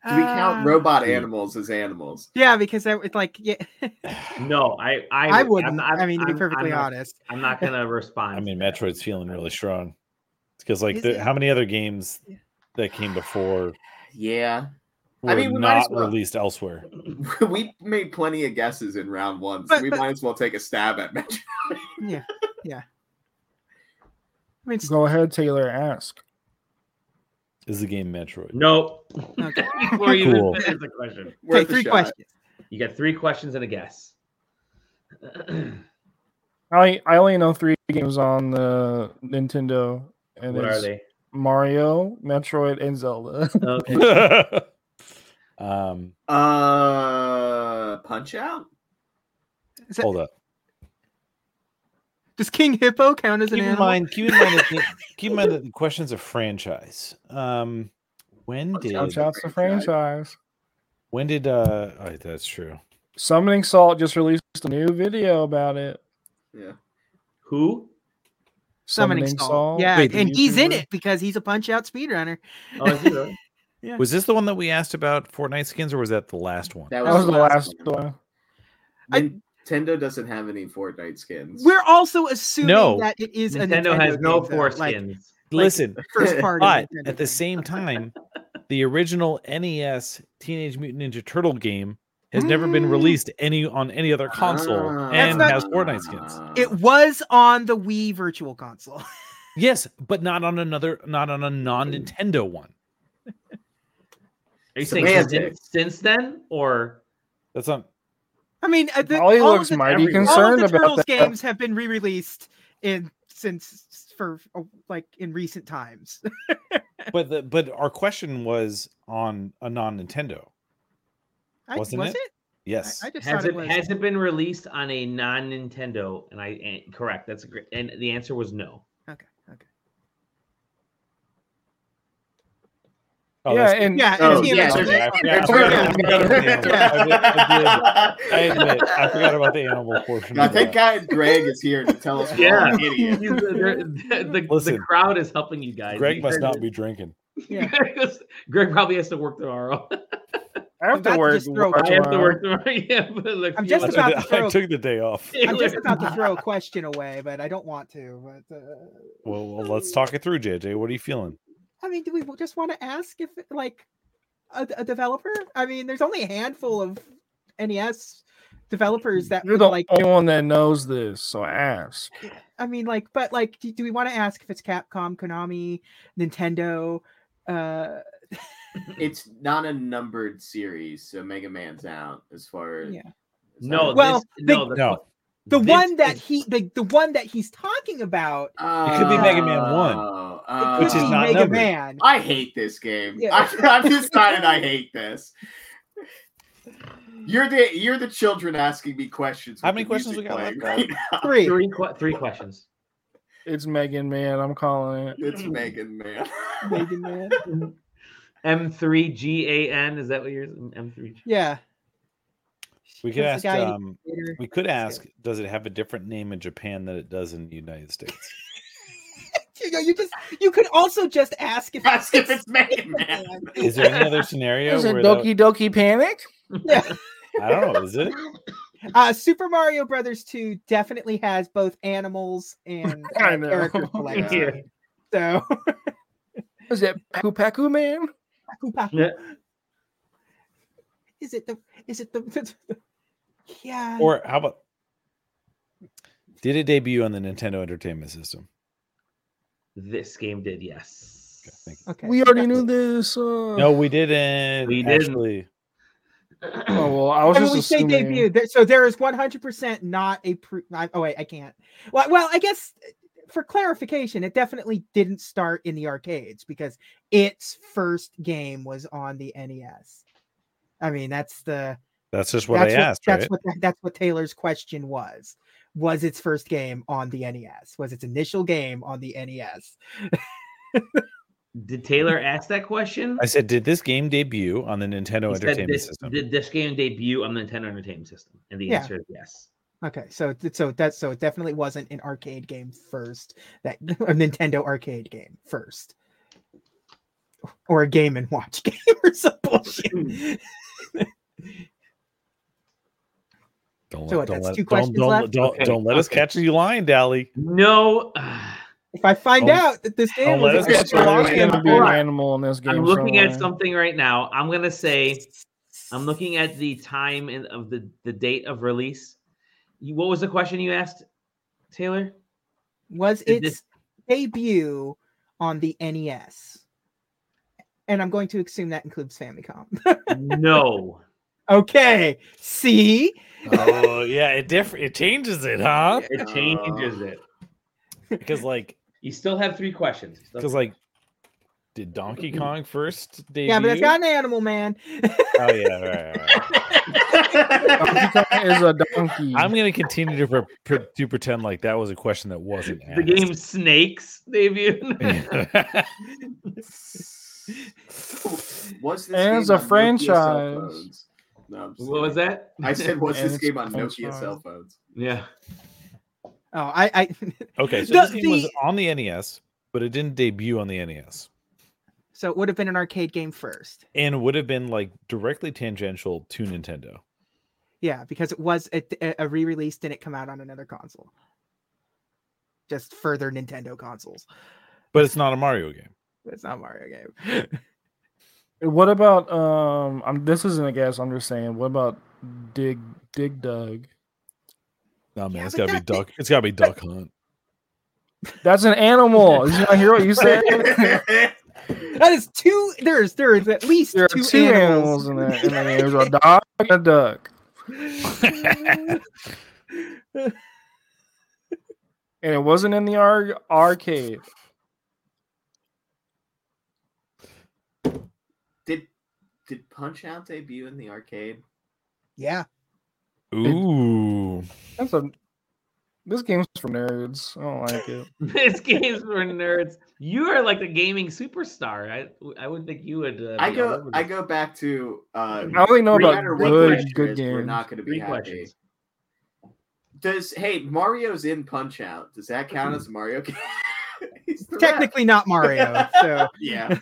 Do we count
Uh,
robot animals as animals?
Yeah, because that was like yeah.
No, I I,
I
I'm
wouldn't.
not-
I mean, to be
I'm-
perfectly
I'm not-
honest.
I'm not gonna respond.
I mean, Metroid's feeling really strong because like
Is
the,
it?
how many other games that came before
Yeah.
were
I mean, we might as
not
well.
released elsewhere?
we made plenty of guesses in round one, so
But-
we
but-
might as well take a stab at Metroid.
yeah, yeah. I mean, it's-
Go ahead, Taylor. Ask.
Is the game Metroid?
Nope.
okay.
Before you
Cool.
even finish the question,
okay, three questions.
you got three questions and a guess.
I I only know three games on the Nintendo. And
What are
it's
they?
Mario, Metroid, and Zelda.
Okay.
um,
Uh, Punch Out.
Is that-
hold up.
does King Hippo count as an
Keep in
animal?
mind, keep in mind, that the, keep in mind that the question's a franchise. Um, when did
Punch Out's the franchise.
when did uh? oh, that's true.
Summoning Salt just released a new video about it.
Yeah.
Who?
Summoning Salt. Yeah,
Wait, the
and he's in
YouTuber?
it because he's a punch out speedrunner.
Oh, is he really?
Yeah.
Was this the one that we asked about Fortnite skins, or was that the last one?
That was the last one.
Nintendo doesn't have any Fortnite skins.
We're also assuming
No.
that it is a
Nintendo has no
game, though, like,
foreskins.
Listen,
first party.
but
Nintendo
at the same time, the original NES Teenage Mutant Ninja Turtle game has never been released any on any other console
Ah.
and
Mm. That's not- Ah.
has Fortnite skins.
It was on the Wii Virtual Console.
Yes, but not on another, not on a non Nintendo one.
Are you saying
Semantics.
since, since then or
That's not.
I mean, uh, the,
Ollie
all of
looks
the,
mighty
all of
concerned
the
about
Turtles
that.
games have been re-released in since for uh, like in recent times.
But the, but our question was on a non Nintendo.
I,
Wasn't
was
it?
it?
Yes,
I, I just
has
thought it,
it
was.
has it been released on a non Nintendo? And I and, correct. That's a great. And the answer was no.
Okay. Okay.
Oh,
yeah,
that's good.
and
Yeah.
Oh,
it's-
yeah,
it's-
there's-
Okay, I forgot- I
there's-
forgot about- I forgot about the animal. I did- I did- I
I
admit, I forgot about the animal portion. of
think
that.
guy Greg is here to tell us we're
Yeah.
all an idiot.
He's- the, the, the,
Listen,
crowd is helping you guys.
Greg
You
must
guys-
not be drinking.
Yeah.
Greg is- Greg probably has to work tomorrow.
I have
I'm about
to
to
work.
just throw-
watch
I have to
around.
work tomorrow. Yeah, but look,
I'm
you
just
look-
about to
I, did- I
throw-
took the day off.
I'm just about to throw a question away, but I don't want to. But uh,
Well, well, let's talk it through, JJ. What are you feeling?
I mean, do we just want to ask if like a, a developer? I mean, there's only a handful of NES developers that
You're
would
the
like.
only one that knows this, so ask.
I mean, like, but like, do, do we want to ask if it's Capcom, Konami, Nintendo? Uh,
It's not a numbered series, so Mega Man's out as far as.
Yeah.
as
No,
I-
Well,
this,
they-
no, the-
No,
the
This
one that
is-
he, the, the one that he's talking about,
It could be Mega Man 1,
Oh,
it
oh.
could
Which is
be
not
Mega
numbered.
Man.
I hate this game.
Yeah.
I, I've decided I hate this. You're the you're the children asking me questions.
How
with
many
the
questions we
music
got left,
playing right now.
Three.
three que- three questions.
It's Megan, man. I'm calling it.
It's Megan Man.
Mega Man.
M three G A N is that what yours? M three.
Yeah.
we could
Because
ask.
the guy-
Um, we could ask. Does it have a different name in Japan than it does in the United States?
You know, you just you could also just ask if
Ask if it's Megan Man.
Man.
Is there any other scenario
Is it
where that-
Doki Doki Panic?
Yeah.
I don't know. Is it?
Uh, Super Mario Brothers 2 definitely has both animals and uh,
I know.
character collection.
Yeah.
So
Is it Paku Paku Man?
Paku Paku.
Yeah.
Is it the is it the, yeah
Or how about? Did it debut on the Nintendo Entertainment System?
This game did, yes.
Okay. We already knew this. Uh...
No, we didn't.
We didn't.
actually.
Oh well, I was
and
just
when we say
assuming.
debut, there, so there is 100% not a pre. I, oh wait, I can't. Well, well, I guess for clarification, it definitely didn't start in the arcades because its first game was on the NES. I mean, that's the
That's just what
that's
I asked,
That's
right?
what that's what Taylor's question was. Was its first game on the NES? Was its initial game on the E NES?
Did Taylor ask that question?
I said, did this game debut on the Nintendo
He said
Entertainment
this-
System?
Did this game debut on the Nintendo Entertainment System? And the
Yeah.
answer is yes.
Okay, so so that's so it definitely wasn't an arcade game first, that a Nintendo arcade game first, or a Game and Watch game or some bullshit. So what,
Don't, let- don't
that's two
let, don't-
questions
don't-
left?
don't-
Okay,
don't let us
okay.
catch you lying, Dally.
No.
If I find
Don't-
out that this
don't
game
let
was
us
a
get
Nintendo
you
arcade
lying.
game,
gonna be an
All right.
animal in this game. uh,
I'm looking at
somewhere.
something right now. I'm gonna say, I'm looking at the time and of the the date of release. You, what was the question you asked, Taylor?
was
Did
its debut on the NES, and I'm going to assume that includes Famicom.
No.
okay, see,
oh yeah, it different. It changes it, huh?
It changes
Oh.
it
because like
you still have three questions.
Because like, did Donkey Kong first debut?
yeah, but it's got an animal man.
Oh yeah, right, right, right.
is a donkey.
I'm gonna continue to pre- pre- to pretend like that was a question that wasn't asked.
the game Snakes debut.
Was this
And
game
it's a
on Nokia cell
franchise.
phones? No, I'm just
What was
kidding.
that?
I said, was
And
this
it's
game on
a
Nokia
franchise.
cell phones?
yeah.
Oh, I, I
Okay, so
The-
this game was
the-
on the NES, but it didn't debut on the E NES,
so it would have been an arcade game first.
and would have been like directly tangential to Nintendo.
Yeah, because it was a, a- a re-release, didn't come out on another console. Just further Nintendo consoles.
But it's not a Mario game.
It's not a Mario game.
What about um? I'm, this isn't a guess. I'm just saying. What about Dig Dig Dug?
No Oh, man, it's
but
gotta be Duck. It's gotta be Duck Hunt.
That's an animal. Did you not hear what you said?
that is two. There's there is at least
There are
two,
two animals, in that. In that game. There's a dog and a duck. and it wasn't in the ar- arcade.
Did did Punch Out debut in the arcade?
Yeah,
Ooh,
That's a. This game's for nerds. I don't like it.
this game's for nerds. You are like the gaming superstar. I I would think you would. Uh,
I
be all
go
over
I
this.
go back to uh
I only know
no
about
matter what the
good
answer
good
is, We're
games.
not going to be
Three
happy.
questions.
Does hey Mario's in Punch Out? Does that
Hmm.
count as Mario? game? He's the ref.
technically not Mario. So
yeah.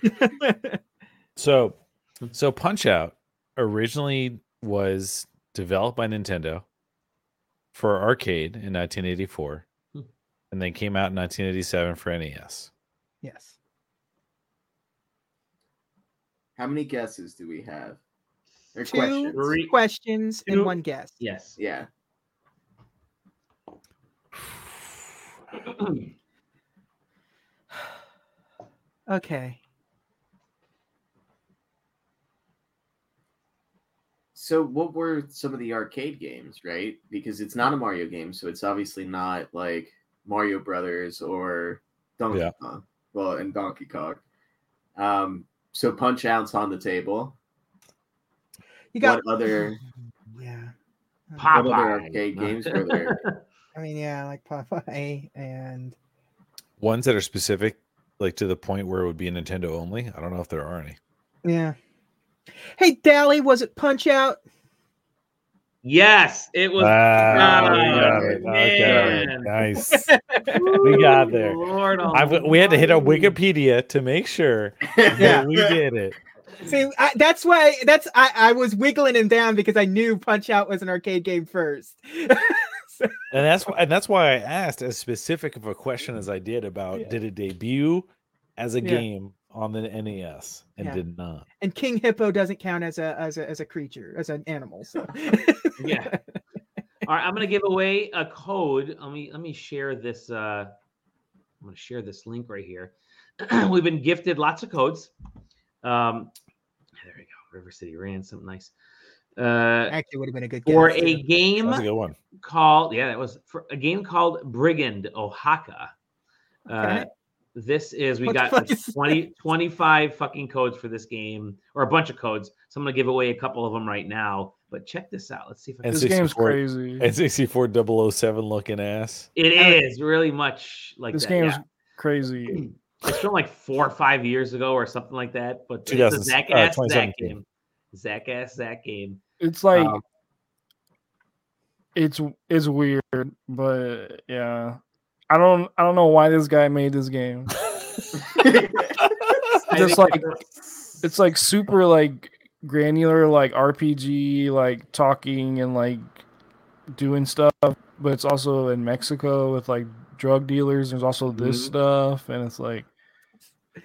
So,
Hmm.
so Punch Out originally was developed by Nintendo for arcade in 1984,
Hmm.
and then came out in 1987 for E NES.
yes,
How many guesses do we have? Or
two
questions?
questions,
Two.
and one guess.
Yes.
Yeah.
Okay.
So what were some of the arcade games, right? Because it's not a Mario game, so it's obviously not like Mario Brothers or Donkey
Yeah.
Kong. Well, and Donkey Kong. Um, so Punch Out's on the table.
You got
what other
yeah.
what other
Popeye.
arcade games were there?
I mean, yeah, like Popeye and
Ones that are specific, like to the point where it would be Nintendo only. I don't know if there are any.
yeah. Hey, Dally, was it Punch Out?
Yes, it was.
Wow, Ah, we
Oh,
got it. Okay,
man.
nice. We got there.
Lord
I've, we had to hit a
almighty.
Wikipedia to make sure
Yeah.
that we did it.
See, I, that's why that's I, I was wiggling him down because I knew Punch Out was an arcade game first.
And that's why, and that's why I asked as specific of a question as I did about did it debut as a
Yeah.
game on the NES and
Yeah.
did not.
and King Hippo doesn't count as a as a as a creature as an animal. So.
Yeah. All right, I'm gonna give away a code. Let me let me share this uh I'm going to share this link right here. We've been gifted lots of codes. Um, there we go. River City Ranch, something nice. Uh,
Actually, would have been a good
for
guess,
a
too.
game
That was a good one.
called yeah, that was for a game called Brigand Oaxaca. Uh,
Okay.
this is we
What the
got
fuck
like 20, 25 fucking codes for this game or a bunch of codes. So I'm gonna give away a couple of them right now. But check this out. Let's see if I can
This game's
N64
crazy.
N64 007 looking ass.
It is really much like
this
that,
game is
yeah.
crazy.
It's from like four or five years ago or something like that. But it's a
2000
Zach
uh,
ass Zach
2017.
game. Zach ass Zach game.
It's like
Um,
it's it's weird, but yeah. I don't I don't know why this guy made this game. Just like it's like super like granular like RPG like talking and like doing stuff, but it's also in Mexico with like drug dealers. There's also this
Mhm.
stuff and it's like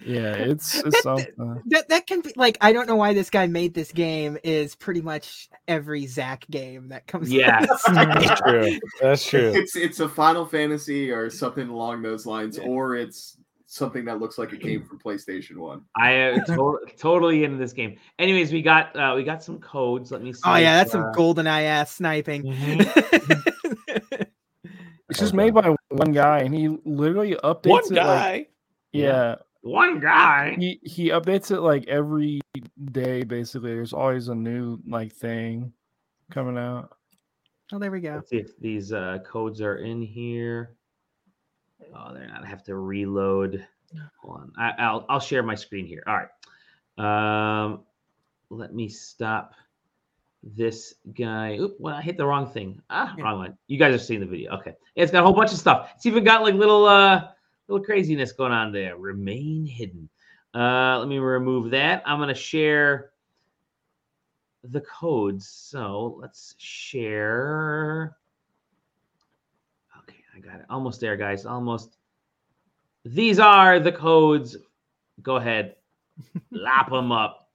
yeah, it's it's something.
that that can be like I don't know why this guy made this game is pretty much every Zach game that comes.
Yeah.
That's
true. That's true.
It's it's a Final Fantasy or something along those lines, or it's something that looks like it came from PlayStation One.
I am to- totally into this game. Anyways, we got uh, we got some codes. Let me see.
Oh yeah, that's some
Uh, Mm-hmm.
golden eye ass sniping.
Mm-hmm.
It's just made by one guy and he literally updates it like Yeah.
One guy.
He he updates it like every day basically. There's always a new like thing coming out.
Oh, there we go.
Let's see if these uh, codes are in here. Oh, they're not. I have to reload. Hold on. I, I'll I'll share my screen here. All right. Um, let me stop this guy. Oop, well, I hit the wrong thing. Ah, wrong one. You guys are seeing the video. Okay. Yeah, it's got a whole bunch of stuff. It's even got like little uh little craziness going on there. Remain hidden. Uh, let me remove that. I'm gonna share the codes. So let's share. Okay, I got it. Almost there, guys. Almost. These are the codes. Go ahead, lap them up.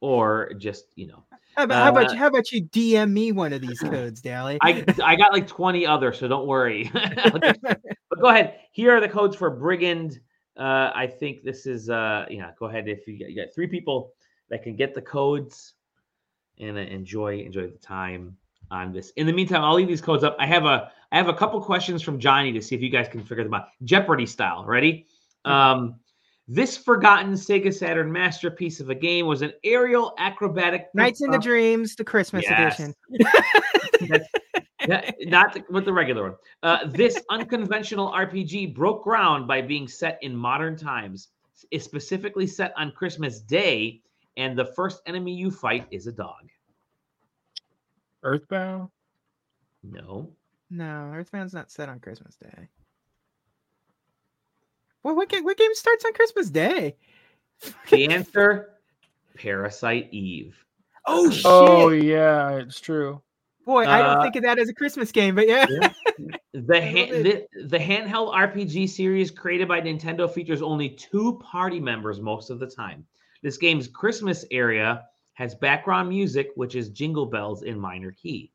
Or just you know.
How about, how about
Uh,
you? How about you DM me one of these codes, Dally?
I I got like 20 other, so don't worry. I'll get you. but go ahead. Here are the codes for brigand. Uh, I think this is uh, yeah. Go ahead if you, you got three people that can get the codes and uh, enjoy enjoy the time on this. In the meantime, I'll leave these codes up. I have a I have a couple questions from Johnny to see if you guys can figure them out. Jeopardy style. Ready? Um, this forgotten Sega Saturn masterpiece of a game was an aerial acrobatic
Nights in the Dreams, the Christmas
Yes.
edition.
yeah, not the- with the regular one. Uh, this unconventional RPG broke ground by being set in modern times. Is specifically set on Christmas Day, and the first enemy you fight is a dog.
Earthbound?
No,
No, Earthbound's not set on Christmas Day. Well, what game, what game starts on Christmas Day?
the answer: Parasite Eve.
Oh shit!
Oh yeah, it's true.
Boy, I don't
Uh,
think of that as a Christmas game, but yeah.
The, hand, the the handheld RPG series created by Nintendo features only two party members most of the time. This game's Christmas area has background music, which is Jingle Bells in minor key.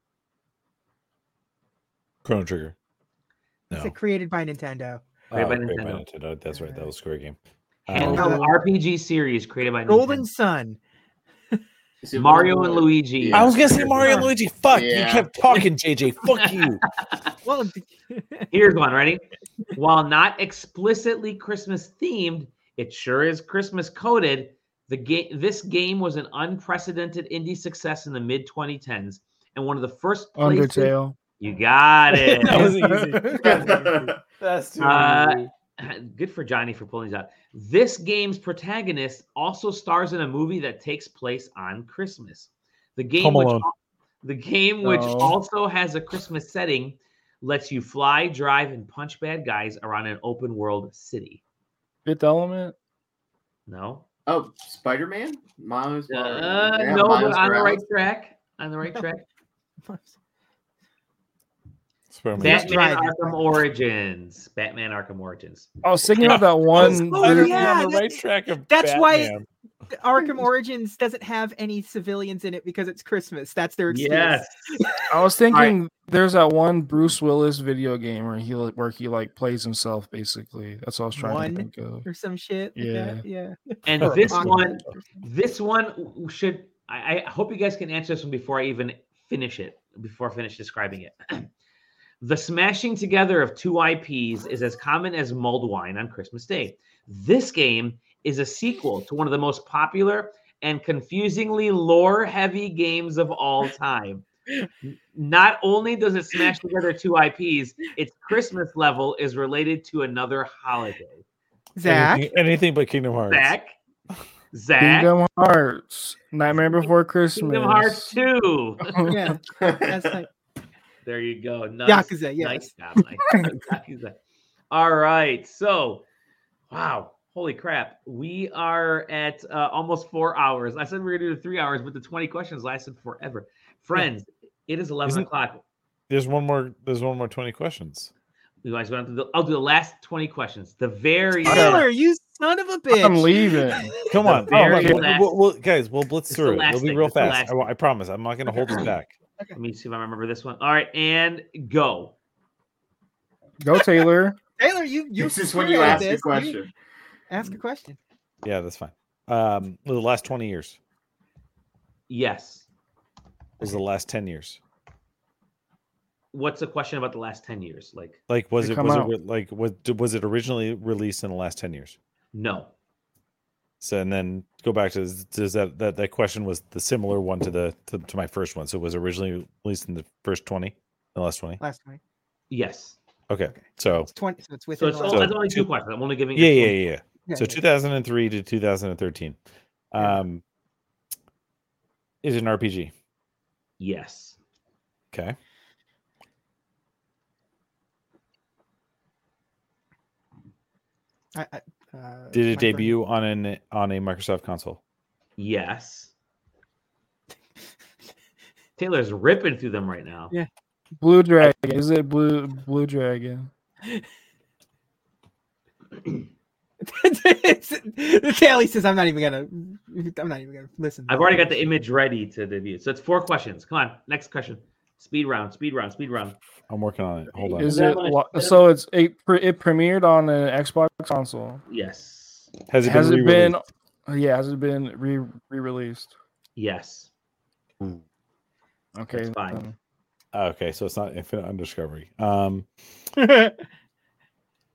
Chrono Trigger.
It's
No.
created by Nintendo.
Created by
Oh, created by
Nintendo.
Nintendo. That's right. That was Square Game.
Handheld
Um,
RPG series created by
Golden Sun.
Nintendo. Mario and Luigi.
I was gonna say Mario and Luigi. Fuck!
Yeah.
You kept talking, JJ. Fuck you.
Well,
Here's one, ready? While not explicitly Christmas themed, it sure is Christmas coded. The game this game was an unprecedented indie success in the mid 2010s and one of the first places
Undertale.
You got it.
That was easy.
That's too
Uh,
easy.
good for Johnny for pulling these out. This game's protagonist also stars in a movie that takes place on Christmas. The game,
Home
which,
Alone.
the game which
No.
also has a Christmas setting, lets you fly, drive, and punch bad guys around an open world city.
Fifth Element.
No,
Oh, Spider Man, Miles. Morales.
uh,
Yeah,
no, but
Miles
on the
Morales.
right track. On the right track.
Spider-Man.
Batman
Drive.
Arkham Origins. Batman Arkham Origins.
I was thinking about that one.
Oh,
dude-
yeah, on the right track of
That's why.
Batman.
Arkham Origins doesn't have any civilians in it because it's Christmas. That's their excuse.
Yes. I was thinking there's that one Bruce Willis video game where he where he like plays himself basically. That's what I was trying
One
to think of.
or some shit. like
Yeah.
that, yeah.
And
Or a
this
pocket
one, this one should. I, I hope you guys can answer this one before I even finish it. Before I finish describing it, the smashing together of two IPs is as common as mulled wine on Christmas Day. This game is a sequel to one of the most popular and confusingly lore-heavy games of all time. N- Not only does it smash together two IPs, its Christmas level is related to another holiday.
Zach?
Anything, anything but Kingdom Hearts.
Zach, Zach,
Kingdom Hearts, Nightmare Before Christmas,
Kingdom Hearts 2.
yeah. That's like
There you go. Nice,
Yakuza,
Nice job. Nice job, Yakuza. All right. So, wow. Holy crap. We are at uh, almost four hours. I said we were going to do three hours, but the 20 questions lasted forever. Friends, it is 11
Isn't-
o'clock.
There's one more. There's one more twenty questions.
You guys want to do the, I'll do the last 20 questions. The very
Tyler, you son of a bitch.
Come
The
on,
very
Oh, we'll-
last-
we'll- we'll- guys. We'll blitz
It's the
through. it.
last
It'll be
thing,
real
it's the
fast.
last
I, won't- I promise. I'm not going to hold you back.
Let me see if I remember this one. All right. And go.
Go Taylor.
Taylor, you you
This is when
screwed
you
at
ask the
this. You
question.
Ask
Mm.
a question.
Yeah, that's fine. Um, the last twenty years
Yes.
was the last ten years.
What's the question about the last 10 years? Like,
Like, was
They
it
come
was it
out.
re- like was was it originally released in the last ten years?
No.
So and then go back to does that that that question was the similar one to the to, to my first one. So it was originally released in the first twenty, the last twenty.
Last night.
yes.
Okay, so
Twenty so it's
So
within
it's,
the
all,
last-
it's only two questions. I'm only giving.
yeah,
it
yeah,
one.
yeah, yeah.
Yeah,
So
yeah.
2003 to 2013. Um, is it an RPG?
Yes.
Okay.
I, I, uh,
Did it
my friend-
debut on an on a Microsoft console?
Yes. Taylor's ripping through them right now.
Yeah.
Blue Dragon. Is it Blue Blue Dragon?
Taylor says, "I'm not even gonna. I'm not even gonna listen."
I've already got the image ready to debut. So it's four questions. Come on, next question. Speed round, speed round, speed round.
I'm working on it. Hold on.
Is it lo- so? It's it, pre- it premiered on an Xbox console.
Yes.
Has it been
has it been?
re-released?
Yeah, has it been re re released?
Yes.
Okay,
fine.
Oh, Okay, so it's not Infinite on Discovery. Um,
yeah,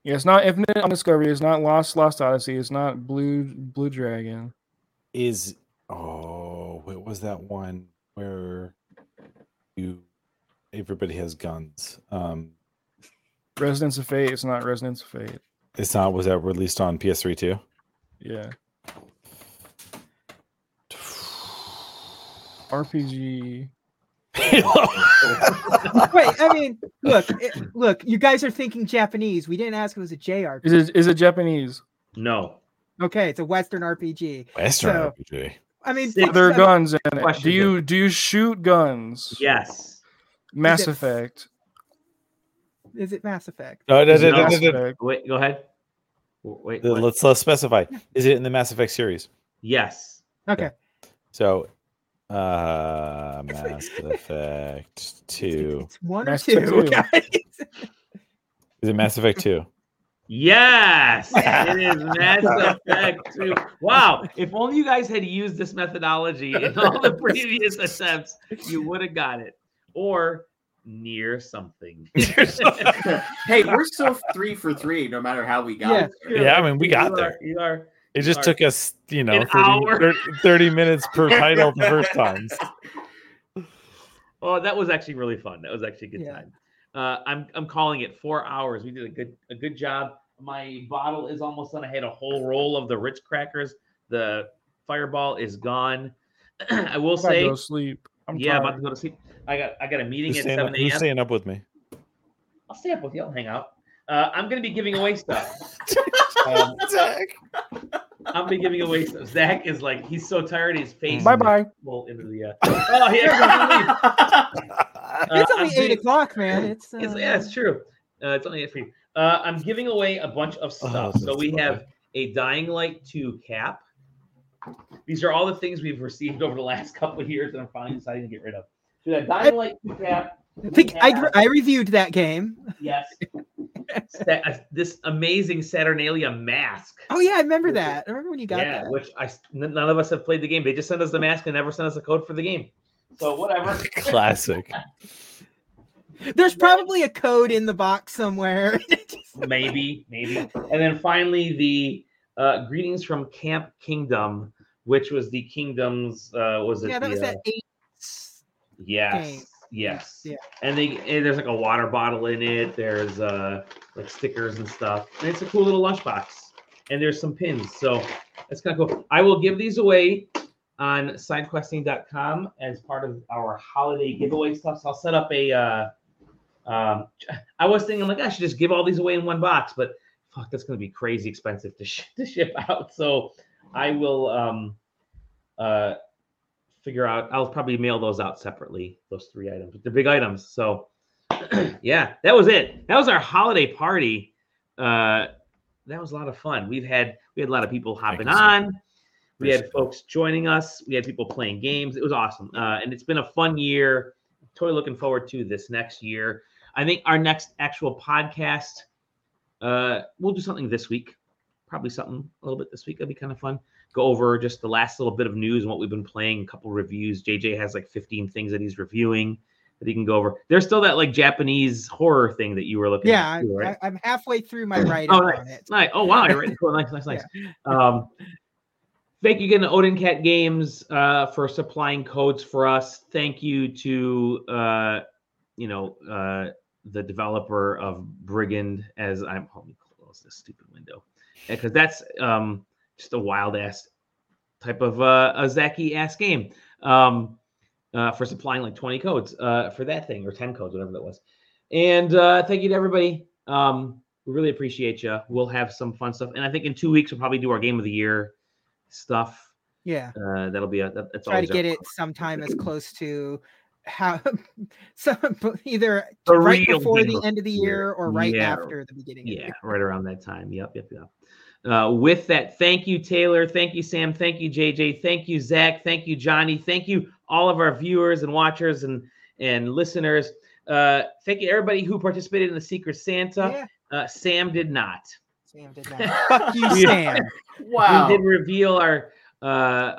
it's not Infinite on Discovery. It's not Lost Lost Odyssey. It's not Blue Blue Dragon.
is oh, what was that one where you everybody has guns? Um,
Residence of Fate. It's not Residence of Fate.
it's not. Was that released on PS3 too?
Yeah. RPG.
Wait, I mean, look, it, look. You guys are thinking Japanese. We didn't ask if it was a JRPG.
Is it is it Japanese?
No.
Okay, it's a Western RPG.
Western
So,
RPG.
I mean,
Are there guns in it? Do
questions
you do you shoot guns?
Yes.
Mass
Is it-
Effect.
Is it Mass Effect?
Oh, No, no, no,
No.
no, no, no.
Wait, go ahead. W- Wait.
Uh,
what?
Let's let's specify. Is it in the Mass Effect series?
Yes.
Okay.
So, uh, Mass Effect Two.
One
Mass
or two.
Effect
guys.
Is it Mass Effect Two?
Yes, it is Mass Effect 2. Wow, if only you guys had used this methodology in all the previous attempts, you would have got it. Or near something.
hey, we're still three for three, no matter how we got
Yeah.
there.
Yeah, I mean, we got
you
there.
Are, you are.
It
you
just
are-
took us, you know,
An
30,
hour.
30 30 minutes per title the first time.
Oh, that was actually really fun. That was actually a good time. Uh, I'm I'm calling it four hours. We did a good a good job. My bottle is almost done. I had a whole roll of the Ritz crackers. The fireball is gone. I will
I gotta
say,
go to sleep. I'm
yeah,
tired.
about to go to sleep. I got I got a meeting
Who's
at
staying, up,
seven
who's
a.m.
staying up with me?
I'll stay up with you. I'll hang out. Uh, I'm gonna be giving away stuff. Um, I'm gonna be giving away stuff. Zach is like he's so tired. His face.
Bye-bye.
Well, into the. Uh, oh, he actually leaves.
it's
Uh,
only
I'm
eight
doing-
o'clock, man. It's, uh,
It's, yeah, it's true. Uh, it's only for you. Uh, I'm giving away a bunch of stuff. so
that's
we
funny.
have a Dying Light 2 cap, These are all the things we've received over the last couple of years, and I'm finally deciding to get rid of. Dude, that Dying Light two pack.
I think I, I reviewed that game.
Yes. Sa- uh, this amazing Saturnalia mask.
Oh yeah, I remember that. I remember when you got
yeah,
that.
which I s- n- none of us have played the game. They just sent us the mask and never sent us a code for the game. So whatever.
Classic.
There's probably a code in the box somewhere.
maybe, maybe. And then finally, the uh, greetings from Camp Kingdom, which was the kingdom's. Uh, was it?
yeah, that
the,
was that
uh,
eight.
Yes.
thing.
Yes.
Yeah.
And they and there's like a water bottle in it. There's uh like stickers and stuff. And it's a cool little lunchbox. And there's some pins. So that's kind of cool. I will give these away on sidequesting.com as part of our holiday giveaway stuff. So I'll set up a uh um I was thinking like I should just give all these away in one box, but fuck that's gonna be crazy expensive to, sh- to ship out. So I will um uh figure out. I'll probably mail those out separately. Those three items, the big items. So, yeah, that was it. That was our holiday party. Uh, that was a lot of fun. We've had we had a lot of people hopping
can see.
on. We had folks joining us. We had people playing games. It was awesome, uh, and it's been a fun year. Totally looking forward to this next year. I think our next actual podcast, uh, we'll do something this week. Probably something a little bit this week. That'd be kind of fun go over just the last little bit of news and what we've been playing, a couple reviews. JJ has like 15 things that he's reviewing that he can go over. There's still that like Japanese horror thing that you were looking
Yeah,
at.
I,
too, right?
I, I'm halfway through my writing
Oh,
on it.
Nice. Oh wow, you're right. Cool. Nice, nice, nice. Um, thank you again to Odin Cat Games uh, for supplying codes for us. Thank you to uh, you know uh, the developer of Brigand. As I'm, let me close this stupid window because that's um, just a wild ass type of uh, a Zaki ass game. Um, uh, for supplying like 20 codes uh, for that thing or 10 codes, whatever that was. And uh, thank you to everybody. Um, we really appreciate you. We'll have some fun stuff, and I think in two weeks we'll probably do our game of the year stuff.
Yeah.
Uh, that'll be a that, that's
Try to
always a-
get it sometime as close to how some either
The
right
real
before
game
the
of
end of the year or right
Yeah.
after the beginning.
yeah, right around that time. Yep, yep, yep. Uh, with that, thank you Taylor, thank you Sam, thank you JJ, thank you Zach, thank you Johnny, thank you all of our viewers and watchers and and listeners. Uh, thank you everybody who participated in the Secret Santa. Uh, Sam did not.
Sam did not. Fuck you, Sam.
Wow.
We did reveal our uh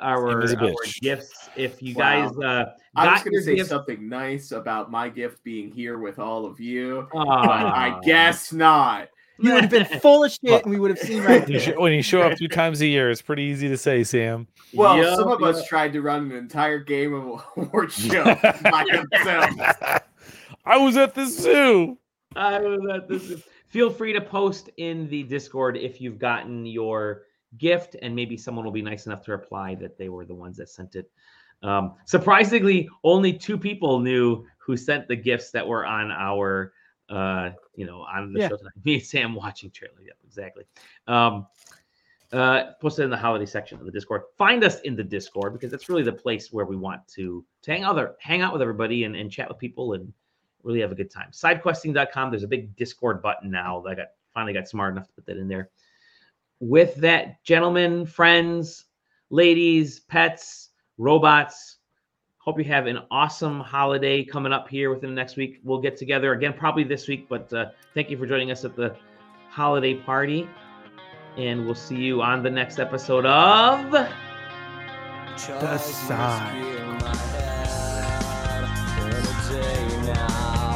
our,
is a
our
bitch.
gifts. If you
Wow.
guys uh
I was going
got
to
your
say
gifts,
something nice about my gift being here with all of you, but
Aw.
I guess not.
You would have been full of shit, and we would have seen right
You
there.
sho- when you show up two times a year, it's pretty easy to say, Sam.
Well, some of us tried to run an entire game of award show by themselves.
I was at the zoo.
I was at this. Feel free to post in the Discord if you've gotten your gift, and maybe someone will be nice enough to reply that they were the ones that sent it. Um, surprisingly, only two people knew who sent the gifts that were on our, uh, you know, on the
Yeah.
show tonight. Me and Sam watching trailer. Yep, exactly. Um, uh, post it in the holiday section of the Discord. Find us in the Discord because that's really the place where we want to, to hang out, there- hang out with everybody and, and chat with people and really have a good time. Sidequesting.com. There's a big Discord button now. that I got finally got smart enough to put that in there. With that, gentlemen, friends, ladies, pets, robots. Hope you have an awesome holiday coming up here within the next week. We'll get together again, probably this week. But uh, thank you for joining us at the holiday party, and we'll see you on the next episode of.
The sign.
Any day now.